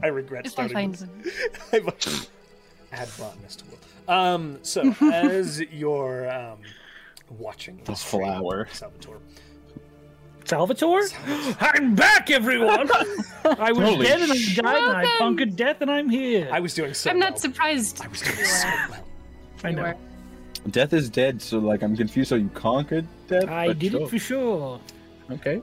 [SPEAKER 1] I regret
[SPEAKER 5] If I
[SPEAKER 1] starting.
[SPEAKER 5] find
[SPEAKER 1] this.
[SPEAKER 5] them.
[SPEAKER 1] *laughs* I bu- Add botanist to will. Um, so as you're um, watching
[SPEAKER 6] The
[SPEAKER 1] this tree,
[SPEAKER 6] flower.
[SPEAKER 1] Salvatore,
[SPEAKER 4] Salvatore? I'm back, everyone! I was
[SPEAKER 6] Holy
[SPEAKER 4] dead and I died and I
[SPEAKER 5] Welcome.
[SPEAKER 4] conquered death and I'm here.
[SPEAKER 1] I was doing so.
[SPEAKER 5] I'm
[SPEAKER 1] well.
[SPEAKER 5] not surprised.
[SPEAKER 1] I was doing so well.
[SPEAKER 4] I
[SPEAKER 2] You
[SPEAKER 4] know.
[SPEAKER 2] were.
[SPEAKER 6] Death is dead, so like I'm confused. So you conquered death?
[SPEAKER 4] I
[SPEAKER 6] But
[SPEAKER 4] did
[SPEAKER 6] sure.
[SPEAKER 4] it for *gasps* sure.
[SPEAKER 6] Okay.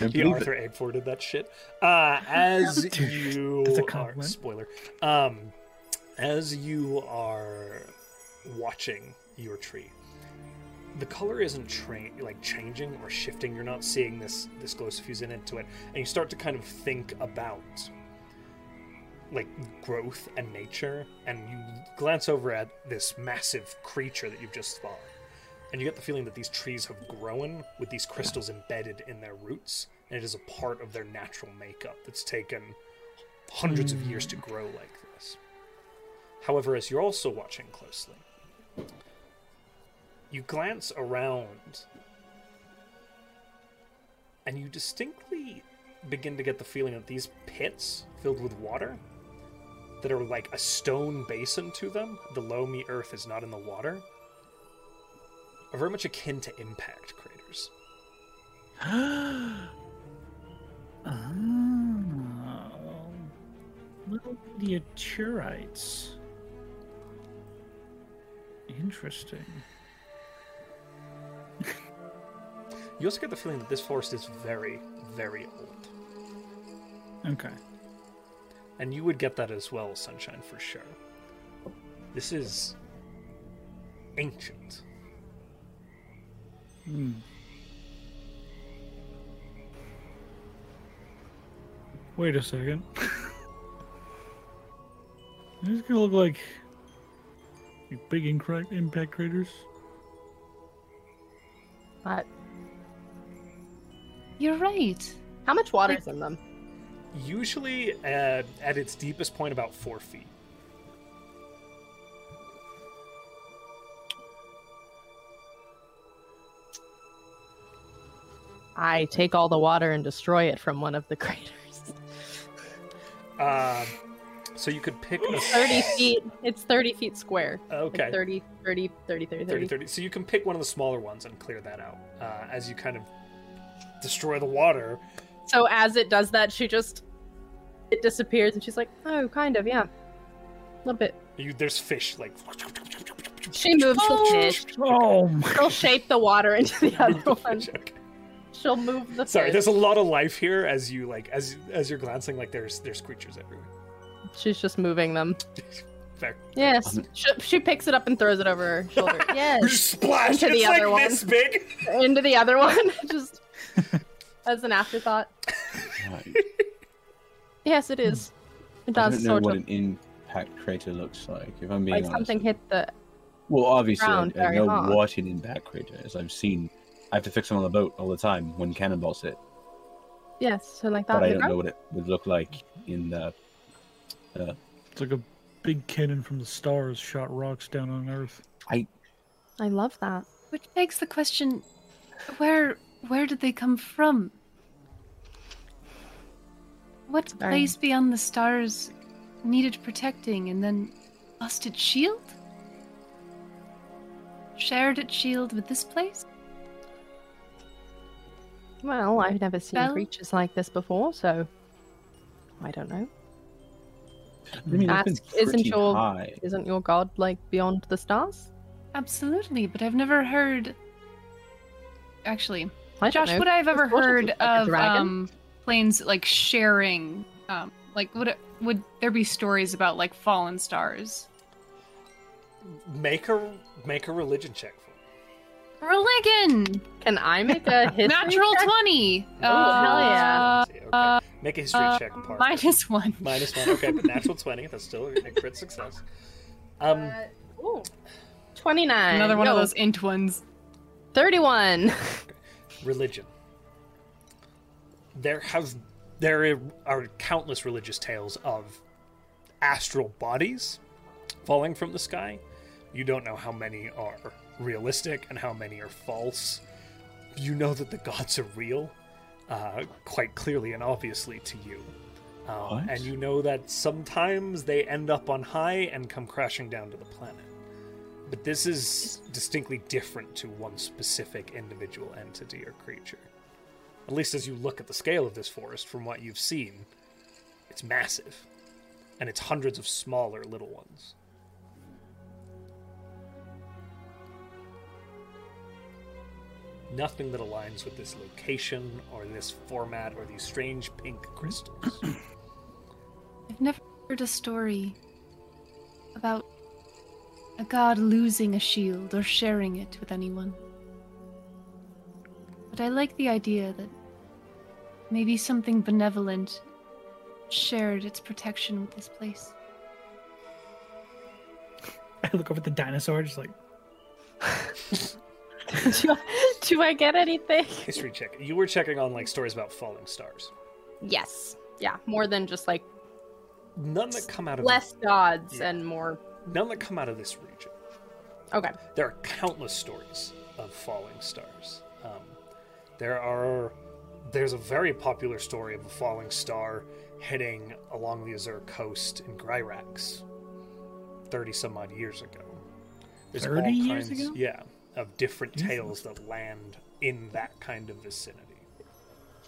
[SPEAKER 6] I
[SPEAKER 1] Yeah,
[SPEAKER 6] believe it.
[SPEAKER 1] Arthur Eggforded that shit. Uh, *laughs* as you
[SPEAKER 4] That's a
[SPEAKER 1] are,
[SPEAKER 4] compliment.
[SPEAKER 1] spoiler, um, as you are watching your tree, the color isn't tra- like changing or shifting. You're not seeing this this glow suffuse into it, and you start to kind of think about like growth and nature, and you glance over at this massive creature that you've just spawned. And you get the feeling that these trees have grown with these crystals embedded in their roots, and it is a part of their natural makeup that's taken hundreds of years to grow like this. However, as you're also watching closely, you glance around and you distinctly begin to get the feeling that these pits filled with water that are like a stone basin to them, the loamy earth is not in the water, are very much akin to impact craters.
[SPEAKER 4] Ah, Oh. Little meteorites. Interesting.
[SPEAKER 1] You also get the feeling that this forest is very, very old.
[SPEAKER 4] Okay.
[SPEAKER 1] And you would get that as well, Sunshine, for sure. This is ancient.
[SPEAKER 4] Hmm. Wait a second. *laughs* These gonna look like, like big incra- impact craters.
[SPEAKER 2] Uh,
[SPEAKER 5] You're right.
[SPEAKER 2] how much water is in them?
[SPEAKER 1] Usually uh, at its deepest point, about four feet.
[SPEAKER 2] I take all the water and destroy it from one of the *laughs* craters.
[SPEAKER 1] Um, so you could pick a
[SPEAKER 2] 30 feet. It's 30 feet square. *laughs* Like
[SPEAKER 1] Okay.
[SPEAKER 2] 30, 30, 30, 30,
[SPEAKER 1] 30,
[SPEAKER 2] 30.
[SPEAKER 1] 30. So you can pick one of the smaller ones and clear that out uh, as you kind of destroy the water.
[SPEAKER 2] So as it does that, she just it disappears, and she's like, "Oh, kind of, yeah, a little bit."
[SPEAKER 1] You, there's fish, like.
[SPEAKER 2] She moves. She'll,
[SPEAKER 1] *laughs*
[SPEAKER 4] Oh, my.
[SPEAKER 2] she'll shape the water into the
[SPEAKER 1] Move
[SPEAKER 2] other
[SPEAKER 1] the
[SPEAKER 2] one.
[SPEAKER 1] fish, okay.
[SPEAKER 2] She'll move the.
[SPEAKER 1] *laughs* Sorry,
[SPEAKER 2] fish.
[SPEAKER 1] there's a lot of life here as you like as as you're glancing like there's there's creatures everywhere.
[SPEAKER 2] She's just moving them.
[SPEAKER 1] Fair.
[SPEAKER 2] Yes.
[SPEAKER 6] Um,
[SPEAKER 2] She, she picks it up and throws it over her
[SPEAKER 5] *laughs*
[SPEAKER 2] shoulder. yes.
[SPEAKER 1] Splash!
[SPEAKER 2] Into the
[SPEAKER 1] it's
[SPEAKER 2] other
[SPEAKER 1] like
[SPEAKER 2] one.
[SPEAKER 1] this big.
[SPEAKER 2] Into the other one. *laughs*
[SPEAKER 6] *laughs*
[SPEAKER 2] Just as an afterthought.
[SPEAKER 6] I
[SPEAKER 2] Yes, it is. It
[SPEAKER 6] Hmm. I
[SPEAKER 2] does
[SPEAKER 6] don't know
[SPEAKER 2] sort
[SPEAKER 6] what
[SPEAKER 2] of.
[SPEAKER 6] an impact crater looks like. If I'm being
[SPEAKER 2] Like
[SPEAKER 6] honest.
[SPEAKER 2] something hit the.
[SPEAKER 6] Well, obviously, I-
[SPEAKER 2] ground
[SPEAKER 6] I,
[SPEAKER 2] very
[SPEAKER 6] know
[SPEAKER 2] hard.
[SPEAKER 6] what an impact crater is. I've seen. I have to fix them on the boat all the time when cannonballs hit,
[SPEAKER 2] Yes, so like oh, that.
[SPEAKER 6] but I
[SPEAKER 2] the
[SPEAKER 6] don't
[SPEAKER 2] ground-
[SPEAKER 6] know what it would look like in the.
[SPEAKER 4] It's like a big cannon from the stars shot rocks down on Earth.
[SPEAKER 2] I love that.
[SPEAKER 5] Which begs the question, where where did they come from? What
[SPEAKER 2] Darn.
[SPEAKER 5] place beyond the stars needed protecting and then lost its shield? Shared its shield with this place?
[SPEAKER 2] Well, I've never seen
[SPEAKER 5] Well-
[SPEAKER 2] creatures like this before, so I don't know.
[SPEAKER 4] I mean,
[SPEAKER 2] That's-
[SPEAKER 6] it's been
[SPEAKER 2] isn't
[SPEAKER 6] pretty
[SPEAKER 2] your-
[SPEAKER 6] high.
[SPEAKER 2] Isn't your god like beyond the stars?
[SPEAKER 5] Absolutely, but I've never heard. Actually,
[SPEAKER 2] I don't
[SPEAKER 5] Josh,
[SPEAKER 2] know.
[SPEAKER 5] would I have ever
[SPEAKER 2] Just watch it
[SPEAKER 5] heard
[SPEAKER 2] look like a
[SPEAKER 5] of
[SPEAKER 2] dragon.
[SPEAKER 5] um, planes like sharing? Um, like, would it, would there be stories about like fallen stars?
[SPEAKER 1] Make a make a religion check for me.
[SPEAKER 5] Religion,
[SPEAKER 2] Can I
[SPEAKER 5] *laughs*
[SPEAKER 2] make a history *laughs*
[SPEAKER 5] natural
[SPEAKER 2] check?
[SPEAKER 5] twenty.
[SPEAKER 1] Oh,
[SPEAKER 2] hell yeah.
[SPEAKER 1] See, okay.
[SPEAKER 5] uh,
[SPEAKER 1] make a history
[SPEAKER 5] uh,
[SPEAKER 1] check. Parker.
[SPEAKER 5] *laughs* minus one.
[SPEAKER 1] Minus one. Okay, but natural twenty. That's still a crit success. Um,
[SPEAKER 2] Uh, ooh. 29.
[SPEAKER 5] Another one of
[SPEAKER 2] No,
[SPEAKER 5] those int ones.
[SPEAKER 2] 31.
[SPEAKER 1] religion. There have there are countless religious tales of astral bodies falling from the sky. You don't know how many are realistic and how many are false. You know that the gods are real, uh, quite clearly and obviously to you. Um,
[SPEAKER 6] What?
[SPEAKER 1] and you know that sometimes they end up on high and come crashing down to the planet. But this is distinctly different to one specific individual entity or creature. At least as you look at the scale of this forest from what you've seen, it's massive. And it's hundreds of smaller little ones. Nothing that aligns with this location or this format or these strange pink crystals.
[SPEAKER 5] I've never heard a story about a god losing a shield or sharing it with anyone. But I like the idea that maybe something benevolent shared its protection with this place.
[SPEAKER 4] I look over at the dinosaur, just like
[SPEAKER 2] *laughs* do, I, do I get anything?
[SPEAKER 1] History check. You were checking on like stories about falling stars.
[SPEAKER 2] Yes. Yeah, more than just like
[SPEAKER 1] None that come out of
[SPEAKER 2] less gods
[SPEAKER 1] Yeah.
[SPEAKER 2] and more.
[SPEAKER 1] none that come out of this region.
[SPEAKER 2] Okay.
[SPEAKER 1] There are countless stories of falling stars. Um, there are there's a very popular story of a falling star heading along the Azure coast in Gryrax, thirty some odd years ago. There's
[SPEAKER 4] 30
[SPEAKER 1] all
[SPEAKER 4] years
[SPEAKER 1] kinds,
[SPEAKER 4] ago?
[SPEAKER 1] yeah, of different tales that land in that kind of vicinity.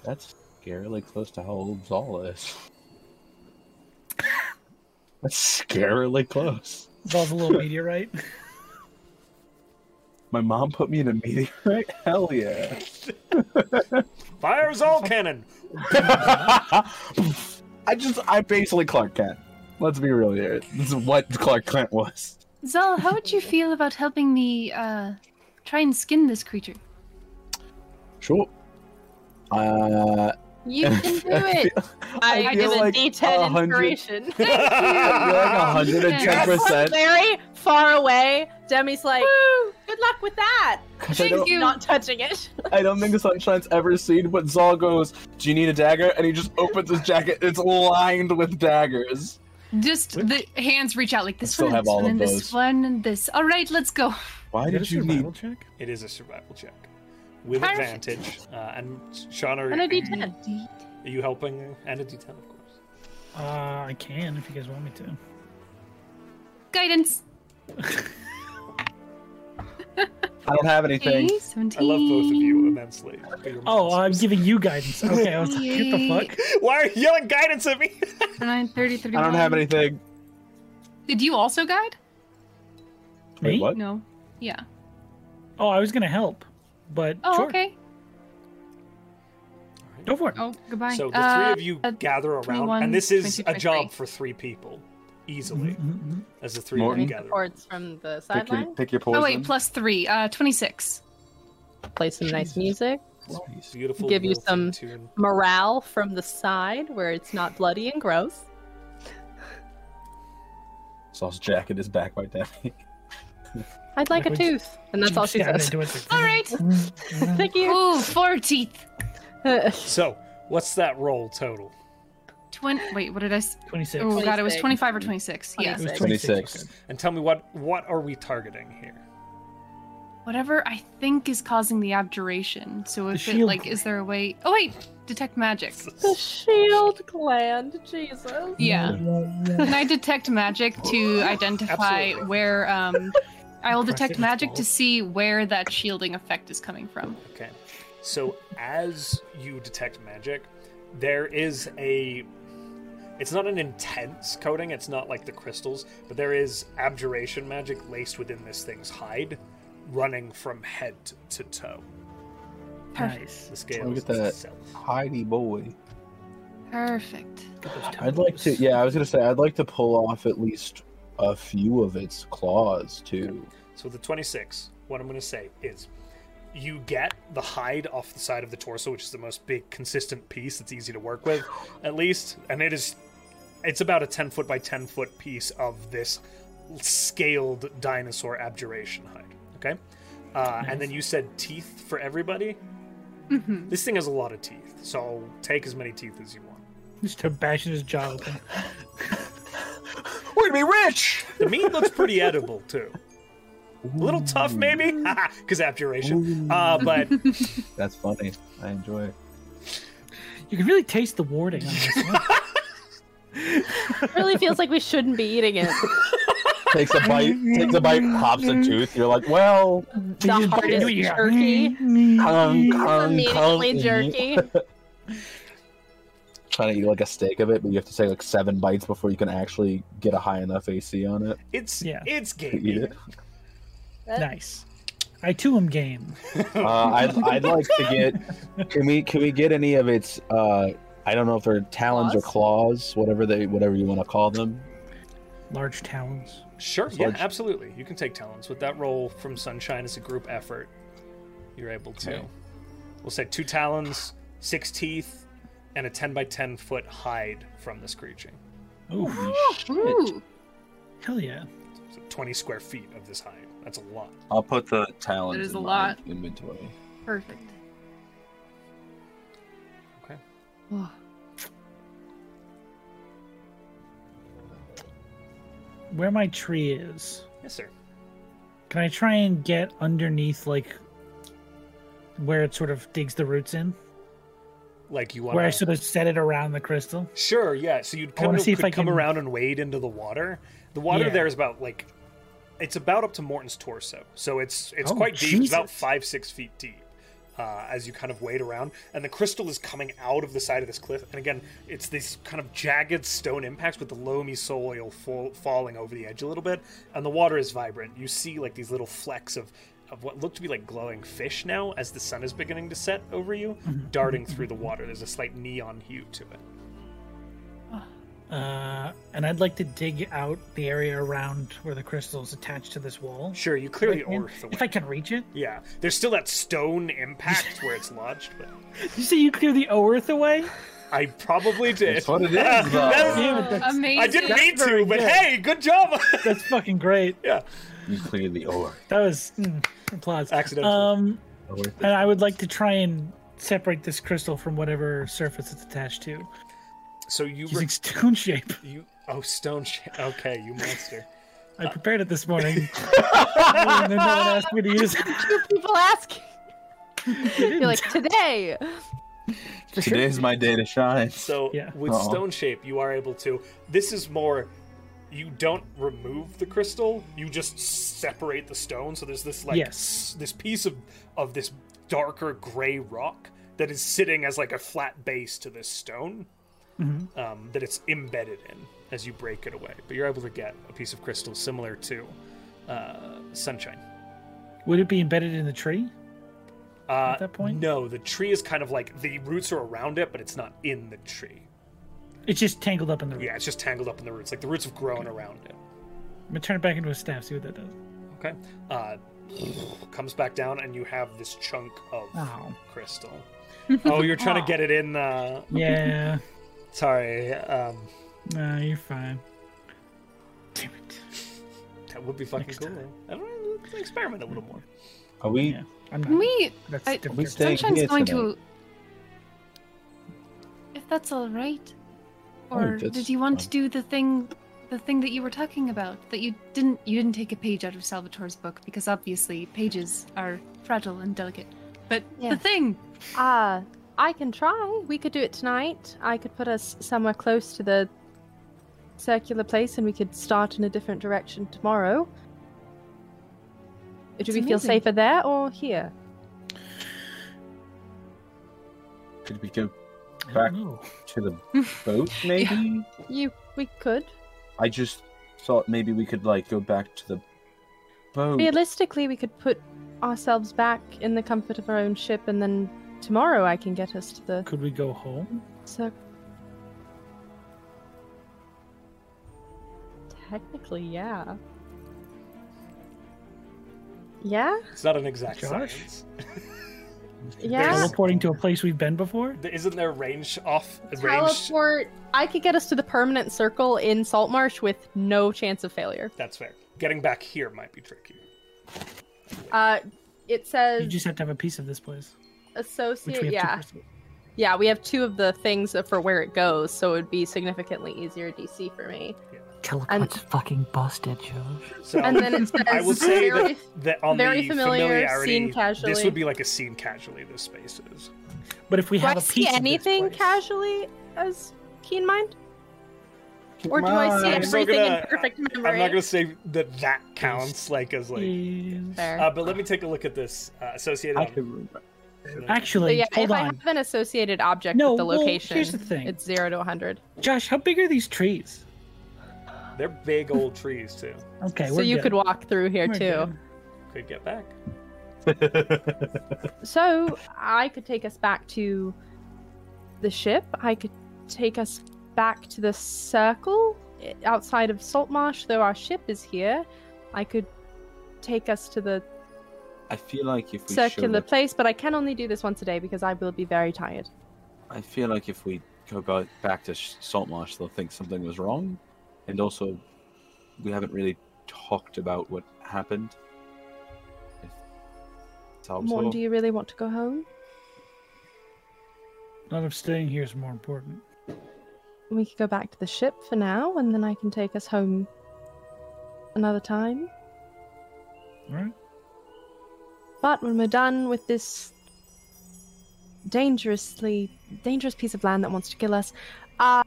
[SPEAKER 6] That's scarily close to how old Zal is. *laughs* That's scarily close.
[SPEAKER 4] Ball's a little *laughs* meteorite.
[SPEAKER 6] My mom put me in a *laughs* meteorite. Hell *laughs* yeah!
[SPEAKER 1] Fires all
[SPEAKER 4] *laughs*
[SPEAKER 1] cannon.
[SPEAKER 6] I just I basically Clark Kent. Let's be real here. This is what Clark Kent was.
[SPEAKER 5] Zal, how would you
[SPEAKER 1] *laughs*
[SPEAKER 5] feel about helping me uh, try and skin this creature?
[SPEAKER 6] Sure. Uh, *laughs*
[SPEAKER 2] You can do it. I,
[SPEAKER 6] I
[SPEAKER 2] give
[SPEAKER 6] feel
[SPEAKER 2] a
[SPEAKER 6] like a
[SPEAKER 2] 10
[SPEAKER 6] hundred-
[SPEAKER 2] inspiration.
[SPEAKER 6] *laughs* I feel like
[SPEAKER 5] Yes.
[SPEAKER 2] *laughs*
[SPEAKER 6] 110%.
[SPEAKER 2] Very far away. Demi's like,
[SPEAKER 5] Woo!
[SPEAKER 2] good luck with that.
[SPEAKER 6] 'cause I
[SPEAKER 5] Thank
[SPEAKER 6] don't,
[SPEAKER 5] you.
[SPEAKER 2] Not touching it.
[SPEAKER 6] I don't think Sunshine's ever seen what Zal goes, Do you need a dagger? And he just opens his jacket. It's lined with daggers.
[SPEAKER 5] Just the hands reach out like this
[SPEAKER 6] still
[SPEAKER 5] one,
[SPEAKER 6] have
[SPEAKER 5] and this one, and
[SPEAKER 6] all of those.
[SPEAKER 5] this one, and this. All right, let's go.
[SPEAKER 6] Why
[SPEAKER 4] Is that a
[SPEAKER 6] did you
[SPEAKER 4] survival
[SPEAKER 6] need.
[SPEAKER 4] check?
[SPEAKER 1] It is a survival check with
[SPEAKER 5] Perfect.
[SPEAKER 1] advantage. Uh, and Sean, are,
[SPEAKER 2] And a
[SPEAKER 1] are you-
[SPEAKER 2] d10.
[SPEAKER 1] are you helping? And a d10, of course.
[SPEAKER 4] Uh, I can if you guys want me to.
[SPEAKER 5] Guidance.
[SPEAKER 6] I don't have anything.
[SPEAKER 5] Okay,
[SPEAKER 1] I love both of you
[SPEAKER 5] 17.
[SPEAKER 1] immensely. but you're
[SPEAKER 4] Oh,
[SPEAKER 1] monsters.
[SPEAKER 4] I'm giving you guidance. Okay, I was like, what the fuck?
[SPEAKER 1] Why are you yelling guidance at me?
[SPEAKER 5] 9, 30,
[SPEAKER 6] I
[SPEAKER 5] 31.
[SPEAKER 6] don't have anything.
[SPEAKER 5] Did you also guide?
[SPEAKER 4] Me?
[SPEAKER 6] Wait, what?
[SPEAKER 5] No. Yeah.
[SPEAKER 4] Oh, I was gonna help, but
[SPEAKER 5] Oh,
[SPEAKER 4] sure.
[SPEAKER 5] okay.
[SPEAKER 4] Go for it.
[SPEAKER 5] Oh, goodbye.
[SPEAKER 2] *laughs*
[SPEAKER 1] So the three
[SPEAKER 5] Uh,
[SPEAKER 1] of you
[SPEAKER 5] uh,
[SPEAKER 1] gather around,
[SPEAKER 5] 21,
[SPEAKER 1] and this is
[SPEAKER 5] 22,
[SPEAKER 1] a job
[SPEAKER 5] 23.
[SPEAKER 1] for three people. easily
[SPEAKER 4] Mhm,
[SPEAKER 1] as the three of
[SPEAKER 6] Morton?
[SPEAKER 1] them
[SPEAKER 2] Any
[SPEAKER 1] gather.
[SPEAKER 2] supports from the
[SPEAKER 6] Pick your,
[SPEAKER 2] sideline.
[SPEAKER 6] pick your poison.
[SPEAKER 5] Oh wait, plus three. Uh, twenty-six.
[SPEAKER 2] Play some nice music.
[SPEAKER 6] Jeez.
[SPEAKER 1] Beautiful.
[SPEAKER 2] Give you
[SPEAKER 1] lilting
[SPEAKER 2] some-
[SPEAKER 1] Tune.
[SPEAKER 2] Morale from the side where it's not bloody and gross.
[SPEAKER 6] Saul's jacket is back by *laughs* Demi.
[SPEAKER 2] I'd like a
[SPEAKER 4] Which-
[SPEAKER 2] tooth, and that's all she
[SPEAKER 4] Stab
[SPEAKER 2] says.
[SPEAKER 4] into it.
[SPEAKER 5] All right.
[SPEAKER 2] Thank you. *laughs*
[SPEAKER 5] Ooh, four teeth.
[SPEAKER 1] So, what's that roll total?
[SPEAKER 5] Twenty. Wait, what did I? S-
[SPEAKER 4] Twenty-six.
[SPEAKER 5] oh god, it was
[SPEAKER 2] 26.
[SPEAKER 5] twenty-five or twenty-six. Oh, Yeah.
[SPEAKER 4] It was
[SPEAKER 6] 26.
[SPEAKER 4] you said.
[SPEAKER 1] And tell me what what are we targeting here?
[SPEAKER 5] Whatever I think is causing the abjuration. So if it
[SPEAKER 4] shield
[SPEAKER 5] like, is there a way? Oh wait, detect magic.
[SPEAKER 2] the shield gland, Jesus.
[SPEAKER 5] Yeah. Can I detect magic
[SPEAKER 1] *laughs*
[SPEAKER 5] to identify
[SPEAKER 1] Absolutely.
[SPEAKER 5] where? Um, I will
[SPEAKER 4] Press it
[SPEAKER 5] detect
[SPEAKER 4] with
[SPEAKER 5] magic to
[SPEAKER 4] balls.
[SPEAKER 5] see where that shielding effect is coming from.
[SPEAKER 1] Okay. So as you detect magic, there is a it's not an intense coating, it's not like the crystals, but there is abjuration magic laced within this thing's hide, running from head to toe.
[SPEAKER 4] Nice.
[SPEAKER 1] The scales
[SPEAKER 6] Look at that.
[SPEAKER 1] itself.
[SPEAKER 6] Heidi boy.
[SPEAKER 5] Perfect.
[SPEAKER 6] I'd like to. Yeah, I was gonna say I'd like to pull off at least a few of its claws
[SPEAKER 5] *laughs*
[SPEAKER 6] too.
[SPEAKER 1] So the 26, what I'm going to say is you get the hide off the side of the torso, which is the most big consistent piece that's easy to work with, at least, and it is it's about a 10 foot by 10 foot piece of this scaled dinosaur abjuration hide, okay? Uh, And then you said teeth for everybody.
[SPEAKER 5] hmm
[SPEAKER 1] This thing has a lot of teeth, so take as many teeth as you want.
[SPEAKER 4] Just to bash his jaw open.
[SPEAKER 6] We're gonna be rich.
[SPEAKER 1] The meat looks pretty edible too. A little tough, maybe, *laughs* because abjuration. Uh, but
[SPEAKER 6] That's funny. I enjoy it.
[SPEAKER 4] You can really taste the warding. On this one.
[SPEAKER 2] It really feels like we shouldn't be eating it.
[SPEAKER 6] Takes a bite. takes a bite.
[SPEAKER 5] *laughs*
[SPEAKER 6] Pops a tooth. You're like, well,
[SPEAKER 2] The hardest
[SPEAKER 4] Yeah.
[SPEAKER 2] jerky.
[SPEAKER 4] Um.
[SPEAKER 6] come, come,
[SPEAKER 2] Immediately
[SPEAKER 6] come.
[SPEAKER 2] jerky.
[SPEAKER 6] Trying to eat like a steak of it, but you have to take like seven bites before you can actually get a high enough AC on it.
[SPEAKER 1] it's
[SPEAKER 4] Yeah.
[SPEAKER 1] it's
[SPEAKER 6] to
[SPEAKER 1] gamey.
[SPEAKER 6] eat it.
[SPEAKER 4] nice. I too am game.
[SPEAKER 6] Uh, I'd, I'd like to get. Can we can we get any of its? Uh, I don't know if they're talons or claws, whatever they whatever you want to call them.
[SPEAKER 4] Large talons.
[SPEAKER 1] Sure, yeah,
[SPEAKER 6] Large-
[SPEAKER 1] absolutely. You can take talents with that roll from Sunshine as a group effort. You're able to.
[SPEAKER 6] Okay.
[SPEAKER 1] We'll say two talons, six teeth, and a 10 by 10 foot hide from this creature.
[SPEAKER 4] Oh
[SPEAKER 5] Ooh.
[SPEAKER 4] hell yeah!
[SPEAKER 1] So 20 square feet of this hide. That's a lot.
[SPEAKER 6] I'll put the talons.
[SPEAKER 5] That is
[SPEAKER 6] in
[SPEAKER 5] a
[SPEAKER 6] my
[SPEAKER 5] lot.
[SPEAKER 6] Inventory.
[SPEAKER 5] Perfect.
[SPEAKER 1] Okay.
[SPEAKER 5] Oh,
[SPEAKER 4] Where my tree is,
[SPEAKER 1] Yes, sir.
[SPEAKER 4] can I try and get underneath, like where it sort of digs the roots in?
[SPEAKER 1] Like you want
[SPEAKER 4] Where I
[SPEAKER 1] to.
[SPEAKER 4] sort of set it around the crystal.
[SPEAKER 1] Sure, yeah. So you'd
[SPEAKER 4] I
[SPEAKER 1] kind
[SPEAKER 4] wanna
[SPEAKER 1] of
[SPEAKER 4] see if
[SPEAKER 1] could
[SPEAKER 4] I
[SPEAKER 1] come
[SPEAKER 4] can-
[SPEAKER 1] around and wade into the water. The water
[SPEAKER 4] Yeah.
[SPEAKER 1] there is about like. It's about up to Morton's torso, so it's it's
[SPEAKER 4] Oh,
[SPEAKER 1] quite deep. It's about
[SPEAKER 4] Jesus.
[SPEAKER 1] five six feet deep. Uh, as you kind of wade around, and the crystal is coming out of the side of this cliff, and again, it's these kind of jagged stone impacts with the loamy soil fall, falling over the edge a little bit, and the water is vibrant. You see like these little flecks of of what look to be like glowing fish now, as the sun is beginning to set over you,
[SPEAKER 4] Mm-hmm.
[SPEAKER 1] darting through the water. There's a slight neon hue to it.
[SPEAKER 4] Uh, and I'd like to dig out the area around where the crystal is attached to this wall.
[SPEAKER 1] Sure, you clearly
[SPEAKER 4] If I can-
[SPEAKER 1] are the
[SPEAKER 4] if I can reach it. *laughs*
[SPEAKER 1] Yeah, there's still that stone impact where it's lodged, but
[SPEAKER 4] You say you clear the O Earth away?
[SPEAKER 1] I probably did.
[SPEAKER 6] That's what it
[SPEAKER 1] *laughs*
[SPEAKER 6] is,
[SPEAKER 1] That
[SPEAKER 6] though.
[SPEAKER 1] is-
[SPEAKER 4] Damn it, that's-
[SPEAKER 5] amazing.
[SPEAKER 1] I didn't mean to,
[SPEAKER 4] very
[SPEAKER 1] but
[SPEAKER 4] good.
[SPEAKER 1] hey, good job. *laughs*
[SPEAKER 4] That's fucking great.
[SPEAKER 1] yeah,
[SPEAKER 6] You clear the ore.
[SPEAKER 4] That was mm, applause.
[SPEAKER 1] Accidental.
[SPEAKER 4] Um,
[SPEAKER 6] Ore.
[SPEAKER 4] and I would like to try and separate this crystal from whatever surface it's attached to
[SPEAKER 1] so you re-
[SPEAKER 4] using stone shape.
[SPEAKER 1] you oh stone shit. Okay, you monster.
[SPEAKER 4] I prepared it this
[SPEAKER 1] *laughs*
[SPEAKER 4] morning, and then no one asked me to use it.
[SPEAKER 2] Two people ask. You're like, today.
[SPEAKER 6] Today's my day to shine.
[SPEAKER 1] So
[SPEAKER 4] Yeah.
[SPEAKER 1] with
[SPEAKER 6] Uh-oh.
[SPEAKER 1] stone shape, you are able to. This is more. You don't remove the crystal. You just separate the stone. So there's this like
[SPEAKER 4] Yes.
[SPEAKER 1] s- this piece of of this darker gray rock that is sitting as like a flat base to this stone
[SPEAKER 4] Mm-hmm.
[SPEAKER 1] um, that it's embedded in as you break it away. But you're able to get a piece of crystal similar to uh, sunshine.
[SPEAKER 4] Would it be embedded in the tree?
[SPEAKER 1] Uh,
[SPEAKER 4] that point?
[SPEAKER 1] no, the tree is kind of like the roots are around it, but it's not in the tree.
[SPEAKER 4] It's just tangled up in the root.
[SPEAKER 1] Yeah, it's just tangled up in the roots. Like the roots have grown around it.
[SPEAKER 4] I'm gonna turn it back into a staff, see what that does.
[SPEAKER 1] Okay. Uh, comes back down, and you have this chunk of
[SPEAKER 4] Wow.
[SPEAKER 1] crystal. Oh, you're trying to get it in. Uh,
[SPEAKER 4] Yeah.
[SPEAKER 1] sorry. Um,
[SPEAKER 4] no, you're fine. Damn it.
[SPEAKER 1] that would be fucking
[SPEAKER 4] Next
[SPEAKER 1] cool.
[SPEAKER 4] time.
[SPEAKER 1] I don't know. Let's experiment a little more.
[SPEAKER 3] Are we?
[SPEAKER 4] Yeah. I'm not.
[SPEAKER 5] Can we?
[SPEAKER 4] that's
[SPEAKER 5] I-
[SPEAKER 3] we
[SPEAKER 4] different.
[SPEAKER 3] stay- Thank
[SPEAKER 5] Sunshine's
[SPEAKER 3] you
[SPEAKER 5] going
[SPEAKER 3] tonight.
[SPEAKER 5] to. If that's all right,
[SPEAKER 3] Oh,
[SPEAKER 5] or
[SPEAKER 3] that's
[SPEAKER 5] did you want to
[SPEAKER 3] fine.
[SPEAKER 5] do the thing, the thing that you were talking about? That you didn't. You didn't take a page out of Salvatore's book because obviously pages are fragile and delicate. But the
[SPEAKER 8] Yes.
[SPEAKER 5] thing.
[SPEAKER 2] Uh, I can try. We could do it tonight. I could put us somewhere close to the circular place and we could start in a different direction tomorrow.
[SPEAKER 5] It's
[SPEAKER 2] do we feel
[SPEAKER 5] amazing.
[SPEAKER 2] safer there or here?
[SPEAKER 3] Could we go
[SPEAKER 4] I
[SPEAKER 3] back
[SPEAKER 4] don't know.
[SPEAKER 3] to the boat? Maybe.
[SPEAKER 2] You, we could.
[SPEAKER 3] I just thought maybe we could like go back to the boat.
[SPEAKER 2] Realistically, we could put ourselves back in the comfort of our own ship and then tomorrow I can get us to the
[SPEAKER 4] Could we go home?
[SPEAKER 2] circ. Technically, yeah. Yeah?
[SPEAKER 1] It's not an exact
[SPEAKER 4] Josh?
[SPEAKER 1] science.
[SPEAKER 2] Yeah.
[SPEAKER 4] Teleporting to a place we've been before?
[SPEAKER 1] Isn't there range off? Range.
[SPEAKER 2] Teleport. I could get us to the permanent circle in Saltmarsh with no chance of failure.
[SPEAKER 1] That's fair. Getting back here might be tricky.
[SPEAKER 2] Uh, it
[SPEAKER 4] You
[SPEAKER 2] says
[SPEAKER 4] just have to have a piece of this place. Which we
[SPEAKER 2] associate.
[SPEAKER 4] have
[SPEAKER 2] Yeah,
[SPEAKER 4] to pursue.
[SPEAKER 2] yeah. We have two of the things for where it goes, so it would be significantly easier DC for me.
[SPEAKER 7] Teleport's fucking busted, Josh.
[SPEAKER 1] So
[SPEAKER 2] And then it says
[SPEAKER 1] *laughs* I would say
[SPEAKER 2] very-
[SPEAKER 1] that, that on
[SPEAKER 2] very
[SPEAKER 1] the
[SPEAKER 2] familiar,
[SPEAKER 1] familiarity,
[SPEAKER 2] seen casually.
[SPEAKER 1] this would be like a scene casually. This space is.
[SPEAKER 4] But if we
[SPEAKER 2] do
[SPEAKER 4] have
[SPEAKER 2] I
[SPEAKER 4] a piece
[SPEAKER 2] see
[SPEAKER 4] of this
[SPEAKER 2] anything
[SPEAKER 4] place-
[SPEAKER 2] casually as keen mind, or do I see
[SPEAKER 1] I'm still
[SPEAKER 2] everything
[SPEAKER 1] gonna-
[SPEAKER 2] in perfect memory?
[SPEAKER 1] I'm not gonna say that that counts like as like.
[SPEAKER 4] Is-
[SPEAKER 2] Fair.
[SPEAKER 1] Uh, but let me take a look at this uh, associated.
[SPEAKER 3] I
[SPEAKER 1] On,
[SPEAKER 3] could remember.
[SPEAKER 2] So
[SPEAKER 4] Actually,
[SPEAKER 2] yeah,
[SPEAKER 4] hold
[SPEAKER 2] if I
[SPEAKER 4] on.
[SPEAKER 2] have an associated object
[SPEAKER 4] No,
[SPEAKER 2] with the
[SPEAKER 4] well,
[SPEAKER 2] location,
[SPEAKER 4] here's the thing.
[SPEAKER 2] it's zero to 100.
[SPEAKER 4] Josh, how big are these trees?
[SPEAKER 1] they're big old trees too.
[SPEAKER 4] Okay,
[SPEAKER 2] so
[SPEAKER 4] we're
[SPEAKER 2] you
[SPEAKER 4] good.
[SPEAKER 2] could walk through here
[SPEAKER 4] We're
[SPEAKER 2] too.
[SPEAKER 4] good.
[SPEAKER 1] Could get back.
[SPEAKER 2] So I could take us back to the ship. I could take us back to the circle i- outside of Saltmarsh, though our ship is here. I could take us to the
[SPEAKER 3] *laughs* I feel like if we
[SPEAKER 2] circular
[SPEAKER 3] showed up,
[SPEAKER 2] place, but I can only do this once a day because I will be very tired.
[SPEAKER 3] I feel like if we go go back to Sh- Saltmarsh, they'll think something was wrong, and also we haven't really talked about what happened. If
[SPEAKER 2] Morn,
[SPEAKER 3] Salvatore-
[SPEAKER 2] do you really want to go home?
[SPEAKER 4] Not of staying here is more important.
[SPEAKER 2] We could go back to the ship for now, and then I can take us home another time.
[SPEAKER 4] All right.
[SPEAKER 2] But when we're done with this dangerously dangerous piece of land that wants to kill us, uh,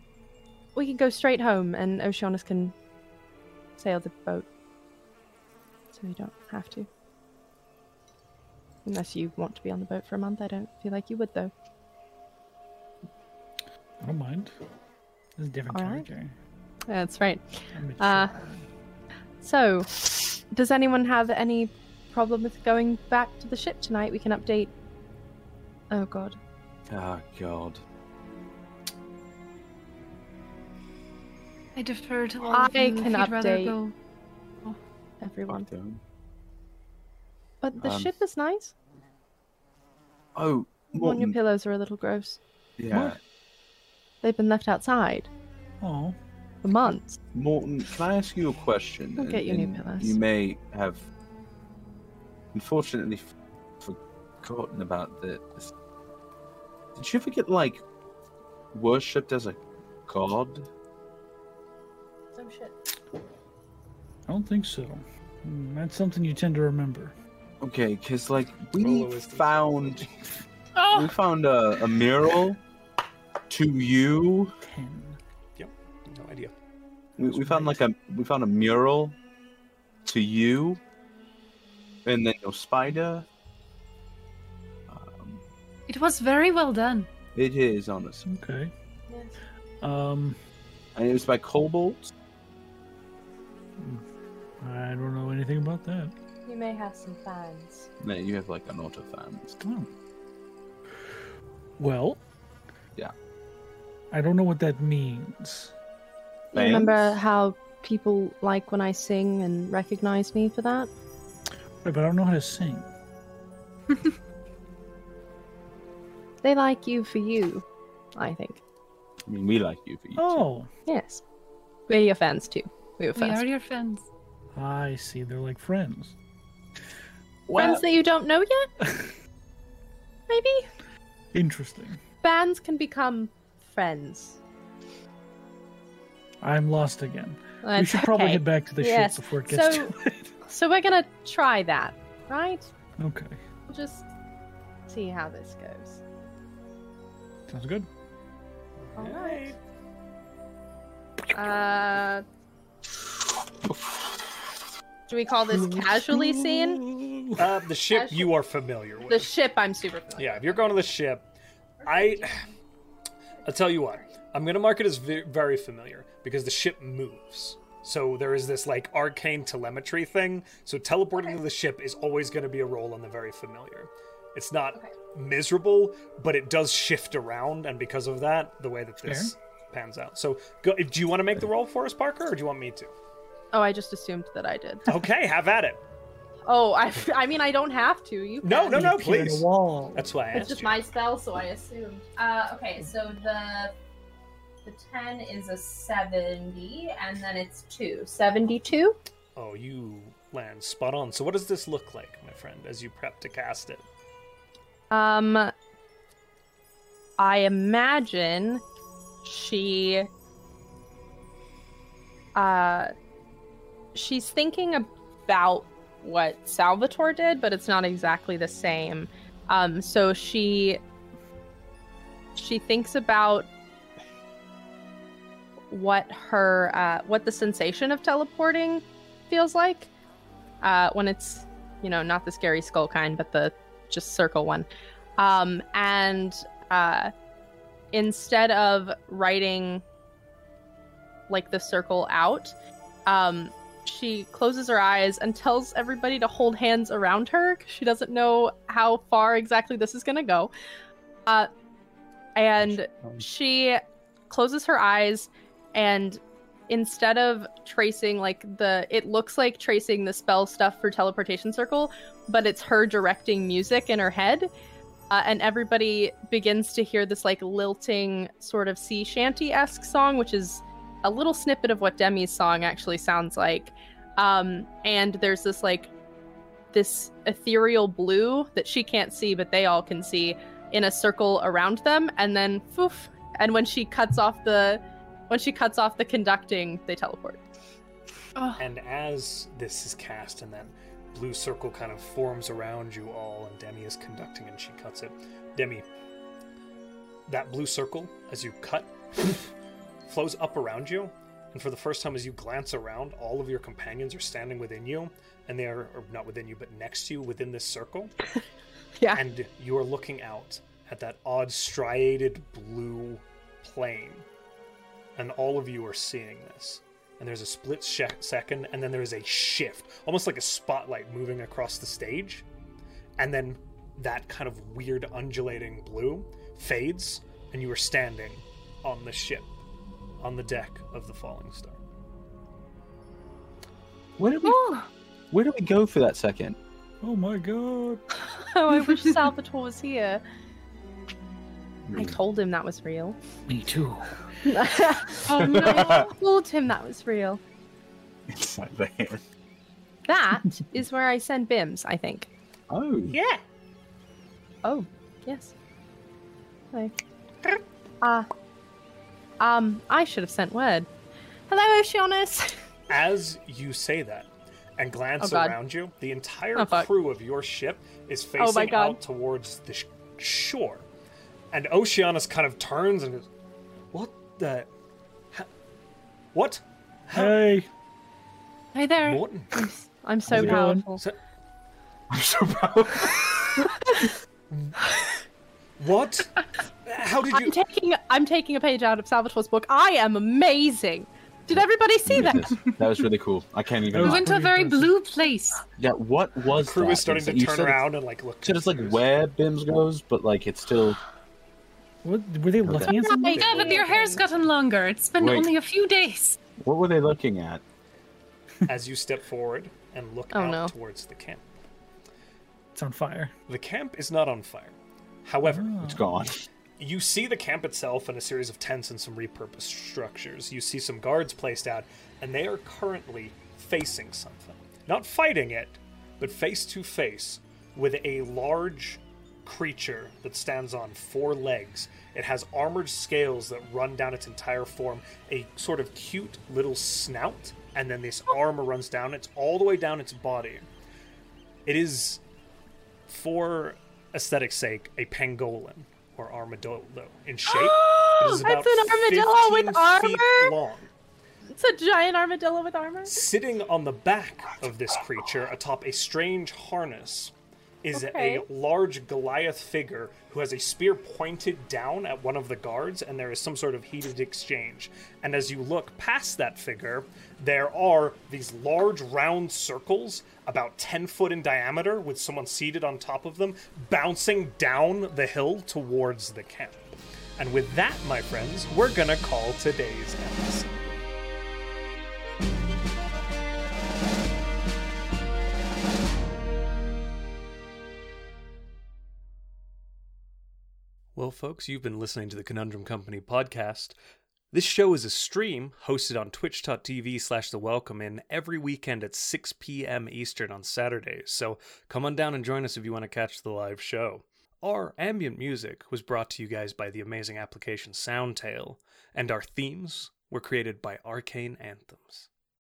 [SPEAKER 2] we can go straight home, and Oceanus can sail the boat, so you don't have to. Unless you want to be on the boat for a month, I don't feel like you would though.
[SPEAKER 4] I don't mind. This is a different
[SPEAKER 2] All right.
[SPEAKER 4] character.
[SPEAKER 2] That's right.
[SPEAKER 4] I'm a
[SPEAKER 2] Uh,
[SPEAKER 4] jerk.
[SPEAKER 2] So, does anyone have any problem with going back to the ship tonight? We can update. Oh God,
[SPEAKER 3] Oh God.
[SPEAKER 5] I defer to all
[SPEAKER 2] I
[SPEAKER 5] of you. if
[SPEAKER 2] can
[SPEAKER 5] you'd rather
[SPEAKER 2] update.
[SPEAKER 5] go.
[SPEAKER 2] everyone.
[SPEAKER 3] Lockdown.
[SPEAKER 2] But the
[SPEAKER 3] Um,
[SPEAKER 2] ship is nice.
[SPEAKER 3] Oh,
[SPEAKER 2] Morn, your
[SPEAKER 3] Morton,
[SPEAKER 2] pillows are a little gross.
[SPEAKER 3] yeah,
[SPEAKER 2] They've been left outside
[SPEAKER 4] Oh,
[SPEAKER 2] for months.
[SPEAKER 3] Morton. Can I ask you a question?
[SPEAKER 2] We'll
[SPEAKER 3] And-
[SPEAKER 2] get you new
[SPEAKER 3] and
[SPEAKER 2] pillows.
[SPEAKER 3] You may have, unfortunately, f- forgotten about this. Did you ever get like worshipped as a god?
[SPEAKER 2] Oh shit.
[SPEAKER 4] I don't think so. Hmm, that's something you tend to remember.
[SPEAKER 3] Okay, because like
[SPEAKER 1] Roll
[SPEAKER 3] we
[SPEAKER 1] a wisdom
[SPEAKER 3] found we
[SPEAKER 5] Oh,
[SPEAKER 3] found a, a mural to you.
[SPEAKER 4] Ten.
[SPEAKER 1] No idea.
[SPEAKER 3] We, we found like a we found a mural to you, and then your spider. Um,
[SPEAKER 5] it was very well done.
[SPEAKER 3] it is honestly,
[SPEAKER 4] Okay.
[SPEAKER 2] Yes.
[SPEAKER 4] Um,
[SPEAKER 3] and it was by Cobalt.
[SPEAKER 4] I don't know anything about that.
[SPEAKER 2] You may have some fans.
[SPEAKER 3] No, you have like an auto fan.
[SPEAKER 4] Oh. Well.
[SPEAKER 3] Yeah.
[SPEAKER 4] I don't know what that means.
[SPEAKER 3] You Remember how people like when I sing and recognize me for that?
[SPEAKER 4] Right, but I don't know how to sing.
[SPEAKER 3] They like you for you, I think.
[SPEAKER 6] I mean, we like you for you.
[SPEAKER 4] Oh,
[SPEAKER 3] Yes. We're your fans too. We're your
[SPEAKER 5] We
[SPEAKER 3] fans.
[SPEAKER 5] are your friends.
[SPEAKER 4] I see. They're like friends.
[SPEAKER 3] Fans that you don't know yet?
[SPEAKER 2] *laughs*
[SPEAKER 3] Maybe?
[SPEAKER 4] Interesting.
[SPEAKER 2] Fans can become friends.
[SPEAKER 4] I'm lost again. we
[SPEAKER 2] That's
[SPEAKER 4] should probably
[SPEAKER 2] okay.
[SPEAKER 4] head back to the
[SPEAKER 2] Yes.
[SPEAKER 4] ship before it gets
[SPEAKER 2] So-
[SPEAKER 4] to it.
[SPEAKER 2] So we're gonna try that, right?
[SPEAKER 4] Okay.
[SPEAKER 2] We'll just see how this goes.
[SPEAKER 4] Sounds good.
[SPEAKER 2] All right. Uh, do we call this casually seen?
[SPEAKER 1] Uh, the ship
[SPEAKER 2] Actually-
[SPEAKER 1] you are familiar with.
[SPEAKER 2] The ship I'm super familiar.
[SPEAKER 1] yeah, if you're going to the ship, I. *sighs* I'll tell you what. I'm gonna mark it as ve- very familiar because the ship moves. So there is this like arcane telemetry thing. So teleporting to the ship is always gonna be a roll on the very familiar. It's not
[SPEAKER 2] Okay.
[SPEAKER 1] miserable, but it does shift around, and because of that, the way that this pans out. So, go, do you want to make the roll for us, Parker, or do you want me
[SPEAKER 4] *laughs*
[SPEAKER 1] to?
[SPEAKER 2] Oh, I just assumed that I did.
[SPEAKER 1] Okay, have at it.
[SPEAKER 2] Oh, I, *laughs* I mean, I don't have to. You
[SPEAKER 1] No,
[SPEAKER 2] can.
[SPEAKER 1] no, no,
[SPEAKER 4] You appear in a
[SPEAKER 1] please.
[SPEAKER 4] wall.
[SPEAKER 1] That's why I
[SPEAKER 2] It's
[SPEAKER 1] asked
[SPEAKER 2] just
[SPEAKER 1] you.
[SPEAKER 2] my spell, so I assumed. Uh, okay, so the the ten is a seventy, and then it's two. Seventy-two.
[SPEAKER 1] Oh, you land spot on. So, what does this look like, my friend, as you prep to cast it?
[SPEAKER 2] Um, I imagine she uh she's thinking about what Salvatore did, but it's not exactly the same. Um, so she she thinks about what her uh, what the sensation of teleporting feels like uh, when it's you know not the scary skull kind, but the just circle one. Um, and uh, instead of writing like the circle out, um, she closes her eyes and tells everybody to hold hands around her. 'cause She doesn't know how far exactly this is going to go. Uh, and she closes her eyes and instead of tracing like the it looks like tracing the spell stuff for teleportation circle but it's her directing music in her head uh, and everybody begins to hear this like lilting sort of sea shanty-esque song which is a little snippet of what demi's song actually sounds like um, and there's this like this ethereal blue that she can't see but they all can see in a circle around them and then foof and when she cuts off the when she cuts off the conducting they teleport
[SPEAKER 5] Oh,
[SPEAKER 1] And as this is cast, and that blue circle kind of forms around you all, and Demi is conducting and she cuts it. Demi, that blue circle, as you cut, *laughs* flows up around you, and for the first time, as you glance around, all of your companions are standing within you, and they are or not within you, but next to you within this circle.
[SPEAKER 2] Yeah.
[SPEAKER 1] And you are looking out at that odd striated blue plane, and all of you are seeing this and there's a split sh- second, and then there is a shift, almost like a spotlight moving across the stage, and then that kind of weird undulating blue fades, and you are standing on the ship, on the deck of the Falling Star.
[SPEAKER 6] Where do we where do we go for that second?
[SPEAKER 4] Oh my god.
[SPEAKER 2] oh i *laughs* wish salvatore was here i told him that was real *laughs*
[SPEAKER 4] Me too.
[SPEAKER 2] oh
[SPEAKER 3] *laughs*
[SPEAKER 2] no i told him that was
[SPEAKER 4] *laughs*
[SPEAKER 2] real
[SPEAKER 6] Inside the hand.
[SPEAKER 2] that is where i send bims i think
[SPEAKER 6] Oh.
[SPEAKER 3] *laughs*
[SPEAKER 1] Yeah.
[SPEAKER 2] oh yes like ah um i should have sent word hello oceanus *laughs*
[SPEAKER 1] As you say that and glance
[SPEAKER 2] Oh, God.
[SPEAKER 1] around you, the entire
[SPEAKER 2] Oh, fuck.
[SPEAKER 1] crew of your ship is
[SPEAKER 2] Oh, my
[SPEAKER 1] facing
[SPEAKER 2] God.
[SPEAKER 1] out towards the sh- shore. And Oceanus kind of turns and goes, What the? Ha- what? Ha-
[SPEAKER 4] Hey.
[SPEAKER 5] hi there.
[SPEAKER 1] Morton?
[SPEAKER 2] i'm so
[SPEAKER 4] How's it going?
[SPEAKER 2] powerful
[SPEAKER 1] So-
[SPEAKER 6] I'm so proud.
[SPEAKER 1] What? How did
[SPEAKER 2] *laughs* i'm
[SPEAKER 1] you?
[SPEAKER 2] taking i'm taking a page out of salvatore's book i am amazing did everybody see that
[SPEAKER 6] Jesus, that was really cool. I can't even.
[SPEAKER 4] That
[SPEAKER 5] We
[SPEAKER 4] was
[SPEAKER 5] went to a
[SPEAKER 4] pretty
[SPEAKER 5] very
[SPEAKER 4] impressive.
[SPEAKER 5] blue place.
[SPEAKER 6] Yeah, what was
[SPEAKER 1] Crew
[SPEAKER 6] that?
[SPEAKER 1] is starting
[SPEAKER 6] It's
[SPEAKER 1] to
[SPEAKER 6] like- you
[SPEAKER 1] turn
[SPEAKER 6] said it's-
[SPEAKER 1] around and like look.
[SPEAKER 6] So it's like
[SPEAKER 1] confused.
[SPEAKER 6] where Bims goes, but like it's still
[SPEAKER 4] What were they
[SPEAKER 6] Okay.
[SPEAKER 4] looking at something?
[SPEAKER 5] Yeah, but your hair's gotten longer. It's been
[SPEAKER 6] Wait.
[SPEAKER 5] only a few days.
[SPEAKER 6] What were they looking at?
[SPEAKER 1] as you step forward and look
[SPEAKER 2] Oh,
[SPEAKER 1] out
[SPEAKER 2] no.
[SPEAKER 1] towards the camp.
[SPEAKER 4] It's on fire.
[SPEAKER 1] The camp is not on fire. However,
[SPEAKER 6] It's gone.
[SPEAKER 1] you see the camp itself and a series of tents and some repurposed structures. You see some guards placed out, and they are currently facing something. Not fighting it, but face to face with a large creature that stands on four legs. It has armored scales that run down its entire form, a sort of cute little snout, and then this armor runs down. It's all the way down its body. It is for aesthetic's sake, a pangolin or armadillo in shape. it is about
[SPEAKER 2] Oh, It's an armadillo with
[SPEAKER 1] 15 feet
[SPEAKER 2] armor?
[SPEAKER 1] long.
[SPEAKER 2] It's a giant armadillo with armor.
[SPEAKER 1] Sitting on the back of this creature atop a strange harness is
[SPEAKER 2] Okay.
[SPEAKER 1] a large Goliath figure who has a spear pointed down at one of the guards, and there is some sort of heated exchange. And as you look past that figure, there are these large round circles, about 10 foot in diameter, with someone seated on top of them, bouncing down the hill towards the camp. And with that, my friends, we're gonna call today's episode. Well, folks, you've been listening to the Conundrum Company podcast. This show is a stream hosted on twitch.tv slash the welcome in every weekend at 6 p.m. Eastern on Saturdays, so come on down and join us if you want to catch the live show. Our ambient music was brought to you guys by the amazing application Soundtail, and our themes were created by Arcane Anthems.